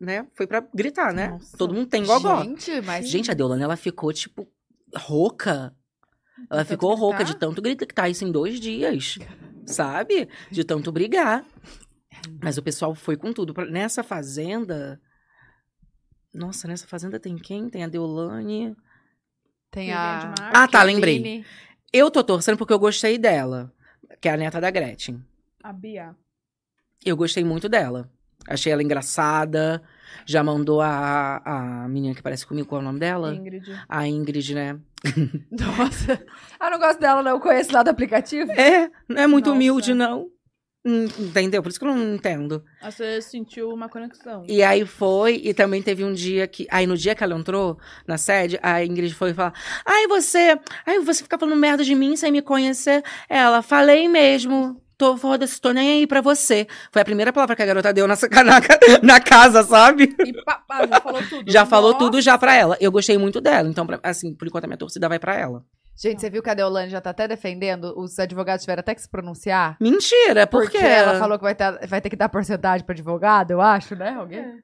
[SPEAKER 4] Né? Foi pra gritar, né? Todo mundo tem gogó.
[SPEAKER 2] Gente, mas.
[SPEAKER 4] Gente, a Deolane, ela ficou, tipo, rouca. Ela
[SPEAKER 1] tanto
[SPEAKER 4] ficou rouca
[SPEAKER 1] gritar?
[SPEAKER 4] de tanto gritar, que tá isso em dois dias, sabe? De tanto brigar. Mas o pessoal foi com tudo. Pra- Nessa fazenda... Nossa, nessa fazenda tem quem? Tem a Deolane...
[SPEAKER 2] Tem
[SPEAKER 1] Ninguém
[SPEAKER 2] a.
[SPEAKER 1] de marca.
[SPEAKER 4] Ah, tá,
[SPEAKER 2] Jaqueline.
[SPEAKER 4] lembrei. Eu tô torcendo porque eu gostei dela, que é a neta da Gretchen.
[SPEAKER 1] A Bia.
[SPEAKER 4] Eu gostei muito dela. Achei ela engraçada. Já mandou a, a menina que parece comigo, qual é o nome dela?
[SPEAKER 1] Ingrid.
[SPEAKER 4] A Ingrid, né?
[SPEAKER 2] Nossa. Ah, não gosto dela, não. Eu conheço lá do aplicativo.
[SPEAKER 4] É, não é muito
[SPEAKER 1] Nossa.
[SPEAKER 4] humilde, não. Hum, Entendeu? Por isso que eu não entendo.
[SPEAKER 1] Ah, Você sentiu uma conexão.
[SPEAKER 4] E aí foi, e também teve um dia que. Aí no dia que ela entrou na sede, a Ingrid foi falar: Ai, você. Ai, você fica falando merda de mim sem me conhecer. Ela, falei mesmo. Tô foda-se, tô nem aí pra você. Foi a primeira palavra que a garota deu na, na, na casa, sabe?
[SPEAKER 1] E papá, já falou tudo.
[SPEAKER 4] Já falou tudo já pra ela. Eu gostei muito dela. Então, pra- assim, por enquanto a minha torcida vai pra ela.
[SPEAKER 2] Gente, você viu que a Deolane já tá até defendendo? Os advogados tiveram até que se pronunciar?
[SPEAKER 4] Mentira, por quê?
[SPEAKER 2] ela falou que vai ter, vai ter que dar porcentagem pra advogado, eu acho, né? Alguém?
[SPEAKER 1] É.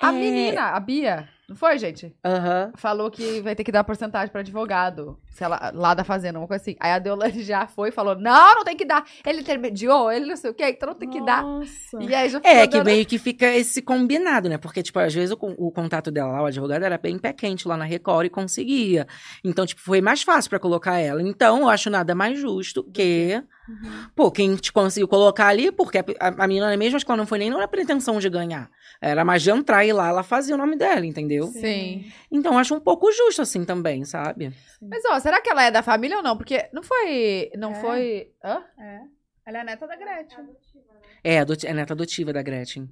[SPEAKER 2] A
[SPEAKER 4] É.
[SPEAKER 2] menina, a Bia. Não foi, gente?
[SPEAKER 4] Aham.
[SPEAKER 2] Falou que vai ter que dar porcentagem pra advogado. Sei lá, lá da fazenda, uma coisa assim. Aí a Deolane já foi e falou: não, não tem que dar. Ele intermediou, ele não sei o quê, então não tem que dar.
[SPEAKER 3] Nossa.
[SPEAKER 2] E aí já ficou
[SPEAKER 4] É, que
[SPEAKER 2] dando-
[SPEAKER 4] meio que fica esse combinado, né? Porque, tipo, às vezes o, con- o contato dela lá, o advogado, era bem pé quente lá na Record e conseguia. Então, tipo, foi mais fácil pra colocar ela. Então, eu acho nada mais justo que. Uhum. Pô, quem te conseguiu colocar ali, porque a, a, a menina mesmo, acho que ela não foi nem na pretensão de ganhar. Era mais de entrar e lá, ela fazia o nome dela, entendeu?
[SPEAKER 2] Sim.
[SPEAKER 4] Então, eu acho um pouco justo assim também, sabe?
[SPEAKER 2] Mas, ó, será que ela é da família ou não? Porque não foi. Não
[SPEAKER 3] É.
[SPEAKER 2] foi. Hã?
[SPEAKER 3] Ela é neta da Gretchen.
[SPEAKER 4] É, adoti- é neta adotiva da Gretchen.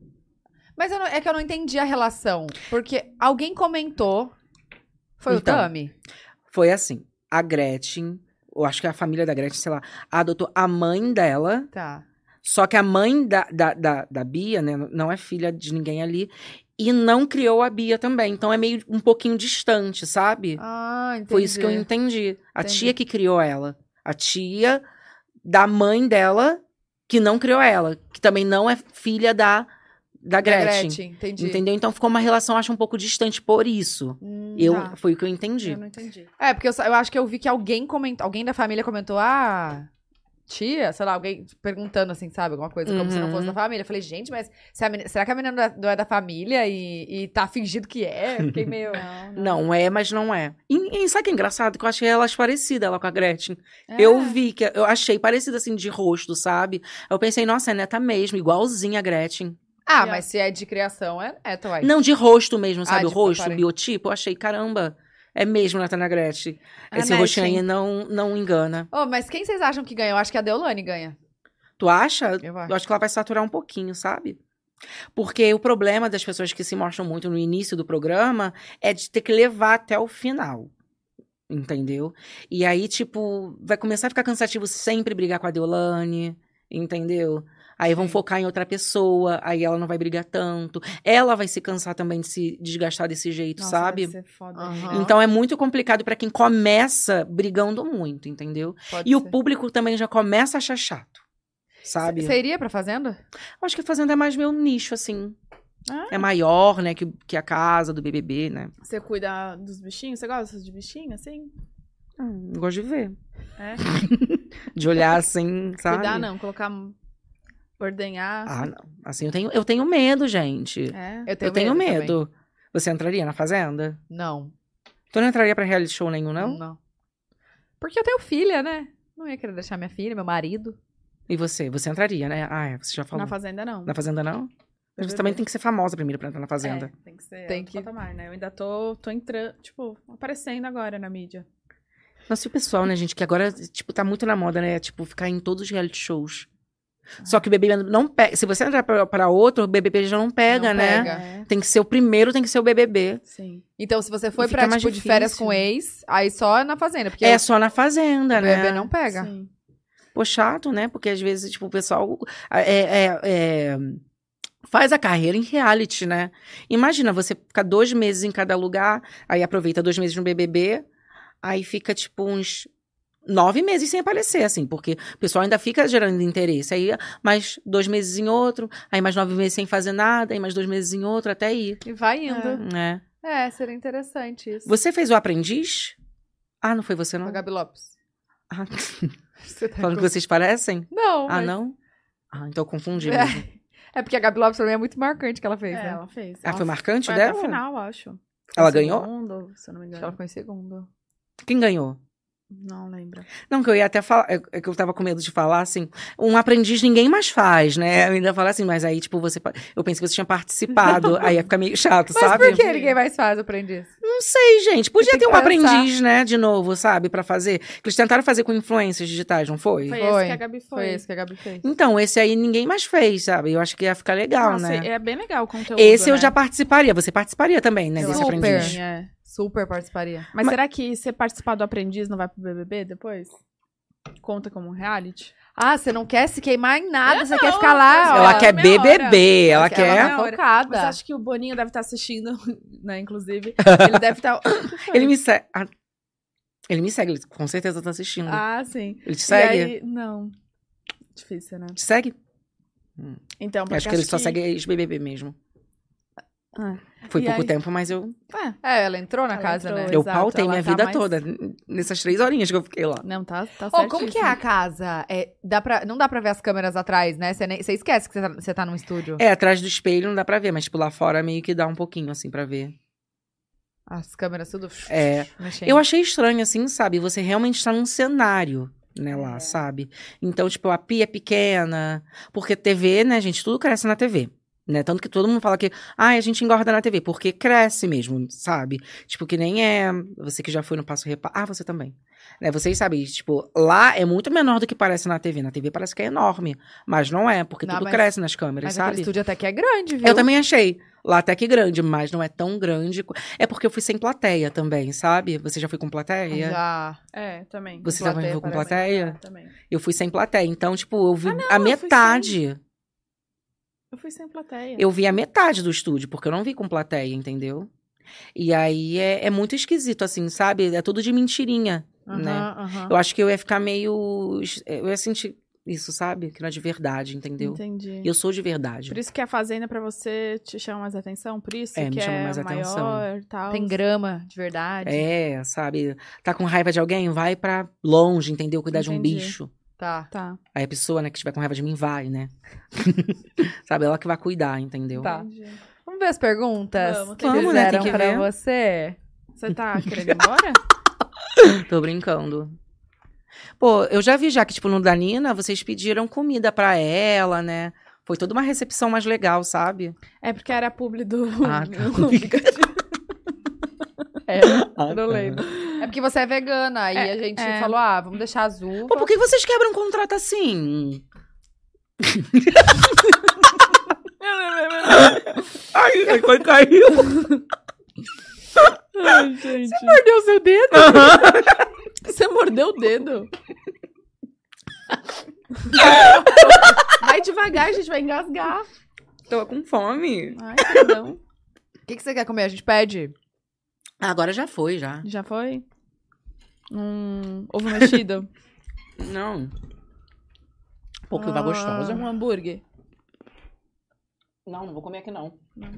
[SPEAKER 2] Mas eu não- é que eu não entendi a relação. Porque alguém comentou. Foi
[SPEAKER 4] Então.
[SPEAKER 2] o Tami?
[SPEAKER 4] Foi assim, a Gretchen, eu acho que a família da Gretchen, sei lá, adotou a mãe dela.
[SPEAKER 2] Tá.
[SPEAKER 4] Só que a mãe da, da, da, da Bia, né, não é filha de ninguém ali, e não criou a Bia também. Então é meio um pouquinho distante, sabe?
[SPEAKER 2] Ah, entendi.
[SPEAKER 4] Foi isso que eu entendi. A
[SPEAKER 2] Entendi.
[SPEAKER 4] tia que criou ela. A tia da mãe dela, que não criou ela, que também não é filha da,
[SPEAKER 2] Da
[SPEAKER 4] da Gretchen.
[SPEAKER 2] entendi.
[SPEAKER 4] Entendeu? Então ficou uma relação, acho, um pouco distante por isso.
[SPEAKER 2] Hum,
[SPEAKER 4] Eu,
[SPEAKER 2] tá.
[SPEAKER 4] Foi o que eu entendi.
[SPEAKER 3] Eu não entendi.
[SPEAKER 2] É, porque eu, sa- eu acho que eu vi que alguém comentou, alguém da família comentou, ah, tia, sei lá, alguém perguntando assim, sabe, alguma coisa, como se não
[SPEAKER 4] Uhum.
[SPEAKER 2] fosse da família. Eu falei, gente, mas se a meni- será que a menina não é- não é da família e, e tá fingindo que é? Fiquei meio.
[SPEAKER 3] Não,
[SPEAKER 4] Não é, mas não é. E, e sabe que é engraçado? Que eu achei elas parecidas, ela com a Gretchen.
[SPEAKER 3] É.
[SPEAKER 4] Eu
[SPEAKER 1] É.
[SPEAKER 4] vi que, eu achei parecida assim de rosto, sabe? Eu pensei, nossa, é neta mesmo, igualzinha a Gretchen.
[SPEAKER 2] Ah,
[SPEAKER 3] É.
[SPEAKER 2] mas se é de criação, é, é tô aí.
[SPEAKER 4] Não, de rosto mesmo, sabe?
[SPEAKER 3] Ah,
[SPEAKER 2] de-
[SPEAKER 4] o rosto,
[SPEAKER 2] parei.
[SPEAKER 4] o biotipo. Eu achei, caramba, é mesmo neta na Gretchen.
[SPEAKER 3] A
[SPEAKER 4] Esse rostinho
[SPEAKER 3] Gretchen.
[SPEAKER 4] aí não, não engana.
[SPEAKER 2] Ô, mas quem vocês acham que ganha? Eu acho que a Deolane ganha.
[SPEAKER 4] Tu acha?
[SPEAKER 2] Eu
[SPEAKER 4] Eu
[SPEAKER 2] acho.
[SPEAKER 4] acho que ela vai saturar um pouquinho, sabe? Porque o problema das pessoas que se mostram muito no início do programa é de ter que levar até o final. Entendeu? E aí, tipo, vai começar a ficar cansativo sempre brigar com a Deolane, entendeu? Aí vão focar em outra pessoa, aí ela não vai brigar tanto. Ela vai se cansar também de se desgastar desse jeito,
[SPEAKER 3] Nossa,
[SPEAKER 4] sabe?
[SPEAKER 3] deve ser foda.
[SPEAKER 2] Aham.
[SPEAKER 4] Então é muito complicado pra quem começa brigando muito, entendeu?
[SPEAKER 2] Pode
[SPEAKER 4] E o
[SPEAKER 2] ser.
[SPEAKER 4] público também já começa a achar chato, sabe?
[SPEAKER 2] Você iria pra fazenda?
[SPEAKER 4] Acho que fazenda é mais meu nicho, assim.
[SPEAKER 3] Ah.
[SPEAKER 4] É maior, né, que, que a casa do BBB, né?
[SPEAKER 3] Você cuida dos bichinhos? Você gosta de bichinho, assim?
[SPEAKER 4] Hum, gosto de ver.
[SPEAKER 3] É?
[SPEAKER 4] De olhar assim, sabe?
[SPEAKER 3] Cuidar não, colocar... Ordenhar.
[SPEAKER 4] Ah, não. Assim, eu tenho, eu tenho medo, gente.
[SPEAKER 3] É.
[SPEAKER 4] eu tenho
[SPEAKER 2] também.
[SPEAKER 4] medo. Você entraria na fazenda?
[SPEAKER 2] Não.
[SPEAKER 4] Tu não entraria pra reality show nenhum, não?
[SPEAKER 2] Não. Porque eu tenho filha, né? Não ia querer deixar minha filha, meu marido.
[SPEAKER 4] E você? Você entraria, né? Ah, é, você já falou.
[SPEAKER 3] Na fazenda, não.
[SPEAKER 4] Na fazenda, não? Mas
[SPEAKER 3] BBB.
[SPEAKER 4] você também tem que ser famosa primeiro pra entrar na fazenda.
[SPEAKER 3] É, tem que ser
[SPEAKER 2] Tem
[SPEAKER 3] outro
[SPEAKER 2] que-
[SPEAKER 3] patamar, né? Eu ainda tô, tô entrando, tipo, aparecendo agora na mídia.
[SPEAKER 4] Nossa, e o pessoal, né, gente, que agora, tipo, tá muito na moda, né? Tipo, ficar em todos os reality shows.
[SPEAKER 2] Ah.
[SPEAKER 4] Só que o BBB não pega. Se você entrar pra, pra outro, o BBB já não pega,
[SPEAKER 2] Não
[SPEAKER 4] né?
[SPEAKER 2] pega.
[SPEAKER 3] É,
[SPEAKER 4] Tem que ser o primeiro, tem que ser o BBB.
[SPEAKER 3] sim.
[SPEAKER 2] Então, se você foi
[SPEAKER 4] Fica
[SPEAKER 2] pra,
[SPEAKER 4] mais
[SPEAKER 2] tipo, de
[SPEAKER 4] difícil.
[SPEAKER 2] férias com ex, aí só na fazenda, porque
[SPEAKER 4] é
[SPEAKER 2] o
[SPEAKER 4] só na Fazenda, né?
[SPEAKER 2] bebê não pega.
[SPEAKER 3] Sim.
[SPEAKER 4] Pô, chato, né? Porque às vezes, tipo, o pessoal é, é- é, faz a carreira em reality, né? Imagina você ficar dois meses em cada lugar, aí aproveita dois meses no BBB, aí fica, tipo, uns nove meses sem aparecer, assim, porque o pessoal ainda fica gerando interesse. Aí mais dois meses em outro, aí mais nove meses sem fazer nada, aí mais dois meses em outro, até ir,
[SPEAKER 2] E vai indo.
[SPEAKER 4] né?
[SPEAKER 2] É, seria interessante isso.
[SPEAKER 4] Você fez o aprendiz? Ah, não foi você,
[SPEAKER 2] Com
[SPEAKER 4] não?
[SPEAKER 2] a Gabi Lopes.
[SPEAKER 4] Ah,
[SPEAKER 2] Você tá
[SPEAKER 4] falando
[SPEAKER 2] com-
[SPEAKER 4] que vocês parecem?
[SPEAKER 2] Não,
[SPEAKER 4] Ah,
[SPEAKER 2] mas-
[SPEAKER 4] não? Ah, então eu confundi.
[SPEAKER 2] É.
[SPEAKER 4] mesmo.
[SPEAKER 2] É porque a Gabi Lopes também é muito marcante que ela fez,
[SPEAKER 3] É,
[SPEAKER 2] né?
[SPEAKER 3] ela fez.
[SPEAKER 4] Ah,
[SPEAKER 3] Ela
[SPEAKER 4] foi marcante
[SPEAKER 3] foi até
[SPEAKER 4] dela?
[SPEAKER 3] o final, acho. Foi
[SPEAKER 4] Ela
[SPEAKER 3] em
[SPEAKER 4] ganhou?
[SPEAKER 3] Segundo, se eu não me
[SPEAKER 2] Acho que ela
[SPEAKER 3] engano.
[SPEAKER 2] ficou em segundo.
[SPEAKER 4] Quem ganhou?
[SPEAKER 3] Não lembro.
[SPEAKER 4] Não, que eu ia até falar, é é que eu tava com medo de falar assim, um aprendiz ninguém mais faz, né? Eu ainda falar assim, mas aí, tipo, você. pa- Eu pensei que você tinha participado, aí ia ficar meio chato,
[SPEAKER 2] Mas
[SPEAKER 4] sabe?
[SPEAKER 2] por que ninguém mais faz o aprendiz?
[SPEAKER 4] Não sei, gente. Podia
[SPEAKER 2] Tem
[SPEAKER 4] ter
[SPEAKER 2] que
[SPEAKER 4] um
[SPEAKER 2] pensar.
[SPEAKER 4] aprendiz, né, de novo, sabe, Pra fazer. Que eles tentaram fazer com influências digitais, não foi?
[SPEAKER 3] Foi,
[SPEAKER 2] Foi.
[SPEAKER 3] esse que a Gabi
[SPEAKER 2] Foi
[SPEAKER 3] foi.
[SPEAKER 2] isso que a Gabi fez.
[SPEAKER 4] Então, esse aí ninguém mais fez, sabe? Eu acho que ia ficar legal,
[SPEAKER 3] Nossa,
[SPEAKER 4] né?
[SPEAKER 3] é bem legal o conteúdo,
[SPEAKER 4] Esse eu
[SPEAKER 3] né?
[SPEAKER 4] já participaria. Você participaria também, né,
[SPEAKER 2] Eu
[SPEAKER 4] desse
[SPEAKER 2] acho.
[SPEAKER 4] aprendiz?
[SPEAKER 3] Sim, é.
[SPEAKER 2] Super participaria.
[SPEAKER 3] Mas, será que ser participar do Aprendiz não vai pro BBB depois? Conta como um reality?
[SPEAKER 2] Ah, você não quer se queimar em nada,
[SPEAKER 3] Eu
[SPEAKER 2] você quer
[SPEAKER 3] não,
[SPEAKER 2] ficar lá.
[SPEAKER 3] mas-
[SPEAKER 2] ó,
[SPEAKER 4] Ela
[SPEAKER 3] Olha,
[SPEAKER 4] quer
[SPEAKER 3] meia hora.
[SPEAKER 4] BBB, ela quer.
[SPEAKER 2] tá
[SPEAKER 3] Meia hora. Mas
[SPEAKER 2] focada.
[SPEAKER 3] acho que o Boninho deve estar assistindo, né, inclusive. Ele deve tá estar...
[SPEAKER 4] Ele me segue. Ele me segue, ele com certeza tá assistindo.
[SPEAKER 3] Ah, sim.
[SPEAKER 4] Ele te
[SPEAKER 3] E
[SPEAKER 4] segue?
[SPEAKER 3] aí- não. Difícil, né?
[SPEAKER 4] Te segue?
[SPEAKER 3] Então, porque
[SPEAKER 4] acho que ele só segue ex-BBB mesmo. Foi
[SPEAKER 3] Ah, E
[SPEAKER 4] pouco
[SPEAKER 3] aí-
[SPEAKER 4] tempo, mas eu,
[SPEAKER 2] É, ela entrou na
[SPEAKER 3] Ela
[SPEAKER 2] casa,
[SPEAKER 3] entrou,
[SPEAKER 2] né?
[SPEAKER 4] eu
[SPEAKER 3] Exato,
[SPEAKER 4] pautei
[SPEAKER 3] ela
[SPEAKER 4] minha
[SPEAKER 3] tá
[SPEAKER 4] vida
[SPEAKER 3] mais-
[SPEAKER 4] toda nessas três horinhas que eu fiquei lá.
[SPEAKER 3] Não, tá, tá
[SPEAKER 2] Ô,
[SPEAKER 3] certo.
[SPEAKER 2] como que é a casa? É, dá pra, não dá pra ver as câmeras atrás, né? Você nem- você esquece que você tá, você tá num estúdio.
[SPEAKER 4] É, atrás do espelho não dá pra ver, mas tipo, lá fora meio que dá um pouquinho, assim, pra ver.
[SPEAKER 2] As câmeras tudo
[SPEAKER 4] É.
[SPEAKER 2] mexendo.
[SPEAKER 4] Eu achei estranho, assim, sabe? Você realmente está num cenário, né,
[SPEAKER 2] É.
[SPEAKER 4] lá, sabe? Então, tipo, a pia é pequena, porque TV, né, gente, tudo cresce na TV. Né? Tanto que todo mundo fala que, ai, a gente engorda na TV, porque cresce mesmo, sabe? Tipo, que nem é. Você que já foi no Passo Reparo. Ah, você também. Né? Vocês sabem, tipo, lá é muito menor do que parece na TV. Na TV parece que é enorme, mas não é, porque
[SPEAKER 2] Não,
[SPEAKER 4] tudo
[SPEAKER 2] mas-
[SPEAKER 4] cresce nas câmeras,
[SPEAKER 2] Mas aquele
[SPEAKER 4] sabe?
[SPEAKER 2] estúdio até que é grande, viu?
[SPEAKER 4] Eu também achei. Lá até que grande, mas não é tão grande. co- É porque eu fui sem plateia também, sabe? Você já foi com plateia?
[SPEAKER 2] Já.
[SPEAKER 3] É, também.
[SPEAKER 4] Você
[SPEAKER 2] Com
[SPEAKER 4] já foi
[SPEAKER 2] plateia,
[SPEAKER 4] com
[SPEAKER 2] parece.
[SPEAKER 4] plateia?
[SPEAKER 3] Também.
[SPEAKER 4] Eu fui sem plateia. Então, tipo, eu vi a
[SPEAKER 3] Ah, eu fui sem.
[SPEAKER 4] metade.
[SPEAKER 3] Eu fui sem plateia.
[SPEAKER 4] Eu vi a metade do estúdio, porque eu não vi com plateia, entendeu? E aí é, é muito esquisito, assim, sabe? É tudo de mentirinha, né?
[SPEAKER 2] Aham, aham.
[SPEAKER 4] Eu acho que eu ia ficar meio. es- Eu ia sentir isso, sabe? Que não é de verdade, entendeu?
[SPEAKER 3] Entendi.
[SPEAKER 4] Eu sou de verdade.
[SPEAKER 3] Por isso que a fazenda pra você te chama mais atenção, por isso
[SPEAKER 4] É, me
[SPEAKER 3] que
[SPEAKER 4] chama
[SPEAKER 3] é
[SPEAKER 4] mais atenção.
[SPEAKER 3] maior, tal.
[SPEAKER 2] Tem grama, de verdade.
[SPEAKER 4] É, sabe? Tá com raiva de alguém? Vai pra longe, entendeu? Cuidar de um
[SPEAKER 3] Entendi.
[SPEAKER 4] bicho.
[SPEAKER 2] Tá.
[SPEAKER 3] Tá.
[SPEAKER 4] Aí a pessoa, né, que tiver com raiva de mim, vai, né? sabe? Ela que vai cuidar, entendeu?
[SPEAKER 2] Tá.
[SPEAKER 3] Entendi.
[SPEAKER 2] Vamos ver as perguntas
[SPEAKER 3] Vamos,
[SPEAKER 2] que
[SPEAKER 4] tem que- Vamos, né? Tem
[SPEAKER 2] fizeram
[SPEAKER 4] que
[SPEAKER 2] pra
[SPEAKER 4] ver.
[SPEAKER 2] você.
[SPEAKER 3] Você tá querendo ir embora?
[SPEAKER 4] Tô brincando. Pô, eu já vi já que, tipo, no Danina, vocês pediram comida pra ela, né? Foi toda uma recepção mais legal, sabe?
[SPEAKER 3] É porque era a publi do...
[SPEAKER 4] Ah, tá.
[SPEAKER 3] do aplicativo. é,
[SPEAKER 4] Ah,
[SPEAKER 3] não lembro.
[SPEAKER 2] É porque você é vegana, e
[SPEAKER 3] É,
[SPEAKER 2] a gente
[SPEAKER 3] é.
[SPEAKER 2] falou, ah, vamos deixar azul.
[SPEAKER 4] Pô, por que vocês quebram um contrato assim? Ai, ai, foi caiu.
[SPEAKER 3] Ai, gente.
[SPEAKER 2] Mordeu seu dedo?
[SPEAKER 3] Você mordeu o dedo? Vai devagar, a gente vai engasgar.
[SPEAKER 4] Tô com fome.
[SPEAKER 3] Ai, perdão.
[SPEAKER 2] O que, que você quer comer? A gente pede?
[SPEAKER 4] Agora já foi, já.
[SPEAKER 3] Já foi? Um ovo mexido?
[SPEAKER 4] Não. Pô, que uva
[SPEAKER 3] Ah,
[SPEAKER 4] gostosa.
[SPEAKER 3] Um hambúrguer?
[SPEAKER 4] Não, não vou comer aqui, não.
[SPEAKER 3] Não.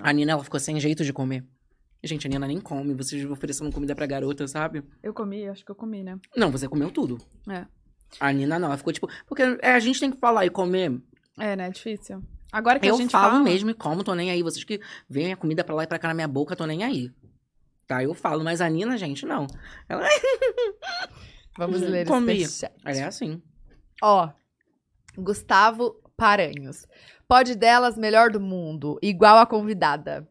[SPEAKER 4] A Nina, ela ficou sem jeito de comer. Gente, a Nina nem come. Vocês oferecendo comida pra garota, sabe?
[SPEAKER 3] Eu comi, acho que eu comi, né?
[SPEAKER 4] Não, você comeu tudo.
[SPEAKER 3] É.
[SPEAKER 4] A Nina não, ela ficou tipo... Porque é, a gente tem que falar e comer.
[SPEAKER 3] É, né? É difícil. Agora que
[SPEAKER 4] eu
[SPEAKER 3] a gente
[SPEAKER 4] falo
[SPEAKER 3] fala...
[SPEAKER 4] mesmo e como, tô nem aí. Vocês que veem a comida pra lá e pra cá na minha boca, tô nem aí. Tá, eu falo. Mas a Nina, gente, não.
[SPEAKER 2] Vamos
[SPEAKER 4] Hum,
[SPEAKER 2] ler
[SPEAKER 4] comi.
[SPEAKER 2] esse superchat.
[SPEAKER 4] Ela é assim.
[SPEAKER 2] Ó, Gustavo Paranhos. Pode delas, melhor do mundo, igual a convidada.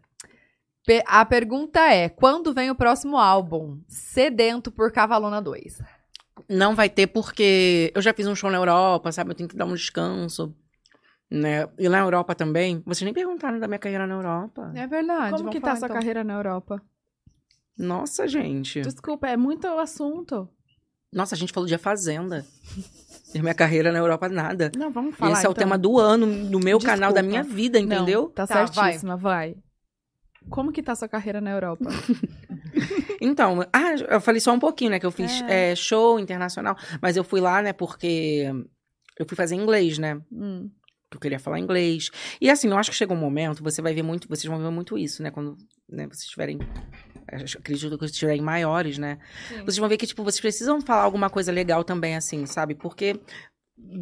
[SPEAKER 2] Pe- a pergunta é: quando vem o próximo álbum? Sedento por Cavalona 2.
[SPEAKER 4] Não vai ter porque... Eu já fiz um show na Europa, sabe? Eu tenho que dar um descanso. Né? E na Europa também. Vocês nem perguntaram da minha carreira na Europa.
[SPEAKER 2] É verdade.
[SPEAKER 3] Como que tá a sua carreira na Europa?
[SPEAKER 4] Nossa, gente.
[SPEAKER 3] Desculpa, é muito assunto.
[SPEAKER 4] Nossa, a gente falou de A Fazenda. E minha carreira na Europa, nada.
[SPEAKER 3] Não, vamos falar,
[SPEAKER 4] Esse é o
[SPEAKER 3] então.
[SPEAKER 4] tema do ano, do meu canal, da
[SPEAKER 3] Desculpa.
[SPEAKER 4] minha vida,
[SPEAKER 3] Não,
[SPEAKER 4] entendeu?
[SPEAKER 3] tá,
[SPEAKER 2] Tá,
[SPEAKER 3] certíssima, vai. Como que tá a sua carreira na Europa?
[SPEAKER 4] Então, ah, eu falei só um pouquinho, né? Que eu fiz
[SPEAKER 3] É.
[SPEAKER 4] eh, show internacional, mas eu fui lá, né? Porque eu fui fazer inglês, né?
[SPEAKER 3] Hum,
[SPEAKER 4] que eu queria falar inglês. E assim, eu acho que chega um momento, você vai ver muito, vocês vão ver muito isso, né? Quando né, vocês tiverem. acho- Acredito que vocês estiverem maiores, né? Vocês vão ver que, tipo, vocês precisam falar alguma coisa legal também, assim, sabe? Porque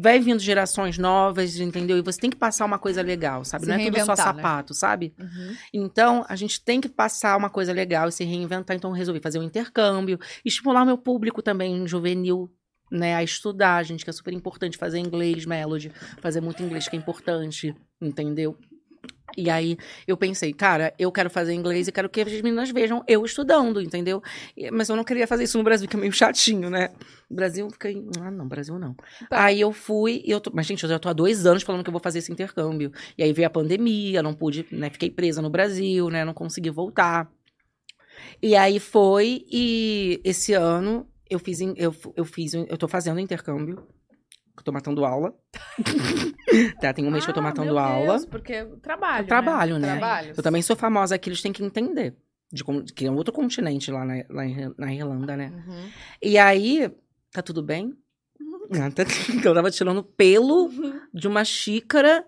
[SPEAKER 4] vai vindo gerações novas, entendeu? E você tem que passar uma coisa legal, sabe?
[SPEAKER 2] Se
[SPEAKER 4] Não é tudo só
[SPEAKER 2] reinventar, né?
[SPEAKER 4] sapato, sabe?
[SPEAKER 2] Uhum.
[SPEAKER 4] Então, a gente tem que passar uma coisa legal e se reinventar. Então, eu resolvi fazer um intercâmbio, estimular o meu público também juvenil, né, a estudar, gente, que é super importante fazer inglês, Melody, fazer muito inglês que é importante, entendeu? E aí, eu pensei, cara, eu quero fazer inglês e quero que as meninas vejam eu estudando, entendeu? E- Mas eu não queria fazer isso no Brasil, que é meio chatinho, né? O Brasil fica. em- Ah, não, Brasil não.
[SPEAKER 2] Tá.
[SPEAKER 4] Aí eu fui e eu tô. Mas, gente, eu já tô há dois anos falando que eu vou fazer esse intercâmbio. E aí veio a pandemia, não pude, né? Fiquei presa no Brasil, né? Não consegui voltar. E aí foi, e esse ano eu fiz, em- eu, fu- eu fiz, um- eu tô fazendo intercâmbio. Eu tô matando aula. tá, tem um mês que eu tô
[SPEAKER 3] Ah,
[SPEAKER 4] matando
[SPEAKER 3] meu
[SPEAKER 4] aula.
[SPEAKER 3] Deus, porque trabalho,
[SPEAKER 4] Eu trabalho, né?
[SPEAKER 2] Trabalho.
[SPEAKER 4] Eu também sou famosa aqui, eles têm que entender. De como- que é um outro continente lá na, lá em- na Irlanda, né?
[SPEAKER 2] Uhum.
[SPEAKER 4] E aí, tá tudo bem? Uhum. Então, Ah, tá- que eu tava tirando pelo de uma xícara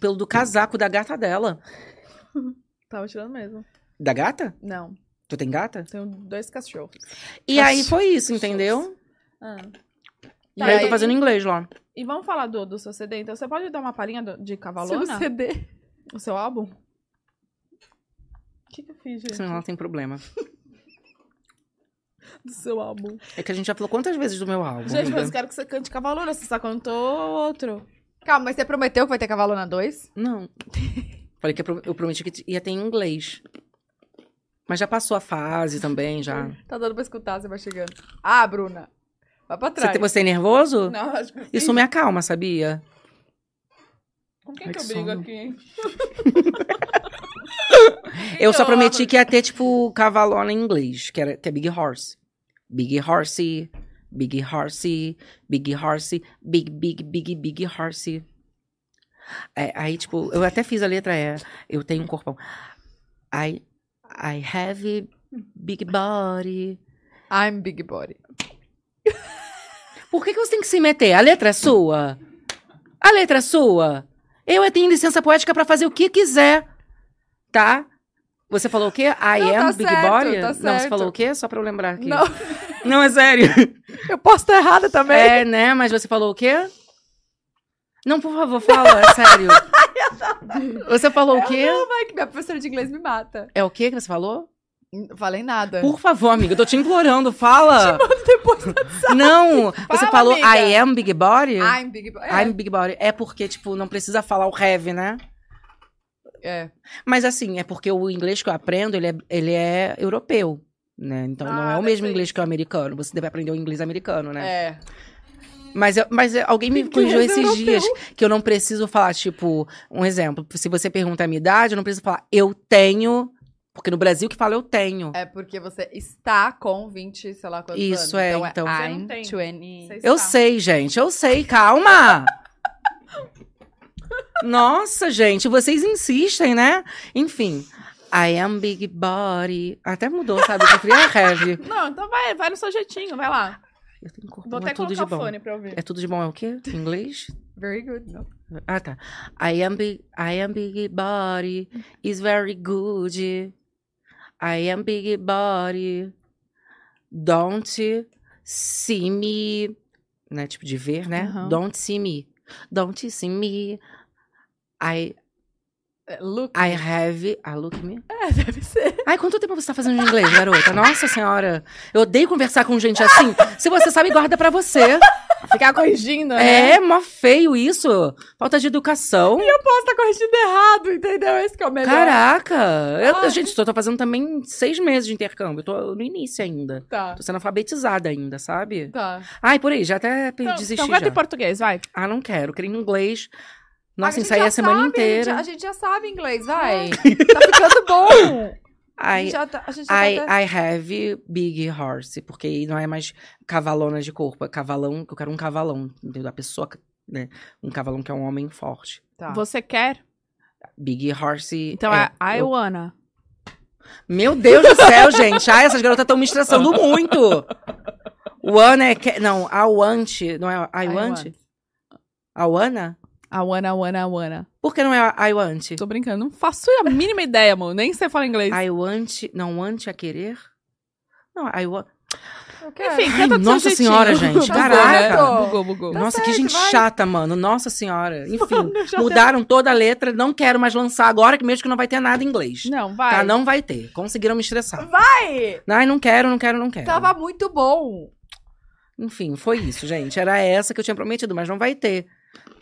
[SPEAKER 4] pelo do casaco da gata dela.
[SPEAKER 1] Tava tirando mesmo.
[SPEAKER 4] Da gata?
[SPEAKER 1] Não,
[SPEAKER 4] Tu tem gata?
[SPEAKER 1] tenho dois cachorros.
[SPEAKER 4] E aí foi isso, entendeu?
[SPEAKER 1] Ah.
[SPEAKER 4] E
[SPEAKER 1] Tá,
[SPEAKER 4] aí eu tô
[SPEAKER 1] e-
[SPEAKER 4] fazendo inglês lá.
[SPEAKER 1] E vamos falar do, do seu CD, então. Você pode dar uma palhinha do- de Cavalona?
[SPEAKER 2] Seu CD.
[SPEAKER 1] O seu álbum? O que, que eu fiz, gente?
[SPEAKER 4] Senão ela tem problema.
[SPEAKER 1] Do seu álbum.
[SPEAKER 4] É que a gente já falou quantas vezes do meu álbum.
[SPEAKER 1] Gente,
[SPEAKER 4] amiga?
[SPEAKER 1] mas eu quero que você cante Cavalona, você só cantou outro.
[SPEAKER 2] Calma, mas você prometeu que vai ter Cavalona 2?
[SPEAKER 4] Não. Falei que eu pro- eu prometi que ia ter em inglês. Mas já passou a fase também, já.
[SPEAKER 2] Tá dando pra escutar, você vai chegando. Ah, Bruna. Vai pra
[SPEAKER 4] Você,
[SPEAKER 2] trás.
[SPEAKER 4] te- você é nervoso?
[SPEAKER 1] Não, acho que eu fiz.
[SPEAKER 4] Isso me acalma, sabia?
[SPEAKER 1] Com quem
[SPEAKER 4] Ai,
[SPEAKER 1] que eu
[SPEAKER 4] que
[SPEAKER 1] brigo
[SPEAKER 4] sono.
[SPEAKER 1] aqui, hein?
[SPEAKER 4] Eu só
[SPEAKER 1] Então,
[SPEAKER 4] prometi que ia ter, tipo, cavalona em inglês, que, era, que é Big Horse. Big Horse, Big Horse, Big Horse, Big, Big, Big, Big Horse. É, aí, tipo, eu até fiz a letra, é, eu tenho um corpão. I, I have big body.
[SPEAKER 2] I'm Big Body.
[SPEAKER 4] Por que, que você tem que se meter? A letra é sua? A letra é sua? Eu é, tenho licença poética pra fazer o que quiser, tá? Você falou o quê? I
[SPEAKER 2] Não,
[SPEAKER 4] am
[SPEAKER 2] tá
[SPEAKER 4] Big
[SPEAKER 2] certo,
[SPEAKER 4] Body?
[SPEAKER 2] tá
[SPEAKER 4] Não, você
[SPEAKER 2] certo.
[SPEAKER 4] falou o quê? Só pra eu lembrar aqui.
[SPEAKER 2] Não,
[SPEAKER 4] Não, é sério.
[SPEAKER 2] eu posso estar errada também.
[SPEAKER 4] É, né? Mas você falou o quê? Não, por favor, fala, é sério. Você falou o quê?
[SPEAKER 2] Ai, que minha professora de inglês me mata.
[SPEAKER 4] É o quê que você falou?
[SPEAKER 2] Não falei nada.
[SPEAKER 4] Por favor, amiga, eu tô te implorando, fala.
[SPEAKER 2] depois
[SPEAKER 4] Não, você
[SPEAKER 1] Fala,
[SPEAKER 4] falou
[SPEAKER 1] amiga.
[SPEAKER 4] I am Big Body?
[SPEAKER 2] I'm Big Body.
[SPEAKER 4] I'm Big Body. É porque, tipo, não precisa falar o have, né?
[SPEAKER 2] É.
[SPEAKER 4] Mas assim, é porque o inglês que eu aprendo, ele é, ele é europeu, né? Então não
[SPEAKER 1] Ah,
[SPEAKER 4] é o
[SPEAKER 1] deve
[SPEAKER 4] mesmo
[SPEAKER 1] ser
[SPEAKER 4] inglês que o americano. Você deve aprender o inglês americano, né?
[SPEAKER 2] É.
[SPEAKER 4] Mas, eu- mas eu- alguém me corrigiu esses dias que eu não preciso falar, tipo, um exemplo. Se você pergunta a minha idade, eu não preciso falar eu tenho. Porque no Brasil que fala eu tenho.
[SPEAKER 2] É porque você está com 20, sei lá quantos anos.
[SPEAKER 4] Isso, é,
[SPEAKER 1] Você
[SPEAKER 4] então.
[SPEAKER 1] não
[SPEAKER 2] I'm
[SPEAKER 1] tem.
[SPEAKER 2] 20.
[SPEAKER 1] Você
[SPEAKER 4] eu
[SPEAKER 1] está.
[SPEAKER 4] sei, gente, eu sei, calma! Nossa, gente, vocês insistem, né? Enfim. I am big body. Até mudou, sabe? Eu queria heavy.
[SPEAKER 1] Não, então vai, vai no seu jeitinho, vai lá.
[SPEAKER 4] Eu tenho corpo,
[SPEAKER 1] Vou
[SPEAKER 4] mas
[SPEAKER 1] até
[SPEAKER 4] é tudo
[SPEAKER 1] colocar
[SPEAKER 4] de
[SPEAKER 1] o
[SPEAKER 4] bom.
[SPEAKER 1] fone pra ouvir.
[SPEAKER 4] É tudo de bom é o quê? Em Inglês?
[SPEAKER 2] Very good, não?
[SPEAKER 4] Ah, tá. I am big, I am big body is very good. I am big body. Don't see me, né, tipo de ver, né?
[SPEAKER 1] Aham.
[SPEAKER 4] Don't see me. Don't see me. I
[SPEAKER 2] É, Look.
[SPEAKER 4] I have, ah, look me.
[SPEAKER 2] É, deve ser.
[SPEAKER 4] Ai, quanto tempo você tá fazendo de inglês, garota? Nossa senhora. Eu odeio conversar com gente assim. Se você sabe, guarda pra você.
[SPEAKER 1] Ficar corrigindo, né?
[SPEAKER 4] É, mó feio isso. Falta de educação.
[SPEAKER 2] Você tá corrigindo errado, entendeu? Esse que é o melhor.
[SPEAKER 4] Caraca! Eu,
[SPEAKER 2] Ai.
[SPEAKER 4] Gente, eu tô fazendo também seis meses de intercâmbio. Eu tô no início ainda.
[SPEAKER 2] Tá,
[SPEAKER 4] Tô sendo alfabetizada ainda, sabe?
[SPEAKER 2] tá.
[SPEAKER 4] Ai, por aí, já até pe-
[SPEAKER 1] Então,
[SPEAKER 4] desisti
[SPEAKER 1] então canta
[SPEAKER 4] já.
[SPEAKER 1] em português, vai.
[SPEAKER 4] Ah, não quero. Queria em inglês.
[SPEAKER 2] A
[SPEAKER 4] Nossa,
[SPEAKER 2] gente
[SPEAKER 4] ensaiei
[SPEAKER 2] já
[SPEAKER 4] a é semana
[SPEAKER 2] sabe,
[SPEAKER 4] inteira.
[SPEAKER 2] A gente, a gente já sabe inglês, vai. tá ficando bom. a
[SPEAKER 4] Ai,
[SPEAKER 2] gente já tá, a gente já
[SPEAKER 4] I,
[SPEAKER 2] tá até-
[SPEAKER 4] I have big horse, porque não é mais cavalona de corpo, é cavalão, que eu quero um cavalão, entendeu? Da pessoa, né? Um cavalão que é um homem forte.
[SPEAKER 2] Tá.
[SPEAKER 3] Você quer?
[SPEAKER 4] Big horse.
[SPEAKER 3] Então é, I
[SPEAKER 4] eu-
[SPEAKER 3] wanna.
[SPEAKER 4] Meu Deus do céu, gente. Ai, essas garotas estão me estressando muito. O Ana é. Que... Não, a Want. Não é a I,
[SPEAKER 2] I
[SPEAKER 4] want?
[SPEAKER 2] want.
[SPEAKER 4] A Ana?
[SPEAKER 3] I wanna, wanna, wanna.
[SPEAKER 4] Por que não é a I Want?
[SPEAKER 3] Tô brincando, não faço a mínima ideia, amor. Nem sei falar inglês.
[SPEAKER 4] I Want. Não, Want é querer? Não, I Want.
[SPEAKER 2] Eu quero.
[SPEAKER 3] Enfim,
[SPEAKER 4] Ai,
[SPEAKER 3] canta do seu
[SPEAKER 4] nossa
[SPEAKER 3] jeitinho.
[SPEAKER 4] senhora, gente,
[SPEAKER 3] Bugou, né?
[SPEAKER 4] caraca.
[SPEAKER 3] Bugou, bugou.
[SPEAKER 2] Tá
[SPEAKER 4] Nossa,
[SPEAKER 2] certo,
[SPEAKER 4] que gente
[SPEAKER 2] vai.
[SPEAKER 4] chata, mano. Nossa senhora. Enfim,
[SPEAKER 1] já
[SPEAKER 4] mudaram toda a letra. Não quero mais lançar agora, que mesmo que não vai ter nada em inglês.
[SPEAKER 3] Não,
[SPEAKER 4] Tá,
[SPEAKER 3] vai.
[SPEAKER 4] não vai ter. Conseguiram me estressar.
[SPEAKER 2] Vai!
[SPEAKER 4] Ai, não quero, não quero, não quero.
[SPEAKER 2] Tava muito bom.
[SPEAKER 4] Enfim, foi isso, gente. Era essa que eu tinha prometido, mas não vai ter.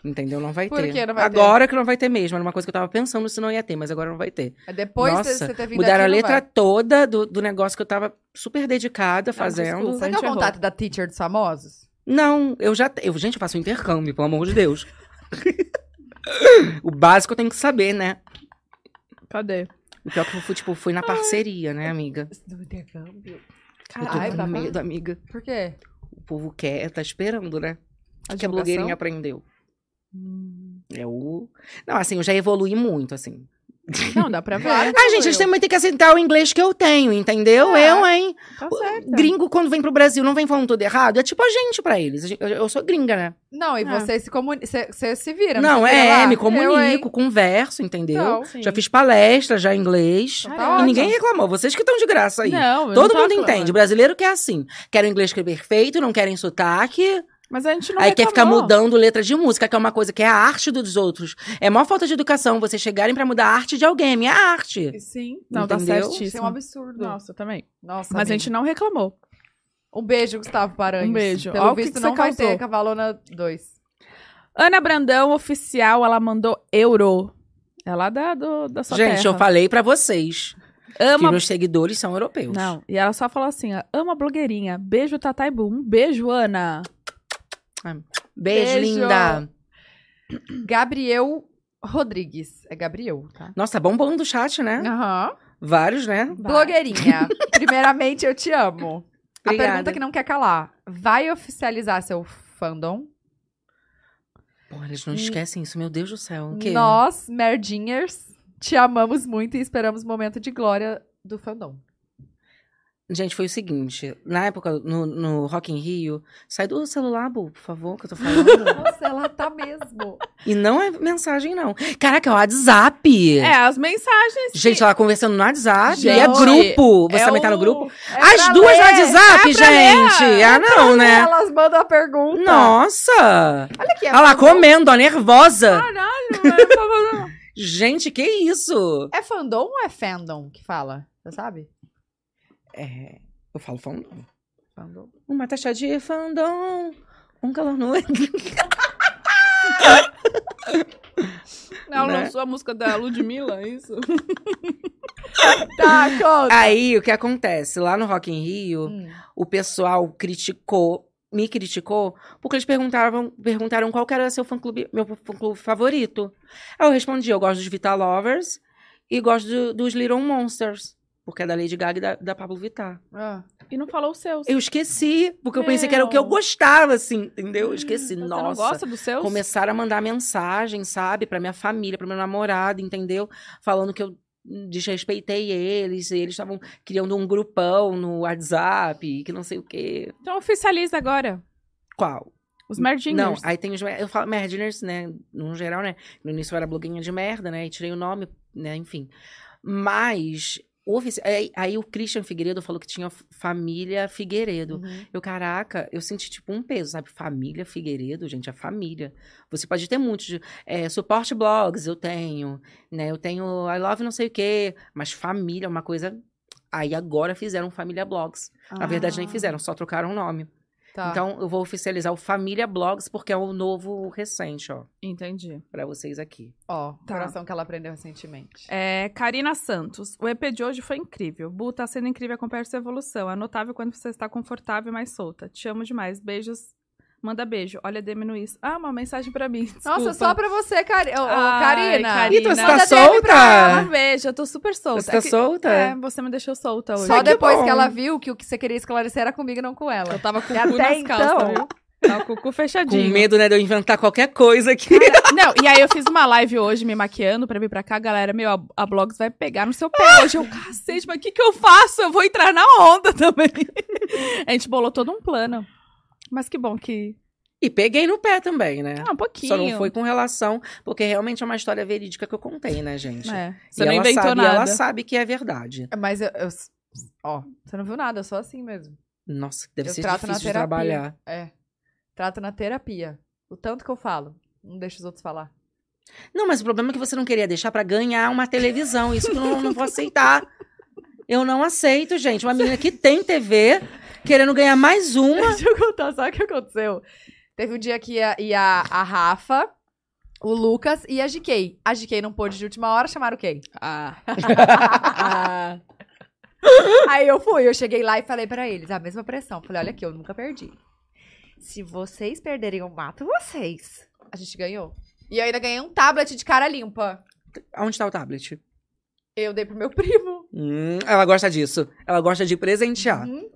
[SPEAKER 4] Entendeu? Não vai
[SPEAKER 2] Por
[SPEAKER 4] ter.
[SPEAKER 2] que não vai ter?
[SPEAKER 4] agora que não vai ter mesmo. Era uma coisa que eu tava pensando se não ia ter, mas agora não vai ter.
[SPEAKER 2] É Depois
[SPEAKER 4] Nossa,
[SPEAKER 2] de você ter vindo
[SPEAKER 4] Mudaram a
[SPEAKER 2] aqui, não
[SPEAKER 4] letra
[SPEAKER 2] vai.
[SPEAKER 4] toda do, do negócio que eu tava super dedicada fazendo.
[SPEAKER 3] desculpa.
[SPEAKER 2] Você
[SPEAKER 3] A
[SPEAKER 2] quer
[SPEAKER 3] gente
[SPEAKER 2] o contato da teacher dos famosos?
[SPEAKER 4] Não, eu já. te- Eu, gente, eu faço um intercâmbio, pelo amor de Deus. o básico eu tenho que saber, né?
[SPEAKER 3] Cadê?
[SPEAKER 4] O pior que eu fui, tipo, fui na parceria, né, amiga?
[SPEAKER 2] Do intercâmbio.
[SPEAKER 4] eu
[SPEAKER 2] Caralho,
[SPEAKER 4] tô com
[SPEAKER 2] babado.
[SPEAKER 4] medo, amiga.
[SPEAKER 2] Por quê?
[SPEAKER 4] O povo quer, tá esperando, né?
[SPEAKER 2] A
[SPEAKER 4] O que a blogueirinha aprendeu. É o. Não, assim, eu já evoluí muito, assim.
[SPEAKER 3] Não, dá pra ver.
[SPEAKER 4] Ah, gente, a gente também tem que aceitar o inglês que eu tenho, entendeu?
[SPEAKER 1] É.
[SPEAKER 4] Eu, hein?
[SPEAKER 1] Tá
[SPEAKER 4] O-
[SPEAKER 3] É.
[SPEAKER 1] certo.
[SPEAKER 4] Gringo, quando vem pro Brasil, não vem falando tudo errado? É tipo a gente pra eles. A gente- Eu, eu sou gringa, né?
[SPEAKER 2] Não, e
[SPEAKER 3] Ah.
[SPEAKER 2] você se comunica. Você se vira.
[SPEAKER 4] não,
[SPEAKER 2] se vira
[SPEAKER 4] é,
[SPEAKER 2] lá?
[SPEAKER 4] me
[SPEAKER 2] Eu, hein?
[SPEAKER 4] comunico, converso, entendeu?
[SPEAKER 2] Então,
[SPEAKER 1] Sim.
[SPEAKER 4] Já fiz palestra, já em inglês.
[SPEAKER 2] Tá
[SPEAKER 4] E
[SPEAKER 2] ótimo.
[SPEAKER 4] ninguém reclamou. Vocês que estão de graça aí.
[SPEAKER 3] Não, eu não
[SPEAKER 4] Todo
[SPEAKER 3] tava
[SPEAKER 4] mundo
[SPEAKER 3] falando.
[SPEAKER 4] entende. O brasileiro quer assim. Quer o inglês que é perfeito, não querem sotaque.
[SPEAKER 3] Mas a gente não
[SPEAKER 4] aí
[SPEAKER 3] reclamou.
[SPEAKER 4] quer ficar mudando letra de música, que é uma coisa que é a arte dos outros. É maior falta de educação vocês chegarem pra mudar a arte de alguém. É a arte.
[SPEAKER 2] Sim.
[SPEAKER 3] Não,
[SPEAKER 4] Entendeu?
[SPEAKER 3] tá
[SPEAKER 2] Isso é um
[SPEAKER 3] certíssimo.
[SPEAKER 2] absurdo.
[SPEAKER 3] Nossa, eu
[SPEAKER 2] Tá
[SPEAKER 3] também.
[SPEAKER 2] Nossa,
[SPEAKER 3] Mas a
[SPEAKER 2] amiga.
[SPEAKER 3] gente não reclamou.
[SPEAKER 2] Um beijo, Gustavo Paranhos.
[SPEAKER 3] Um beijo.
[SPEAKER 2] Pelo
[SPEAKER 3] Ó o que
[SPEAKER 2] visto,
[SPEAKER 3] que você
[SPEAKER 2] não vai
[SPEAKER 3] causou.
[SPEAKER 2] ter Cavalona 2.
[SPEAKER 3] Ana Brandão, oficial, ela mandou euro. É lá da, do, da sua
[SPEAKER 4] Gente, eu
[SPEAKER 3] terra.
[SPEAKER 4] falei pra vocês que
[SPEAKER 3] Ama...
[SPEAKER 4] meus seguidores são europeus.
[SPEAKER 3] Não, e ela só falou assim, ó, ama blogueirinha. Beijo, Tatai Boom. Beijo, Ana.
[SPEAKER 4] Beijo,
[SPEAKER 2] Beijo.
[SPEAKER 4] linda.
[SPEAKER 2] Gabriel Rodrigues. É Gabriel, tá?
[SPEAKER 4] Nossa, bombando o chat, né?
[SPEAKER 2] Aham.
[SPEAKER 4] Vários, né?
[SPEAKER 2] Blogueirinha, primeiramente eu te amo. A
[SPEAKER 4] Obrigada.
[SPEAKER 2] pergunta que não quer calar: vai oficializar seu fandom?
[SPEAKER 4] Pô, eles
[SPEAKER 3] Hum.
[SPEAKER 4] não esquecem isso, meu Deus do céu. O quê?
[SPEAKER 2] Nós, merdinhers, te amamos muito e esperamos o momento de glória do fandom.
[SPEAKER 4] Gente, foi o seguinte. Na época, no, no Rock in Rio, sai do celular, Bu, por favor, que eu tô falando.
[SPEAKER 2] Nossa, ela tá mesmo.
[SPEAKER 4] e não é mensagem, não. Caraca, é o WhatsApp.
[SPEAKER 3] É, as mensagens. que-
[SPEAKER 4] Gente, ela conversando no WhatsApp. e é
[SPEAKER 3] Gente,
[SPEAKER 4] grupo. Você
[SPEAKER 3] é
[SPEAKER 4] também tá no
[SPEAKER 3] o-
[SPEAKER 4] grupo?
[SPEAKER 2] É
[SPEAKER 4] As
[SPEAKER 2] pra
[SPEAKER 4] duas
[SPEAKER 2] ler.
[SPEAKER 4] no WhatsApp,
[SPEAKER 3] É pra
[SPEAKER 4] gente.
[SPEAKER 3] ler.
[SPEAKER 4] Ah, não, né?
[SPEAKER 2] Elas mandam a pergunta.
[SPEAKER 4] Nossa!
[SPEAKER 2] Olha aqui. É,
[SPEAKER 4] Olha lá, comendo, ó, nervosa.
[SPEAKER 3] Caralho, mano, tá falando-
[SPEAKER 4] Gente, que isso?
[SPEAKER 2] é fandom ou é fandom que fala? Você sabe?
[SPEAKER 4] É, eu falo fandom.
[SPEAKER 2] Fandom.
[SPEAKER 4] Uma taxa de fandom. Um calor no...
[SPEAKER 3] Ela
[SPEAKER 4] Né?
[SPEAKER 3] lançou a música da Ludmilla, é isso?
[SPEAKER 2] Tá, conta.
[SPEAKER 4] Aí, o que acontece? Lá no Rock in Rio,
[SPEAKER 2] Hum.
[SPEAKER 4] o pessoal criticou, me criticou, porque eles perguntavam, perguntaram qual que era seu fã clube, meu fã clube favorito. Aí eu respondi, eu gosto dos Vital Lovers e gosto do- dos Little Monsters, porque é da Lady Gaga e da, da Pablo Vittar.
[SPEAKER 2] Ah,
[SPEAKER 3] E não falou os seus.
[SPEAKER 4] Eu esqueci, porque eu pensei que era o que eu
[SPEAKER 3] Meu. Hum,
[SPEAKER 4] gostava, assim, entendeu? Eu esqueci,
[SPEAKER 3] Você não
[SPEAKER 4] nossa.
[SPEAKER 3] gosta dos seus?
[SPEAKER 4] Começaram a mandar mensagem, sabe, pra minha família, pra meu namorado, entendeu? Falando que eu desrespeitei eles, e eles estavam criando um grupão no WhatsApp, que não sei o quê.
[SPEAKER 3] Então oficializa agora.
[SPEAKER 4] Qual?
[SPEAKER 3] Os merdinhos.
[SPEAKER 4] Não, aí tem os. mer- Eu falo merdiners, né? No geral, né? No início eu era bloguinha de merda, né? E tirei o nome, né? Enfim. Mas. ofici- Aí, aí o Christian Figueiredo falou que tinha f- família Figueiredo.
[SPEAKER 2] uhum.
[SPEAKER 4] Eu, caraca, eu senti tipo um peso, sabe? Família Figueiredo, gente, a família. Você pode ter muitos. de- É, suporte blogs eu tenho, né? Eu tenho I love não sei o quê, mas família é uma coisa. Aí agora fizeram família blogs. Na verdade, nem
[SPEAKER 2] Ah,
[SPEAKER 4] fizeram, só trocaram o nome.
[SPEAKER 2] Tá.
[SPEAKER 4] Então, eu vou oficializar o Família Blogs, porque é o novo recente, ó,
[SPEAKER 3] Entendi.
[SPEAKER 4] pra vocês aqui.
[SPEAKER 2] Ó,
[SPEAKER 3] Tá.
[SPEAKER 2] coração que ela aprendeu recentemente.
[SPEAKER 3] É, Karina Santos. O EP de hoje foi incrível. Bu, tá sendo incrível acompanhar sua evolução. É notável quando você está confortável e mais solta. Te amo demais. Beijos. Manda beijo. Olha, diminuir isso. Ah, uma mensagem pra mim.
[SPEAKER 2] Nossa,
[SPEAKER 3] desculpa.
[SPEAKER 2] só pra você, Cari... ô, ô,
[SPEAKER 3] Ai,
[SPEAKER 2] Karina.
[SPEAKER 3] Karina.
[SPEAKER 4] Ih, tu
[SPEAKER 3] Manda
[SPEAKER 4] tá
[SPEAKER 3] DM pra ela,
[SPEAKER 4] solta?
[SPEAKER 3] Um beijo, eu tô super solta.
[SPEAKER 4] Você tá
[SPEAKER 3] É que-
[SPEAKER 4] solta?
[SPEAKER 3] É, você me deixou solta hoje.
[SPEAKER 2] Só
[SPEAKER 4] Ai, que
[SPEAKER 2] depois
[SPEAKER 4] bom.
[SPEAKER 2] que ela viu que o que você queria esclarecer era comigo e não com ela.
[SPEAKER 3] é Eu tava com
[SPEAKER 2] E
[SPEAKER 3] o cu
[SPEAKER 2] até
[SPEAKER 3] nas calças,
[SPEAKER 2] então-
[SPEAKER 3] viu? Tava Tá com o cu
[SPEAKER 4] Com
[SPEAKER 3] fechadinho.
[SPEAKER 4] medo, né, de eu inventar qualquer coisa aqui.
[SPEAKER 3] Não, e aí eu fiz uma live hoje me maquiando pra vir pra cá, galera. Meu, a, a Blogs vai pegar no seu pé hoje. Eu, cacete, mas o que, que eu faço? Eu vou entrar na onda também. A gente bolou todo um plano. Mas que bom que.
[SPEAKER 4] E peguei no pé também, né?
[SPEAKER 3] Ah, um pouquinho.
[SPEAKER 4] Só não foi com relação, porque realmente é uma história verídica que eu contei, né, gente?
[SPEAKER 3] É,
[SPEAKER 4] E
[SPEAKER 3] você não
[SPEAKER 4] ela
[SPEAKER 3] inventou
[SPEAKER 4] sabe, e
[SPEAKER 3] nada.
[SPEAKER 4] ela sabe que é verdade.
[SPEAKER 2] Mas eu, eu- Ó, você não viu nada, eu sou assim mesmo.
[SPEAKER 4] Nossa, deve
[SPEAKER 2] Eu
[SPEAKER 4] ser
[SPEAKER 2] trato na
[SPEAKER 4] difícil de
[SPEAKER 2] terapia.
[SPEAKER 4] trabalhar.
[SPEAKER 2] É. Trato na terapia. O tanto que eu falo. Não deixa os outros falar.
[SPEAKER 4] Não, mas o problema é que você não queria deixar pra ganhar uma televisão. Isso que eu não, não vou aceitar. Eu não aceito, gente. Uma menina que tem TV, querendo ganhar mais uma.
[SPEAKER 2] Deixa eu contar só o que aconteceu. Teve um dia que ia, ia a Rafa, o Lucas e a GK. A GK não pôde de última hora, chamaram quem? Ah.
[SPEAKER 3] Ah.
[SPEAKER 2] Aí eu fui, eu cheguei lá e falei pra eles, a mesma pressão. Falei, olha aqui, eu nunca perdi. Se vocês perderem, eu mato vocês. A gente ganhou. E eu ainda ganhei um tablet de cara limpa.
[SPEAKER 4] Onde tá o tablet?
[SPEAKER 2] Eu dei pro meu primo.
[SPEAKER 4] Hum, ela gosta disso. Ela gosta de presentear.
[SPEAKER 2] Uhum.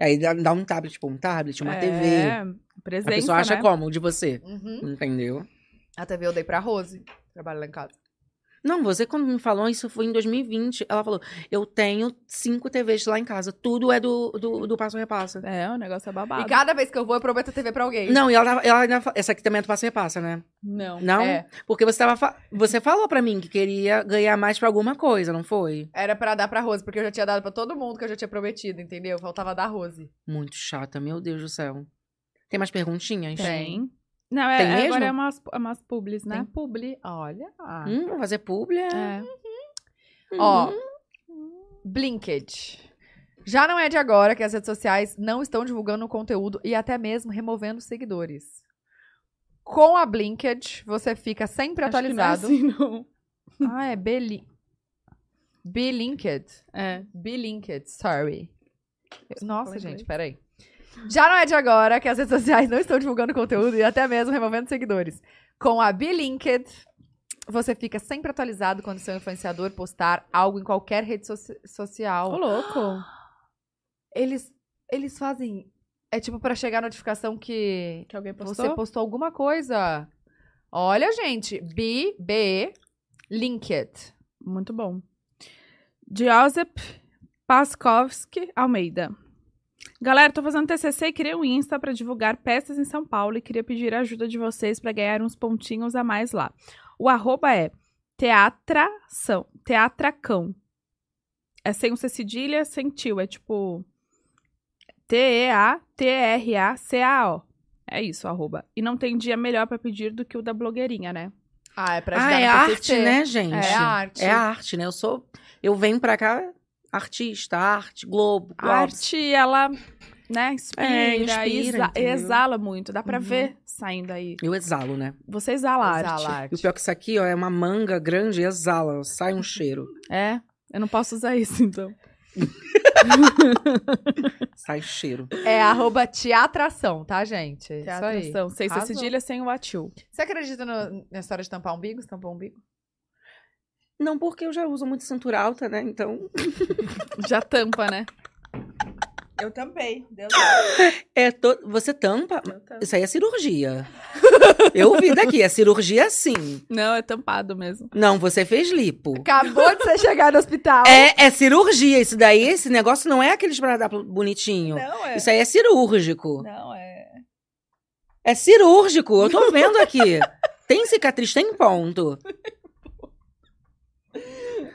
[SPEAKER 4] Aí dá, dá um tablet, tipo, um tablet, uma TV.
[SPEAKER 3] É,
[SPEAKER 4] A
[SPEAKER 3] presença,
[SPEAKER 4] pessoa acha
[SPEAKER 3] né?
[SPEAKER 4] como de você.
[SPEAKER 2] Uhum.
[SPEAKER 4] Entendeu?
[SPEAKER 2] A TV eu dei pra Rose. Trabalho lá em casa.
[SPEAKER 4] Não, você quando me falou isso foi em 2020. Ela falou: eu tenho cinco TVs lá em casa. Tudo é do, do, do Passo Repassa.
[SPEAKER 3] É, o negócio é
[SPEAKER 2] E
[SPEAKER 3] babado.
[SPEAKER 2] cada vez que eu vou, eu prometo a TV pra alguém.
[SPEAKER 4] Não, e ela, tava- ela ainda fa- Essa aqui também é do Passo Repassa, né?
[SPEAKER 3] Não.
[SPEAKER 4] Não?
[SPEAKER 2] É.
[SPEAKER 4] Porque você, tava fa- você falou pra mim que queria ganhar mais pra alguma coisa, não foi?
[SPEAKER 2] Era pra dar pra Rose, porque eu já tinha dado pra todo mundo que eu já tinha prometido, entendeu? Faltava dar a Rose.
[SPEAKER 4] Muito chata, meu Deus do céu. Tem mais perguntinhas?
[SPEAKER 2] Tem.
[SPEAKER 3] Não, é,
[SPEAKER 4] Tem
[SPEAKER 3] é-
[SPEAKER 4] mesmo?
[SPEAKER 3] agora é umas, umas publis, né?
[SPEAKER 2] Tem publi. Olha.
[SPEAKER 4] Hum, vou fazer publi? é?
[SPEAKER 3] É.
[SPEAKER 2] Ó, Blinked. Já não é de agora que as redes sociais não estão divulgando o conteúdo e até mesmo removendo seguidores. Com a Blinked, você fica sempre
[SPEAKER 3] Acho que não é
[SPEAKER 2] atualizado.
[SPEAKER 3] assim, não.
[SPEAKER 2] Ah, é Beli... Blinked.
[SPEAKER 3] É.
[SPEAKER 2] Blinked, sorry. Nossa,
[SPEAKER 3] falei
[SPEAKER 2] gente, peraí. Já não é de agora que as redes sociais não estão divulgando conteúdo e até mesmo removendo seguidores. Com a Blinked, você fica sempre atualizado quando seu influenciador postar algo em qualquer rede soci- social.
[SPEAKER 3] Ô, louco.
[SPEAKER 2] Eles, eles fazem. É tipo pra chegar a notificação que
[SPEAKER 3] Que alguém
[SPEAKER 2] você postou alguma coisa. Olha, gente. B, B, Linked.
[SPEAKER 3] Muito bom. Josep Paskowski Almeida. Galera, tô fazendo TCC e criei um Insta pra divulgar peças em São Paulo e queria pedir a ajuda de vocês pra ganhar uns pontinhos a mais lá. O arroba é teatração, teatracão. É sem o C cedilha, sem tio, é tipo T-E-A-T-R-A-C-A-O. É isso, o arroba. E não tem dia melhor pra pedir do que o da blogueirinha, né?
[SPEAKER 2] Ah, é pra
[SPEAKER 4] Ah,
[SPEAKER 2] ajudar
[SPEAKER 4] é
[SPEAKER 2] no
[SPEAKER 4] arte,
[SPEAKER 2] TCC.
[SPEAKER 4] né, gente?
[SPEAKER 2] É arte.
[SPEAKER 4] É arte, né? Eu sou. Eu venho pra cá artista, arte, Globo,
[SPEAKER 3] A
[SPEAKER 4] Globos.
[SPEAKER 3] arte, ela, né, inspira,
[SPEAKER 4] É, inspira,
[SPEAKER 3] exa-
[SPEAKER 4] entendeu?
[SPEAKER 3] exala muito. Dá pra
[SPEAKER 2] Uhum.
[SPEAKER 3] ver saindo aí.
[SPEAKER 4] Eu exalo, né?
[SPEAKER 3] Você exala a arte.
[SPEAKER 2] Exala a
[SPEAKER 4] E o
[SPEAKER 2] arte.
[SPEAKER 4] pior que isso aqui, ó, é uma manga grande e exala, ó, sai um cheiro.
[SPEAKER 3] É, eu não posso usar isso, então.
[SPEAKER 4] Sai cheiro.
[SPEAKER 2] É arroba teatração, tá, gente? Isso aí.
[SPEAKER 3] Teatração, é sem ser
[SPEAKER 2] Arrasou.
[SPEAKER 3] cedilha, sem o atil.
[SPEAKER 2] Você acredita no- na história de tampar o umbigo? Você tampou o umbigo?
[SPEAKER 4] Não, porque eu já uso muito cintura alta, né? Então.
[SPEAKER 3] Já tampa, né?
[SPEAKER 1] Eu tampei. Deus
[SPEAKER 4] É to... Você tampa. Isso aí é cirurgia. Eu vi daqui, é cirurgia sim.
[SPEAKER 3] Não, é tampado mesmo.
[SPEAKER 4] Não, você fez lipo.
[SPEAKER 2] Acabou de você chegar no hospital.
[SPEAKER 4] É, é cirurgia. Isso daí, esse negócio não é aquele esparadrapo bonitinho.
[SPEAKER 1] Não, é.
[SPEAKER 4] Isso aí é cirúrgico.
[SPEAKER 1] Não, é.
[SPEAKER 4] É cirúrgico, eu tô vendo aqui. tem cicatriz, tem ponto.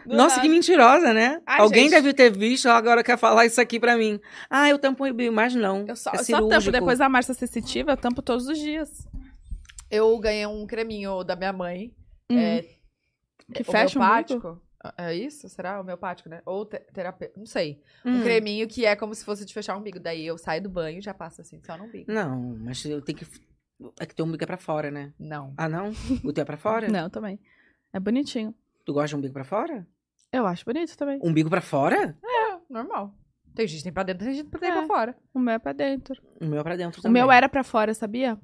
[SPEAKER 1] Do
[SPEAKER 4] Nossa,
[SPEAKER 1] nada.
[SPEAKER 4] que mentirosa, né?
[SPEAKER 3] Ai,
[SPEAKER 4] Alguém
[SPEAKER 3] gente.
[SPEAKER 4] deve ter visto, ela agora quer falar isso aqui pra mim. Ah, eu tampo o bico, mas não.
[SPEAKER 3] Eu só,
[SPEAKER 4] é
[SPEAKER 3] eu só
[SPEAKER 4] cirúrgico.
[SPEAKER 3] tampo. Depois da marcha sensitiva, eu tampo todos os dias.
[SPEAKER 2] Eu ganhei um creminho da minha mãe. é,
[SPEAKER 3] Uhum. que fecha o umbigo.
[SPEAKER 2] homeopático. É isso? Será? Homeopático, né? Ou te terapeuta. Não sei. Um
[SPEAKER 4] Hum,
[SPEAKER 2] creminho que é como se fosse de fechar o umbigo. Daí eu saio do banho e já passo assim, só no umbigo.
[SPEAKER 4] Não, mas eu tenho que. É que teu umbigo é pra fora, né?
[SPEAKER 2] Não.
[SPEAKER 4] Ah, não? O teu é pra fora?
[SPEAKER 3] Não, também. É bonitinho.
[SPEAKER 4] Tu gosta de um umbigo pra fora?
[SPEAKER 3] Eu acho bonito também.
[SPEAKER 4] Umbigo pra fora?
[SPEAKER 2] É, normal. Tem gente que tem pra dentro, tem gente que tem
[SPEAKER 3] É.
[SPEAKER 2] pra fora.
[SPEAKER 3] O meu é pra dentro.
[SPEAKER 4] O meu é pra dentro
[SPEAKER 3] O
[SPEAKER 4] também.
[SPEAKER 3] meu era pra fora, sabia?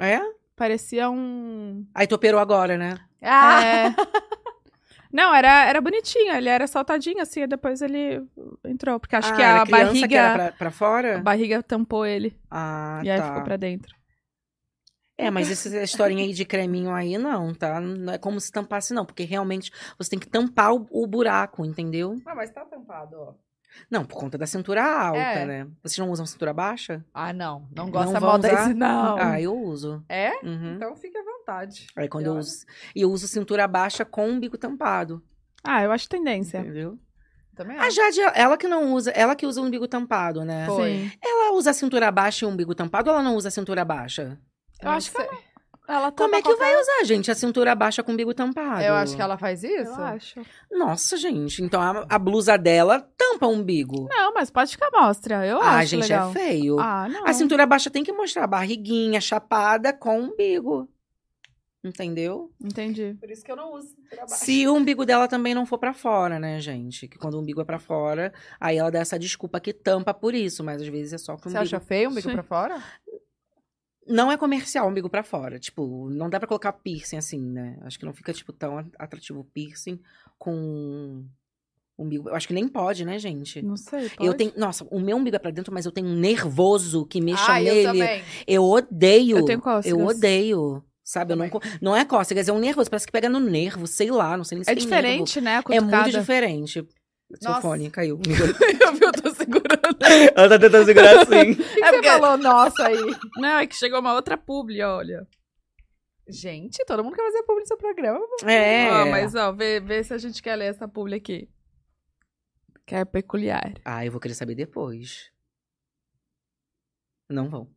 [SPEAKER 4] É?
[SPEAKER 3] Parecia um...
[SPEAKER 4] Aí tu operou agora, né?
[SPEAKER 2] Ah!
[SPEAKER 3] É. Não, era, era bonitinho, ele era saltadinho assim, e depois ele entrou. Porque acho
[SPEAKER 4] Ah,
[SPEAKER 3] que
[SPEAKER 4] era
[SPEAKER 3] a
[SPEAKER 4] criança
[SPEAKER 3] barriga,
[SPEAKER 4] Que era pra, pra
[SPEAKER 3] a
[SPEAKER 4] fora?
[SPEAKER 3] barriga tampou ele.
[SPEAKER 4] Ah,
[SPEAKER 3] e aí
[SPEAKER 4] tá.
[SPEAKER 3] ficou pra dentro.
[SPEAKER 4] É, mas essa historinha aí de creminho aí, não, tá? Não é como se tampasse, não, porque realmente você tem que tampar o, o buraco, entendeu?
[SPEAKER 2] Ah, mas tá tampado, ó.
[SPEAKER 4] Não, por conta da cintura alta,
[SPEAKER 2] É.
[SPEAKER 4] né? Vocês não usam cintura baixa?
[SPEAKER 2] Ah, não. Não Uhum. gosto
[SPEAKER 4] Não
[SPEAKER 2] da
[SPEAKER 4] vão
[SPEAKER 2] moda
[SPEAKER 4] usar?
[SPEAKER 2] desse, não.
[SPEAKER 4] Ah, eu uso.
[SPEAKER 2] É?
[SPEAKER 4] Uhum.
[SPEAKER 2] Então fique à vontade.
[SPEAKER 4] Aí quando eu
[SPEAKER 3] né?
[SPEAKER 2] Olha.
[SPEAKER 4] uso. E eu uso cintura baixa com o bico tampado,
[SPEAKER 3] Ah, eu acho tendência.
[SPEAKER 4] entendeu?
[SPEAKER 2] Também
[SPEAKER 4] A
[SPEAKER 2] acho.
[SPEAKER 4] Jade, ela que não usa, ela que usa o umbigo tampado, né?
[SPEAKER 2] Pô. Foi.
[SPEAKER 3] Sim.
[SPEAKER 4] Ela usa cintura baixa e o umbigo tampado ou ela não usa cintura baixa?
[SPEAKER 3] Eu acho que
[SPEAKER 2] sei.
[SPEAKER 3] Ela tá
[SPEAKER 4] Como
[SPEAKER 3] tampa
[SPEAKER 4] é que
[SPEAKER 3] qualquer-
[SPEAKER 4] vai usar, gente, a cintura baixa com o umbigo tampado?
[SPEAKER 2] Eu acho que ela faz isso.
[SPEAKER 3] Eu acho.
[SPEAKER 4] Nossa, gente, então a, a blusa dela tampa o umbigo.
[SPEAKER 3] Não, mas pode ficar mostra. Eu
[SPEAKER 4] ah,
[SPEAKER 3] acho
[SPEAKER 4] gente,
[SPEAKER 3] legal.
[SPEAKER 4] é Assim, feio.
[SPEAKER 3] Ah, não.
[SPEAKER 4] A cintura baixa tem que mostrar a barriguinha chapada com o umbigo. Entendeu?
[SPEAKER 3] Entendi.
[SPEAKER 1] Por isso que eu não uso. trabalho.
[SPEAKER 4] Se o umbigo dela também não for pra fora, né, gente? Que quando o umbigo é pra fora, aí ela dá essa desculpa que tampa por isso, mas às vezes é só que o
[SPEAKER 2] Você
[SPEAKER 4] umbigo.
[SPEAKER 2] acha feio o umbigo
[SPEAKER 3] Sim.
[SPEAKER 2] pra fora?
[SPEAKER 4] Não é comercial o umbigo pra fora. Tipo, não dá pra colocar piercing assim, né? Acho que não fica, tipo, tão atrativo o piercing com umbigo. Eu acho que nem pode, né, gente?
[SPEAKER 3] Não sei.
[SPEAKER 4] Eu
[SPEAKER 3] pode?
[SPEAKER 4] tenho. Nossa, o meu umbigo é pra dentro, mas eu tenho um nervoso que mexa
[SPEAKER 2] ah, eu
[SPEAKER 4] nele.
[SPEAKER 2] também.
[SPEAKER 4] Eu odeio.
[SPEAKER 3] Eu tenho É cócegas.
[SPEAKER 4] Eu odeio. sabe? Eu não, co- não é cócegas, é um nervoso, parece que pega no nervo, sei lá, não sei nem se
[SPEAKER 3] É
[SPEAKER 4] tem nervo.
[SPEAKER 3] diferente, né? a
[SPEAKER 4] assim É muito
[SPEAKER 3] cutucada.
[SPEAKER 4] diferente. Seu
[SPEAKER 2] Nossa.
[SPEAKER 4] fone caiu.
[SPEAKER 3] Eu vi, eu tô segurando.
[SPEAKER 4] Ela tá tentando segurar assim.
[SPEAKER 2] O que, que você falou nossa aí?
[SPEAKER 3] Não, é que chegou uma outra publi, olha.
[SPEAKER 2] Gente, todo mundo quer fazer publi no seu programa.
[SPEAKER 4] É.
[SPEAKER 3] Ó, mas ó, vê, vê se a gente quer ler essa publi aqui. Que é peculiar.
[SPEAKER 4] Ah, eu vou querer saber depois. Não vão.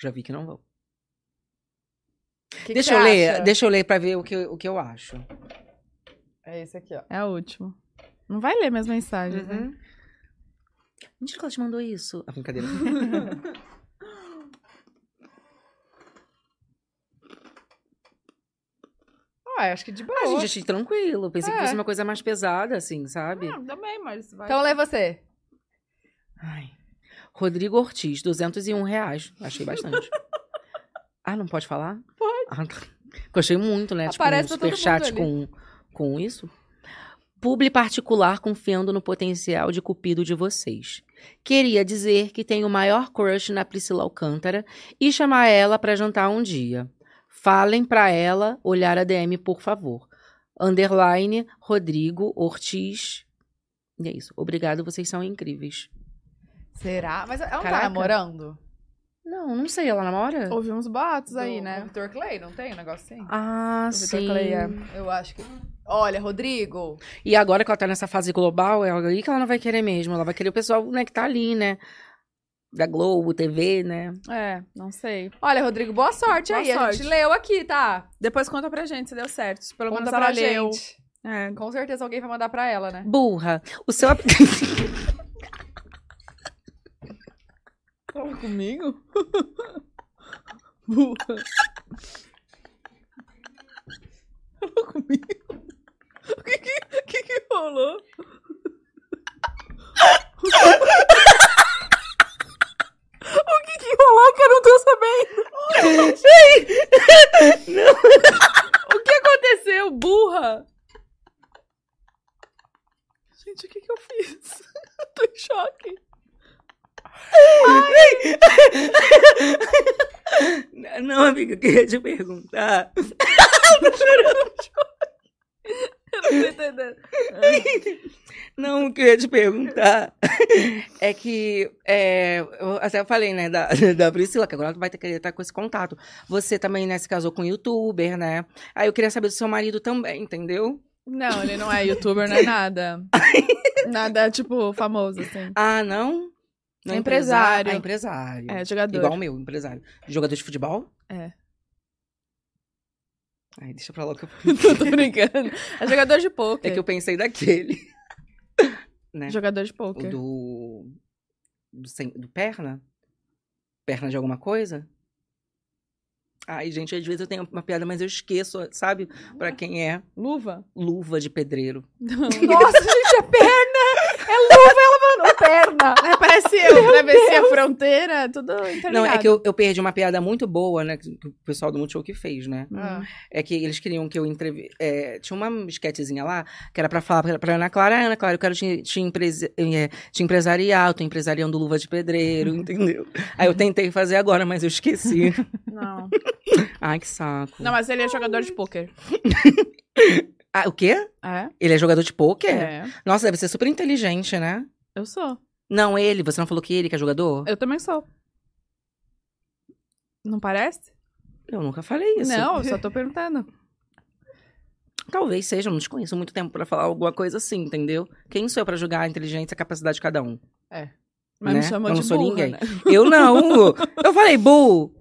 [SPEAKER 4] Já vi que não vão.
[SPEAKER 2] Que que
[SPEAKER 4] deixa
[SPEAKER 2] você
[SPEAKER 4] eu ler,
[SPEAKER 2] acha?
[SPEAKER 4] deixa eu ler pra ver o que, eu- o que eu acho.
[SPEAKER 2] É esse aqui, ó.
[SPEAKER 3] É a última. Não vai ler minhas mensagens, né?
[SPEAKER 2] Uhum.
[SPEAKER 4] Mentira que ela te mandou isso. Ah, brincadeira.
[SPEAKER 2] Ah, acho que de boa.
[SPEAKER 4] Ah, gente, achei tranquilo. Pensei
[SPEAKER 2] É.
[SPEAKER 4] que fosse uma coisa mais pesada, assim, sabe?
[SPEAKER 3] Não, também, mas vai.
[SPEAKER 2] Então lê você.
[SPEAKER 4] Ai. Rodrigo Ortiz, 201 reais. Achei bastante. ah, não pode falar? Pode. Ah, tá. Gostei muito, né?
[SPEAKER 2] Aparece pra todo
[SPEAKER 4] tipo, um
[SPEAKER 2] mundo
[SPEAKER 4] superchat
[SPEAKER 2] ali.
[SPEAKER 4] com, com isso. Publi particular confiando no potencial de cupido de vocês. Queria dizer que tenho o maior crush na Priscila Alcântara e chamar ela pra jantar um dia. Falem pra ela olhar a DM, por favor. Underline Rodrigo Ortiz. E é isso. Obrigado, vocês são incrívees.
[SPEAKER 2] Será? Mas ela não tá
[SPEAKER 4] Caraca.
[SPEAKER 2] namorando?
[SPEAKER 4] Não, não sei, ela namora?
[SPEAKER 3] Houve uns boatos aí,
[SPEAKER 2] Do- do
[SPEAKER 3] né?
[SPEAKER 2] Vitor Clay, não tem um negócio assim?
[SPEAKER 4] Ah,
[SPEAKER 3] O Vitor
[SPEAKER 4] sim.
[SPEAKER 3] Clay é-
[SPEAKER 2] Eu acho que. Olha, Rodrigo.
[SPEAKER 4] E agora que ela tá nessa fase global, é aí que ela não vai querer mesmo. Ela vai querer o pessoal né, que tá ali, né? Da Globo, TV, né?
[SPEAKER 3] É, não sei.
[SPEAKER 2] Olha, Rodrigo, boa sorte
[SPEAKER 3] Boa
[SPEAKER 2] aí. A
[SPEAKER 3] sorte.
[SPEAKER 2] gente leu aqui, tá?
[SPEAKER 3] Depois conta pra gente se deu certo. Pelo
[SPEAKER 2] Conta
[SPEAKER 3] menos
[SPEAKER 2] pra
[SPEAKER 3] ela leu.
[SPEAKER 2] gente.
[SPEAKER 3] É.
[SPEAKER 2] Com certeza alguém vai mandar pra ela, né?
[SPEAKER 4] Burra. O seu. ap-
[SPEAKER 1] Fala comigo? Fala comigo? O que que, o que que rolou? O que que rolou que eu não tô sabendo?
[SPEAKER 3] O que aconteceu, burra?
[SPEAKER 1] Gente, o que que eu fiz? Eu tô em choque.
[SPEAKER 4] não, amiga, eu queria te perguntar. Não, o que eu ia te perguntar é que é, eu até falei, né, da, da Priscila, que agora ela vai ter que estar com esse contato. Você também, né, se casou com um youtuber, né? Aí eu queria saber do seu marido também, entendeu?
[SPEAKER 3] Não, ele não é youtuber, não é nada. Nada, tipo, famoso, assim.
[SPEAKER 4] Ah, não? Não
[SPEAKER 3] É empresário.
[SPEAKER 4] Ah, empresário.
[SPEAKER 3] É, jogador.
[SPEAKER 4] Igual o meu, empresário. Jogador de futebol?
[SPEAKER 3] É.
[SPEAKER 4] Ai, deixa pra lá que eu...
[SPEAKER 3] Tô brincando. É jogador de
[SPEAKER 4] É
[SPEAKER 3] pôquer.
[SPEAKER 4] que eu pensei daquele. né?
[SPEAKER 3] Jogador de
[SPEAKER 4] O
[SPEAKER 3] pôquer.
[SPEAKER 4] do... Do, sem- do perna? Perna de alguma coisa? Ai, gente, às vezes eu tenho uma piada, mas eu esqueço, sabe? Pra quem é
[SPEAKER 3] Luva?
[SPEAKER 4] luva de pedreiro.
[SPEAKER 3] Não.
[SPEAKER 2] Nossa, gente, é perna! É luva, ela mandou perna!
[SPEAKER 3] É, parece eu, travessia a é fronteira, tudo interligado.
[SPEAKER 4] Não, é que eu, eu perdi uma piada muito boa, né? Que que o pessoal do Multishow que fez, né?
[SPEAKER 3] Ah.
[SPEAKER 4] É que eles queriam que eu entrevi... é, tinha uma esquetezinha lá que era pra falar pra, pra Ana Clara, "Ah, Ana Clara, eu quero te, te, empresa... eh, te empresariar, eu tô empresariando luva de
[SPEAKER 3] Uhum.
[SPEAKER 4] pedreiro, entendeu? Aí eu tentei fazer agora, mas eu esqueci.
[SPEAKER 3] Não.
[SPEAKER 4] Ai, que saco.
[SPEAKER 3] Não, mas ele é jogador de pôquer.
[SPEAKER 4] Ah, o quê?
[SPEAKER 3] É?
[SPEAKER 4] Ele é jogador de pôquer?
[SPEAKER 3] É.
[SPEAKER 4] Nossa, deve ser super inteligente, né?
[SPEAKER 3] Eu sou.
[SPEAKER 4] Não, ele, você não falou que ele que é jogador?
[SPEAKER 3] Eu também sou. Não parece?
[SPEAKER 4] Eu nunca falei isso.
[SPEAKER 3] Não, eu só tô perguntando.
[SPEAKER 4] Talvez seja, eu não te conheço há muito tempo pra falar alguma coisa assim, entendeu? Quem sou eu pra julgar a inteligência e a capacidade de cada um?
[SPEAKER 3] Mas
[SPEAKER 4] Né?
[SPEAKER 3] me chamou
[SPEAKER 4] Eu
[SPEAKER 3] de
[SPEAKER 4] não sou
[SPEAKER 3] burra,
[SPEAKER 4] ninguém.
[SPEAKER 3] né?
[SPEAKER 4] Eu não. Eu falei, bu.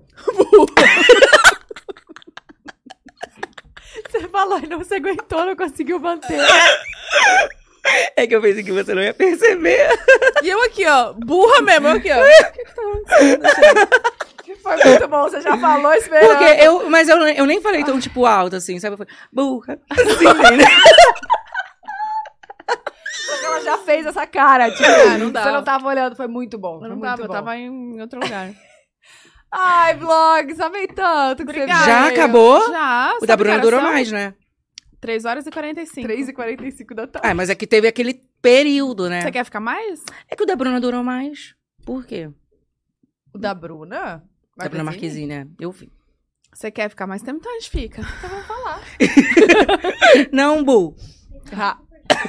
[SPEAKER 2] Você falou e não se aguentou, não conseguiu manter.
[SPEAKER 4] É que eu pensei que você não ia perceber.
[SPEAKER 3] E eu aqui, ó, burra mesmo, eu aqui, ó.
[SPEAKER 2] Foi muito bom, você já falou esperando.
[SPEAKER 4] Porque eu, mas eu, eu nem falei tão, tipo, alto, assim, sabe? Eu falei, burra. Assim, né?
[SPEAKER 2] Ela já fez essa cara, tipo,
[SPEAKER 3] Ah, não dava.
[SPEAKER 2] você não tava olhando, foi muito bom.
[SPEAKER 3] Eu
[SPEAKER 2] foi
[SPEAKER 3] não
[SPEAKER 2] muito
[SPEAKER 3] tava, eu
[SPEAKER 2] bom.
[SPEAKER 3] tava em outro lugar.
[SPEAKER 2] Ai, vlogs, amei tanto que
[SPEAKER 3] Obrigada.
[SPEAKER 2] você
[SPEAKER 4] Já
[SPEAKER 3] eu-
[SPEAKER 4] acabou?
[SPEAKER 3] Já,
[SPEAKER 4] O da Bruna durou
[SPEAKER 3] são
[SPEAKER 4] mais, né?
[SPEAKER 3] 3 horas e
[SPEAKER 2] assim,
[SPEAKER 3] 45.
[SPEAKER 2] 3h45 da tarde.
[SPEAKER 4] Ah, mas é que teve aquele período, né?
[SPEAKER 3] Você quer ficar mais?
[SPEAKER 4] É que o da Bruna durou mais. Por quê?
[SPEAKER 2] O da Bruna?
[SPEAKER 4] Da Bruna
[SPEAKER 2] Marquezine?
[SPEAKER 4] Marquezine, né? Eu vi.
[SPEAKER 3] Você quer ficar mais tempo? Então a gente fica.
[SPEAKER 4] Não, Bu.
[SPEAKER 2] Ra-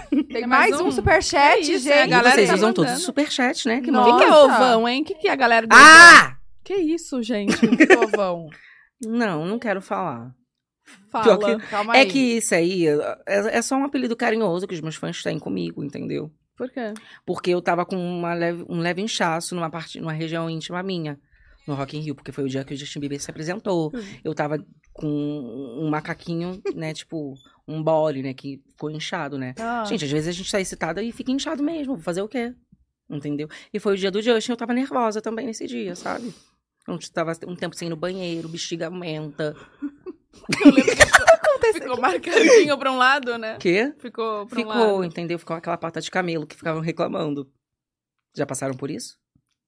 [SPEAKER 2] Tem
[SPEAKER 3] Tem
[SPEAKER 2] mais,
[SPEAKER 3] mais
[SPEAKER 2] um,
[SPEAKER 3] um.
[SPEAKER 2] superchat,
[SPEAKER 3] É isso,
[SPEAKER 2] gente.
[SPEAKER 3] A
[SPEAKER 4] E
[SPEAKER 3] galera
[SPEAKER 4] vocês
[SPEAKER 3] tá
[SPEAKER 4] usam
[SPEAKER 3] mandando.
[SPEAKER 4] todos os superchats, né? Que
[SPEAKER 2] Nossa.
[SPEAKER 4] mal.
[SPEAKER 3] O que, que é ovão, hein? O que, que a galera do
[SPEAKER 4] Ah!
[SPEAKER 3] Que isso, gente?
[SPEAKER 2] Povão.
[SPEAKER 4] Não, não quero falar.
[SPEAKER 3] Fala.
[SPEAKER 4] Pior
[SPEAKER 2] Calma
[SPEAKER 4] É
[SPEAKER 2] aí.
[SPEAKER 4] que isso aí é, é só um apelido carinhoso que os meus fãs têm comigo, entendeu?
[SPEAKER 3] Por quê?
[SPEAKER 4] Porque eu tava com uma leve- um leve inchaço numa, parte, numa região íntima minha, no Rock in Rio, porque foi o dia que o Justin Bieber se apresentou.
[SPEAKER 3] Hum.
[SPEAKER 4] Eu tava com um macaquinho, né, tipo, um bole, né, que ficou inchado, né?
[SPEAKER 3] Ah.
[SPEAKER 4] Gente, às vezes a gente tá excitada e fica inchado mesmo, fazer o quê? Entendeu? E foi o dia do Justin, eu tava nervosa também nesse dia, sabe? Eu tava um tempo sem ir no banheiro, bexiga aumenta.
[SPEAKER 3] eu lembro que Ah, ficou marcadinho pra um lado, né?
[SPEAKER 4] Quê?
[SPEAKER 3] Ficou pra um
[SPEAKER 4] Ficou,
[SPEAKER 3] lado.
[SPEAKER 4] entendeu? Ficou aquela pata de camelo que ficavam reclamando. Já passaram por isso?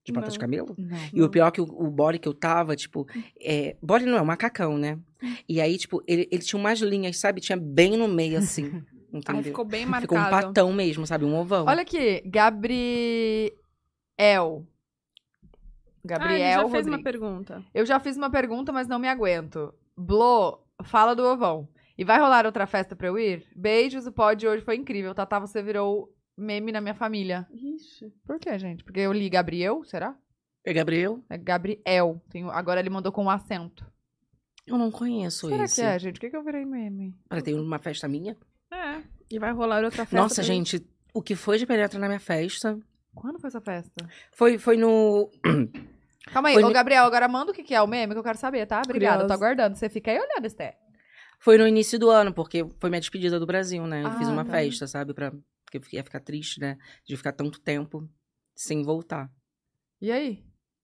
[SPEAKER 4] De pata
[SPEAKER 3] Não.
[SPEAKER 4] de camelo?
[SPEAKER 2] Não.
[SPEAKER 4] E o pior é que o, o body que eu tava, tipo. É, body não é um macacão, né? E aí, tipo, ele, ele tinha umas linhas, sabe? Tinha bem no meio, assim.
[SPEAKER 3] Aí
[SPEAKER 4] Entendeu?
[SPEAKER 3] ficou bem
[SPEAKER 4] Ficou um
[SPEAKER 3] marcado.
[SPEAKER 4] patão mesmo, sabe? Um ovão.
[SPEAKER 2] Olha aqui, Gabriel.
[SPEAKER 3] ah, ele já
[SPEAKER 2] Gabriel
[SPEAKER 3] fez uma
[SPEAKER 2] Rodrigues.
[SPEAKER 3] pergunta.
[SPEAKER 2] Eu já fiz uma pergunta, mas não me aguento. Blo, fala do ovão. E vai rolar outra festa pra eu ir? Beijos, o pod de hoje foi incrível. Tatá, você virou meme na minha família.
[SPEAKER 3] Ixi.
[SPEAKER 2] Por quê, gente? Porque eu li Gabriel, será?
[SPEAKER 4] É Gabriel?
[SPEAKER 2] É Gabriel. Tem o- agora ele mandou com um acento.
[SPEAKER 4] Eu não conheço
[SPEAKER 2] será
[SPEAKER 4] esse.
[SPEAKER 2] que é, gente? O que, que eu virei meme?
[SPEAKER 4] Pra ter uma festa minha?
[SPEAKER 3] É. E vai rolar outra festa.
[SPEAKER 4] Nossa,
[SPEAKER 3] pra-
[SPEAKER 4] gente, o que foi de penetra na minha festa?
[SPEAKER 2] Quando foi essa festa?
[SPEAKER 4] Foi, foi no.
[SPEAKER 2] Calma aí,
[SPEAKER 4] Foi
[SPEAKER 2] ô
[SPEAKER 4] no-
[SPEAKER 2] Gabriel, agora manda o que, que é o meme que eu quero saber, tá? Obrigada,
[SPEAKER 3] Curioso.
[SPEAKER 2] tô aguardando. Você fica aí olhando, Esté.
[SPEAKER 4] Foi no início do ano, porque foi minha despedida do Brasil, né? Eu fiz
[SPEAKER 2] Ah,
[SPEAKER 4] uma
[SPEAKER 2] tá.
[SPEAKER 4] festa, sabe? Pra... Porque eu ia ficar triste, né? De ficar tanto tempo sem voltar.
[SPEAKER 2] E aí?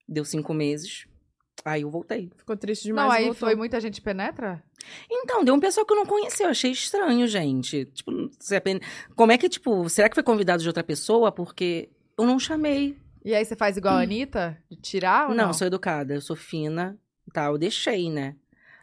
[SPEAKER 4] Deu cinco meses, aí eu voltei.
[SPEAKER 3] Ficou triste demais.
[SPEAKER 2] não, aí
[SPEAKER 3] voltou.
[SPEAKER 2] foi muita gente penetra?
[SPEAKER 4] Então, deu um pessoal que eu não conhecia, eu achei estranho, gente. Tipo, se é pen- como é que, tipo, será que foi convidado de outra pessoa? Porque eu não chamei.
[SPEAKER 2] E aí você faz igual a Anitta? De tirar ou
[SPEAKER 4] Não,
[SPEAKER 2] não?
[SPEAKER 4] eu sou educada, eu sou fina e tal. Eu deixei, né?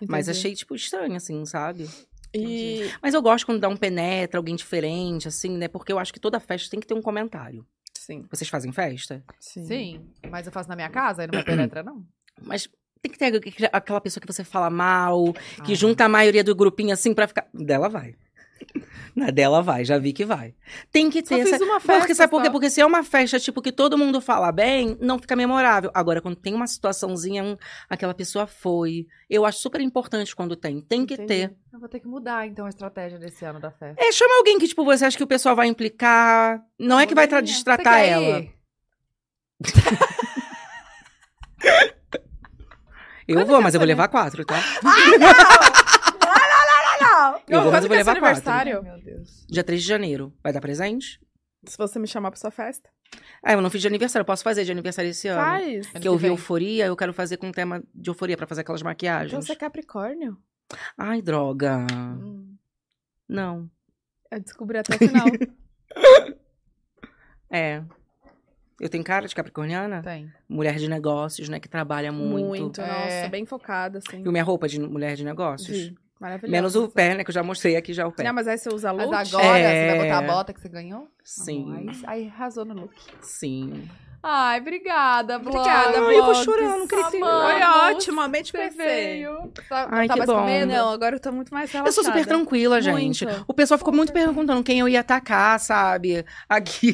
[SPEAKER 4] Mas
[SPEAKER 3] Entendi.
[SPEAKER 4] achei, tipo, estranho, assim, sabe?
[SPEAKER 3] E
[SPEAKER 4] Mas eu gosto quando dá um penetra, alguém diferente, assim, né? Porque eu acho que toda festa tem que ter um comentário.
[SPEAKER 3] Sim,
[SPEAKER 4] Vocês fazem festa?
[SPEAKER 3] sim.
[SPEAKER 2] Sim, mas eu faço na minha casa, aí não me penetra, não.
[SPEAKER 4] Mas tem que ter aqu- aquela pessoa que você fala mal, que
[SPEAKER 2] Ah.
[SPEAKER 4] junta a maioria do grupinho, assim, pra ficar. Dela vai. Na dela vai, já vi que vai. Tem que
[SPEAKER 3] Só
[SPEAKER 4] ter
[SPEAKER 3] fiz
[SPEAKER 4] essa.
[SPEAKER 3] uma festa.
[SPEAKER 4] Porque, sabe por quê?
[SPEAKER 3] só.
[SPEAKER 4] Porque se é uma festa, tipo, que todo mundo fala bem, não fica memorável. Agora, quando tem uma situaçãozinha, um- aquela pessoa foi. Eu acho super importante quando tem. Tem que
[SPEAKER 3] Entendi.
[SPEAKER 4] ter.
[SPEAKER 2] Eu vou ter que mudar, então, a estratégia desse ano da festa.
[SPEAKER 4] É, chama alguém que, tipo, você acha que o pessoal vai implicar. Não é que vai tra-
[SPEAKER 3] Mulherinha.
[SPEAKER 4] destratar
[SPEAKER 2] Você quer
[SPEAKER 4] ela.
[SPEAKER 2] ir?
[SPEAKER 4] Eu vou, mas eu vou levar quatro, tá? Eu vou, mas
[SPEAKER 2] Quando
[SPEAKER 4] eu
[SPEAKER 2] que
[SPEAKER 4] vou
[SPEAKER 2] é seu
[SPEAKER 4] levar quatro.
[SPEAKER 2] aniversário?
[SPEAKER 3] Meu Deus.
[SPEAKER 4] Dia 3 de janeiro. Vai dar presente?
[SPEAKER 3] Se você me chamar pra sua festa,
[SPEAKER 4] Ah, eu não fiz de aniversário. Eu posso fazer de aniversário esse ano.
[SPEAKER 3] faz.
[SPEAKER 2] Ano
[SPEAKER 4] Que eu
[SPEAKER 2] que
[SPEAKER 4] vi
[SPEAKER 2] vem.
[SPEAKER 4] euforia, eu quero fazer com um tema de euforia pra fazer aquelas
[SPEAKER 3] Então
[SPEAKER 4] maquiagens.
[SPEAKER 3] você é Capricórnio?
[SPEAKER 4] Ai, droga.
[SPEAKER 3] Hum.
[SPEAKER 4] Não.
[SPEAKER 3] Eu descobri até o final.
[SPEAKER 4] É. Eu tenho cara de capricorniana?
[SPEAKER 2] Tem.
[SPEAKER 4] Mulher de negócios, né? Que trabalha Tá. muito.
[SPEAKER 2] É.
[SPEAKER 3] Nossa, bem focada, assim.
[SPEAKER 4] Viu minha roupa de mulher de negócios?
[SPEAKER 3] Vi. Maravilhoso.
[SPEAKER 4] Menos o pé, né? Que eu já mostrei aqui já o pé.
[SPEAKER 3] Não, mas aí você usa
[SPEAKER 2] Mas
[SPEAKER 3] loot?
[SPEAKER 2] agora você vai
[SPEAKER 4] É.
[SPEAKER 2] botar a bota que você ganhou?
[SPEAKER 4] Sim,
[SPEAKER 2] Aí, aí arrasou no look.
[SPEAKER 4] sim.
[SPEAKER 2] Ai, obrigada, Blog.
[SPEAKER 3] Obrigada,
[SPEAKER 2] Blog.
[SPEAKER 3] é Blog.
[SPEAKER 4] eu vou chorando,
[SPEAKER 2] queria ter-
[SPEAKER 3] Foi
[SPEAKER 2] Amamos,
[SPEAKER 3] ótimo, amei te
[SPEAKER 2] Você
[SPEAKER 3] conhecer.
[SPEAKER 2] veio. Tá,
[SPEAKER 4] Ai,
[SPEAKER 2] tá
[SPEAKER 4] que
[SPEAKER 2] mais
[SPEAKER 4] bom.
[SPEAKER 2] comendo?
[SPEAKER 3] Não, agora eu tô muito mais relaxada.
[SPEAKER 4] Eu sou super tranquila, gente.
[SPEAKER 3] Muito.
[SPEAKER 4] O pessoal ficou muito perguntando quem eu ia atacar, sabe? Aqui.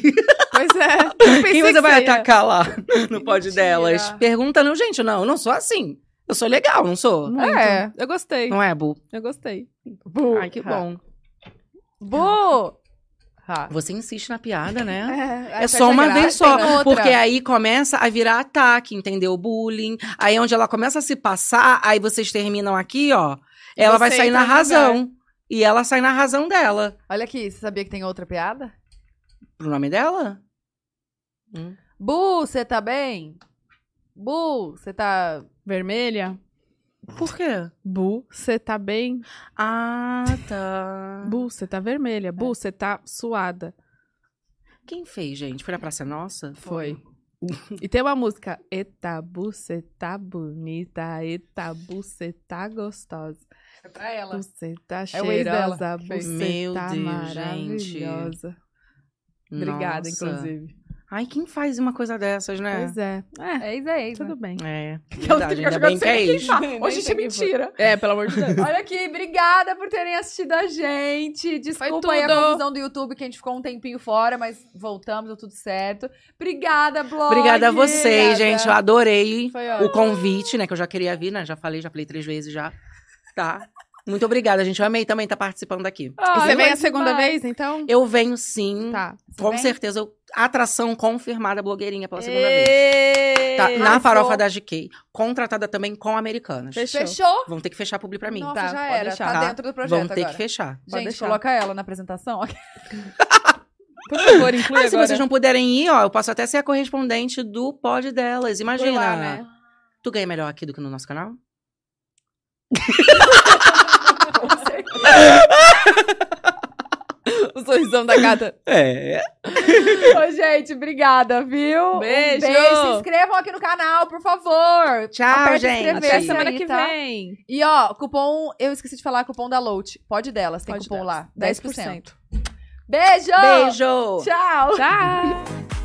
[SPEAKER 3] Pois é. Eu pensei
[SPEAKER 4] Quem
[SPEAKER 3] que
[SPEAKER 4] você vai
[SPEAKER 3] ia.
[SPEAKER 4] atacar lá no pod
[SPEAKER 3] mentira.
[SPEAKER 4] delas? Pergunta, não, gente, não, eu não sou assim. Eu sou legal, não sou?
[SPEAKER 3] Muito.
[SPEAKER 2] É.
[SPEAKER 3] Eu gostei.
[SPEAKER 4] Não é, Bu?
[SPEAKER 3] Eu gostei.
[SPEAKER 2] Bu.
[SPEAKER 4] Ai, que bom.
[SPEAKER 2] Bu.
[SPEAKER 4] Você insiste na piada, né?
[SPEAKER 3] É,
[SPEAKER 4] É só uma
[SPEAKER 2] graça,
[SPEAKER 4] vez só,
[SPEAKER 2] tem outra.
[SPEAKER 4] porque é aí começa a virar ataque, entendeu? Bullying. Aí onde ela começa a se passar, aí vocês terminam aqui, ó.
[SPEAKER 3] E
[SPEAKER 4] Ela
[SPEAKER 3] você
[SPEAKER 4] vai sair
[SPEAKER 3] entra
[SPEAKER 4] na
[SPEAKER 3] no lugar.
[SPEAKER 4] razão. E ela sai na razão dela.
[SPEAKER 2] Olha aqui, você sabia que tem outra piada?
[SPEAKER 4] Pro nome dela?
[SPEAKER 3] Hum.
[SPEAKER 2] Bu, você tá bem? Bu, você tá...
[SPEAKER 3] Vermelha.
[SPEAKER 4] Por quê?
[SPEAKER 3] Bu, você tá bem?
[SPEAKER 4] Ah, tá.
[SPEAKER 3] Bu, você tá vermelha. Bu, você tá suada.
[SPEAKER 4] Quem fez, gente? Foi na Praça Nossa?
[SPEAKER 3] Foi. E tem uma música. Eita, bu, você tá bonita. Eita, bu, você tá gostosa.
[SPEAKER 2] É pra ela.
[SPEAKER 3] Você tá
[SPEAKER 2] É o ex dela
[SPEAKER 3] cheirosa,
[SPEAKER 2] que
[SPEAKER 3] você
[SPEAKER 2] fez.
[SPEAKER 4] Meu
[SPEAKER 3] tá
[SPEAKER 4] Deus, gente.
[SPEAKER 3] maravilhosa. Obrigada,
[SPEAKER 4] Nossa.
[SPEAKER 3] inclusive.
[SPEAKER 4] Ai, quem faz uma coisa dessas, né?
[SPEAKER 3] Pois é. É,
[SPEAKER 2] Ex é ex, né?
[SPEAKER 3] tudo bem.
[SPEAKER 4] É.
[SPEAKER 2] Aquelas
[SPEAKER 4] Verdade,
[SPEAKER 2] que ficam
[SPEAKER 4] ainda bem
[SPEAKER 2] jogando
[SPEAKER 4] que é
[SPEAKER 2] sempre quem
[SPEAKER 4] isso.
[SPEAKER 2] fala.
[SPEAKER 1] Nem
[SPEAKER 2] Hoje isso
[SPEAKER 1] sei
[SPEAKER 2] é
[SPEAKER 1] quem foi.
[SPEAKER 2] mentira.
[SPEAKER 1] É, pelo amor de Deus.
[SPEAKER 2] Olha aqui, obrigada por terem assistido a gente. Desculpa aí a
[SPEAKER 3] tudo.
[SPEAKER 2] confusão do YouTube, que a gente ficou um tempinho fora, mas voltamos, deu tudo certo. Obrigada, blog.
[SPEAKER 4] Obrigada a vocês, gente. Eu adorei
[SPEAKER 2] Foi
[SPEAKER 4] o
[SPEAKER 2] ótimo.
[SPEAKER 4] convite, né? Que eu já queria vir, né? Já falei, já falei três vezes já. Tá? Muito obrigada, gente. Eu amei também estar participando aqui.
[SPEAKER 2] Ah,
[SPEAKER 3] Você
[SPEAKER 2] eu
[SPEAKER 3] vem a
[SPEAKER 2] amo
[SPEAKER 3] segunda
[SPEAKER 2] demais.
[SPEAKER 3] vez, então?
[SPEAKER 4] Eu venho sim.
[SPEAKER 3] Tá.
[SPEAKER 4] Com
[SPEAKER 2] vem?
[SPEAKER 4] certeza, eu- atração confirmada, blogueirinha pela segunda vez.
[SPEAKER 2] Ê,
[SPEAKER 4] Tá, na
[SPEAKER 2] arrasou.
[SPEAKER 4] farofa da GK. Contratada também com americanas.
[SPEAKER 3] Fechou.
[SPEAKER 2] Fechou?
[SPEAKER 4] Vão ter que fechar publi pra mim.
[SPEAKER 2] Nossa,
[SPEAKER 3] Tá,
[SPEAKER 2] já
[SPEAKER 3] pode
[SPEAKER 2] era.
[SPEAKER 3] deixar.
[SPEAKER 2] Tá
[SPEAKER 4] Tá.
[SPEAKER 2] dentro do projeto
[SPEAKER 4] Vão ter
[SPEAKER 2] agora.
[SPEAKER 4] que fechar.
[SPEAKER 2] Gente,
[SPEAKER 3] deixar.
[SPEAKER 2] coloca ela na apresentação.
[SPEAKER 3] Por favor, inclui
[SPEAKER 4] Ah, se
[SPEAKER 3] agora.
[SPEAKER 4] vocês não puderem ir, ó, eu posso até ser a correspondente do pod delas. Imagina.
[SPEAKER 3] Por lá, né?
[SPEAKER 4] Tu ganha melhor aqui do que no nosso canal?
[SPEAKER 3] O sorrisão da gata.
[SPEAKER 4] É.
[SPEAKER 2] Ô, gente, obrigada, viu?
[SPEAKER 3] Beijo.
[SPEAKER 2] Um beijo. Se inscrevam aqui no canal, por favor.
[SPEAKER 4] Tchau,
[SPEAKER 2] Aperta
[SPEAKER 4] gente.
[SPEAKER 2] inscrever-se
[SPEAKER 3] Até semana
[SPEAKER 2] aí,
[SPEAKER 3] que
[SPEAKER 2] tá?
[SPEAKER 3] vem.
[SPEAKER 2] E ó, cupom, eu esqueci de falar, cupom da Lout. Pode delas, tem
[SPEAKER 3] Pode
[SPEAKER 2] cupom
[SPEAKER 3] delas.
[SPEAKER 2] lá. 10%. Beijo!
[SPEAKER 4] Beijo!
[SPEAKER 2] Tchau!
[SPEAKER 3] Tchau.